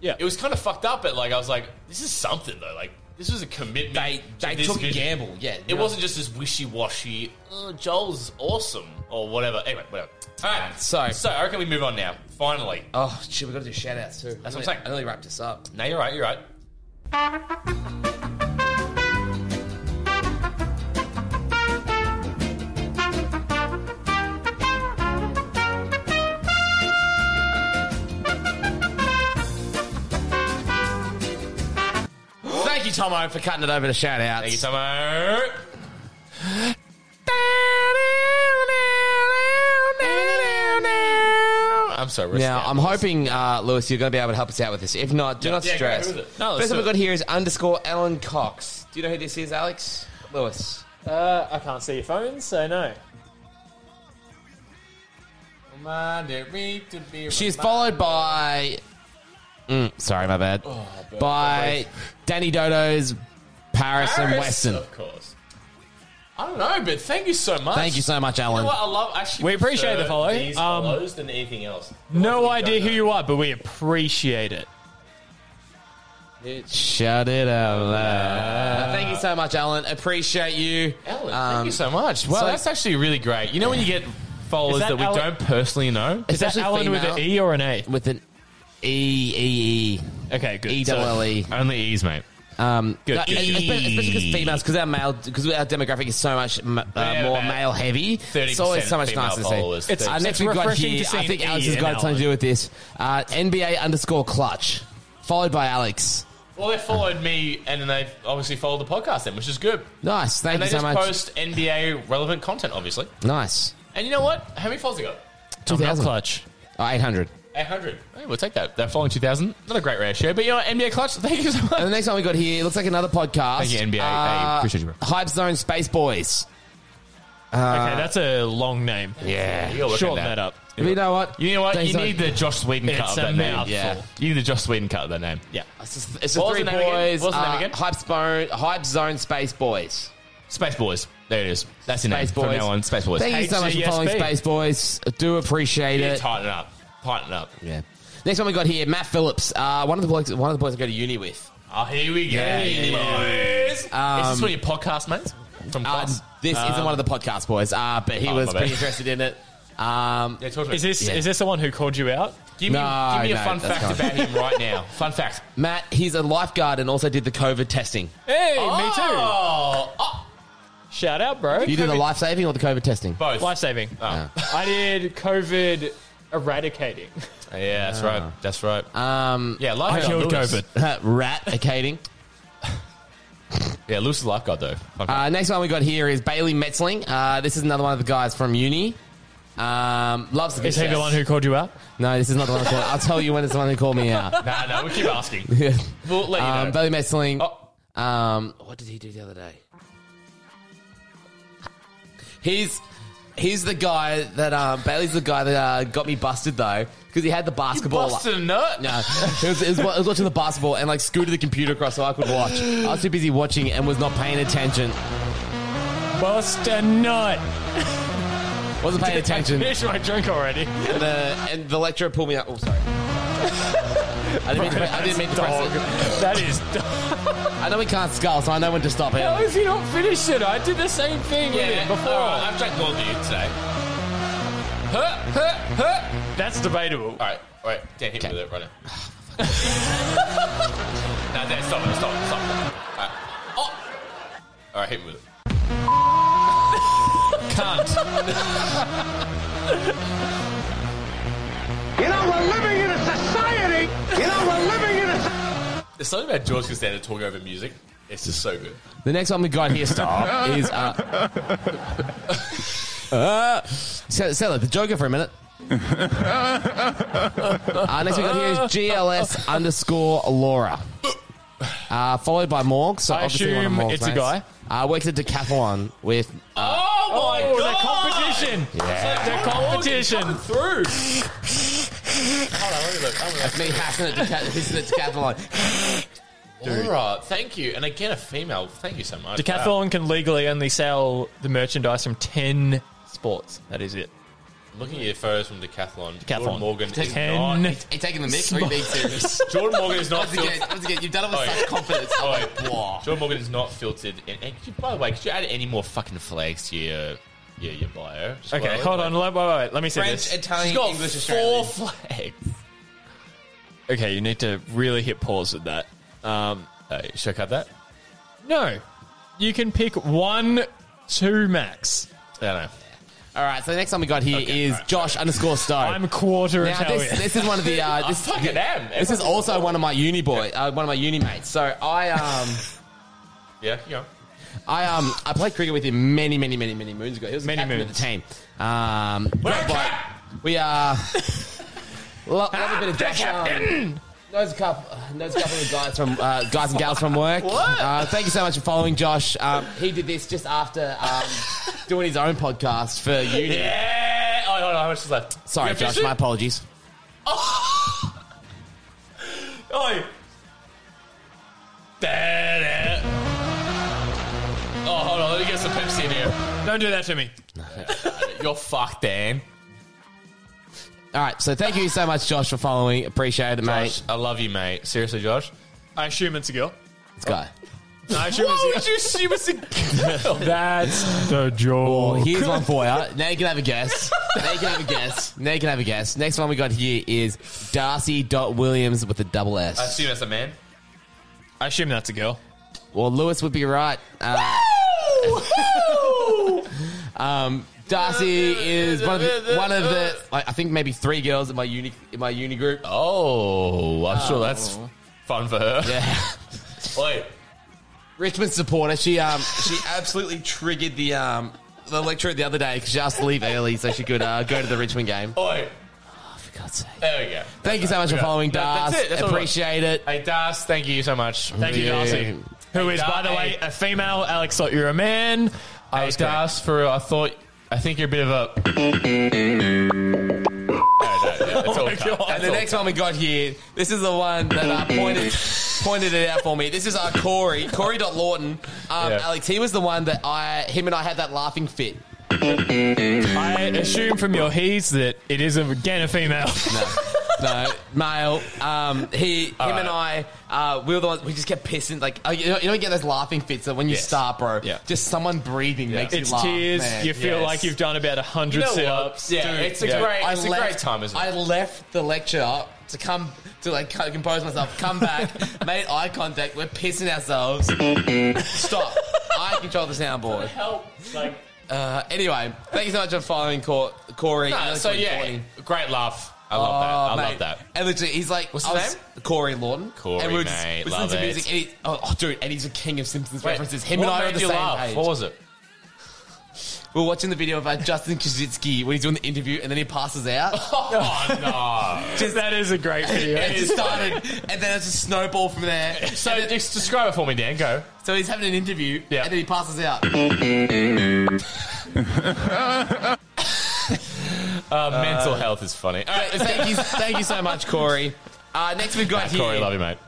yeah, it was kind of fucked up. But like I was like, this is something though. Like this was a commitment. They they took a gamble, yeah. it wasn't just this wishy washy. Oh, Joel's awesome or whatever. Anyway, whatever. All right, so so I reckon we move on now. Finally, Oh shit, we got to do shout outs too. That's I what I'm nearly- saying. I nearly wrapped this up. no, you're right. You're right. Thank you, Tomo, for cutting it over to shout outs. Thank you, Tomo. I'm so risky. Now, I'm hoping, uh, Lewis, you're going to be able to help us out with this. If not, do Yeah. not Yeah, go ahead stress. with it. No, let's First do one we've it. got here is underscore Alan Cox. Do you know who this is, Alex? Lewis. Uh, I can't see your phones, so no. She's followed by. Mm, sorry, my bad. by Danny Dodo's Paris, and Paris, Weston. Of course. I don't know, but thank you so much. Thank you so much, You Alan. know what? I love actually. We appreciate prefer the follow. These Um, follows than anything else. No idea who you are, but we appreciate it. Shout it out loud. Uh, thank you so much, Alan. Appreciate you. Um, Alan, thank Um, you so much. Well, that's actually really great. You know when you get followers Is that that, we Alan- don't personally know. Is that Alan with an E or an A? With an E E E. Okay, good. E double L E. Only E's, mate. Um, Good, no, good, espe- good. Especially because females, because our male, because our demographic is so much m- uh, Yeah, more about male heavy. 30% It's always so much female nicer to followers, see. It's- uh, 30%. next we've got Refreshing here. to see I an think E Alex has in got something Alan. to do with this. Uh, NBA underscore clutch, followed by Alex. Well, they followed me, and then they obviously followed the podcast, then, which is good. Nice, thank and they you so just much. post NBA relevant content, obviously. nice, And you know what? How many followers they got? two thousand clutch, oh, eight hundred. 800. Hey, we'll take that. They're following 2,000. Not a great ratio, but you know what? NBA Clutch, thank you so much. And the next one we got here it looks like another podcast. Uh, Thank you, NBA. Hey, appreciate you, bro. Hype Zone Space Boys. Uh, okay, that's a long name. Yeah. You're looking Shorten at that that. up. But you know what? You know what? Thanks, you need mate. the Josh Sweden cut It's of a that name. mouthful. Yeah. You need the Josh Sweden cut of that name. Yeah. It's just- It's the What was three the name again? boys. What was the name uh, again? Hype, Spone, Hype Zone Space Boys. Space Boys. There it is. That's your Space name from Boys. now on. Space Boys. Thank you so much for HGSP. following Space Boys. I do appreciate Yeah, it. tighten it up. Tighten it up. Yeah. Next one we got here, Matt Phillips. Uh, one of the blokes, one of the boys I go to uni with. Oh, here we go. Yeah, yeah, boys. yeah. is this Um, one of your podcast mates? From Uh, class? this isn't one of the podcast boys, uh, but he Oh, was my bad. pretty interested in it. Um, Yeah, talk to me. Is this Yeah. is this the one who called you out? Give me, No, give me no, a fun that's fact not- about him right now. Fun fact. Matt, he's a lifeguard and also did the COVID testing. Hey, me too. Oh, Shout out, bro. You did the life saving or the COVID testing? Both. Life saving. Oh. I did COVID eradicating. Yeah, that's right. That's right. Um, yeah, lifeguard Lewis. Rat eradicating. Yeah, Lewis is lifeguard though. Fun fact. Uh, next one we got here is Bailey Metzling. Uh, this is another one of the guys from uni. Um, loves the Is he the one who called you out? No, this is not the one. Who called, I'll tell you when it's the one who called me out. nah, no, we keep asking. Yeah. We'll let you um, know. Oh. Bailey Metzling. Um, what did he do the other day? He's he's the guy that um, Bailey's the guy that uh, got me busted though because he had the basketball. busted a nut? No, it was, it, was, wa- it was watching the basketball and like scooted the computer across so I could watch. I was too busy watching and was not paying attention. Bust a nut. Wasn't paying attention. Finish my drink already. And the, and the lecturer pulled me out. Oh, sorry. I didn't mean to, I didn't mean to press it. That is. I know we can't scull, so I know when to stop How it. has he not finished it? I did the same thing with it before. Alright, I've drank more than you today. Huh, huh, huh. That's debatable. All right, all right. Dan, hit me with it right now. no, Dan, stop it, stop it, stop it. All right, oh. all right hit me with it. You know, we're living in a society. You know, we're living in a. There's something about George Costanza talking over music. It's just so good. The next one we got here, stop, is uh, uh, sell, sell it, the Joker for a minute. uh, next we got here is GLS underscore Laura, uh, followed by Morg. So I obviously one of assume Morg's it's a mates. guy. Uh, works at Decathlon with. Uh, Oh my Oh, the god! competition. Yeah. The competition. Through. That's me hacking at Deca- this is at Decathlon. Laura, thank you. And again, a female. Thank you so much. Wow. Decathlon can legally only sell the merchandise from 10 sports. That is it. Looking at your photos from Decathlon, Decathlon. Jordan Morgan is Ten. not. Are you taking the mic or are you being serious? Jordan Morgan is not. Once again, fil- once again, you've done it with Oh, yeah. such confidence. Oh, I'm yeah. like, wow. Jordan Morgan is not filtered. And, and could you- by the way, could you add any more fucking flags to your your, your bio? Just Okay, while- hold on. Let, wait, wait, wait, let me see French, this. Italian, She's got English, four Australian. flags. Okay, you need to really hit pause with that. Um, should I cut that? No. You can pick one, two max. I don't know. All right, so the next one we got here is Josh underscore Stone. I'm quarter Now Italian. this, this is one of the uh, this, I fucking am. this is also one of my uni boy, uh, one of my uni mates. So I um Yeah, you know. I um I played cricket with him many many many many moons ago. He was the Many captain of moons. the team. Um, great bloke. we are lo- love a bit of Josh. Um, knows a couple knows a couple of guys from uh, guys and gals from work. Uh, thank you so much for following Josh. Um, he did this just after um, doing his own podcast for uni. Yeah. Oh, hold on. How much is left? Sorry, You Josh. finished My it? apologies. Oh. Da-da. Oh, hold on. Let me get some Pepsi in here. Don't do that to me. You're fucked, Dan. All right, so thank you so much, Josh, for following. Appreciate it, mate. Josh, I love you, mate. Seriously, Josh. I assume it's a girl. This guy. I assume it's you assume it's a a girl. That's the jaw. Well, here's one for you. Now you can have a guess. Now you can have a guess. Now you can have a guess. Next one we got here is Darcy dot Williams with a double I S. assume that's a man. I assume that's a girl. Well, Lewis would be right. Uh, um, Darcy is one of the, one of the like, I think maybe three girls in my uni in my uni group. Oh, I'm sure that's fun for her. Yeah. Wait. Richmond supporter. She um she absolutely triggered the um the lecturer the other day because she asked to leave early so she could uh, go to the Richmond game. Oi. For God's sake. There we go. Thank you so much for following, No, Das. that's it. That's all Appreciate it. Hey, Das, thank you so much. Thank you, Darcy. Who is, by the way, a female. Alex thought you were a man. I Hey, was correct. Das, for uh, I thought, I think you're a bit of a. No, no, no, it's all cut. And the next one we got here, this is the one that uh, pointed pointed it out for me. This is our Corey, Corey dot Lawton. Um, Yeah. Alex, he was the one that I, him and I had that laughing fit. I assume from your he's that it is, again, a female. No. no, male. Um, he, him, All right. and I, uh, we were the ones. We just kept pissing. Like uh, you, know, you don't get those laughing fits that when you Yes. start, bro. Yeah. Just someone breathing makes It's you laugh. tears, man. you feel like you've done about 100 You know what? sit-ups. Yeah, Dude, it's a yeah. great. I It's a left- great time as well. I left the lecture to come to like co- compose myself. Come back, made eye contact. We're pissing ourselves. Stop. I control the soundboard. Help. Like, Uh, anyway, thank you so much for following Cor- Corey. No, I like so calling yeah, Corey. great laugh. I love that. I Oh, love mate. that. And literally, he's like, What's I his was- Corey Lawton. Corey, and we were just mate, listening love to it. music. And he, oh, oh, dude, and he's a king of Simpsons Wait, references. Him what and I are on made the you same laugh? page. What was it? We were watching the video of uh, Justin Kaczynski when he's doing the interview, and then he passes out. Oh no! Just, that is a great video. and it started, and then it's a snowball from there. So just describe it for me, Dan. Go. So he's having an interview, and then he passes out. Uh, mental health is funny. All right, thank you, thank you so much, Corey. Uh, next we've got here Corey, love you, mate.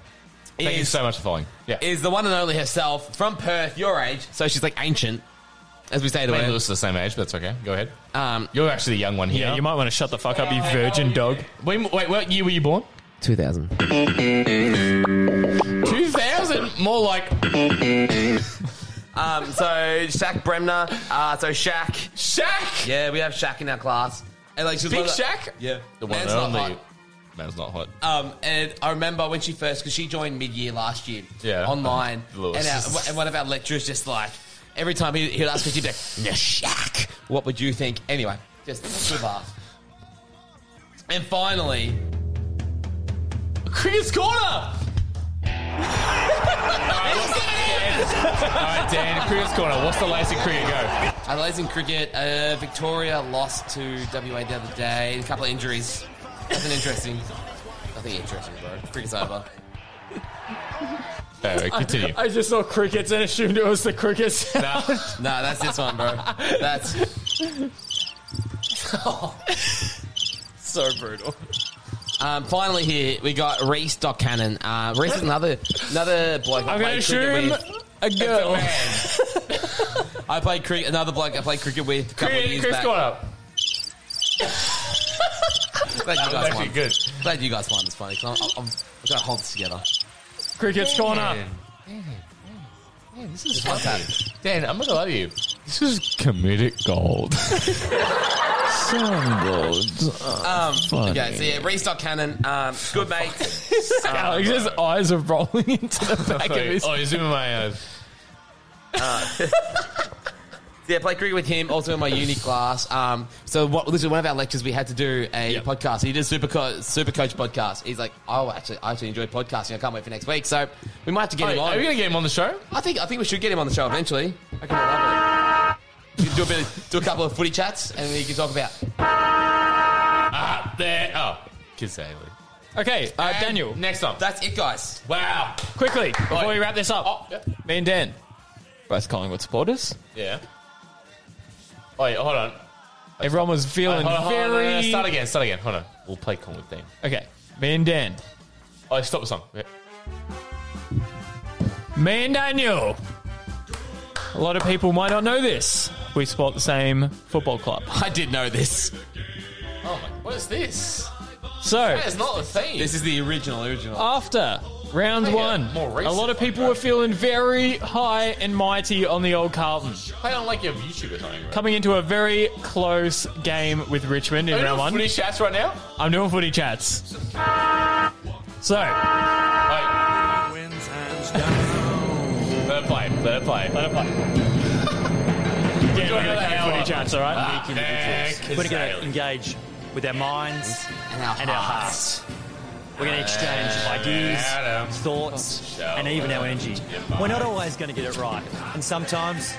Thank you is- so much for following. Yeah. is the one and only herself from Perth, your age. So she's like ancient, as we say to Maybe her. Lewis is the same age, but that's okay. Go ahead. Um, You're actually the young one here. Yeah, you might want to shut the fuck up, you virgin dog. When, wait, what year were you born? 2000. 2000? More like. Um, so Shaq Bremner. Uh, so Shaq. Shaq. Yeah, we have Shaq in our class. And like she's Big one of Shaq? Yeah, The one Man's and not only. hot. Man's not hot. Um, and I remember when she first, because she joined mid-year last year, Yeah. online, and, Lewis. our, and one of our lecturers just like every time he, he'd ask us, he'd be like, "Now, Shaq, what would you think?" Anyway, just good laugh. And finally, Chris Corner! Alright, Dan, Cricket's Corner. What's the latest in cricket? Go. Adelaide's in cricket. Uh, Victoria lost to WA the other day. A couple of injuries. Nothing interesting. Nothing interesting, bro. Cricket's over. Anyway, continue. I just saw crickets and assumed it was the crickets. No, that's this one, bro. That's so brutal. um, finally here. We got Reese Doc Cannon. Uh, Reese is another another bloke. I I'm going to played cricket assume with. a girl. I played cricket. Another bloke I played cricket with a couple of Cricket, years Chris back. Corner. Glad you That was guys actually won. good. Glad you guys won. It's funny. 'cause I'm, I'm, I'm gonna hold this together. Cricket's corner. This is What's funny. that? Dan, I'm not gonna lie to you. This is comedic gold. Some gold. Um, funny. okay, so yeah, Reese Doc Cannon. Um, good mate. Um, Alex's eyes are rolling into the back of his. oh, you zoom in my eyes. Yeah, play cricket with him. Also in my uni class. Um, so what? This is one of our lectures. We had to do a podcast. He did a super co- super coach podcast. He's like, oh, actually, I actually enjoy podcasting. I can't wait for next week. So we might have to get Hey, him are we on. gonna get him on the show? I think I think we should get him on the show eventually. I can love it. We can do a bit, of, do a couple of footy chats, and we can talk about. Ah, there. Oh, kids Haley. Okay, uh, Daniel, Next time. That's it, guys. Wow. quickly, before we wrap this up, Oh, yeah. me and Dan, both Collingwood supporters. yeah. Oh, yeah, hold on. Everyone was feeling Hold on, hold on, no, no, no, very. Start again. Start again. Hold on. We'll play Collingwood theme. Okay, me and Dan. Oh, stop the song. Yeah. Me and Daniel. A lot of people might not know this. We support the same football club. I did know this. Oh my. What is this? So, That is not the theme. This is the original original. after round Hey, uh, one, more a recent lot of one, people bro. were feeling very high and mighty on the old Carlton. play on like your YouTube or something. Right? Coming into a very close game with Richmond in Are we round doing one. footy chats right now? I'm doing footy chats. So, let Wait. Let it play. Let it play. it play. yeah, we're going to that have footy one. chats, all right? Ah, We're We're going to engage with our minds and our hearts. We're going to exchange ideas, Adam. thoughts, Show and even our them energy. your We're not mind. always going to get it right, and sometimes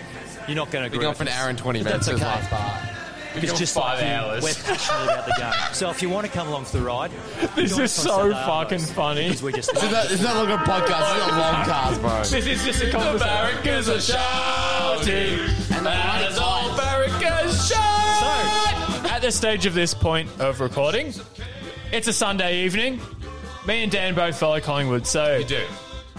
you're not going to We're agree. going with for an us. hour and twenty But minutes. That's That's okay. last part. We've It's got just five like you, hours. we're passionate about the game. So if you want to come along for the ride, This join is us on so Saturday fucking afternoons, funny. because we just It's not, it's not like a podcast. It's a long cast, bro. This is just a conversation. Americans are shouting. And the That money's is all on. America's So, shout. at this stage of this point of recording, it's a Sunday evening. Me and Dan both follow Collingwood, so You do.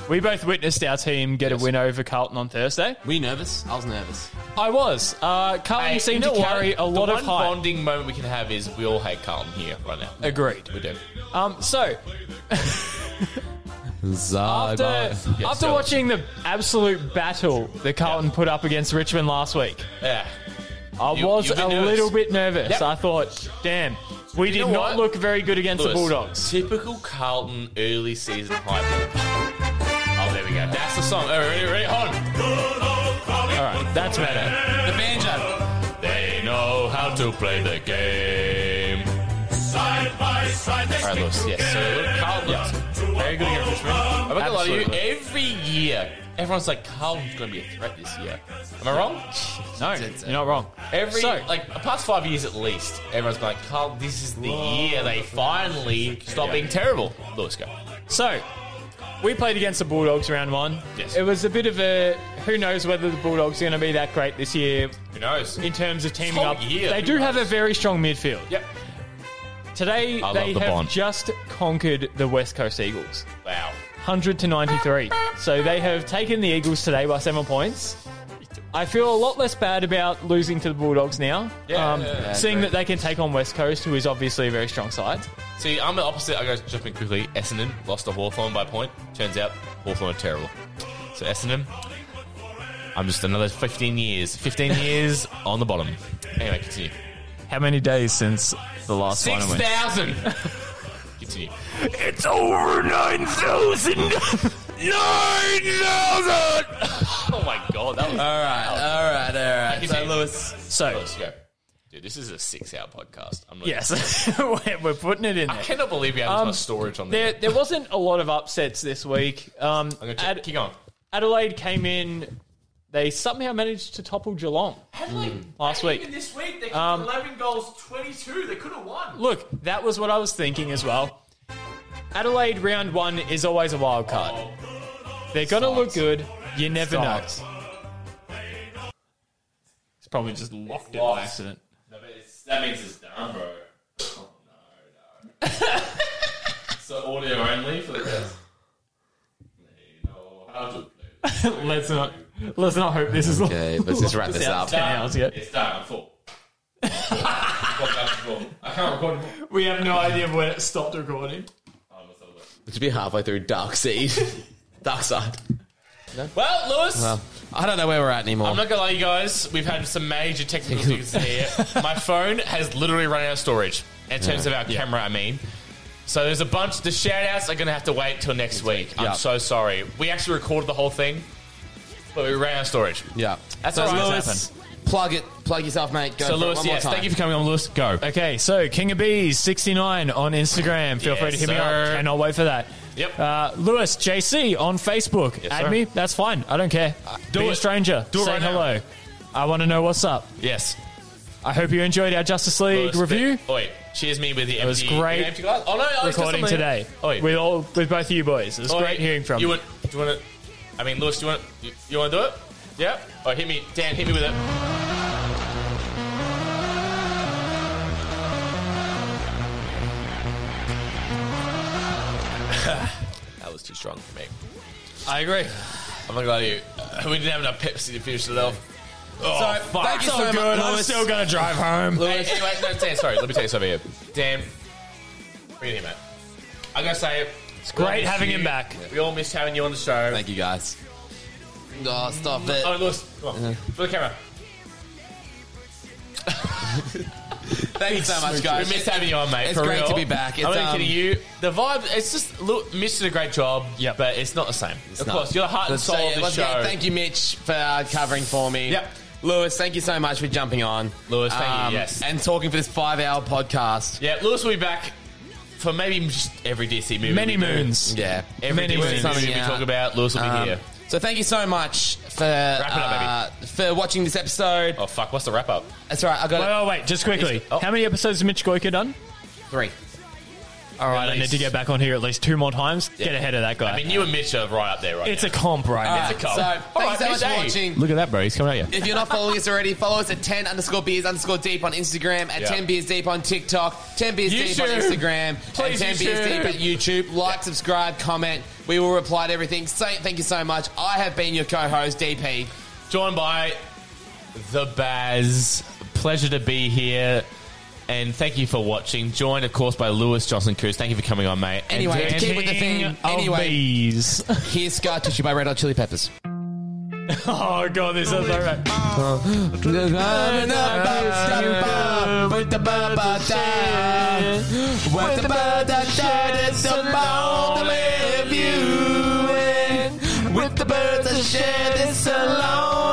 We both witnessed our team get a win over Carlton on Thursday. Were you nervous? I was nervous. I was. Uh, Carlton Hey, seemed you to know carry what? a lot the of one hype. bonding moment we can have is we all hate Carlton here right now. Agreed. We do. Um, so Uh, Zai after, Bye. after watching the absolute battle that Carlton put up against Richmond last week, Yeah. I You- was you've a been nervous. little bit nervous. Yep. I thought, damn, we did not look very good against the Bulldogs. Typical Carlton early season hype. Oh, there we go. That's the song. All right, ready, ready? Hold on. All right, that's better. The banjo. They know how to play the game. Side by side, they All right, Lewis. Yes. So look, Carlton looks very good against Richmond. I'm not gonna lie to you. Absolutely. Every year, everyone's like, Carlton's going to be a threat this year. Am I wrong? No, you're not wrong. Every like the past five years at least, everyone's been like, Carl, this is the year they finally stop being terrible. Lewis, go. So, we played against the Bulldogs round one. Yes. It was a bit of a who knows whether the Bulldogs are going to be that great this year. Who knows? In terms of teaming whole up, year, they who do have a very strong midfield. Yep. Today I they love the have bond. just conquered the West Coast Eagles. Wow. 100 to 93. So they have taken the Eagles today by 7 points. I feel a lot less bad about losing to the Bulldogs now. um, Yeah, yeah, yeah. seeing Agreed. that they can take on West Coast, who is obviously a very strong side. See, I'm the opposite. I go jump in quickly. Essendon lost to Hawthorn by a point. Turns out Hawthorn are terrible. So Essendon, I'm just another 15 years, 15 years on the bottom. Anyway, continue. How many days since the last Six thousand. continue. It's over 9,000! 9,000! Oh my god, that All was. right, all right, all right. So, Continue. Lewis, So, Lewis, go. Dude, this is a six-hour podcast. I'm not Yes, we're we're putting it in there. Um, I cannot believe we have this much storage on there. there. There wasn't a lot of upsets this week. Um, Ad- keep going. Adelaide came in. They somehow managed to topple Geelong Mm. last week. this week, they Um, 11 goals, 22. They could have won. Look, that was what I was thinking as well. Adelaide round one is always a wild card. They're going to look good. You never know. It's probably just locked it by accident. that means it's done, bro. Oh, no, no. so audio only for the rest. They know how to play. let's not. Let's not hope this is. Okay, let's just wrap this out up. Ten hours yet. It's done. I'm full. I can't record anymore. We have no idea when it stopped recording. it should be halfway through Dark Seed. Dark Side. Well, Lewis, Well, I don't know where we're at anymore. I'm not gonna lie, you guys. We've had some major technical difficulties here. My phone has literally run out of storage in terms Yeah. of our camera. I mean, so there's a bunch. The shout outs are gonna have to wait till next week. Yeah. I'm so sorry. We actually recorded the whole thing, but we ran out of storage. yeah. That's so, all right. Lewis, plug it. Plug yourself, mate. Go for So, it Lewis, one more yes, time. thank you for coming on, Lewis. Go. Okay, so King of Bees sixty nine on Instagram. Feel Yes, free to hit me sir. up. Cannot wait for that. Yep. Uh, Lewis JC on Facebook. Yes, Add sir. Uh, me. That's fine. I don't care. do Be it. a stranger. Do it Say right now. hello. I want to know what's up. Yes. I hope you enjoyed our Justice League Lewis, review. but- Oi, cheers me with the It was empty- great empty glass. Oh, no, I just got Recording something. today Oi. with all with both of you boys. It was Oi, great hearing from Oh, you. you. Want, do you want to? I mean, Lewis, do you want? You, you want to do it? Yeah. Oh, hit me, Dan. Hit me with it. that was too strong for me. I agree. I'm not gonna lie to you. Uh, we didn't have enough Pepsi to finish it off. Oh, So, fuck. thank you so much, I'm Lewis. still gonna drive home. Hey, anyway, no, Dan, sorry. Let me take this over here. Dan, bring it here, mate. I gotta say, it's great having him back. We all missed having you on the show. Thank you, guys. Oh, stop Oh, it. Lewis, come on. For the camera. Thank you so much, guys. We missed having you on, mate. It's for great real. to be back. It's, I'm not um, kidding you. The vibe, it's just, look, Mitch did a great job, Yeah, but it's not the same. of No. course, you're the heart and Let's soul say- of the once show. again, thank you, Mitch, for uh, covering for me. Yep. Lewis, thank you so much for jumping on. Um, Lewis, thank you, yes. And talking for this five hour podcast. Yeah, Lewis will be back for maybe just every DC movie. Many we do. moons. Yeah. Every Many DC moons. movie we Yeah. talk about, Lewis will be Um, here. So thank you so much for it up, uh, for watching this episode. Oh, fuck, what's the wrap up? That's right. I Wait, got Oh. wait, wait, just quickly. How many episodes has Mitch Goiker done? three. all right, I need to get back on here at least two more times. Get ahead of that guy. I mean, you and Mitch are right up there, right? it's now. a comp right All now. right, It's a comp. So, All thanks so much for watching. Look at that, bro. He's coming at you. If you're not following us already, follow us at 10 underscore beers underscore deep on Instagram, at Yeah. 10 beers deep on TikTok, 10 beers deep on YouTube. Instagram, Please, and 10 beers YouTube. deep at YouTube. Like, subscribe, comment. We will reply to everything. So, thank you so much. I have been your co host, DP. Joined by the Baz. Pleasure to be here. And thank you for watching. Joined, of course, by Lewis Johnson Coos. Thank you for coming on, mate. And Anyway, Dan- keep with the theme. of Anyway, here's Scar Tissue by Red Hot Chili Peppers. Oh god, this is so right. What about that shit? It's a lonely view. And With the birds I share this alone.